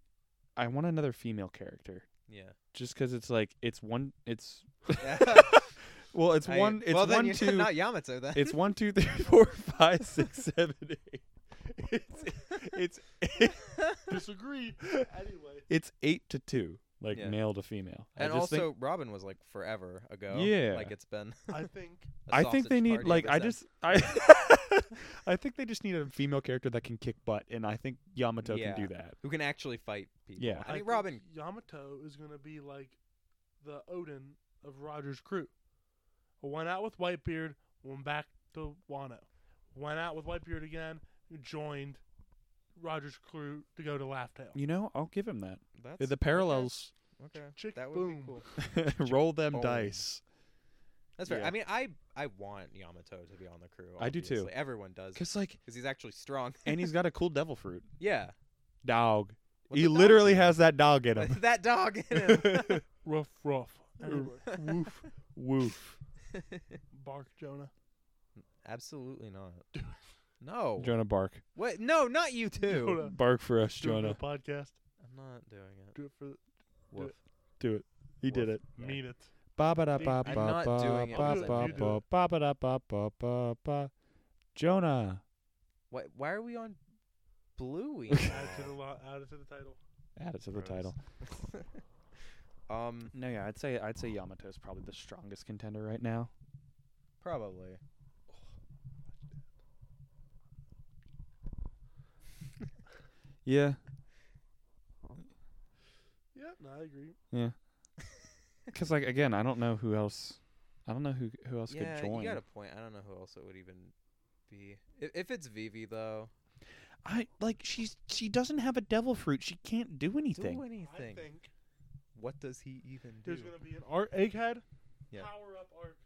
Speaker 1: I want another female character
Speaker 2: yeah.
Speaker 1: just cuz it's like it's one it's Well, it's
Speaker 2: I-
Speaker 1: one. It's
Speaker 2: well, then
Speaker 1: one
Speaker 2: you're
Speaker 1: two.
Speaker 2: not Yamato then.
Speaker 1: It's one two three four five six seven eight. It's it's
Speaker 3: Disagree. Anyway.
Speaker 1: it's eight to two, like
Speaker 2: Yeah.
Speaker 1: male to female. I
Speaker 2: and
Speaker 1: just think-
Speaker 2: also, Robin was like forever ago.
Speaker 1: Yeah.
Speaker 2: like it's been. a
Speaker 3: I think
Speaker 1: I think they
Speaker 2: sausage
Speaker 1: need
Speaker 2: party
Speaker 1: like
Speaker 2: ever
Speaker 1: I
Speaker 2: since.
Speaker 1: just I I think they just need a female character that can kick butt, and I think Yamato
Speaker 2: Yeah.
Speaker 1: can do that.
Speaker 2: who can actually fight people.
Speaker 1: Yeah.
Speaker 2: I
Speaker 3: I
Speaker 2: mean
Speaker 3: think
Speaker 2: Robin.
Speaker 3: Yamato is gonna be like the Odin of Roger's crew. Went out with Whitebeard, went back to Wano. Went out with Whitebeard again, joined Roger's crew to go to Laughtail.
Speaker 1: You know, I'll give him that.
Speaker 2: That's
Speaker 1: the parallels,
Speaker 2: Okay, okay.
Speaker 3: Chick
Speaker 2: that would
Speaker 3: boom.
Speaker 2: be cool.
Speaker 1: roll them
Speaker 2: Boom.
Speaker 1: dice.
Speaker 2: That's fair.
Speaker 1: Yeah.
Speaker 2: I mean, I I want Yamato to be on the crew.
Speaker 1: I do too.
Speaker 2: obviously. Everyone does
Speaker 1: Cause like,
Speaker 2: because he's actually strong.
Speaker 1: and he's got a cool devil fruit
Speaker 2: yeah,
Speaker 1: dog.
Speaker 2: What's
Speaker 1: he
Speaker 2: a dog
Speaker 1: literally
Speaker 2: do?
Speaker 1: has that dog in him.
Speaker 2: that dog in him.
Speaker 3: Ruff ruff. Anyway,
Speaker 1: Woof, woof.
Speaker 3: bark Jonah.
Speaker 2: Absolutely not. No.
Speaker 1: Jonah bark,
Speaker 2: What? No, not you
Speaker 3: Jonah.
Speaker 2: two.
Speaker 1: bark for us,
Speaker 3: Do it for
Speaker 1: Jonah.
Speaker 3: the podcast.
Speaker 2: I'm not doing it.
Speaker 3: Do it for the,
Speaker 2: Woof.
Speaker 1: Do it. He did
Speaker 2: Woof.
Speaker 1: it.
Speaker 2: Yeah.
Speaker 3: mean it.
Speaker 1: Ba ba da ba ba
Speaker 2: I'm not
Speaker 1: ba
Speaker 2: doing it
Speaker 1: ba
Speaker 3: because I
Speaker 1: ba
Speaker 3: can't.
Speaker 1: ba ba ba da ba ba ba ba. Jonah,
Speaker 2: Why, why are we on Bluey?
Speaker 3: Add it to the lo- add it to the title.
Speaker 1: add it to the
Speaker 2: Gross.
Speaker 1: title.
Speaker 2: um,
Speaker 1: No, yeah, I'd say I'd say Yamato's probably the strongest contender right now.
Speaker 2: probably.
Speaker 1: Yeah,
Speaker 3: Yeah, no, I agree.
Speaker 1: yeah. Because like again, I don't know who else. I don't know who who else
Speaker 2: yeah,
Speaker 1: could join.
Speaker 2: you got a point. I don't know who else it would even be. If, if it's Vivi though,
Speaker 1: I like she's she doesn't have a devil fruit. She can't do anything.
Speaker 2: do
Speaker 3: I
Speaker 2: anything.
Speaker 3: think
Speaker 2: What does he even do?
Speaker 3: there's gonna be an arc egghead.
Speaker 2: Yeah.
Speaker 3: Power up arc.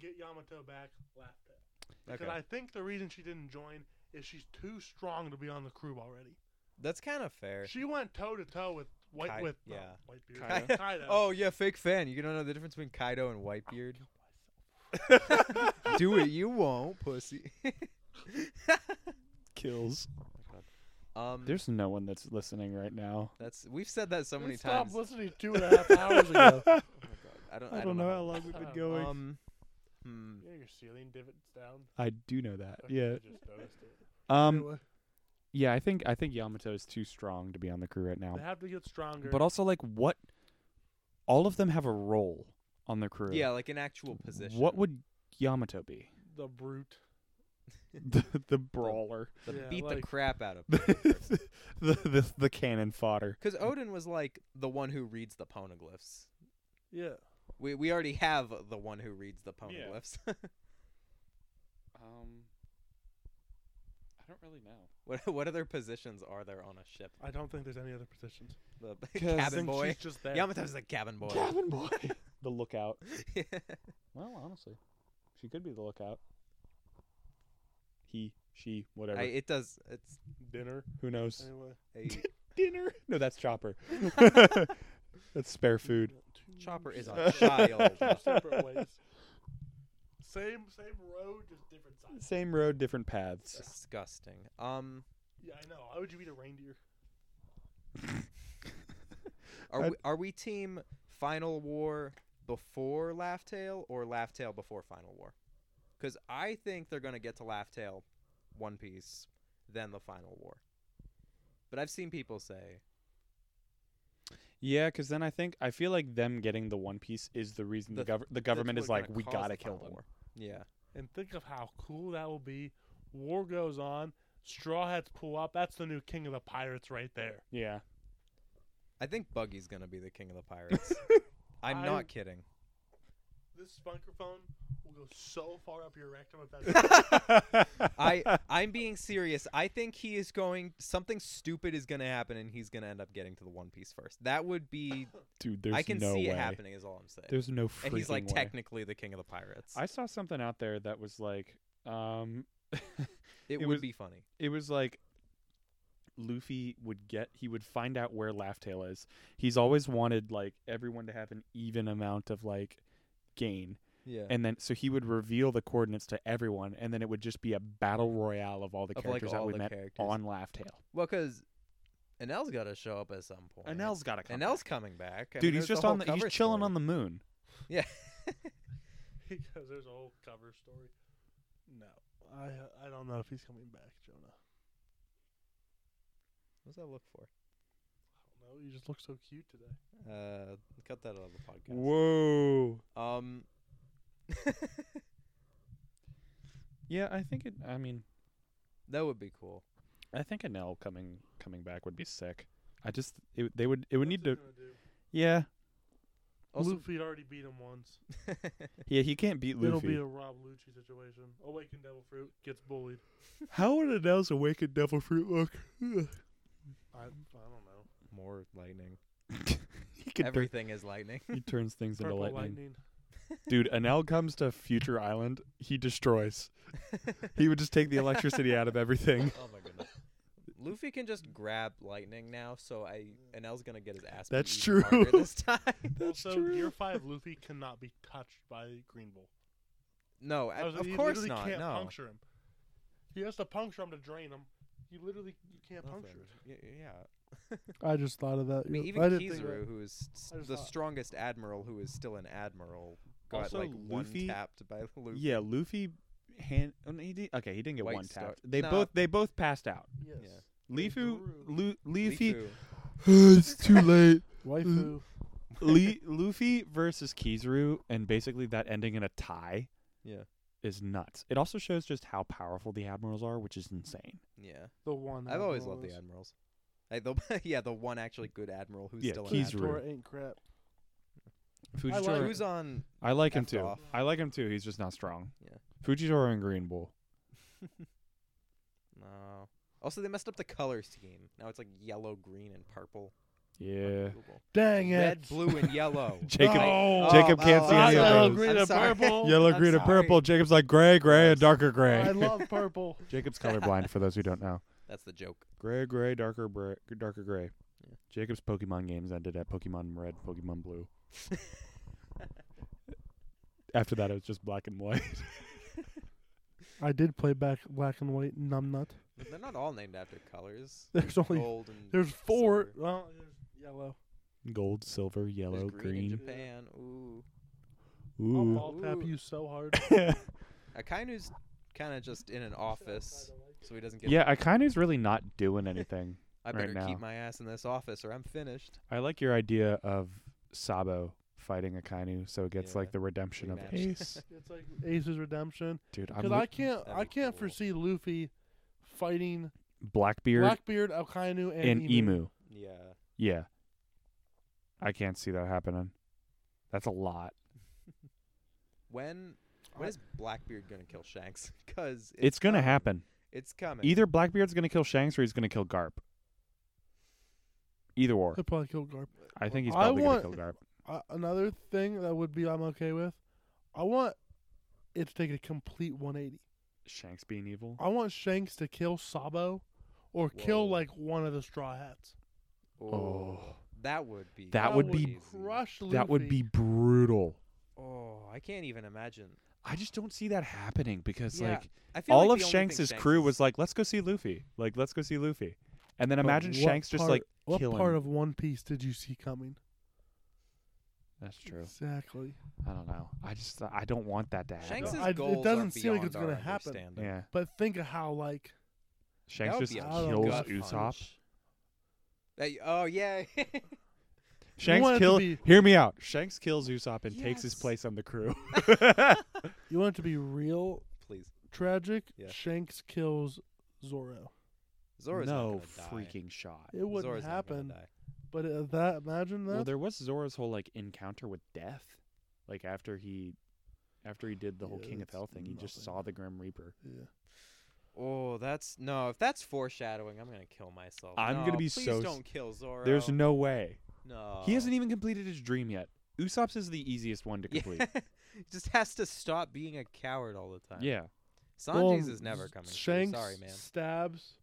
Speaker 3: Get Yamato back. Laughtail. Because
Speaker 2: okay,
Speaker 3: I think the reason she didn't join is she's too strong to be on the crew already.
Speaker 2: that's kind of fair.
Speaker 3: She went toe to toe with white
Speaker 2: Kai-
Speaker 3: with no,
Speaker 2: yeah.
Speaker 3: white
Speaker 2: Kaido.
Speaker 3: beard. Kaido. Kaido.
Speaker 2: Oh yeah, fake fan. You don't know the difference between Kaido and Whitebeard. do it, you won't, pussy.
Speaker 1: Kills.
Speaker 2: um,
Speaker 1: There's no one that's listening right now.
Speaker 2: that's we've said that so
Speaker 3: They
Speaker 2: many
Speaker 3: stopped
Speaker 2: times.
Speaker 3: listening two and a half hours ago.
Speaker 1: I
Speaker 2: Oh my God. I don't.
Speaker 1: don't, know how long
Speaker 3: we've
Speaker 1: we've
Speaker 3: been
Speaker 1: been
Speaker 3: going.
Speaker 1: going.
Speaker 2: Um, hmm.
Speaker 3: Yeah, your ceiling divots down.
Speaker 1: I do know that.
Speaker 3: Okay,
Speaker 1: Yeah.
Speaker 3: I just noticed it.
Speaker 1: Um.
Speaker 3: Anyway,
Speaker 1: Yeah, I think I think Yamato is too strong to be on the crew right now.
Speaker 3: they have to get stronger.
Speaker 1: But also, like, what? All of them have a role on the crew.
Speaker 2: Yeah, like an actual position.
Speaker 1: What would Yamato be?
Speaker 3: the brute.
Speaker 1: the, the brawler,
Speaker 2: The
Speaker 3: Yeah,
Speaker 2: beat the
Speaker 3: like-
Speaker 2: crap out of?
Speaker 1: the, the the cannon fodder.
Speaker 2: Because Odin was like the one who reads the poneglyphs.
Speaker 3: Yeah.
Speaker 2: We we already have the one who reads the poneglyphs.
Speaker 1: Um, I don't really know.
Speaker 2: what what other positions are there on a ship?
Speaker 3: I don't think there's any other positions.
Speaker 2: The
Speaker 3: I
Speaker 2: cabin
Speaker 3: think
Speaker 2: boy.
Speaker 3: She's just there.
Speaker 2: Yamato's the cabin boy.
Speaker 1: Cabin boy, the lookout.
Speaker 2: yeah.
Speaker 1: Well, honestly, she could be the lookout. He, she, whatever.
Speaker 2: I, it does. It's
Speaker 3: Dinner.
Speaker 1: Who knows?
Speaker 3: Anyway.
Speaker 2: a
Speaker 1: Dinner? No, that's Chopper. that's spare food.
Speaker 3: Two
Speaker 2: chopper is
Speaker 3: separate-
Speaker 2: a child.
Speaker 3: two separate ways. Same same road, just different sides.
Speaker 1: Same road, different paths.
Speaker 2: Disgusting. Um,
Speaker 3: Yeah, I know. How would you eat a reindeer?
Speaker 2: are
Speaker 1: I-
Speaker 2: we, are we team Final War before Laugh Tale or Laugh Tale before Final War? Because I think they're gonna get to Laugh Tale, One Piece, then the Final War. But I've seen people say
Speaker 1: Yeah, because then I think I feel like them getting the One Piece is the reason the,
Speaker 2: The-
Speaker 1: gov- the
Speaker 2: that's
Speaker 1: government is
Speaker 2: what
Speaker 1: like,
Speaker 2: kinda
Speaker 1: we
Speaker 2: caused
Speaker 1: gotta
Speaker 2: the
Speaker 1: kill
Speaker 2: Final
Speaker 1: them.
Speaker 2: War. Yeah.
Speaker 3: And think of how cool that will be. War goes on. Straw hats pull up. That's the new king of the pirates right there.
Speaker 1: Yeah,
Speaker 2: I think Buggy's gonna be the king of the pirates. I'm
Speaker 3: I-
Speaker 2: not kidding.
Speaker 3: This microphone will go so far up your rectum if that's
Speaker 2: I I'm being serious. I think he is going. Something stupid is gonna happen, and he's gonna end up getting to the One Piece first. That would be.
Speaker 1: dude, there's
Speaker 2: I can
Speaker 1: no
Speaker 2: see
Speaker 1: way.
Speaker 2: it happening. Is all I'm saying.
Speaker 1: There's no freaking
Speaker 2: and he's like
Speaker 1: way.
Speaker 2: technically the king of the pirates.
Speaker 1: I saw something out there that was like, um,
Speaker 2: it,
Speaker 1: it
Speaker 2: would
Speaker 1: was-
Speaker 2: be funny.
Speaker 1: it was like Luffy would get he would find out where Laughtail is. He's always wanted like everyone to have an even amount of like gain.
Speaker 2: Yeah.
Speaker 1: And then so he would reveal the coordinates to everyone and then it would just be a battle royale of all the
Speaker 2: Of, like,
Speaker 1: characters that
Speaker 2: all
Speaker 1: we
Speaker 2: the
Speaker 1: met
Speaker 2: characters.
Speaker 1: on Laughtail.
Speaker 2: well, because Anel's got to show up at some point.
Speaker 1: Anel's got to come.
Speaker 2: Anel's coming back. I
Speaker 1: Dude,
Speaker 2: mean,
Speaker 1: he's
Speaker 2: there's
Speaker 1: just
Speaker 2: the
Speaker 1: on
Speaker 2: whole
Speaker 1: the he's
Speaker 2: cover
Speaker 1: chilling
Speaker 2: story.
Speaker 1: on the moon.
Speaker 2: Yeah.
Speaker 3: because there's a whole cover story. No, I I don't know if he's coming back, Jonah.
Speaker 2: What does that look for?
Speaker 3: I don't know. You just look so cute today.
Speaker 2: Uh, cut that out of the podcast.
Speaker 1: Whoa.
Speaker 2: Um,
Speaker 1: Yeah, I think it. I mean,
Speaker 2: that would be cool.
Speaker 1: I think Anel coming coming back would be sick. I just it, they would it would
Speaker 3: What's
Speaker 1: need
Speaker 3: it
Speaker 1: to.
Speaker 3: gonna do?
Speaker 1: Yeah,
Speaker 2: Also,
Speaker 3: Luffy already beat him once.
Speaker 1: yeah. He can't beat
Speaker 3: It'll be
Speaker 1: Luffy.
Speaker 3: a Rob Lucci situation. Awakened Devil Fruit gets bullied.
Speaker 1: How would Anel's awakened devil fruit look?
Speaker 3: I I don't know.
Speaker 2: more lightning.
Speaker 1: he could. Every-
Speaker 2: Everything is lightning.
Speaker 1: he turns things into
Speaker 3: Purple
Speaker 1: lightning.
Speaker 3: lightning.
Speaker 1: Dude, Anel comes to Future Island. He destroys. he would just take the electricity out of everything.
Speaker 2: Oh my goodness. Luffy can just grab lightning now, so I and L's gonna get his ass. beat
Speaker 1: That's
Speaker 2: even harder
Speaker 1: true.
Speaker 2: This time,
Speaker 1: That's
Speaker 3: also,
Speaker 1: true.
Speaker 3: Year Five Luffy cannot be touched by Green Bull.
Speaker 2: no, a-
Speaker 3: I was-
Speaker 2: of
Speaker 3: you
Speaker 2: course
Speaker 3: literally
Speaker 2: not.
Speaker 3: Can't
Speaker 2: no,
Speaker 3: puncture him. He has to puncture him to drain him. You literally you can't
Speaker 2: Nothing.
Speaker 3: puncture it.
Speaker 2: Y- y- Yeah,
Speaker 3: I just thought of that.
Speaker 2: I mean, even Kizaru, who is s-
Speaker 3: I just
Speaker 2: the
Speaker 3: thought-
Speaker 2: strongest admiral, who is still an admiral, got
Speaker 1: Also,
Speaker 2: like
Speaker 1: Luffy-
Speaker 2: one tapped by Luffy.
Speaker 1: Yeah, Luffy. Hand. oh, no, he did- okay, he didn't get
Speaker 2: White
Speaker 1: one
Speaker 2: Star-
Speaker 1: tapped. They
Speaker 2: Nah.
Speaker 1: both they both passed out.
Speaker 3: Yes.
Speaker 2: Yeah.
Speaker 1: Leafu, Lu- Leafy.
Speaker 2: Leafu.
Speaker 1: it's too late.
Speaker 3: Waifu.
Speaker 1: Le- Luffy versus Kizaru, and basically that ending in a tie.
Speaker 2: Yeah.
Speaker 1: is nuts. It also shows just how powerful the admirals are, which is insane.
Speaker 2: Yeah,
Speaker 3: The one.
Speaker 2: I've always loved the admirals. Like the yeah, the one actually good admiral who's
Speaker 1: Yeah,
Speaker 2: still
Speaker 1: Kizaru.
Speaker 2: an
Speaker 1: Admiral
Speaker 3: ain't crap.
Speaker 1: Fujitora,
Speaker 3: I
Speaker 2: admiral.
Speaker 3: Kizaru.
Speaker 2: Who's on?
Speaker 1: I like him
Speaker 2: F
Speaker 1: too.
Speaker 2: off.
Speaker 1: I like him too. He's just not strong.
Speaker 2: Yeah.
Speaker 1: Fujitora and Green Bull.
Speaker 2: No. Also, they messed up the color scheme. Now it's like yellow, green, and purple.
Speaker 1: Yeah.
Speaker 2: Unbelievable.
Speaker 3: Dang
Speaker 2: Red,
Speaker 3: it.
Speaker 2: blue, and yellow.
Speaker 1: Jacob.
Speaker 3: Oh.
Speaker 1: Jacob can't see
Speaker 3: Not
Speaker 1: any of
Speaker 3: yellow,
Speaker 1: those.
Speaker 3: green,
Speaker 2: oh, I'm
Speaker 3: and
Speaker 2: sorry.
Speaker 3: purple.
Speaker 1: Yellow,
Speaker 2: I'm
Speaker 1: green, and
Speaker 2: sorry.
Speaker 1: purple. Jacob's like gray, gray, and darker
Speaker 3: I
Speaker 1: gray.
Speaker 3: love purple.
Speaker 1: Jacob's colorblind. For those who don't know,
Speaker 2: That's the joke.
Speaker 1: gray, gray, darker, bra- darker gray.
Speaker 2: Yeah.
Speaker 1: Jacob's Pokemon games ended at Pokemon Red, Pokemon Blue. After that, it was just black and white.
Speaker 3: I did play back black and white numbnut.
Speaker 2: But They're not all named after colors.
Speaker 3: There's
Speaker 1: Oh,
Speaker 3: only
Speaker 2: Gold and
Speaker 3: there's four.
Speaker 2: silver.
Speaker 3: Well, there's yellow.
Speaker 1: Gold, silver,
Speaker 2: There's
Speaker 1: yellow,
Speaker 2: in
Speaker 1: green.
Speaker 2: Japan. Ooh,
Speaker 3: I'll
Speaker 1: Ooh.
Speaker 3: ball tap
Speaker 2: Ooh.
Speaker 3: you so hard.
Speaker 2: Akainu's kind of just in an office, so he doesn't get.
Speaker 1: yeah, Akainu's really not doing anything.
Speaker 2: I
Speaker 1: right
Speaker 2: better
Speaker 1: now.
Speaker 2: keep my ass in this office or I'm finished.
Speaker 1: I like your idea of Sabo fighting Akainu, so it gets
Speaker 2: Yeah.
Speaker 1: like the redemption of
Speaker 2: Rematch.
Speaker 1: Ace.
Speaker 3: It's like Ace's redemption.
Speaker 1: Dude, I'm
Speaker 3: Because
Speaker 1: li-
Speaker 3: I can't,
Speaker 2: That'd
Speaker 3: I
Speaker 2: be
Speaker 3: can't
Speaker 2: cool.
Speaker 3: foresee Luffy fighting
Speaker 1: Blackbeard
Speaker 3: Blackbeard, Alkainu, and,
Speaker 1: and Emu.
Speaker 2: Yeah.
Speaker 1: Yeah, I can't see that happening. That's a lot.
Speaker 2: When when
Speaker 3: I-
Speaker 2: is Blackbeard gonna kill Shanks? Because
Speaker 1: It's, gonna happen.
Speaker 2: It's coming.
Speaker 1: Either Blackbeard's gonna kill Shanks or he's gonna kill Garp. Either or,
Speaker 3: He'll probably kill Garp.
Speaker 1: I think he's
Speaker 3: I
Speaker 1: probably
Speaker 3: want-
Speaker 1: gonna kill Garp.
Speaker 3: Uh, another thing that would be I'm okay with. I want it to take a complete 180.
Speaker 1: Shanks being evil.
Speaker 3: I want Shanks to kill Sabo, or kill
Speaker 2: Whoa.
Speaker 3: like one of the Straw Hats.
Speaker 1: Oh.
Speaker 2: that would be.
Speaker 1: That would be-
Speaker 2: crazy.
Speaker 3: crush. Luffy.
Speaker 1: That would be brutal.
Speaker 2: Oh, I can't even imagine.
Speaker 1: I just don't see that happening because
Speaker 2: Yeah,
Speaker 1: like
Speaker 2: I feel
Speaker 1: all
Speaker 2: like
Speaker 1: of
Speaker 2: the only thing
Speaker 1: Shanks's
Speaker 2: Shanks
Speaker 1: crew
Speaker 2: is-
Speaker 1: was like, "Let's go see Luffy. Like, let's go see Luffy." And then
Speaker 3: But
Speaker 1: imagine
Speaker 3: what
Speaker 1: Shanks just
Speaker 3: part-
Speaker 1: like
Speaker 3: What
Speaker 1: killing.
Speaker 3: part of One Piece did you see coming?
Speaker 1: That's true.
Speaker 3: Exactly.
Speaker 1: I don't know. I just I don't want that to happen.
Speaker 2: Shanks'
Speaker 3: I- it
Speaker 2: goals
Speaker 3: doesn't
Speaker 2: are
Speaker 3: seem like
Speaker 2: beyond
Speaker 3: it's gonna
Speaker 2: our
Speaker 3: happen.
Speaker 2: understanding.
Speaker 1: yeah,
Speaker 3: But think of how like
Speaker 1: Shanks
Speaker 2: would
Speaker 1: just
Speaker 2: be a
Speaker 1: kills
Speaker 3: gut
Speaker 1: Usopp.
Speaker 2: punch. Hey, oh yeah.
Speaker 1: Shanks
Speaker 3: want it to
Speaker 1: kill.
Speaker 3: be-
Speaker 1: Hear me out. Shanks kills Usopp and takes his
Speaker 2: Yes.
Speaker 1: place on the crew.
Speaker 3: you want it to be real
Speaker 2: Please,
Speaker 3: tragic.
Speaker 2: Yeah.
Speaker 3: Shanks kills Zoro.
Speaker 2: Zoro's
Speaker 1: no
Speaker 2: not gonna die.
Speaker 1: freaking shot.
Speaker 3: It wouldn't
Speaker 2: Zoro's not gonna
Speaker 3: happen.
Speaker 2: die.
Speaker 3: But uh, that imagine that.
Speaker 1: Well, there was Zora's whole like encounter with death, like after he, after he did the whole
Speaker 3: Yeah,
Speaker 1: King of
Speaker 3: that's
Speaker 1: Hell thing, he just
Speaker 3: nothing.
Speaker 1: saw the Grim Reaper.
Speaker 3: yeah.
Speaker 2: Oh, that's no. If that's foreshadowing, I'm gonna kill myself.
Speaker 1: I'm gonna
Speaker 2: No,
Speaker 1: be
Speaker 2: please
Speaker 1: so s-
Speaker 2: don't kill Zoro.
Speaker 1: There's no way.
Speaker 2: no.
Speaker 1: He hasn't even completed his dream yet. Usopp's is the easiest one to complete.
Speaker 2: Yeah. he just has to stop being a coward all the time.
Speaker 1: yeah.
Speaker 2: Sanji's
Speaker 3: Boom.
Speaker 2: is never
Speaker 3: S-
Speaker 2: coming. through.
Speaker 3: Shanks
Speaker 2: Sorry, man.
Speaker 3: stabs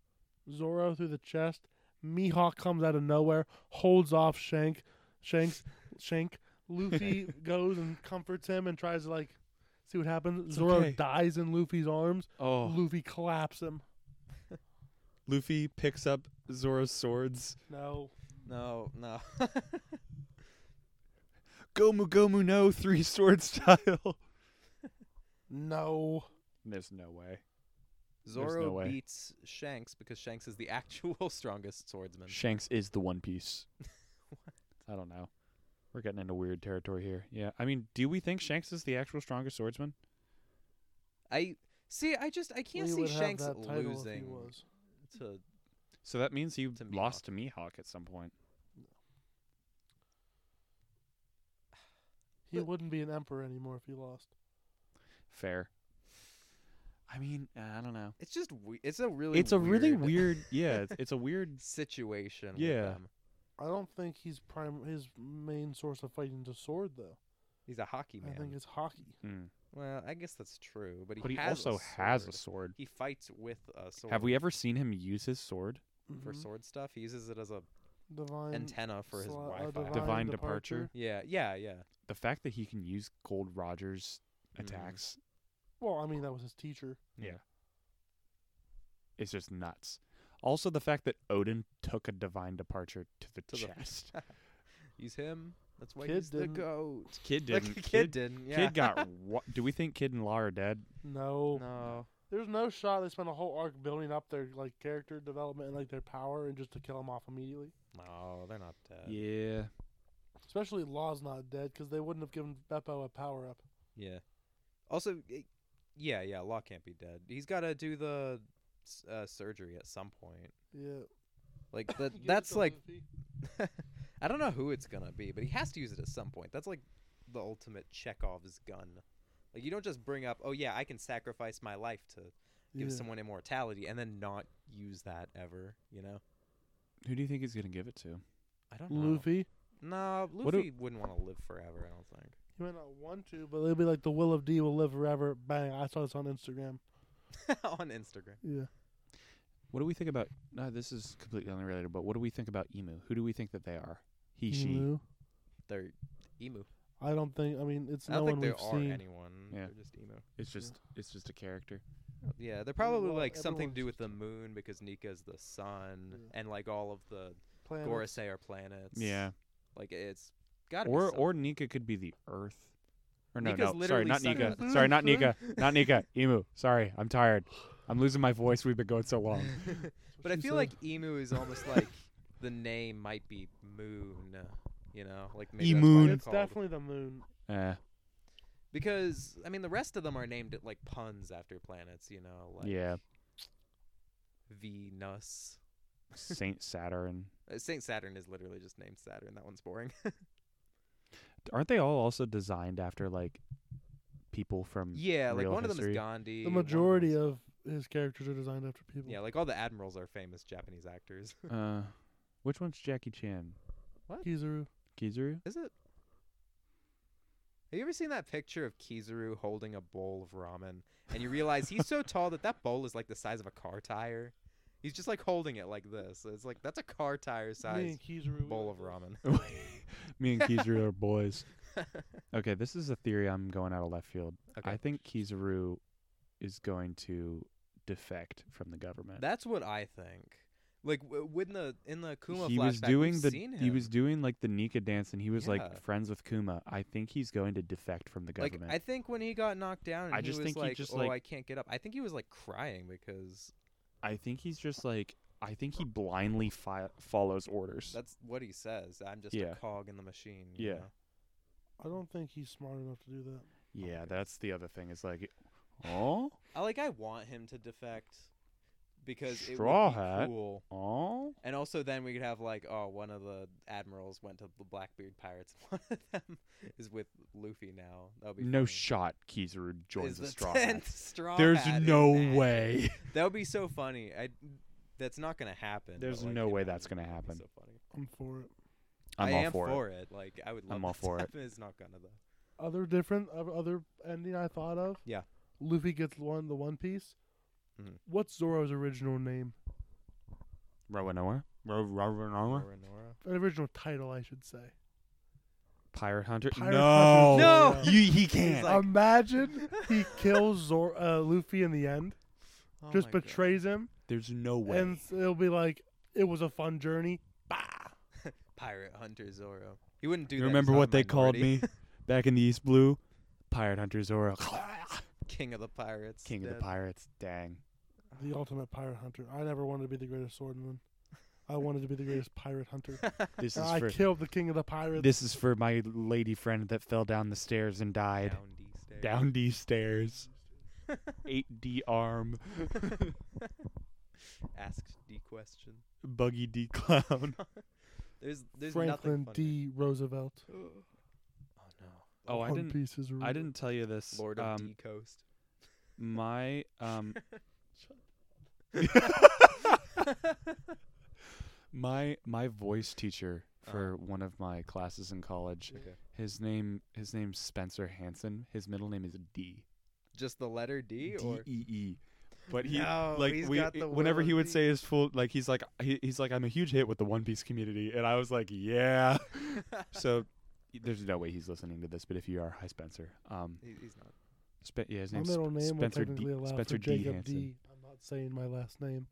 Speaker 3: Zoro through the chest. Mihawk comes out of nowhere, holds off Shank. Shanks, Shank. Luffy goes and comforts him and tries to like see what happens.
Speaker 1: It's
Speaker 3: Zoro
Speaker 1: okay.
Speaker 3: dies in Luffy's arms.
Speaker 1: Oh.
Speaker 3: Luffy claps him.
Speaker 1: Luffy picks up Zoro's swords.
Speaker 3: No,
Speaker 2: No, no.
Speaker 1: Gomu Gomu no three sword style.
Speaker 3: No.
Speaker 1: There's no way. no
Speaker 2: Zoro
Speaker 1: way.
Speaker 2: beats Shanks because Shanks is the actual strongest swordsman.
Speaker 1: Shanks is the One Piece. I don't know. We're getting into weird territory here. Yeah, I mean, do we think Shanks is the actual strongest swordsman?
Speaker 2: I see. I just I can't
Speaker 3: We
Speaker 2: see
Speaker 3: would have
Speaker 2: Shanks
Speaker 3: that title if he
Speaker 2: losing
Speaker 3: was.
Speaker 2: to
Speaker 1: So that means he
Speaker 2: To
Speaker 1: lost to Mihawk at some point.
Speaker 3: He wouldn't be an emperor anymore if he lost.
Speaker 1: Fair. I mean, uh, I don't know.
Speaker 2: It's just we- it's a really
Speaker 1: it's a really
Speaker 2: weird
Speaker 1: weird. Yeah, it's, it's a weird.
Speaker 2: situation. with
Speaker 1: Yeah.
Speaker 2: them.
Speaker 3: I don't think he's prime. His main source of fighting is a sword, though.
Speaker 2: he's a hockey man.
Speaker 3: I think it's hockey.
Speaker 1: Mm.
Speaker 2: well, I guess that's true, but he,
Speaker 1: But he
Speaker 2: has
Speaker 1: also
Speaker 2: a
Speaker 1: has a
Speaker 2: sword.
Speaker 1: sword.
Speaker 2: He fights with a sword.
Speaker 1: Have we ever seen him use his sword?
Speaker 2: for
Speaker 3: Mhm.
Speaker 2: sword stuff? He uses it as a
Speaker 3: divine
Speaker 2: antenna for his
Speaker 3: sli- uh,
Speaker 2: Wi-Fi.
Speaker 3: divine,
Speaker 1: Divine
Speaker 3: departure.
Speaker 1: departure.
Speaker 2: Yeah, yeah, yeah.
Speaker 1: The fact that he can use Gold Roger's
Speaker 2: Mm.
Speaker 1: attacks
Speaker 3: Well, I mean that was his teacher.
Speaker 1: is just nuts. Also, the fact that Odin took a divine departure to the
Speaker 2: To the-
Speaker 1: chest.
Speaker 2: He's him. That's why
Speaker 3: Kid
Speaker 2: he's
Speaker 3: didn't.
Speaker 2: the goat.
Speaker 1: Kid
Speaker 2: Like,
Speaker 1: didn't.
Speaker 2: kid,
Speaker 1: Kid,
Speaker 2: didn't. Yeah.
Speaker 1: Kid got. Wa- Do we think Kid and Law are dead?
Speaker 3: No,
Speaker 2: no.
Speaker 3: there's no shot. They spent a whole arc building up their like character development and like their power, and just to kill him off immediately.
Speaker 2: No, they're not dead. Yeah.
Speaker 1: yeah.
Speaker 3: Especially Law's not dead because they wouldn't have given Beppo a power up.
Speaker 2: Also, i- yeah, yeah. Law can't be dead. He's got to do the s- uh, surgery at some point.
Speaker 3: Yeah,
Speaker 2: Like that. that's like I don't know who it's gonna be, but he has to use it at some point. That's like the ultimate Chekhov's gun. Like you don't just bring up, oh yeah, I can sacrifice my life to give
Speaker 3: Yeah.
Speaker 2: someone immortality, and then not use that ever. You know?
Speaker 1: Who do you think he's gonna give it to?
Speaker 2: I don't know.
Speaker 3: Luffy.
Speaker 2: No,
Speaker 1: What do-
Speaker 2: Luffy wouldn't want to live forever. I don't think.
Speaker 3: He might not want to, but it'll be like the will of D will live forever. Bang! I saw this on Instagram.
Speaker 2: on Instagram.
Speaker 3: Yeah,
Speaker 1: What do we think about? No, this is completely unrelated. But what do we think about Emu? Who do we think that they are? He, she.
Speaker 3: Emu.
Speaker 2: They're emu.
Speaker 3: I don't think. I mean, it's
Speaker 2: I
Speaker 3: no
Speaker 2: don't
Speaker 3: one
Speaker 2: think
Speaker 3: we've
Speaker 2: there are
Speaker 3: seen.
Speaker 2: anyone.
Speaker 1: Yeah.
Speaker 2: They're just emu.
Speaker 1: It's just, it's just a character.
Speaker 2: Yeah, they're probably
Speaker 3: well,
Speaker 2: like something to
Speaker 3: everyone's
Speaker 2: do with
Speaker 3: just-
Speaker 2: the moon because Nika's the sun,
Speaker 3: Yeah.
Speaker 2: and like all of the
Speaker 3: Planet.
Speaker 2: Gorosei are planets.
Speaker 1: Yeah.
Speaker 2: like it's gotta be.
Speaker 1: Or,
Speaker 2: something.
Speaker 1: or Nika could be the Earth. Or no,
Speaker 2: Nika's
Speaker 1: no, sorry,
Speaker 2: literally
Speaker 1: not
Speaker 2: sun
Speaker 1: Nika.
Speaker 3: and
Speaker 1: Sorry, not
Speaker 3: moon.
Speaker 1: Nika. Not Nika. Emu. Sorry, I'm tired. I'm losing my voice. We've been going so long.
Speaker 2: but I
Speaker 3: she
Speaker 2: feel
Speaker 3: said.
Speaker 2: like emu is almost like the name might be moon. You know, like maybe that's why
Speaker 1: Emoon.
Speaker 2: they're
Speaker 3: It's
Speaker 2: called.
Speaker 3: definitely the moon.
Speaker 1: Eh.
Speaker 2: because I mean the rest of them are named like puns after planets. You know, like
Speaker 1: yeah.
Speaker 2: Venus.
Speaker 1: Saint Saturn.
Speaker 2: Uh, Saint Saturn is literally just named Saturn. That one's boring.
Speaker 1: Mm. Aren't they all also designed after like people from?
Speaker 2: yeah, like
Speaker 1: real
Speaker 2: one of them
Speaker 1: history?
Speaker 2: is Gandhi.
Speaker 3: The
Speaker 2: one of
Speaker 3: majority
Speaker 2: them's-
Speaker 3: of his characters are designed after people.
Speaker 2: yeah, like all the admirals are famous Japanese actors.
Speaker 1: Uh, which one's Jackie Chan?
Speaker 3: Kizaru.
Speaker 1: Kizaru?
Speaker 2: Is it? Have you ever seen that picture of Kizaru holding a bowl of ramen, and you realize he's so tall that that bowl is like the size of a car tire? He's just like holding it like this. It's like that's a car tire
Speaker 3: Me
Speaker 2: size
Speaker 3: and Kizaru. we
Speaker 2: bowl
Speaker 3: got
Speaker 2: of
Speaker 3: this.
Speaker 2: ramen.
Speaker 1: Me and Kizaru are boys. Okay, this is a theory I'm going out of left field. I
Speaker 2: okay,
Speaker 1: think Kizaru is going to defect from the government.
Speaker 2: that's what I think. Like w- when the in the Kuma
Speaker 1: he
Speaker 2: flashback,
Speaker 1: was doing
Speaker 2: we've
Speaker 1: the
Speaker 2: seen
Speaker 1: he was
Speaker 2: him.
Speaker 1: doing like the Nika dance and he was
Speaker 2: Yeah.
Speaker 1: like friends with Kuma. I think he's going to defect from the
Speaker 2: like
Speaker 1: government.
Speaker 2: I think when he got knocked down, and
Speaker 1: I
Speaker 2: he
Speaker 1: just
Speaker 2: was
Speaker 1: think he
Speaker 2: like,
Speaker 1: just,
Speaker 2: "Oh,
Speaker 1: like-
Speaker 2: I can't get up." I think he was like crying because
Speaker 1: I, think he's just like I think he blindly fi- follows orders.
Speaker 2: that's what he says. I'm just
Speaker 1: Yeah.
Speaker 2: a cog in the machine. you
Speaker 1: Yeah.
Speaker 2: know?
Speaker 3: I don't think he's smart enough to do that.
Speaker 1: yeah, that's the other thing. Is like, oh,
Speaker 2: I like I want him to defect because
Speaker 1: Straw
Speaker 2: it would be
Speaker 1: Hat?
Speaker 2: cool.
Speaker 1: oh.
Speaker 2: And also then we could have like oh one of the admirals went to the Blackbeard pirates and one of them is with Luffy now. That would be
Speaker 1: No
Speaker 2: funny.
Speaker 1: shot. Kizaru
Speaker 2: Is
Speaker 1: joins the
Speaker 2: the
Speaker 1: straw. Hat.
Speaker 2: tenth straw
Speaker 1: There's
Speaker 2: Hat in
Speaker 1: no
Speaker 2: action.
Speaker 1: way.
Speaker 2: That would be so funny. I that's not going to happen. but,
Speaker 1: There's
Speaker 2: like,
Speaker 1: no way
Speaker 2: imagine
Speaker 1: that's gonna
Speaker 2: that would be
Speaker 1: happen.
Speaker 2: So funny.
Speaker 3: I'm for it.
Speaker 1: I'm
Speaker 2: I
Speaker 1: all
Speaker 2: am
Speaker 1: for, it.
Speaker 2: Like I would love
Speaker 1: I'm all
Speaker 2: that
Speaker 1: for
Speaker 2: to
Speaker 1: it.
Speaker 2: happen. It's not going to though.
Speaker 3: Other different of other ending I thought of.
Speaker 2: Yeah.
Speaker 3: Luffy gets one the One Piece.
Speaker 2: Mhm.
Speaker 3: What's Zoro's original name?
Speaker 1: Roanoa. Ro- Roanoa.
Speaker 2: Nora, Nora.
Speaker 3: Original title, I should say.
Speaker 1: Pirate Hunter.
Speaker 3: Pirate
Speaker 1: no.
Speaker 3: Hunter
Speaker 2: No!
Speaker 3: Zoro.
Speaker 1: You, he can't.
Speaker 2: like-
Speaker 3: Imagine he kills Zoro, uh, Luffy in the end.
Speaker 2: Oh
Speaker 3: just
Speaker 2: my God.
Speaker 3: betrays him,
Speaker 1: There's no way.
Speaker 3: and s- it'll be like it was a fun journey.
Speaker 2: Pirate Hunter Zoro. He wouldn't do
Speaker 1: You
Speaker 2: that.
Speaker 1: remember
Speaker 2: He's not
Speaker 1: what
Speaker 2: a
Speaker 1: they called
Speaker 2: minority.
Speaker 1: me back in the East Blue? Pirate Hunter Zoro.
Speaker 2: King of the Pirates.
Speaker 1: King of the
Speaker 2: dead.
Speaker 1: Pirates. Dang.
Speaker 3: The ultimate pirate hunter. I never wanted to be the greatest swordman. I wanted to be the greatest pirate hunter.
Speaker 1: This is
Speaker 3: I
Speaker 1: for
Speaker 3: killed the king of the pirates.
Speaker 1: this is for my lady friend that fell down the stairs and died.
Speaker 2: Down D stairs.
Speaker 1: Down D stairs. 8D arm.
Speaker 2: Asked D question.
Speaker 1: Buggy D clown.
Speaker 2: There's there's
Speaker 3: Franklin
Speaker 2: nothing. funny.
Speaker 3: D. Roosevelt.
Speaker 2: Oh no.
Speaker 1: Oh, I
Speaker 3: One
Speaker 1: didn't
Speaker 3: Piece is
Speaker 1: I
Speaker 3: real.
Speaker 1: didn't tell you this.
Speaker 2: Lord of
Speaker 1: um,
Speaker 2: D Coast.
Speaker 1: my um my my voice teacher for
Speaker 2: Uh-huh.
Speaker 1: one of my classes in college.
Speaker 2: Okay.
Speaker 1: His name his name's Spencer Hansen. His middle name is D.
Speaker 2: Just the letter D
Speaker 1: D
Speaker 2: or
Speaker 1: E E. But he
Speaker 2: No,
Speaker 1: like
Speaker 2: he's
Speaker 1: we
Speaker 2: got the
Speaker 1: whenever
Speaker 2: will
Speaker 1: he
Speaker 2: of
Speaker 1: would
Speaker 2: D.
Speaker 1: say his full like he's like he, he's like I'm a huge hit with the One Piece community and I was like yeah. so there's no way he's listening to this, but if you are, hi Spencer. Um,
Speaker 2: He- he's not.
Speaker 1: Spe- yeah, his
Speaker 3: My
Speaker 1: name's
Speaker 3: middle
Speaker 1: Sp-
Speaker 3: name will
Speaker 1: Spencer
Speaker 3: technically
Speaker 1: D.
Speaker 3: allow
Speaker 1: Spencer
Speaker 3: for
Speaker 1: D.
Speaker 3: Jacob
Speaker 1: Hansen.
Speaker 3: D. I'm not saying my last name.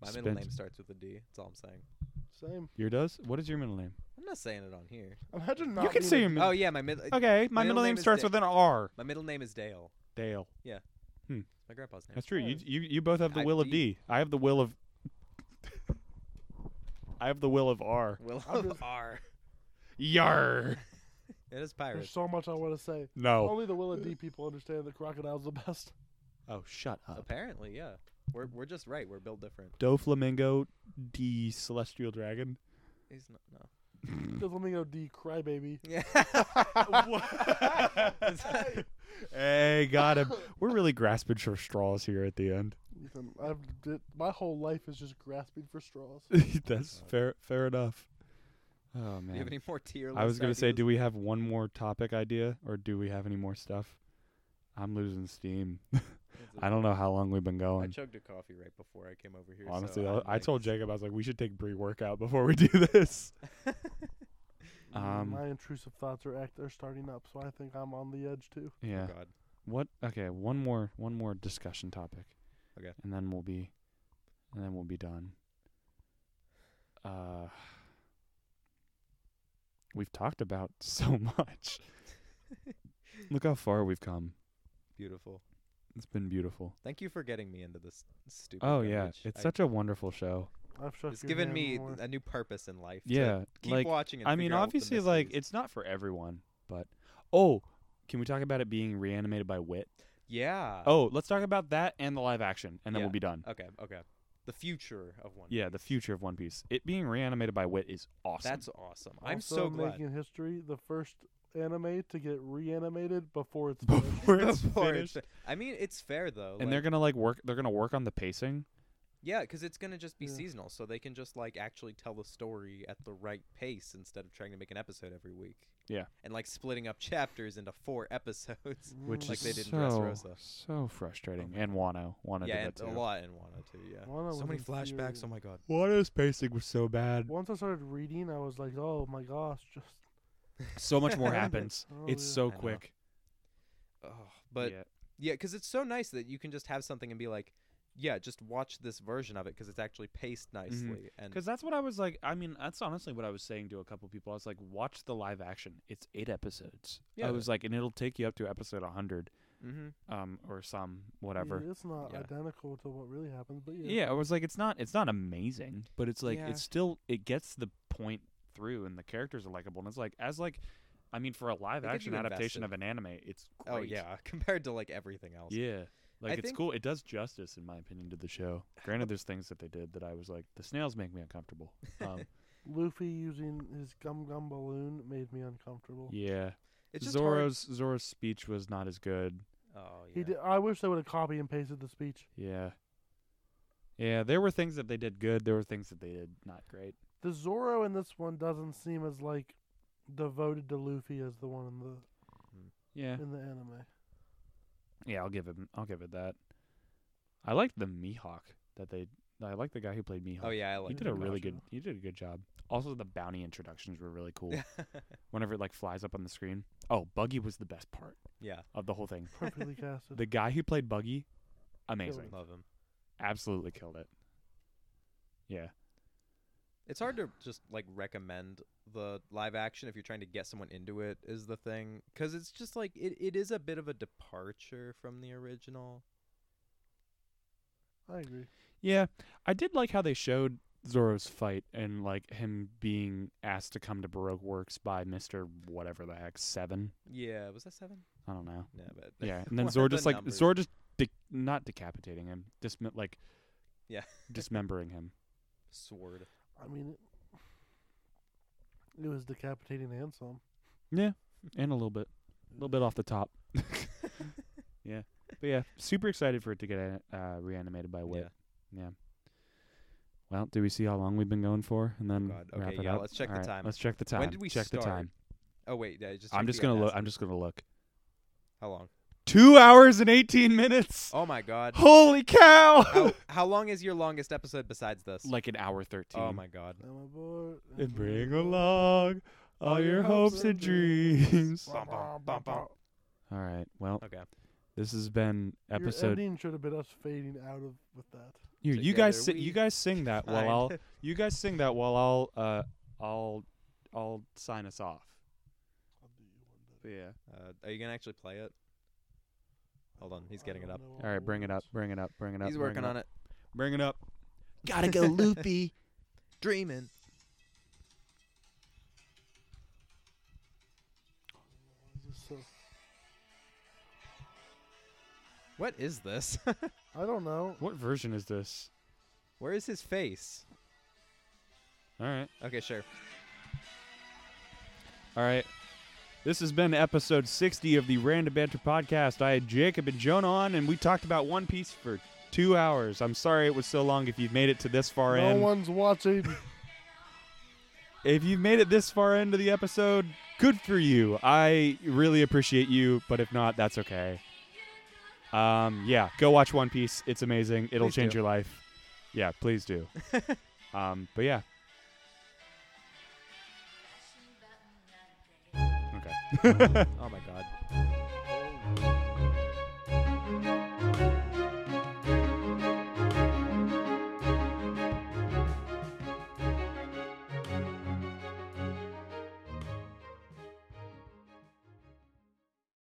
Speaker 2: My middle name
Speaker 1: Spence-
Speaker 2: starts with a D. That's all I'm saying.
Speaker 3: Same.
Speaker 1: Your does? What is your middle name?
Speaker 2: I'm not saying it on here.
Speaker 3: Imagine not.
Speaker 1: you can
Speaker 3: being
Speaker 1: say
Speaker 3: a-
Speaker 1: your middle.
Speaker 2: Oh yeah, my middle
Speaker 1: Okay, my,
Speaker 2: my middle
Speaker 1: middle
Speaker 2: name
Speaker 1: name
Speaker 2: is
Speaker 1: starts
Speaker 2: Da-
Speaker 1: with an R.
Speaker 2: my middle name is Dale.
Speaker 1: Dale.
Speaker 2: My grandpa's name.
Speaker 1: That's true. You
Speaker 3: Nice.
Speaker 1: you, you both have the
Speaker 2: I-
Speaker 1: will of
Speaker 2: D.
Speaker 1: D. I have the will of. I have the will of R.
Speaker 2: Will
Speaker 3: I'm
Speaker 2: of
Speaker 3: just-
Speaker 2: R. Oh.
Speaker 1: Yar.
Speaker 2: It is
Speaker 3: There's
Speaker 2: pirate.
Speaker 3: so much I want to say.
Speaker 1: No.
Speaker 3: Only the Willa D people understand that crocodile's the best.
Speaker 1: Oh, shut up.
Speaker 2: Apparently, yeah. We're we're just right. We're built different.
Speaker 1: Do flamingo, D celestial dragon.
Speaker 2: He's not. No.
Speaker 3: The flamingo D crybaby.
Speaker 2: Yeah.
Speaker 1: hey, got him. We're really grasping for straws here at the end.
Speaker 3: Ethan, I've did, my whole life is just grasping for straws.
Speaker 1: That's fair. Fair enough. Oh
Speaker 2: Uh, Do you have
Speaker 1: man.
Speaker 2: any more tier
Speaker 1: I was
Speaker 2: going
Speaker 1: gonna
Speaker 2: to
Speaker 1: say, do we have one more topic idea, or do we have any more stuff? I'm losing steam. I don't know how long we've been
Speaker 2: I
Speaker 1: going.
Speaker 2: chugged a coffee right before I came over here. so
Speaker 1: Honestly,
Speaker 2: I'm
Speaker 1: though, I
Speaker 2: like-
Speaker 1: told Jacob I was like, we should take pre-workout before we do this.
Speaker 2: Oh,
Speaker 1: um,
Speaker 3: my intrusive thoughts are act are starting up, so I think I'm on the edge too.
Speaker 1: yeah.
Speaker 2: God.
Speaker 1: What? Okay, one more, one more discussion topic.
Speaker 2: Okay.
Speaker 1: And then we'll be, and then we'll be done. Uh, we've talked about so much. Look how far we've come.
Speaker 2: Beautiful.
Speaker 1: It's been beautiful.
Speaker 2: Thank you for getting me into this stupid.
Speaker 1: Oh yeah,
Speaker 2: garbage.
Speaker 1: it's
Speaker 2: I-
Speaker 1: such a wonderful show.
Speaker 3: I've shook
Speaker 2: It's
Speaker 3: your
Speaker 2: given
Speaker 3: hand
Speaker 2: me
Speaker 3: more.
Speaker 2: a new purpose in life. to
Speaker 1: Yeah,
Speaker 2: keep
Speaker 1: like
Speaker 2: watching. And
Speaker 1: I mean,
Speaker 2: figure out what the
Speaker 1: obviously, like
Speaker 2: mystery is.
Speaker 1: it's not for everyone, but oh, can we talk about it being reanimated by Wit?
Speaker 2: yeah.
Speaker 1: Oh, let's talk about that and the live action, and then
Speaker 2: Uh, Yeah.
Speaker 1: we'll be done.
Speaker 2: Okay. Okay. The future of one.
Speaker 1: Yeah, the future of One Piece. It being reanimated by Wit is awesome.
Speaker 2: That's awesome. I'm
Speaker 3: Also
Speaker 2: so glad.
Speaker 3: making history the first anime to get reanimated before it's finished.
Speaker 1: before it's
Speaker 2: Before
Speaker 1: finished.
Speaker 2: it's- I mean, it's fair though.
Speaker 1: and they're
Speaker 2: like-
Speaker 1: gonna like work. They're gonna work on the pacing.
Speaker 2: yeah, because it's gonna just be
Speaker 3: Yeah.
Speaker 2: seasonal, so they can just like actually tell the story at the right pace instead of trying to make an episode every week.
Speaker 1: Yeah.
Speaker 2: And like splitting up chapters into four episodes.
Speaker 1: Which
Speaker 2: Mm. Like
Speaker 1: is
Speaker 2: they did in
Speaker 1: so,
Speaker 2: Dressrosa. Oh
Speaker 1: so frustrating. and Wano. Wano
Speaker 2: yeah,
Speaker 1: did
Speaker 2: and
Speaker 1: that
Speaker 2: a
Speaker 1: too.
Speaker 2: lot in Wano too. Yeah.
Speaker 3: Wano
Speaker 2: so
Speaker 3: was
Speaker 2: many flashbacks.
Speaker 3: infuriating.
Speaker 2: Oh my god.
Speaker 1: Wano's pacing was so bad.
Speaker 3: Once I started reading, I was like, "Oh my gosh!" Just
Speaker 1: So much more
Speaker 3: Rampant.
Speaker 1: happens.
Speaker 3: Oh,
Speaker 1: it's
Speaker 3: yeah.
Speaker 1: so
Speaker 2: I know.
Speaker 1: quick.
Speaker 2: Oh, but
Speaker 1: Yeah.
Speaker 2: yeah, because it's so nice that you can just have something and be like, yeah, just watch this version of it because it's actually paced
Speaker 1: Mm-hmm.
Speaker 2: nicely. And
Speaker 1: Because that's what I was like. I mean, that's honestly what I was saying to a couple people. I was like, watch the live action. It's eight episodes.
Speaker 2: Yeah.
Speaker 1: I was like, and it'll take you up to episode 100
Speaker 2: Mhm.
Speaker 1: um, or some,
Speaker 3: I mean,
Speaker 1: whatever.
Speaker 3: It's not
Speaker 2: Yeah.
Speaker 3: identical to what really happened, but
Speaker 1: Yeah. I was like, it's not, it's not amazing, but it's like,
Speaker 2: Yeah.
Speaker 1: it's still, it gets the point through and the characters are likable. And it's like, as like, I mean, for a live
Speaker 2: They get
Speaker 1: action
Speaker 2: you
Speaker 1: adaptation
Speaker 2: invested.
Speaker 1: of an anime, it's great.
Speaker 2: oh yeah, compared to like everything else.
Speaker 1: Yeah. Like
Speaker 2: I
Speaker 1: it's
Speaker 2: think-
Speaker 1: cool. It does justice, in my opinion, to the show. Granted, there's things that they did that I was like, the snails make me uncomfortable. Um,
Speaker 3: Luffy using his gum gum balloon made me uncomfortable.
Speaker 1: yeah.
Speaker 2: It's just hard-
Speaker 1: Zoro's Zoro's speech was not as good.
Speaker 2: Oh yeah.
Speaker 3: He did, I wish they would have copy and pasted the speech.
Speaker 1: Yeah. Yeah, there were things that they did good. There were things that they did not great.
Speaker 3: The Zoro in this one doesn't seem as like devoted to Luffy as the one in the
Speaker 1: Yeah.
Speaker 3: in the anime.
Speaker 1: Yeah, I'll give him. I'll give it that. I liked the Mihawk that they. I like the guy who played Mihawk.
Speaker 2: Oh yeah, I like.
Speaker 1: he
Speaker 3: liked
Speaker 1: did a
Speaker 3: him.
Speaker 1: really
Speaker 3: Gotcha.
Speaker 1: good. He did a good job. Also, the bounty introductions were really cool. Whenever it like flies up on the screen. Oh, Buggy was the best part
Speaker 2: yeah.
Speaker 1: of the whole thing.
Speaker 3: Perfectly casted.
Speaker 1: The guy who played Buggy, amazing.
Speaker 2: Love him.
Speaker 1: Absolutely killed it. Yeah.
Speaker 2: It's hard to just like recommend the live action if you're trying to get someone into it is the thing cuz it's just like it, it is a bit of a departure from the original.
Speaker 3: I agree.
Speaker 1: Yeah, I did like how they showed Zoro's fight and like him being asked to come to Baroque Works by Mister whatever the heck seven.
Speaker 2: Yeah, was that 7?
Speaker 1: I don't know.
Speaker 2: No, but
Speaker 1: Yeah, and then
Speaker 2: What
Speaker 1: Zoro
Speaker 2: are
Speaker 1: just
Speaker 2: the
Speaker 1: like
Speaker 2: numbers?
Speaker 1: Zoro just de- not decapitating him, dismi- like
Speaker 2: Yeah.
Speaker 1: dismembering him.
Speaker 2: sword.
Speaker 3: I mean, it was decapitating and some.
Speaker 1: Yeah, and a little bit, a little bit off the top. yeah, but yeah, super excited for it to get uh, reanimated by Wit. Yeah. Well, do we see how long we've been going for, and then
Speaker 2: God,
Speaker 1: wrap
Speaker 2: okay,
Speaker 1: it
Speaker 2: yeah,
Speaker 1: up?
Speaker 2: let's check the
Speaker 1: Alright,
Speaker 2: time.
Speaker 1: Let's check the time.
Speaker 2: When did we
Speaker 1: check
Speaker 2: start?
Speaker 1: the time?
Speaker 2: Oh wait, yeah, just
Speaker 1: I'm
Speaker 2: checked
Speaker 1: just
Speaker 2: we got
Speaker 1: gonna look.
Speaker 2: past
Speaker 1: I'm
Speaker 2: it.
Speaker 1: just gonna look.
Speaker 2: How long?
Speaker 1: Two hours and eighteen minutes.
Speaker 2: Oh my god.
Speaker 1: Holy cow!
Speaker 2: how, how long is your longest episode besides this?
Speaker 1: like an hour thirteen.
Speaker 2: oh my god.
Speaker 3: Am I bored? Am
Speaker 1: And
Speaker 3: I
Speaker 1: bring
Speaker 3: bored?
Speaker 1: along all your hopes and dreams.
Speaker 3: Bum, bum, bum, bum.
Speaker 1: All right. Well,
Speaker 2: Okay.
Speaker 1: this has been
Speaker 3: Your
Speaker 1: episode.
Speaker 3: ending should have been us fading out of with that.
Speaker 1: Here, you guys, si-
Speaker 2: Together
Speaker 1: you
Speaker 2: we
Speaker 1: guys sing that while
Speaker 2: find-
Speaker 1: I'll. You guys sing that while I'll. Uh, I'll. I'll sign us off.
Speaker 3: I'll do you one day.
Speaker 1: But yeah.
Speaker 2: Uh, are you gonna actually play it? Hold on, he's
Speaker 3: I
Speaker 2: getting it
Speaker 3: don't
Speaker 2: up.
Speaker 3: know
Speaker 1: All right. Bring it up.
Speaker 3: words.
Speaker 1: Bring it up. Bring it up.
Speaker 2: He's working on it.
Speaker 1: Bring it up.
Speaker 2: Gotta go loopy. Dreaming.
Speaker 3: Is this so-
Speaker 2: What is this?
Speaker 3: I don't know.
Speaker 1: What version is this?
Speaker 2: Where is his face?
Speaker 1: All right.
Speaker 2: Okay, sure.
Speaker 1: All right. This has been episode 60 of the Random Banter Podcast. I had Jacob and Jonah on, and we talked about One Piece for two hours. I'm sorry it was so long if you've made it to this far
Speaker 3: No
Speaker 1: in.
Speaker 3: one's watching.
Speaker 1: if you've made it this far into the episode, good for you. I really appreciate you, but if not, that's okay. Um, yeah, go watch One Piece. It's amazing. It'll
Speaker 2: Please
Speaker 1: change
Speaker 2: do.
Speaker 1: your life. Yeah, please do. um, but yeah. Okay.
Speaker 2: Oh